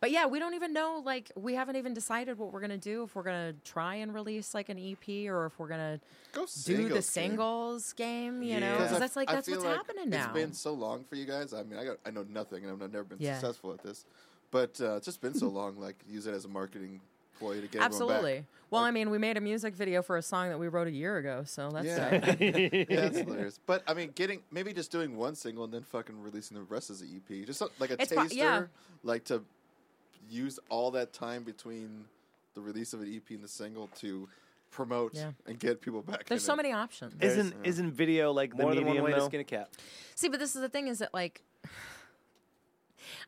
Speaker 3: But yeah, we don't even know. Like, we haven't even decided what we're gonna do. If we're gonna try and release like an EP, or if we're gonna
Speaker 1: Go
Speaker 3: do
Speaker 1: singles,
Speaker 3: the
Speaker 1: dude.
Speaker 3: singles game. You know, 'Cause
Speaker 1: I-
Speaker 3: that's like
Speaker 1: I
Speaker 3: that's
Speaker 1: feel
Speaker 3: what's
Speaker 1: like
Speaker 3: happening now.
Speaker 1: It's been so long for you guys. I mean, I got I know nothing, and I've never been
Speaker 3: Yeah.
Speaker 1: successful at this. But uh, it's just been so long. Like use it as a marketing ploy to get
Speaker 3: Absolutely.
Speaker 1: Everyone
Speaker 3: Well, I mean, we made a music video for a song that we wrote a year ago, so that's
Speaker 1: Yeah.
Speaker 3: dope.
Speaker 1: back. Yeah, that's hilarious. But I mean, getting maybe just doing one single and then fucking releasing the rest as an EP, just so- like a
Speaker 3: It's
Speaker 1: taster,
Speaker 3: pro- yeah.
Speaker 1: like to use all that time between the release of an EP and the single to promote
Speaker 3: Yeah.
Speaker 1: and get people back.
Speaker 3: There's
Speaker 1: in
Speaker 3: so
Speaker 1: it.
Speaker 3: many options.
Speaker 4: Isn't isn't video like the
Speaker 2: More than
Speaker 4: medium
Speaker 2: one way to
Speaker 4: though?
Speaker 2: skin a cat.
Speaker 3: See, but this is the thing is that like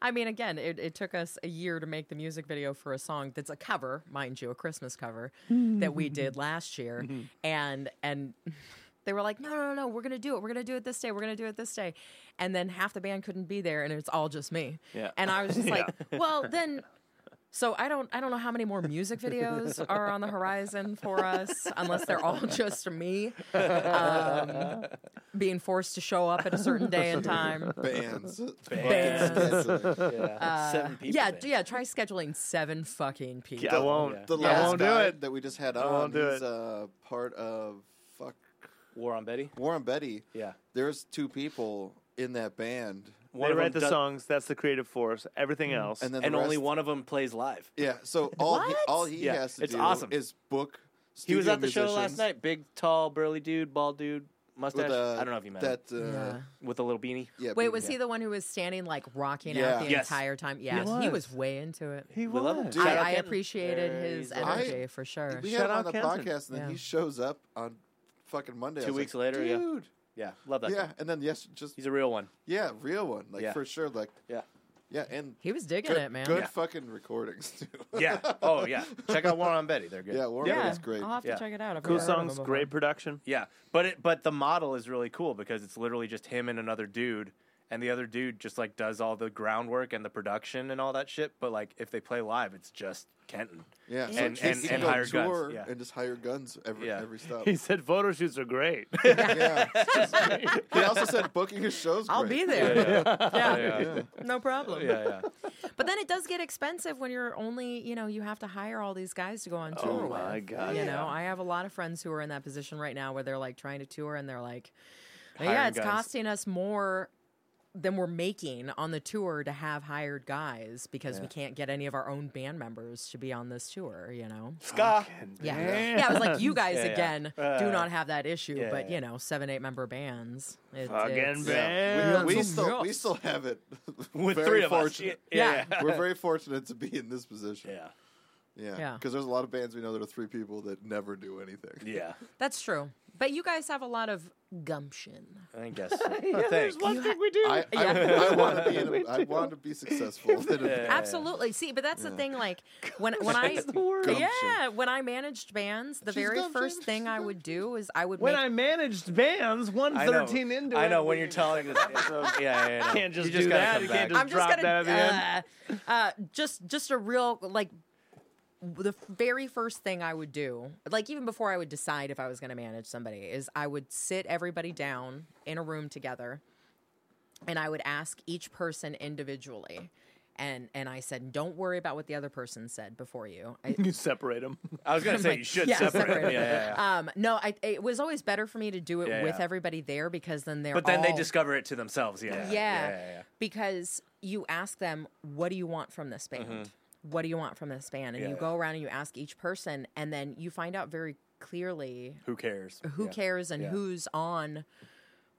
Speaker 3: I mean, again, it, it took us a year to make the music video for a song that's a cover, mind you, a Christmas cover that we did last year. and and they were like, No, no, no, no, we're gonna do it, we're gonna do it this day, we're gonna do it this day. And then half the band couldn't be there and it's all just me.
Speaker 4: Yeah.
Speaker 3: And I was just like, Well then so I don't I don't know how many more music videos are on the horizon for us, unless they're all just me um, being forced to show up at a certain day and time.
Speaker 1: bands.
Speaker 3: Bands.
Speaker 1: Bands.
Speaker 2: Yeah. Seven people.
Speaker 3: Uh, Yeah,
Speaker 2: man.
Speaker 3: d- yeah. Try scheduling seven fucking people.
Speaker 4: I won't.
Speaker 1: The
Speaker 4: I
Speaker 1: last
Speaker 4: won't do
Speaker 1: guy
Speaker 4: it.
Speaker 1: that we just had
Speaker 4: won't
Speaker 1: on
Speaker 4: do
Speaker 1: is
Speaker 4: it.
Speaker 1: uh, part of fuck
Speaker 2: War on Betty.
Speaker 1: Warren Betty.
Speaker 2: Yeah.
Speaker 1: There's two people in that band,
Speaker 2: One
Speaker 4: they
Speaker 2: of them
Speaker 4: write the
Speaker 2: does- Mm.
Speaker 4: songs. That's the creative force. Everything else.
Speaker 1: and then the
Speaker 2: And only
Speaker 1: rest-
Speaker 2: one of them plays live.
Speaker 1: Yeah. So all he,
Speaker 3: What?
Speaker 1: all he
Speaker 2: Yeah,
Speaker 1: has to
Speaker 2: it's
Speaker 1: do
Speaker 2: awesome.
Speaker 1: is book.
Speaker 2: He was
Speaker 1: studio
Speaker 2: at the show last
Speaker 1: musicians
Speaker 2: night. Big, tall, burly dude, bald dude,
Speaker 1: With,
Speaker 2: mustache.
Speaker 1: uh,
Speaker 2: I don't know if you met him.
Speaker 1: that. Uh, yeah.
Speaker 3: Yeah.
Speaker 2: With a little beanie.
Speaker 3: Wait,
Speaker 1: Beanie-
Speaker 3: was he the one who was standing like rocking
Speaker 1: Yeah.
Speaker 3: out the
Speaker 2: Yes.
Speaker 3: entire time? Yeah,
Speaker 4: He
Speaker 3: he
Speaker 4: was.
Speaker 3: was way into it.
Speaker 4: he
Speaker 2: We
Speaker 4: was.
Speaker 2: love him.
Speaker 1: Shout
Speaker 3: I,
Speaker 1: out
Speaker 3: I
Speaker 2: Kenton.
Speaker 3: appreciated
Speaker 2: There
Speaker 3: his
Speaker 2: he's on.
Speaker 3: energy for sure.
Speaker 1: We
Speaker 4: Shout
Speaker 1: had him on
Speaker 4: out
Speaker 1: the
Speaker 4: Kenton.
Speaker 1: podcast, and then
Speaker 3: Yeah.
Speaker 1: he shows up on fucking Monday. I
Speaker 2: Two
Speaker 1: was
Speaker 2: weeks
Speaker 1: like,
Speaker 2: later, yeah.
Speaker 1: dude.
Speaker 2: Yeah, love that.
Speaker 1: Yeah.
Speaker 2: guy.
Speaker 1: and then yes, just
Speaker 2: he's a real one.
Speaker 1: yeah, real one, like
Speaker 2: Yeah.
Speaker 1: for sure, like
Speaker 2: Yeah,
Speaker 1: yeah, and
Speaker 3: He was digging
Speaker 1: good,
Speaker 3: it, man.
Speaker 1: good fucking recordings too.
Speaker 2: yeah. Oh yeah. Check out War on Betty. They're good.
Speaker 1: yeah, Warren
Speaker 3: Yeah,
Speaker 1: Betty's great.
Speaker 3: I'll have to
Speaker 2: Yeah.
Speaker 3: check it out. I've
Speaker 4: Cool
Speaker 3: never heard of him
Speaker 4: songs.
Speaker 3: before.
Speaker 4: Great production.
Speaker 2: Yeah, but it, but the model is really cool because it's literally just him and another dude, and the other dude just like does all the groundwork and the production and all that shit. But like if they play live, it's just Kenton.
Speaker 1: Yeah, so
Speaker 2: and
Speaker 1: he
Speaker 2: and,
Speaker 1: can
Speaker 2: and
Speaker 1: go
Speaker 2: higher
Speaker 1: tour
Speaker 2: guns. Yeah.
Speaker 1: and just hire guns every
Speaker 2: Yeah.
Speaker 1: every stop.
Speaker 4: He said photo shoots are great.
Speaker 1: yeah, he also said booking his shows.
Speaker 3: I'll
Speaker 1: great.
Speaker 3: be there. Yeah,
Speaker 2: yeah,
Speaker 3: no problem.
Speaker 2: yeah, yeah.
Speaker 3: But then it does get expensive when you're only, you know, you have to hire all these guys to go on tour.
Speaker 4: Oh my
Speaker 3: with.
Speaker 4: God,
Speaker 3: You
Speaker 4: yeah.
Speaker 3: know, I have a lot of friends who are in that position right now where they're like trying to tour and they're like, yeah,
Speaker 2: Hiring
Speaker 3: it's
Speaker 2: guys.
Speaker 3: costing us more than we're making on the tour to have hired guys because we can't get any of our own band members to be on this tour, you know?
Speaker 2: Ska.
Speaker 3: Yeah. Yeah, I was like, you guys
Speaker 2: Yeah, yeah.
Speaker 3: again do not have that issue,
Speaker 2: yeah,
Speaker 3: but
Speaker 2: yeah.
Speaker 3: you know, seven, eight member bands. It,
Speaker 4: Fucking
Speaker 3: it's-
Speaker 4: band.
Speaker 1: Yeah. We, we
Speaker 3: Yeah.
Speaker 1: still we still have it.
Speaker 2: With
Speaker 1: very
Speaker 2: three of
Speaker 1: fortunate.
Speaker 2: us. Yeah. Yeah.
Speaker 1: We're very fortunate to be in this position.
Speaker 2: Yeah.
Speaker 1: Yeah.
Speaker 3: Yeah.
Speaker 1: Because there's a lot of bands we know that are three people that never do anything.
Speaker 2: yeah.
Speaker 3: That's true. But you guys have a lot of gumption.
Speaker 2: I guess. So. yeah, Thanks.
Speaker 4: One thing we do.
Speaker 1: I, I,
Speaker 3: Yeah.
Speaker 1: I want to be in a, I want to be successful. in a band.
Speaker 3: Absolutely. See, but that's the thing. Like when when I
Speaker 1: Gumption.
Speaker 3: yeah when I managed bands, the very
Speaker 1: gumption.
Speaker 3: first thing I would do is I would
Speaker 4: when
Speaker 3: make
Speaker 4: I managed bands, one
Speaker 2: I know.
Speaker 4: thirteen into
Speaker 2: I
Speaker 4: it,
Speaker 2: know when
Speaker 4: we-
Speaker 2: you're telling us. yeah, yeah, yeah, no.
Speaker 4: Can't just
Speaker 2: you just
Speaker 4: do
Speaker 2: gotta
Speaker 4: that.
Speaker 2: Come
Speaker 4: You
Speaker 2: back.
Speaker 4: can't just-
Speaker 3: I'm just
Speaker 4: drop
Speaker 3: gonna
Speaker 4: that
Speaker 3: uh, uh, just just a real like the very first thing I would do, like even before I would decide if I was gonna manage somebody, is I would sit everybody down in a room together, and I would ask each person individually. And, and I said, don't worry about what the other person said before you. I,
Speaker 4: you separate them.
Speaker 2: I was gonna say
Speaker 3: like,
Speaker 2: you should
Speaker 3: yeah,
Speaker 2: separate.
Speaker 3: separate
Speaker 2: them.
Speaker 3: them.
Speaker 2: Yeah, yeah, yeah.
Speaker 3: Um, no, I, it was always better for me to do it
Speaker 2: Yeah,
Speaker 3: with
Speaker 2: yeah.
Speaker 3: everybody there because then they're.
Speaker 2: But then they
Speaker 3: all-
Speaker 2: discover it to themselves. Yeah.
Speaker 3: Yeah,
Speaker 2: Yeah. yeah, yeah.
Speaker 3: because you ask them, "What do you want from this band? What do you want from this band?" And you
Speaker 2: Mm-hmm. Yeah.
Speaker 3: go around and you ask each person, and then you find out very clearly
Speaker 2: Who cares?
Speaker 3: who
Speaker 2: Yeah.
Speaker 3: cares and
Speaker 2: Yeah.
Speaker 3: who's on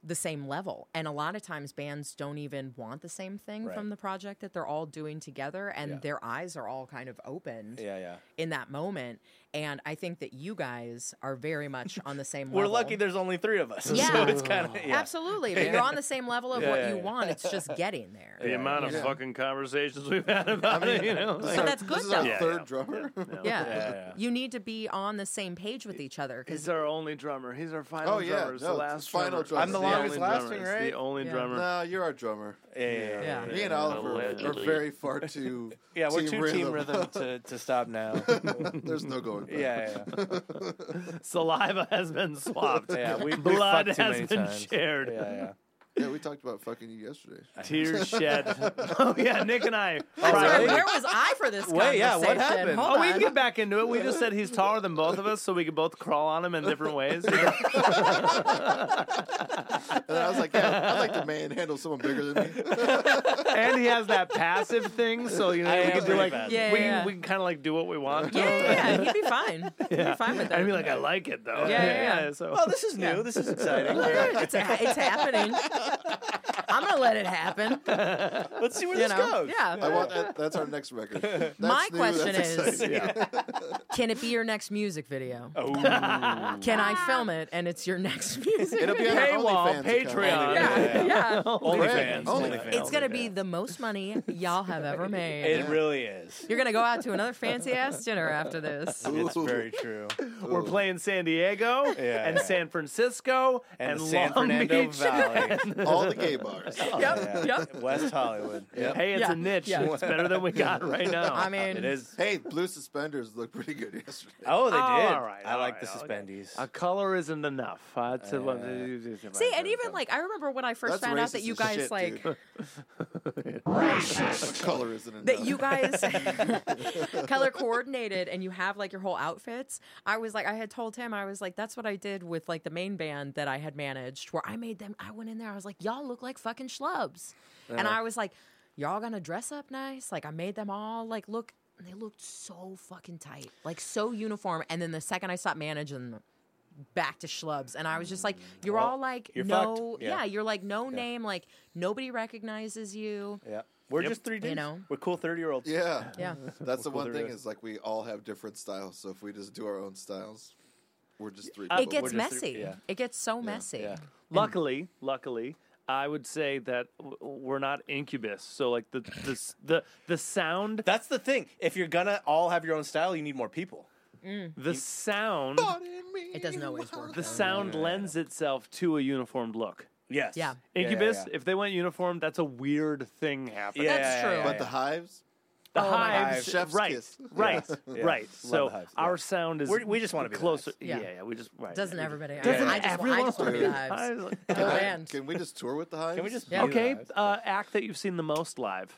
Speaker 3: the same level. And a lot of times bands don't even want the same thing
Speaker 2: Right.
Speaker 3: from the project that they're all doing together and
Speaker 2: Yeah.
Speaker 3: their eyes are all kind of opened
Speaker 2: Yeah, yeah.
Speaker 3: in that moment. And I think that you guys are very much on the same
Speaker 2: We're
Speaker 3: level.
Speaker 2: lucky there's only three of us.
Speaker 3: Yeah.
Speaker 2: So it's kind of yeah.
Speaker 3: Absolutely. But you're on the same level of
Speaker 2: Yeah,
Speaker 3: what
Speaker 2: yeah,
Speaker 3: you
Speaker 2: yeah.
Speaker 3: want. It's just getting there.
Speaker 4: The amount of
Speaker 1: Yeah.
Speaker 4: fucking conversations we've had about it, you know.
Speaker 1: This is
Speaker 3: But
Speaker 1: our-
Speaker 3: that's good,
Speaker 1: This is our
Speaker 3: though.
Speaker 4: Yeah,
Speaker 1: third
Speaker 4: yeah.
Speaker 1: drummer.
Speaker 3: Yeah.
Speaker 2: Yeah, yeah.
Speaker 3: You need to be on the same page with each other
Speaker 4: He's
Speaker 3: because
Speaker 4: our only drummer. He's our final
Speaker 1: Oh, yeah.
Speaker 4: drummer. It's
Speaker 1: No,
Speaker 4: the
Speaker 1: it's
Speaker 4: last
Speaker 1: the final
Speaker 4: drummer.
Speaker 1: drummer.
Speaker 2: I'm the
Speaker 4: It's
Speaker 2: longest
Speaker 4: only
Speaker 2: lasting,
Speaker 4: drummer. It's
Speaker 2: right?
Speaker 4: the only
Speaker 3: Yeah.
Speaker 4: drummer.
Speaker 1: no, you're our drummer.
Speaker 2: Yeah, yeah,
Speaker 3: Yeah.
Speaker 2: yeah.
Speaker 1: Me and Oliver are
Speaker 4: Allegedly.
Speaker 1: very far too.
Speaker 2: Yeah, we're
Speaker 1: team
Speaker 2: too
Speaker 1: rhythm.
Speaker 2: team rhythm to, to stop now.
Speaker 1: There's no going. Back.
Speaker 2: Yeah, yeah,
Speaker 4: Saliva has been swapped.
Speaker 2: yeah. We, we
Speaker 4: Blood
Speaker 2: fucked too
Speaker 4: has
Speaker 2: many
Speaker 4: been
Speaker 2: times.
Speaker 4: shared.
Speaker 2: Yeah, yeah.
Speaker 1: yeah. We talked about fucking you yesterday.
Speaker 4: Tears shed. oh yeah, Nick and I.
Speaker 2: Oh,
Speaker 4: cried.
Speaker 3: Sorry, where was I for this
Speaker 2: Wait,
Speaker 3: conversation?
Speaker 2: yeah, what happened?
Speaker 3: Hold
Speaker 4: Oh, we
Speaker 3: on.
Speaker 4: can get back into it. We just said he's taller than both of us, so we could both crawl on him in different ways.
Speaker 1: And I was like, yeah, I'd like to manhandle someone bigger than me.
Speaker 4: and he has that passive thing, so you know
Speaker 2: I
Speaker 4: we
Speaker 2: am
Speaker 4: can do
Speaker 2: pretty
Speaker 4: like
Speaker 2: bad.
Speaker 3: Yeah,
Speaker 4: we,
Speaker 3: yeah,
Speaker 4: can,
Speaker 3: yeah.
Speaker 4: we can kind of like do what we want. to
Speaker 3: yeah,
Speaker 4: him.
Speaker 3: yeah, yeah, he'd be fine. He'd be fine with that.
Speaker 4: I'd be like, I like it though.
Speaker 3: Yeah, yeah, yeah.
Speaker 4: So
Speaker 2: Oh, this is new. This is exciting.
Speaker 3: it's, ha- it's happening. I'm gonna let it happen.
Speaker 2: Let's see where
Speaker 3: You
Speaker 2: this
Speaker 3: know,
Speaker 2: goes.
Speaker 3: yeah.
Speaker 1: I want that. That's our next record. That's
Speaker 3: My
Speaker 1: new,
Speaker 3: question
Speaker 1: that's
Speaker 3: is-
Speaker 1: exciting.
Speaker 3: Can it be your next music video?
Speaker 2: Oh,
Speaker 3: Can I film it and it's your next music?
Speaker 1: It'll be on our
Speaker 4: paywall,
Speaker 1: OnlyFans account.
Speaker 4: Patreon.
Speaker 3: yeah, yeah.
Speaker 2: OnlyFans.
Speaker 1: Only-
Speaker 2: OnlyFans.
Speaker 3: It's gonna be the most money y'all have ever made.
Speaker 2: It really is.
Speaker 3: You're gonna go out to another fancy ass dinner after this.
Speaker 2: It's
Speaker 1: Ooh.
Speaker 2: very true.
Speaker 4: We're playing San Diego
Speaker 2: Yeah,
Speaker 4: and
Speaker 2: yeah.
Speaker 4: San Francisco
Speaker 2: And,
Speaker 4: and,
Speaker 2: the San
Speaker 4: Long
Speaker 2: Fernando
Speaker 4: Beach.
Speaker 2: Valley.
Speaker 1: All the gay bars.
Speaker 3: Yep,
Speaker 2: Yeah.
Speaker 3: yep.
Speaker 2: West Hollywood. Yep.
Speaker 4: Hey, it's
Speaker 3: Yeah,
Speaker 4: a niche.
Speaker 3: yeah.
Speaker 4: It's better than we got right now.
Speaker 3: I mean,
Speaker 2: It is.
Speaker 1: Hey, blue suspenders look pretty good yesterday.
Speaker 2: Oh, they
Speaker 4: Oh,
Speaker 2: did.
Speaker 4: all right,
Speaker 2: I
Speaker 4: all
Speaker 2: like
Speaker 4: right, Uh,
Speaker 2: the
Speaker 4: okay.
Speaker 2: suspendies.
Speaker 4: a color isn't enough. Uh, to
Speaker 3: See, and even like I remember when I first
Speaker 1: That's
Speaker 3: found out
Speaker 1: racist
Speaker 3: that you
Speaker 1: as
Speaker 3: guys
Speaker 1: shit,
Speaker 3: like
Speaker 1: dude.
Speaker 5: Racist.
Speaker 1: color isn't enough.
Speaker 3: that you guys color coordinated and you have like your whole outfits. I was like, I had told him, I was like, that's what I did with like the main band that I had managed, where I made them. I went in there, I was like, y'all look like fucking schlubs, and I was like, y'all gonna dress up nice. Like I made them all like look. And they looked so fucking tight, like so uniform. And then the second I stopped managing them, back to schlubs. And I was just like, you're
Speaker 2: well,
Speaker 3: all like,
Speaker 2: you're fucked.
Speaker 3: no,
Speaker 2: Yeah.
Speaker 3: yeah. you're like, no name, like nobody recognizes you.
Speaker 2: yeah. We're just three dudes.
Speaker 3: know.
Speaker 2: We're cool 30 year olds.
Speaker 1: Yeah.
Speaker 3: Yeah.
Speaker 1: That's the one
Speaker 4: they're
Speaker 1: thing
Speaker 4: good.
Speaker 1: is like we all have different styles. So if we just do our own styles, we're just three.
Speaker 3: it
Speaker 1: people.
Speaker 3: gets
Speaker 2: just
Speaker 3: messy.
Speaker 2: three- yeah.
Speaker 3: It gets so messy.
Speaker 2: yeah.
Speaker 4: Luckily, luckily, I would say that w- we're not Incubus. So like the the s- the, the sound,
Speaker 2: That's the thing. If you're going to all have your own style, you need more people.
Speaker 4: the sound,
Speaker 3: It doesn't always work.
Speaker 4: the
Speaker 3: though.
Speaker 4: sound lends itself to a uniformed look.
Speaker 2: Yes.
Speaker 3: Yeah.
Speaker 4: Incubus,
Speaker 2: yeah.
Speaker 4: if they went uniform, that's a weird thing happening.
Speaker 2: Yeah,
Speaker 3: That's
Speaker 2: yeah,
Speaker 3: true.
Speaker 2: yeah,
Speaker 1: But
Speaker 2: yeah.
Speaker 1: the hives,
Speaker 4: The
Speaker 3: Oh my
Speaker 4: hives,
Speaker 1: God. Chef's
Speaker 4: right,
Speaker 1: kiss.
Speaker 4: right,
Speaker 2: Yeah.
Speaker 4: right.
Speaker 2: Yeah.
Speaker 4: So
Speaker 2: Love the hives,
Speaker 4: our
Speaker 2: yeah.
Speaker 4: sound is
Speaker 2: We're- we just wanna be the
Speaker 4: closer.
Speaker 3: hives.
Speaker 4: yeah,
Speaker 3: Yeah.
Speaker 4: yeah, we just right.
Speaker 3: Doesn't
Speaker 4: yeah.
Speaker 3: everybody? I,
Speaker 4: Doesn't
Speaker 3: I just,
Speaker 4: everyone
Speaker 3: I just want to be
Speaker 1: wanna
Speaker 4: be
Speaker 3: hives.
Speaker 4: hives?
Speaker 3: Good
Speaker 1: Can we-
Speaker 3: band.
Speaker 1: Can we just tour with the hives?
Speaker 2: Can we just
Speaker 4: uh,
Speaker 3: Yeah.
Speaker 2: be the
Speaker 4: Okay,
Speaker 2: hives?
Speaker 4: uh, act that you've seen the most live.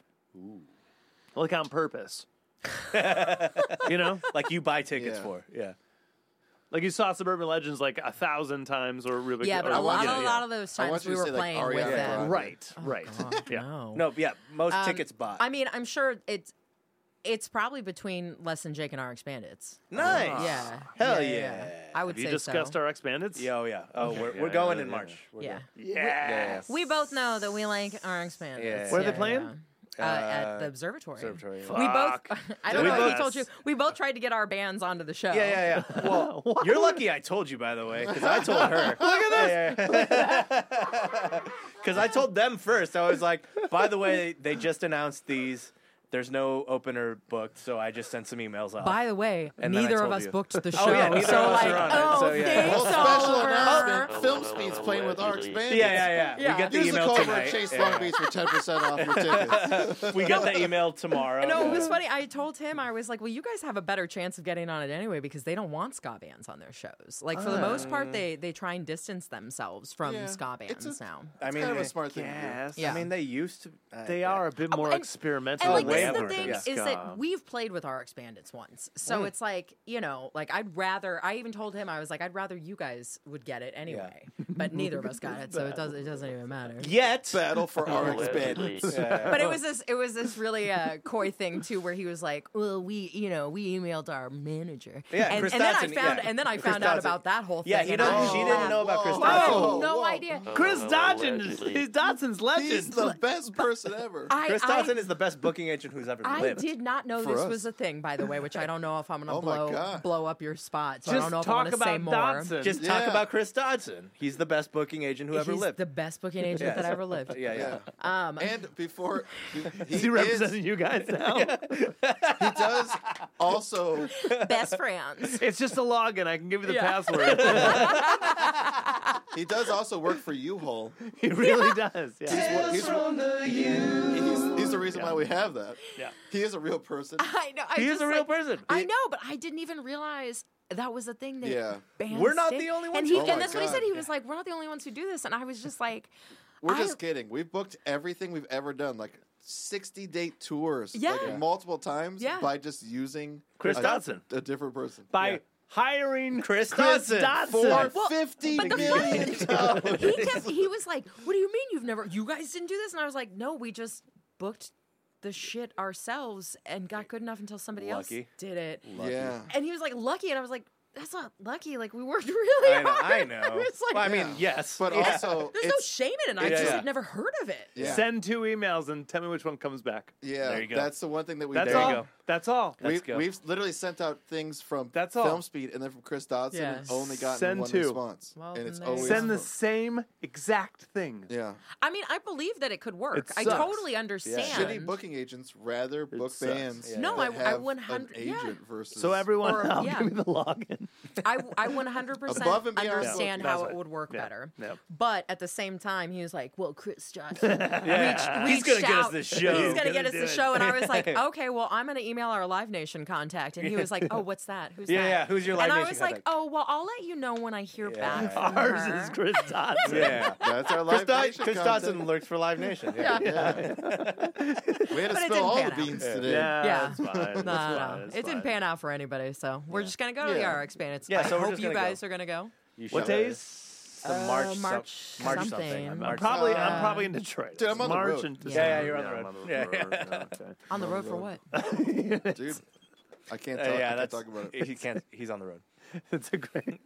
Speaker 4: like on purpose. you know,
Speaker 2: like you buy tickets
Speaker 1: Yeah.
Speaker 2: for. Yeah.
Speaker 4: like you saw Suburban Legends like a thousand times or Rubik.
Speaker 3: Yeah, but
Speaker 4: or
Speaker 3: a lot,
Speaker 4: yeah,
Speaker 3: a
Speaker 4: yeah.
Speaker 3: lot of those
Speaker 1: I want
Speaker 3: times
Speaker 1: you
Speaker 3: we
Speaker 1: to
Speaker 3: were
Speaker 1: say, like,
Speaker 3: playing
Speaker 1: Ariana
Speaker 3: with them.
Speaker 1: Grande.
Speaker 4: right, right. yeah.
Speaker 3: Oh, No.
Speaker 2: No, yeah, most
Speaker 3: Um,
Speaker 2: tickets bought.
Speaker 3: I mean, I'm sure it's it's probably between less than Jake and RX Bandits.
Speaker 2: nice.
Speaker 3: Yeah.
Speaker 2: Ah, Hell
Speaker 3: Yeah,
Speaker 2: yeah.
Speaker 3: yeah, I would
Speaker 4: Have you
Speaker 3: say
Speaker 4: discussed
Speaker 3: so.
Speaker 4: our expanded?
Speaker 2: Yeah, oh, yeah. Oh, we're,
Speaker 4: Yeah,
Speaker 2: we're
Speaker 4: yeah,
Speaker 2: going
Speaker 4: yeah,
Speaker 2: in
Speaker 4: yeah.
Speaker 2: March. We're
Speaker 3: yeah.
Speaker 4: Yes.
Speaker 3: We both know that we like RX Bandits.
Speaker 2: Yeah.
Speaker 4: Where are they
Speaker 3: yeah,
Speaker 4: playing?
Speaker 3: yeah. Uh, at the
Speaker 2: Uh,
Speaker 3: observatory.
Speaker 2: Observatory, yeah.
Speaker 3: We both.
Speaker 4: Fuck.
Speaker 3: I don't
Speaker 4: We
Speaker 3: know. if
Speaker 4: both-
Speaker 3: He told you. We both tried to get our bands onto the show.
Speaker 2: Yeah, yeah, yeah. Well,
Speaker 4: What?
Speaker 2: you're lucky I told you, by the way, because I told her. Look at this. Because I told them first. I was like, by the way, they just announced these. There's no opener booked, so I just sent some emails out.
Speaker 3: By the way,
Speaker 2: Oh. And then I
Speaker 3: neither of
Speaker 2: told
Speaker 3: us
Speaker 2: you.
Speaker 3: booked the show.
Speaker 2: Oh, yeah, neither
Speaker 3: so
Speaker 2: of us
Speaker 3: like,
Speaker 2: are on it,
Speaker 3: oh,
Speaker 2: so, yeah.
Speaker 3: thanks
Speaker 1: Well, special
Speaker 3: over.
Speaker 1: announcement. Film Speed's playing with RX Bandits.
Speaker 2: yeah, yeah, yeah.
Speaker 3: Yeah.
Speaker 2: We get the
Speaker 1: Use the
Speaker 2: email
Speaker 1: code for
Speaker 2: tonight.
Speaker 1: Chase
Speaker 2: Yeah.
Speaker 1: Long Beach for 10% off your tickets.
Speaker 2: We got the email tomorrow.
Speaker 3: No, it was funny. I told him I was like, "Well, you guys have a better chance of getting on it anyway because they don't want ska bands on their shows. Like for the most part, they they try and distance themselves from
Speaker 1: Uh. Yeah.
Speaker 3: ska
Speaker 1: It's
Speaker 3: bands
Speaker 1: a-
Speaker 3: now.
Speaker 2: I mean,
Speaker 1: kind of a
Speaker 2: I
Speaker 1: smart thing to do.
Speaker 2: guess.
Speaker 3: Yeah. Oh,
Speaker 2: I mean, they used to. uh, I-
Speaker 4: They
Speaker 2: yeah.
Speaker 4: are a bit more
Speaker 3: and-
Speaker 4: experimental.
Speaker 3: And like this is
Speaker 2: way I've
Speaker 3: the
Speaker 2: heard
Speaker 3: thing
Speaker 2: it.
Speaker 3: is
Speaker 4: Ska.
Speaker 3: that we've played with RX Bandits once, so
Speaker 1: Mm.
Speaker 3: it's like you know, like I'd rather. I even told him I was like, I'd rather you guys would get it anyway, but neither of us got it, so it doesn't it doesn't even matter.
Speaker 2: Yet.
Speaker 1: Battle for RX Bandits.
Speaker 3: But it was this it was this really uh, coy thing too, where he was like, "Well, we you know we emailed our manager,
Speaker 2: Yeah,
Speaker 3: and,
Speaker 2: Chris
Speaker 3: and then I
Speaker 2: Dodson,
Speaker 3: found
Speaker 2: yeah.
Speaker 3: and then I
Speaker 2: Chris
Speaker 3: found out
Speaker 2: Dodson.
Speaker 3: about that whole thing.
Speaker 2: Yeah, he
Speaker 3: and I
Speaker 2: doesn't,
Speaker 3: was
Speaker 2: she
Speaker 3: like,
Speaker 2: didn't know about
Speaker 1: Whoa.
Speaker 2: Chris
Speaker 1: Whoa.
Speaker 3: I
Speaker 2: Dodson.
Speaker 3: had no
Speaker 1: Oh, Whoa.
Speaker 3: idea.
Speaker 4: Chris Dodgins. He's Dodson's legend.
Speaker 1: He's the best person ever.
Speaker 3: I,
Speaker 2: Chris
Speaker 3: I-
Speaker 2: Dodson is the best booking agent who's ever
Speaker 3: I
Speaker 2: lived.
Speaker 3: did not know
Speaker 1: For
Speaker 3: this
Speaker 1: us.
Speaker 3: was a thing, by the way, which I don't know if I'm gonna
Speaker 1: Oh my
Speaker 3: blow
Speaker 1: God.
Speaker 3: blow up your spot. So I
Speaker 4: Just
Speaker 3: don't know if I
Speaker 4: talk
Speaker 3: want to
Speaker 4: about
Speaker 3: say more.
Speaker 4: Dodson.
Speaker 2: Just talk
Speaker 1: Yeah.
Speaker 2: about Chris Dodson. He's the best booking agent who ever
Speaker 3: He's
Speaker 2: lived.
Speaker 3: the best booking agent
Speaker 2: Yeah.
Speaker 3: that ever lived.
Speaker 2: yeah, yeah.
Speaker 1: Yeah.
Speaker 3: Um,
Speaker 1: And before he, he
Speaker 4: is he
Speaker 1: is,
Speaker 4: representing you guys now?
Speaker 1: he does also
Speaker 3: best friends.
Speaker 4: It's just a login. I can give you the
Speaker 3: Yeah.
Speaker 4: password.
Speaker 1: he does also work for U-Haul.
Speaker 4: he really does. Yeah.
Speaker 1: He's, he's, he's, he's the reason why we have that.
Speaker 4: Yeah.
Speaker 1: He is a real person.
Speaker 3: I know. I
Speaker 4: He is
Speaker 3: just,
Speaker 4: a real
Speaker 3: like-
Speaker 4: person.
Speaker 3: I know, but I didn't even realize that was a thing. That
Speaker 1: Yeah.
Speaker 3: bands
Speaker 2: We're not
Speaker 3: did.
Speaker 2: the only ones
Speaker 3: And, he,
Speaker 1: who do it.
Speaker 3: and that's what he
Speaker 1: Oh my
Speaker 3: said. He was like, "We're not the only ones who do this," and I was just like,
Speaker 1: We're
Speaker 3: I-
Speaker 1: just kidding. We've booked everything we've ever done, like sixty date tours,
Speaker 3: Yeah.
Speaker 1: like multiple times,
Speaker 3: Yeah.
Speaker 1: by just using
Speaker 4: Chris
Speaker 1: a,
Speaker 4: Dodson.
Speaker 1: a different person.
Speaker 4: By
Speaker 2: Yeah.
Speaker 4: hiring
Speaker 2: Chris Dodson.
Speaker 1: for
Speaker 4: Dodson.
Speaker 3: Well,
Speaker 1: fifty
Speaker 3: but the
Speaker 1: million dollars.
Speaker 3: he kept, he was like, "What do you mean you've never? You guys didn't do this?" And I was like, "No, we just booked the shit ourselves and got good enough until somebody else
Speaker 2: Lucky.
Speaker 3: did it."
Speaker 1: yeah,
Speaker 3: And he was like, "Lucky," and I was like, "That's not lucky. Like we worked really
Speaker 2: I know.
Speaker 3: hard."
Speaker 2: I know.
Speaker 3: was like,
Speaker 2: well, I mean,
Speaker 1: Yeah.
Speaker 2: yes.
Speaker 1: but
Speaker 2: Yeah.
Speaker 1: also
Speaker 3: There's no
Speaker 1: it's,
Speaker 3: shame in it. I
Speaker 2: Yeah,
Speaker 3: just
Speaker 2: yeah.
Speaker 3: had never heard of it.
Speaker 1: yeah,
Speaker 4: Send two emails and tell me which one comes back.
Speaker 1: yeah.
Speaker 2: There you go.
Speaker 1: That's the one thing that we
Speaker 4: That's
Speaker 1: do.
Speaker 4: all.
Speaker 2: you go.
Speaker 4: That's all.
Speaker 1: We,
Speaker 2: go.
Speaker 1: We've literally sent out things from
Speaker 4: That's all.
Speaker 1: Film Speed and then from Chris Dodson
Speaker 3: Yeah.
Speaker 1: and only gotten
Speaker 4: Send
Speaker 1: one
Speaker 4: two.
Speaker 1: response.
Speaker 3: Well,
Speaker 1: and it's
Speaker 3: then there you
Speaker 1: always
Speaker 3: go.
Speaker 4: Send the same exact thing.
Speaker 1: yeah.
Speaker 3: I mean, I believe that it could work.
Speaker 4: It
Speaker 3: I
Speaker 4: sucks.
Speaker 3: totally understand.
Speaker 1: Shitty booking agents rather book
Speaker 4: sucks.
Speaker 1: bands.
Speaker 2: Yeah.
Speaker 3: No,
Speaker 1: that
Speaker 3: I- I
Speaker 1: have
Speaker 3: 100
Speaker 1: an
Speaker 3: yeah.
Speaker 1: agent versus
Speaker 4: So everyone,
Speaker 3: Or-
Speaker 4: I'll
Speaker 3: yeah.
Speaker 4: give you the login.
Speaker 3: I, I 100%
Speaker 1: Above and beyond.
Speaker 3: understand
Speaker 4: Yeah,
Speaker 3: how
Speaker 4: that's
Speaker 3: it would work
Speaker 4: Yeah,
Speaker 3: better.
Speaker 4: yeah.
Speaker 3: But at the same time, he was like, well, Chris Johnson
Speaker 2: Yeah.
Speaker 3: reached
Speaker 2: he's gonna get us
Speaker 3: out.
Speaker 2: this
Speaker 3: He's
Speaker 2: show.
Speaker 3: going to get us
Speaker 4: do
Speaker 3: the
Speaker 4: it.
Speaker 3: show. And I was like, okay, well, I'm going to email our Live Nation contact. And he was like, oh, what's that? Who's
Speaker 2: Yeah,
Speaker 3: that?
Speaker 2: yeah, who's your Live
Speaker 3: And I
Speaker 2: Nation
Speaker 3: was like,
Speaker 2: contact?
Speaker 3: oh, well, I'll let you know when I hear back
Speaker 2: Yeah.
Speaker 3: from
Speaker 4: Ours
Speaker 3: her.
Speaker 4: is Chris Dodson.
Speaker 2: yeah.
Speaker 1: That's our
Speaker 2: Chris,
Speaker 1: live
Speaker 2: Dod-
Speaker 1: nation
Speaker 2: Chris
Speaker 1: content.
Speaker 2: Dodson lurks for Live Nation.
Speaker 3: Yeah.
Speaker 2: Yeah.
Speaker 1: Yeah. we had
Speaker 3: But
Speaker 1: to
Speaker 3: it
Speaker 1: spill
Speaker 3: didn't
Speaker 1: all
Speaker 3: pan
Speaker 1: the
Speaker 3: out.
Speaker 1: beans today.
Speaker 4: Yeah,
Speaker 3: Yeah.
Speaker 4: It's fine. It's
Speaker 3: No, no,
Speaker 4: fine.
Speaker 3: no.
Speaker 4: It's
Speaker 3: uh, It didn't
Speaker 4: fine.
Speaker 3: pan out for anybody, so we're just gonna go to the
Speaker 1: Yeah.
Speaker 3: RX bandits.
Speaker 2: Yeah,
Speaker 3: I
Speaker 2: so we're
Speaker 3: hope
Speaker 2: just
Speaker 3: you
Speaker 2: gonna
Speaker 3: guys
Speaker 2: go.
Speaker 3: are gonna go.
Speaker 2: You
Speaker 4: What
Speaker 2: should.
Speaker 4: days?
Speaker 2: The March.
Speaker 3: Uh,
Speaker 2: some-
Speaker 3: March
Speaker 2: March
Speaker 3: something.
Speaker 2: something.
Speaker 4: I'm
Speaker 2: March
Speaker 4: probably I'm
Speaker 3: Uh,
Speaker 4: probably in Detroit.
Speaker 1: Dude, I'm on the
Speaker 4: March
Speaker 1: road.
Speaker 4: and
Speaker 3: Yeah.
Speaker 4: December.
Speaker 2: Yeah, you're on the road.
Speaker 4: Yeah, I'm on the
Speaker 2: Yeah,
Speaker 4: road. Yeah, okay.
Speaker 3: On the road for what?
Speaker 1: Dude, I can't
Speaker 2: Uh,
Speaker 1: talk, I
Speaker 2: yeah,
Speaker 1: can't
Speaker 2: that's
Speaker 1: talk about it.
Speaker 2: he can't. He's on the road.
Speaker 4: That's a great.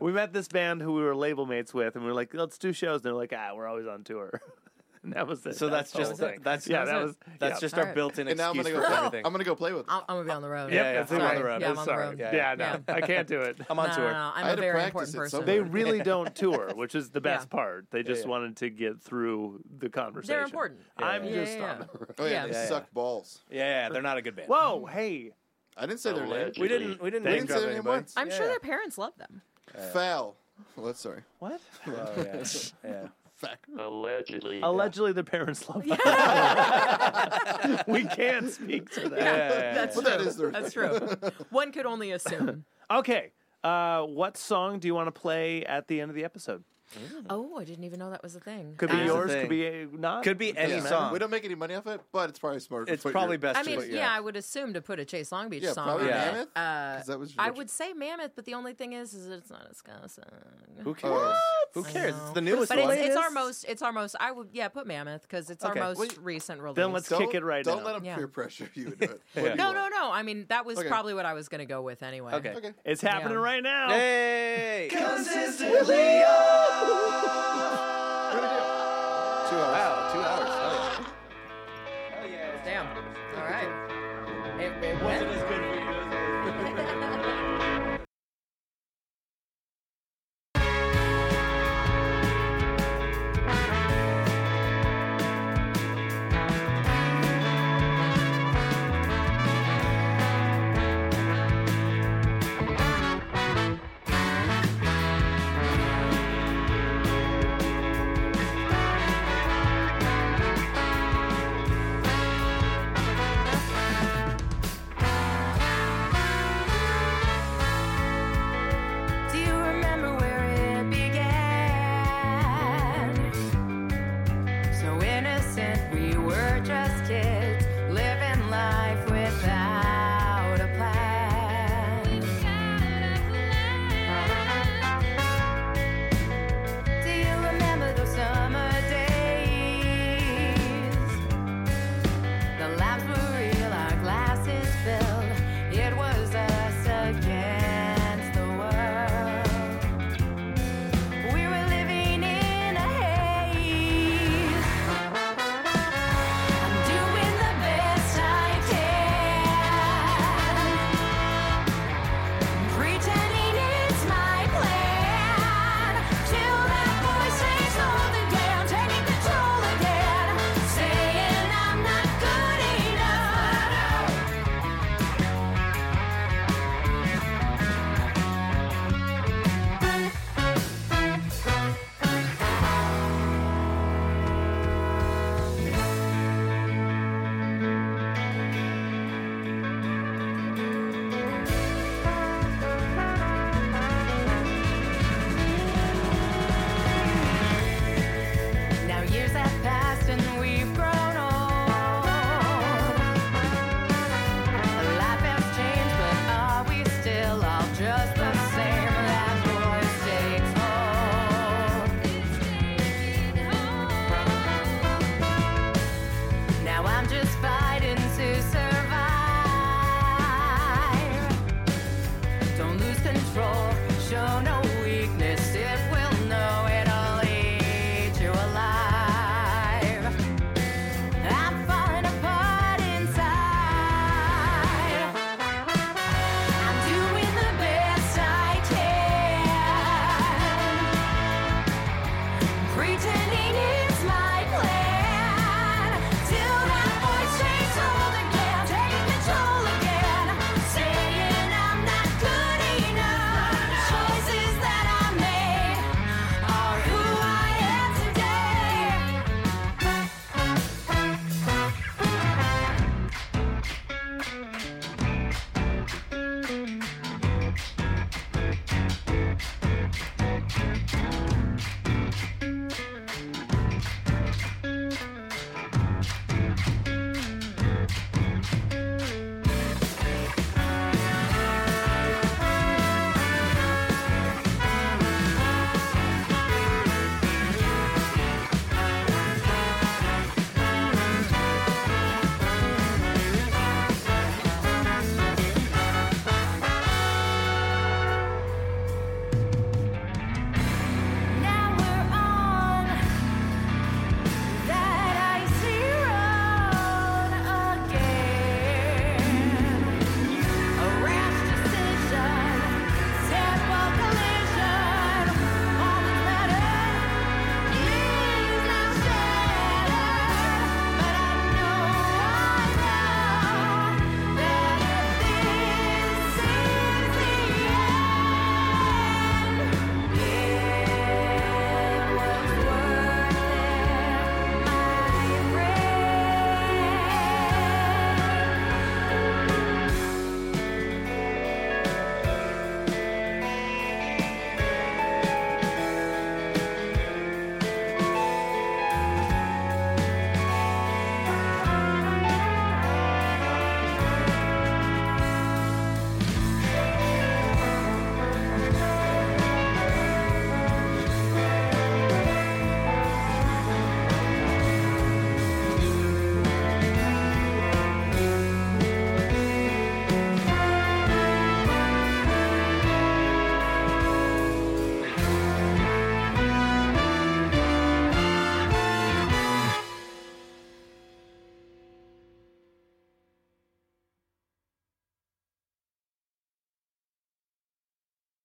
Speaker 4: we met this band who we were label mates with, and we were like, "Let's do shows." And they're like, "Ah, we're always on tour." and that was it.
Speaker 2: So that's
Speaker 4: the whole
Speaker 2: just
Speaker 4: thing.
Speaker 2: that's
Speaker 4: yeah. That
Speaker 3: it.
Speaker 4: was
Speaker 2: that's
Speaker 4: yeah.
Speaker 2: just
Speaker 3: All
Speaker 2: our
Speaker 3: right.
Speaker 2: built-in
Speaker 1: And now I'm
Speaker 2: excuse
Speaker 1: gonna
Speaker 2: for
Speaker 1: go.
Speaker 2: everything.
Speaker 1: I'm gonna go play with. Them.
Speaker 3: I'm, I'm gonna be on the road.
Speaker 4: Yep,
Speaker 2: yeah,
Speaker 4: that's
Speaker 2: I'm
Speaker 4: on
Speaker 2: sorry.
Speaker 4: the road.
Speaker 3: Yeah, I'm on the
Speaker 4: sorry.
Speaker 3: road.
Speaker 4: Yeah,
Speaker 2: Yeah.
Speaker 4: no,
Speaker 3: Yeah.
Speaker 4: I can't do it.
Speaker 2: I'm on
Speaker 3: No,
Speaker 2: tour.
Speaker 3: no, no,
Speaker 1: I
Speaker 3: I'm
Speaker 1: had
Speaker 3: a
Speaker 1: to
Speaker 3: very
Speaker 1: practice
Speaker 3: important
Speaker 1: it
Speaker 3: person.
Speaker 4: They
Speaker 1: somewhere.
Speaker 4: really don't tour, which is the best
Speaker 3: Yeah.
Speaker 4: part. They just
Speaker 2: yeah.
Speaker 4: wanted to get through the conversation.
Speaker 3: important.
Speaker 4: I'm
Speaker 3: Yeah,
Speaker 4: just
Speaker 3: yeah, yeah.
Speaker 4: on the road.
Speaker 1: Oh yeah,
Speaker 3: Yeah.
Speaker 1: they
Speaker 3: Yeah,
Speaker 2: yeah.
Speaker 1: suck balls.
Speaker 2: Yeah, they're not a good band.
Speaker 4: Whoa, hey.
Speaker 1: I didn't say their name.
Speaker 5: Allegedly.
Speaker 2: we didn't. We didn't.
Speaker 4: They
Speaker 1: I
Speaker 2: name
Speaker 1: didn't
Speaker 2: drop
Speaker 1: say their name
Speaker 2: anybody.
Speaker 1: once.
Speaker 3: I'm sure
Speaker 2: Yeah.
Speaker 3: their parents love them.
Speaker 1: Foul. Well, that's sorry.
Speaker 4: What?
Speaker 2: Oh, yeah. yeah.
Speaker 5: Allegedly.
Speaker 4: Allegedly, their parents love them. we can't speak to that.
Speaker 2: Yeah.
Speaker 1: But that is their.
Speaker 3: That's true. One could only assume.
Speaker 4: Okay. Uh, what song do you want to play at the end of the episode?
Speaker 3: Oh, I didn't even know that was a thing. Um,
Speaker 4: Could be
Speaker 2: Here's the
Speaker 4: yours,
Speaker 2: thing.
Speaker 4: could be uh, not.
Speaker 2: Could be any
Speaker 1: Yeah.
Speaker 2: song.
Speaker 1: We don't make any money off it, but it's probably smart. to
Speaker 2: it's
Speaker 1: put
Speaker 2: probably
Speaker 1: your-
Speaker 2: best.
Speaker 3: I mean,
Speaker 2: choice.
Speaker 3: yeah. I would assume to put a Chase Long Beach
Speaker 1: Yeah,
Speaker 3: song.
Speaker 1: probably
Speaker 3: on
Speaker 2: Yeah.
Speaker 3: it.
Speaker 1: Mammoth.
Speaker 3: Uh,
Speaker 1: 'Cause that was
Speaker 3: I
Speaker 1: what-
Speaker 3: would say Mammoth, but the only thing is, is it's not a ska song.
Speaker 2: Who cares? Who
Speaker 3: I
Speaker 2: cares?
Speaker 3: know.
Speaker 2: It's the newest
Speaker 3: But
Speaker 2: one.
Speaker 3: it's, it's our
Speaker 4: Latest?
Speaker 3: most. It's our most. I would yeah put Mammoth because it's
Speaker 2: Okay.
Speaker 3: our most
Speaker 1: Wait.
Speaker 3: recent release.
Speaker 4: Then let's kick it right
Speaker 1: Don't
Speaker 4: now.
Speaker 1: let them
Speaker 3: Yeah.
Speaker 1: peer pressure you into it. What do
Speaker 2: Yeah.
Speaker 1: you
Speaker 3: No,
Speaker 1: want?
Speaker 3: no, no. I mean, that was
Speaker 1: Okay.
Speaker 3: probably what I was going to go with anyway.
Speaker 2: Okay.
Speaker 1: Okay.
Speaker 4: It's happening
Speaker 3: Yeah.
Speaker 4: right now.
Speaker 2: Hey!
Speaker 1: Two hours.
Speaker 2: Wow, two hours.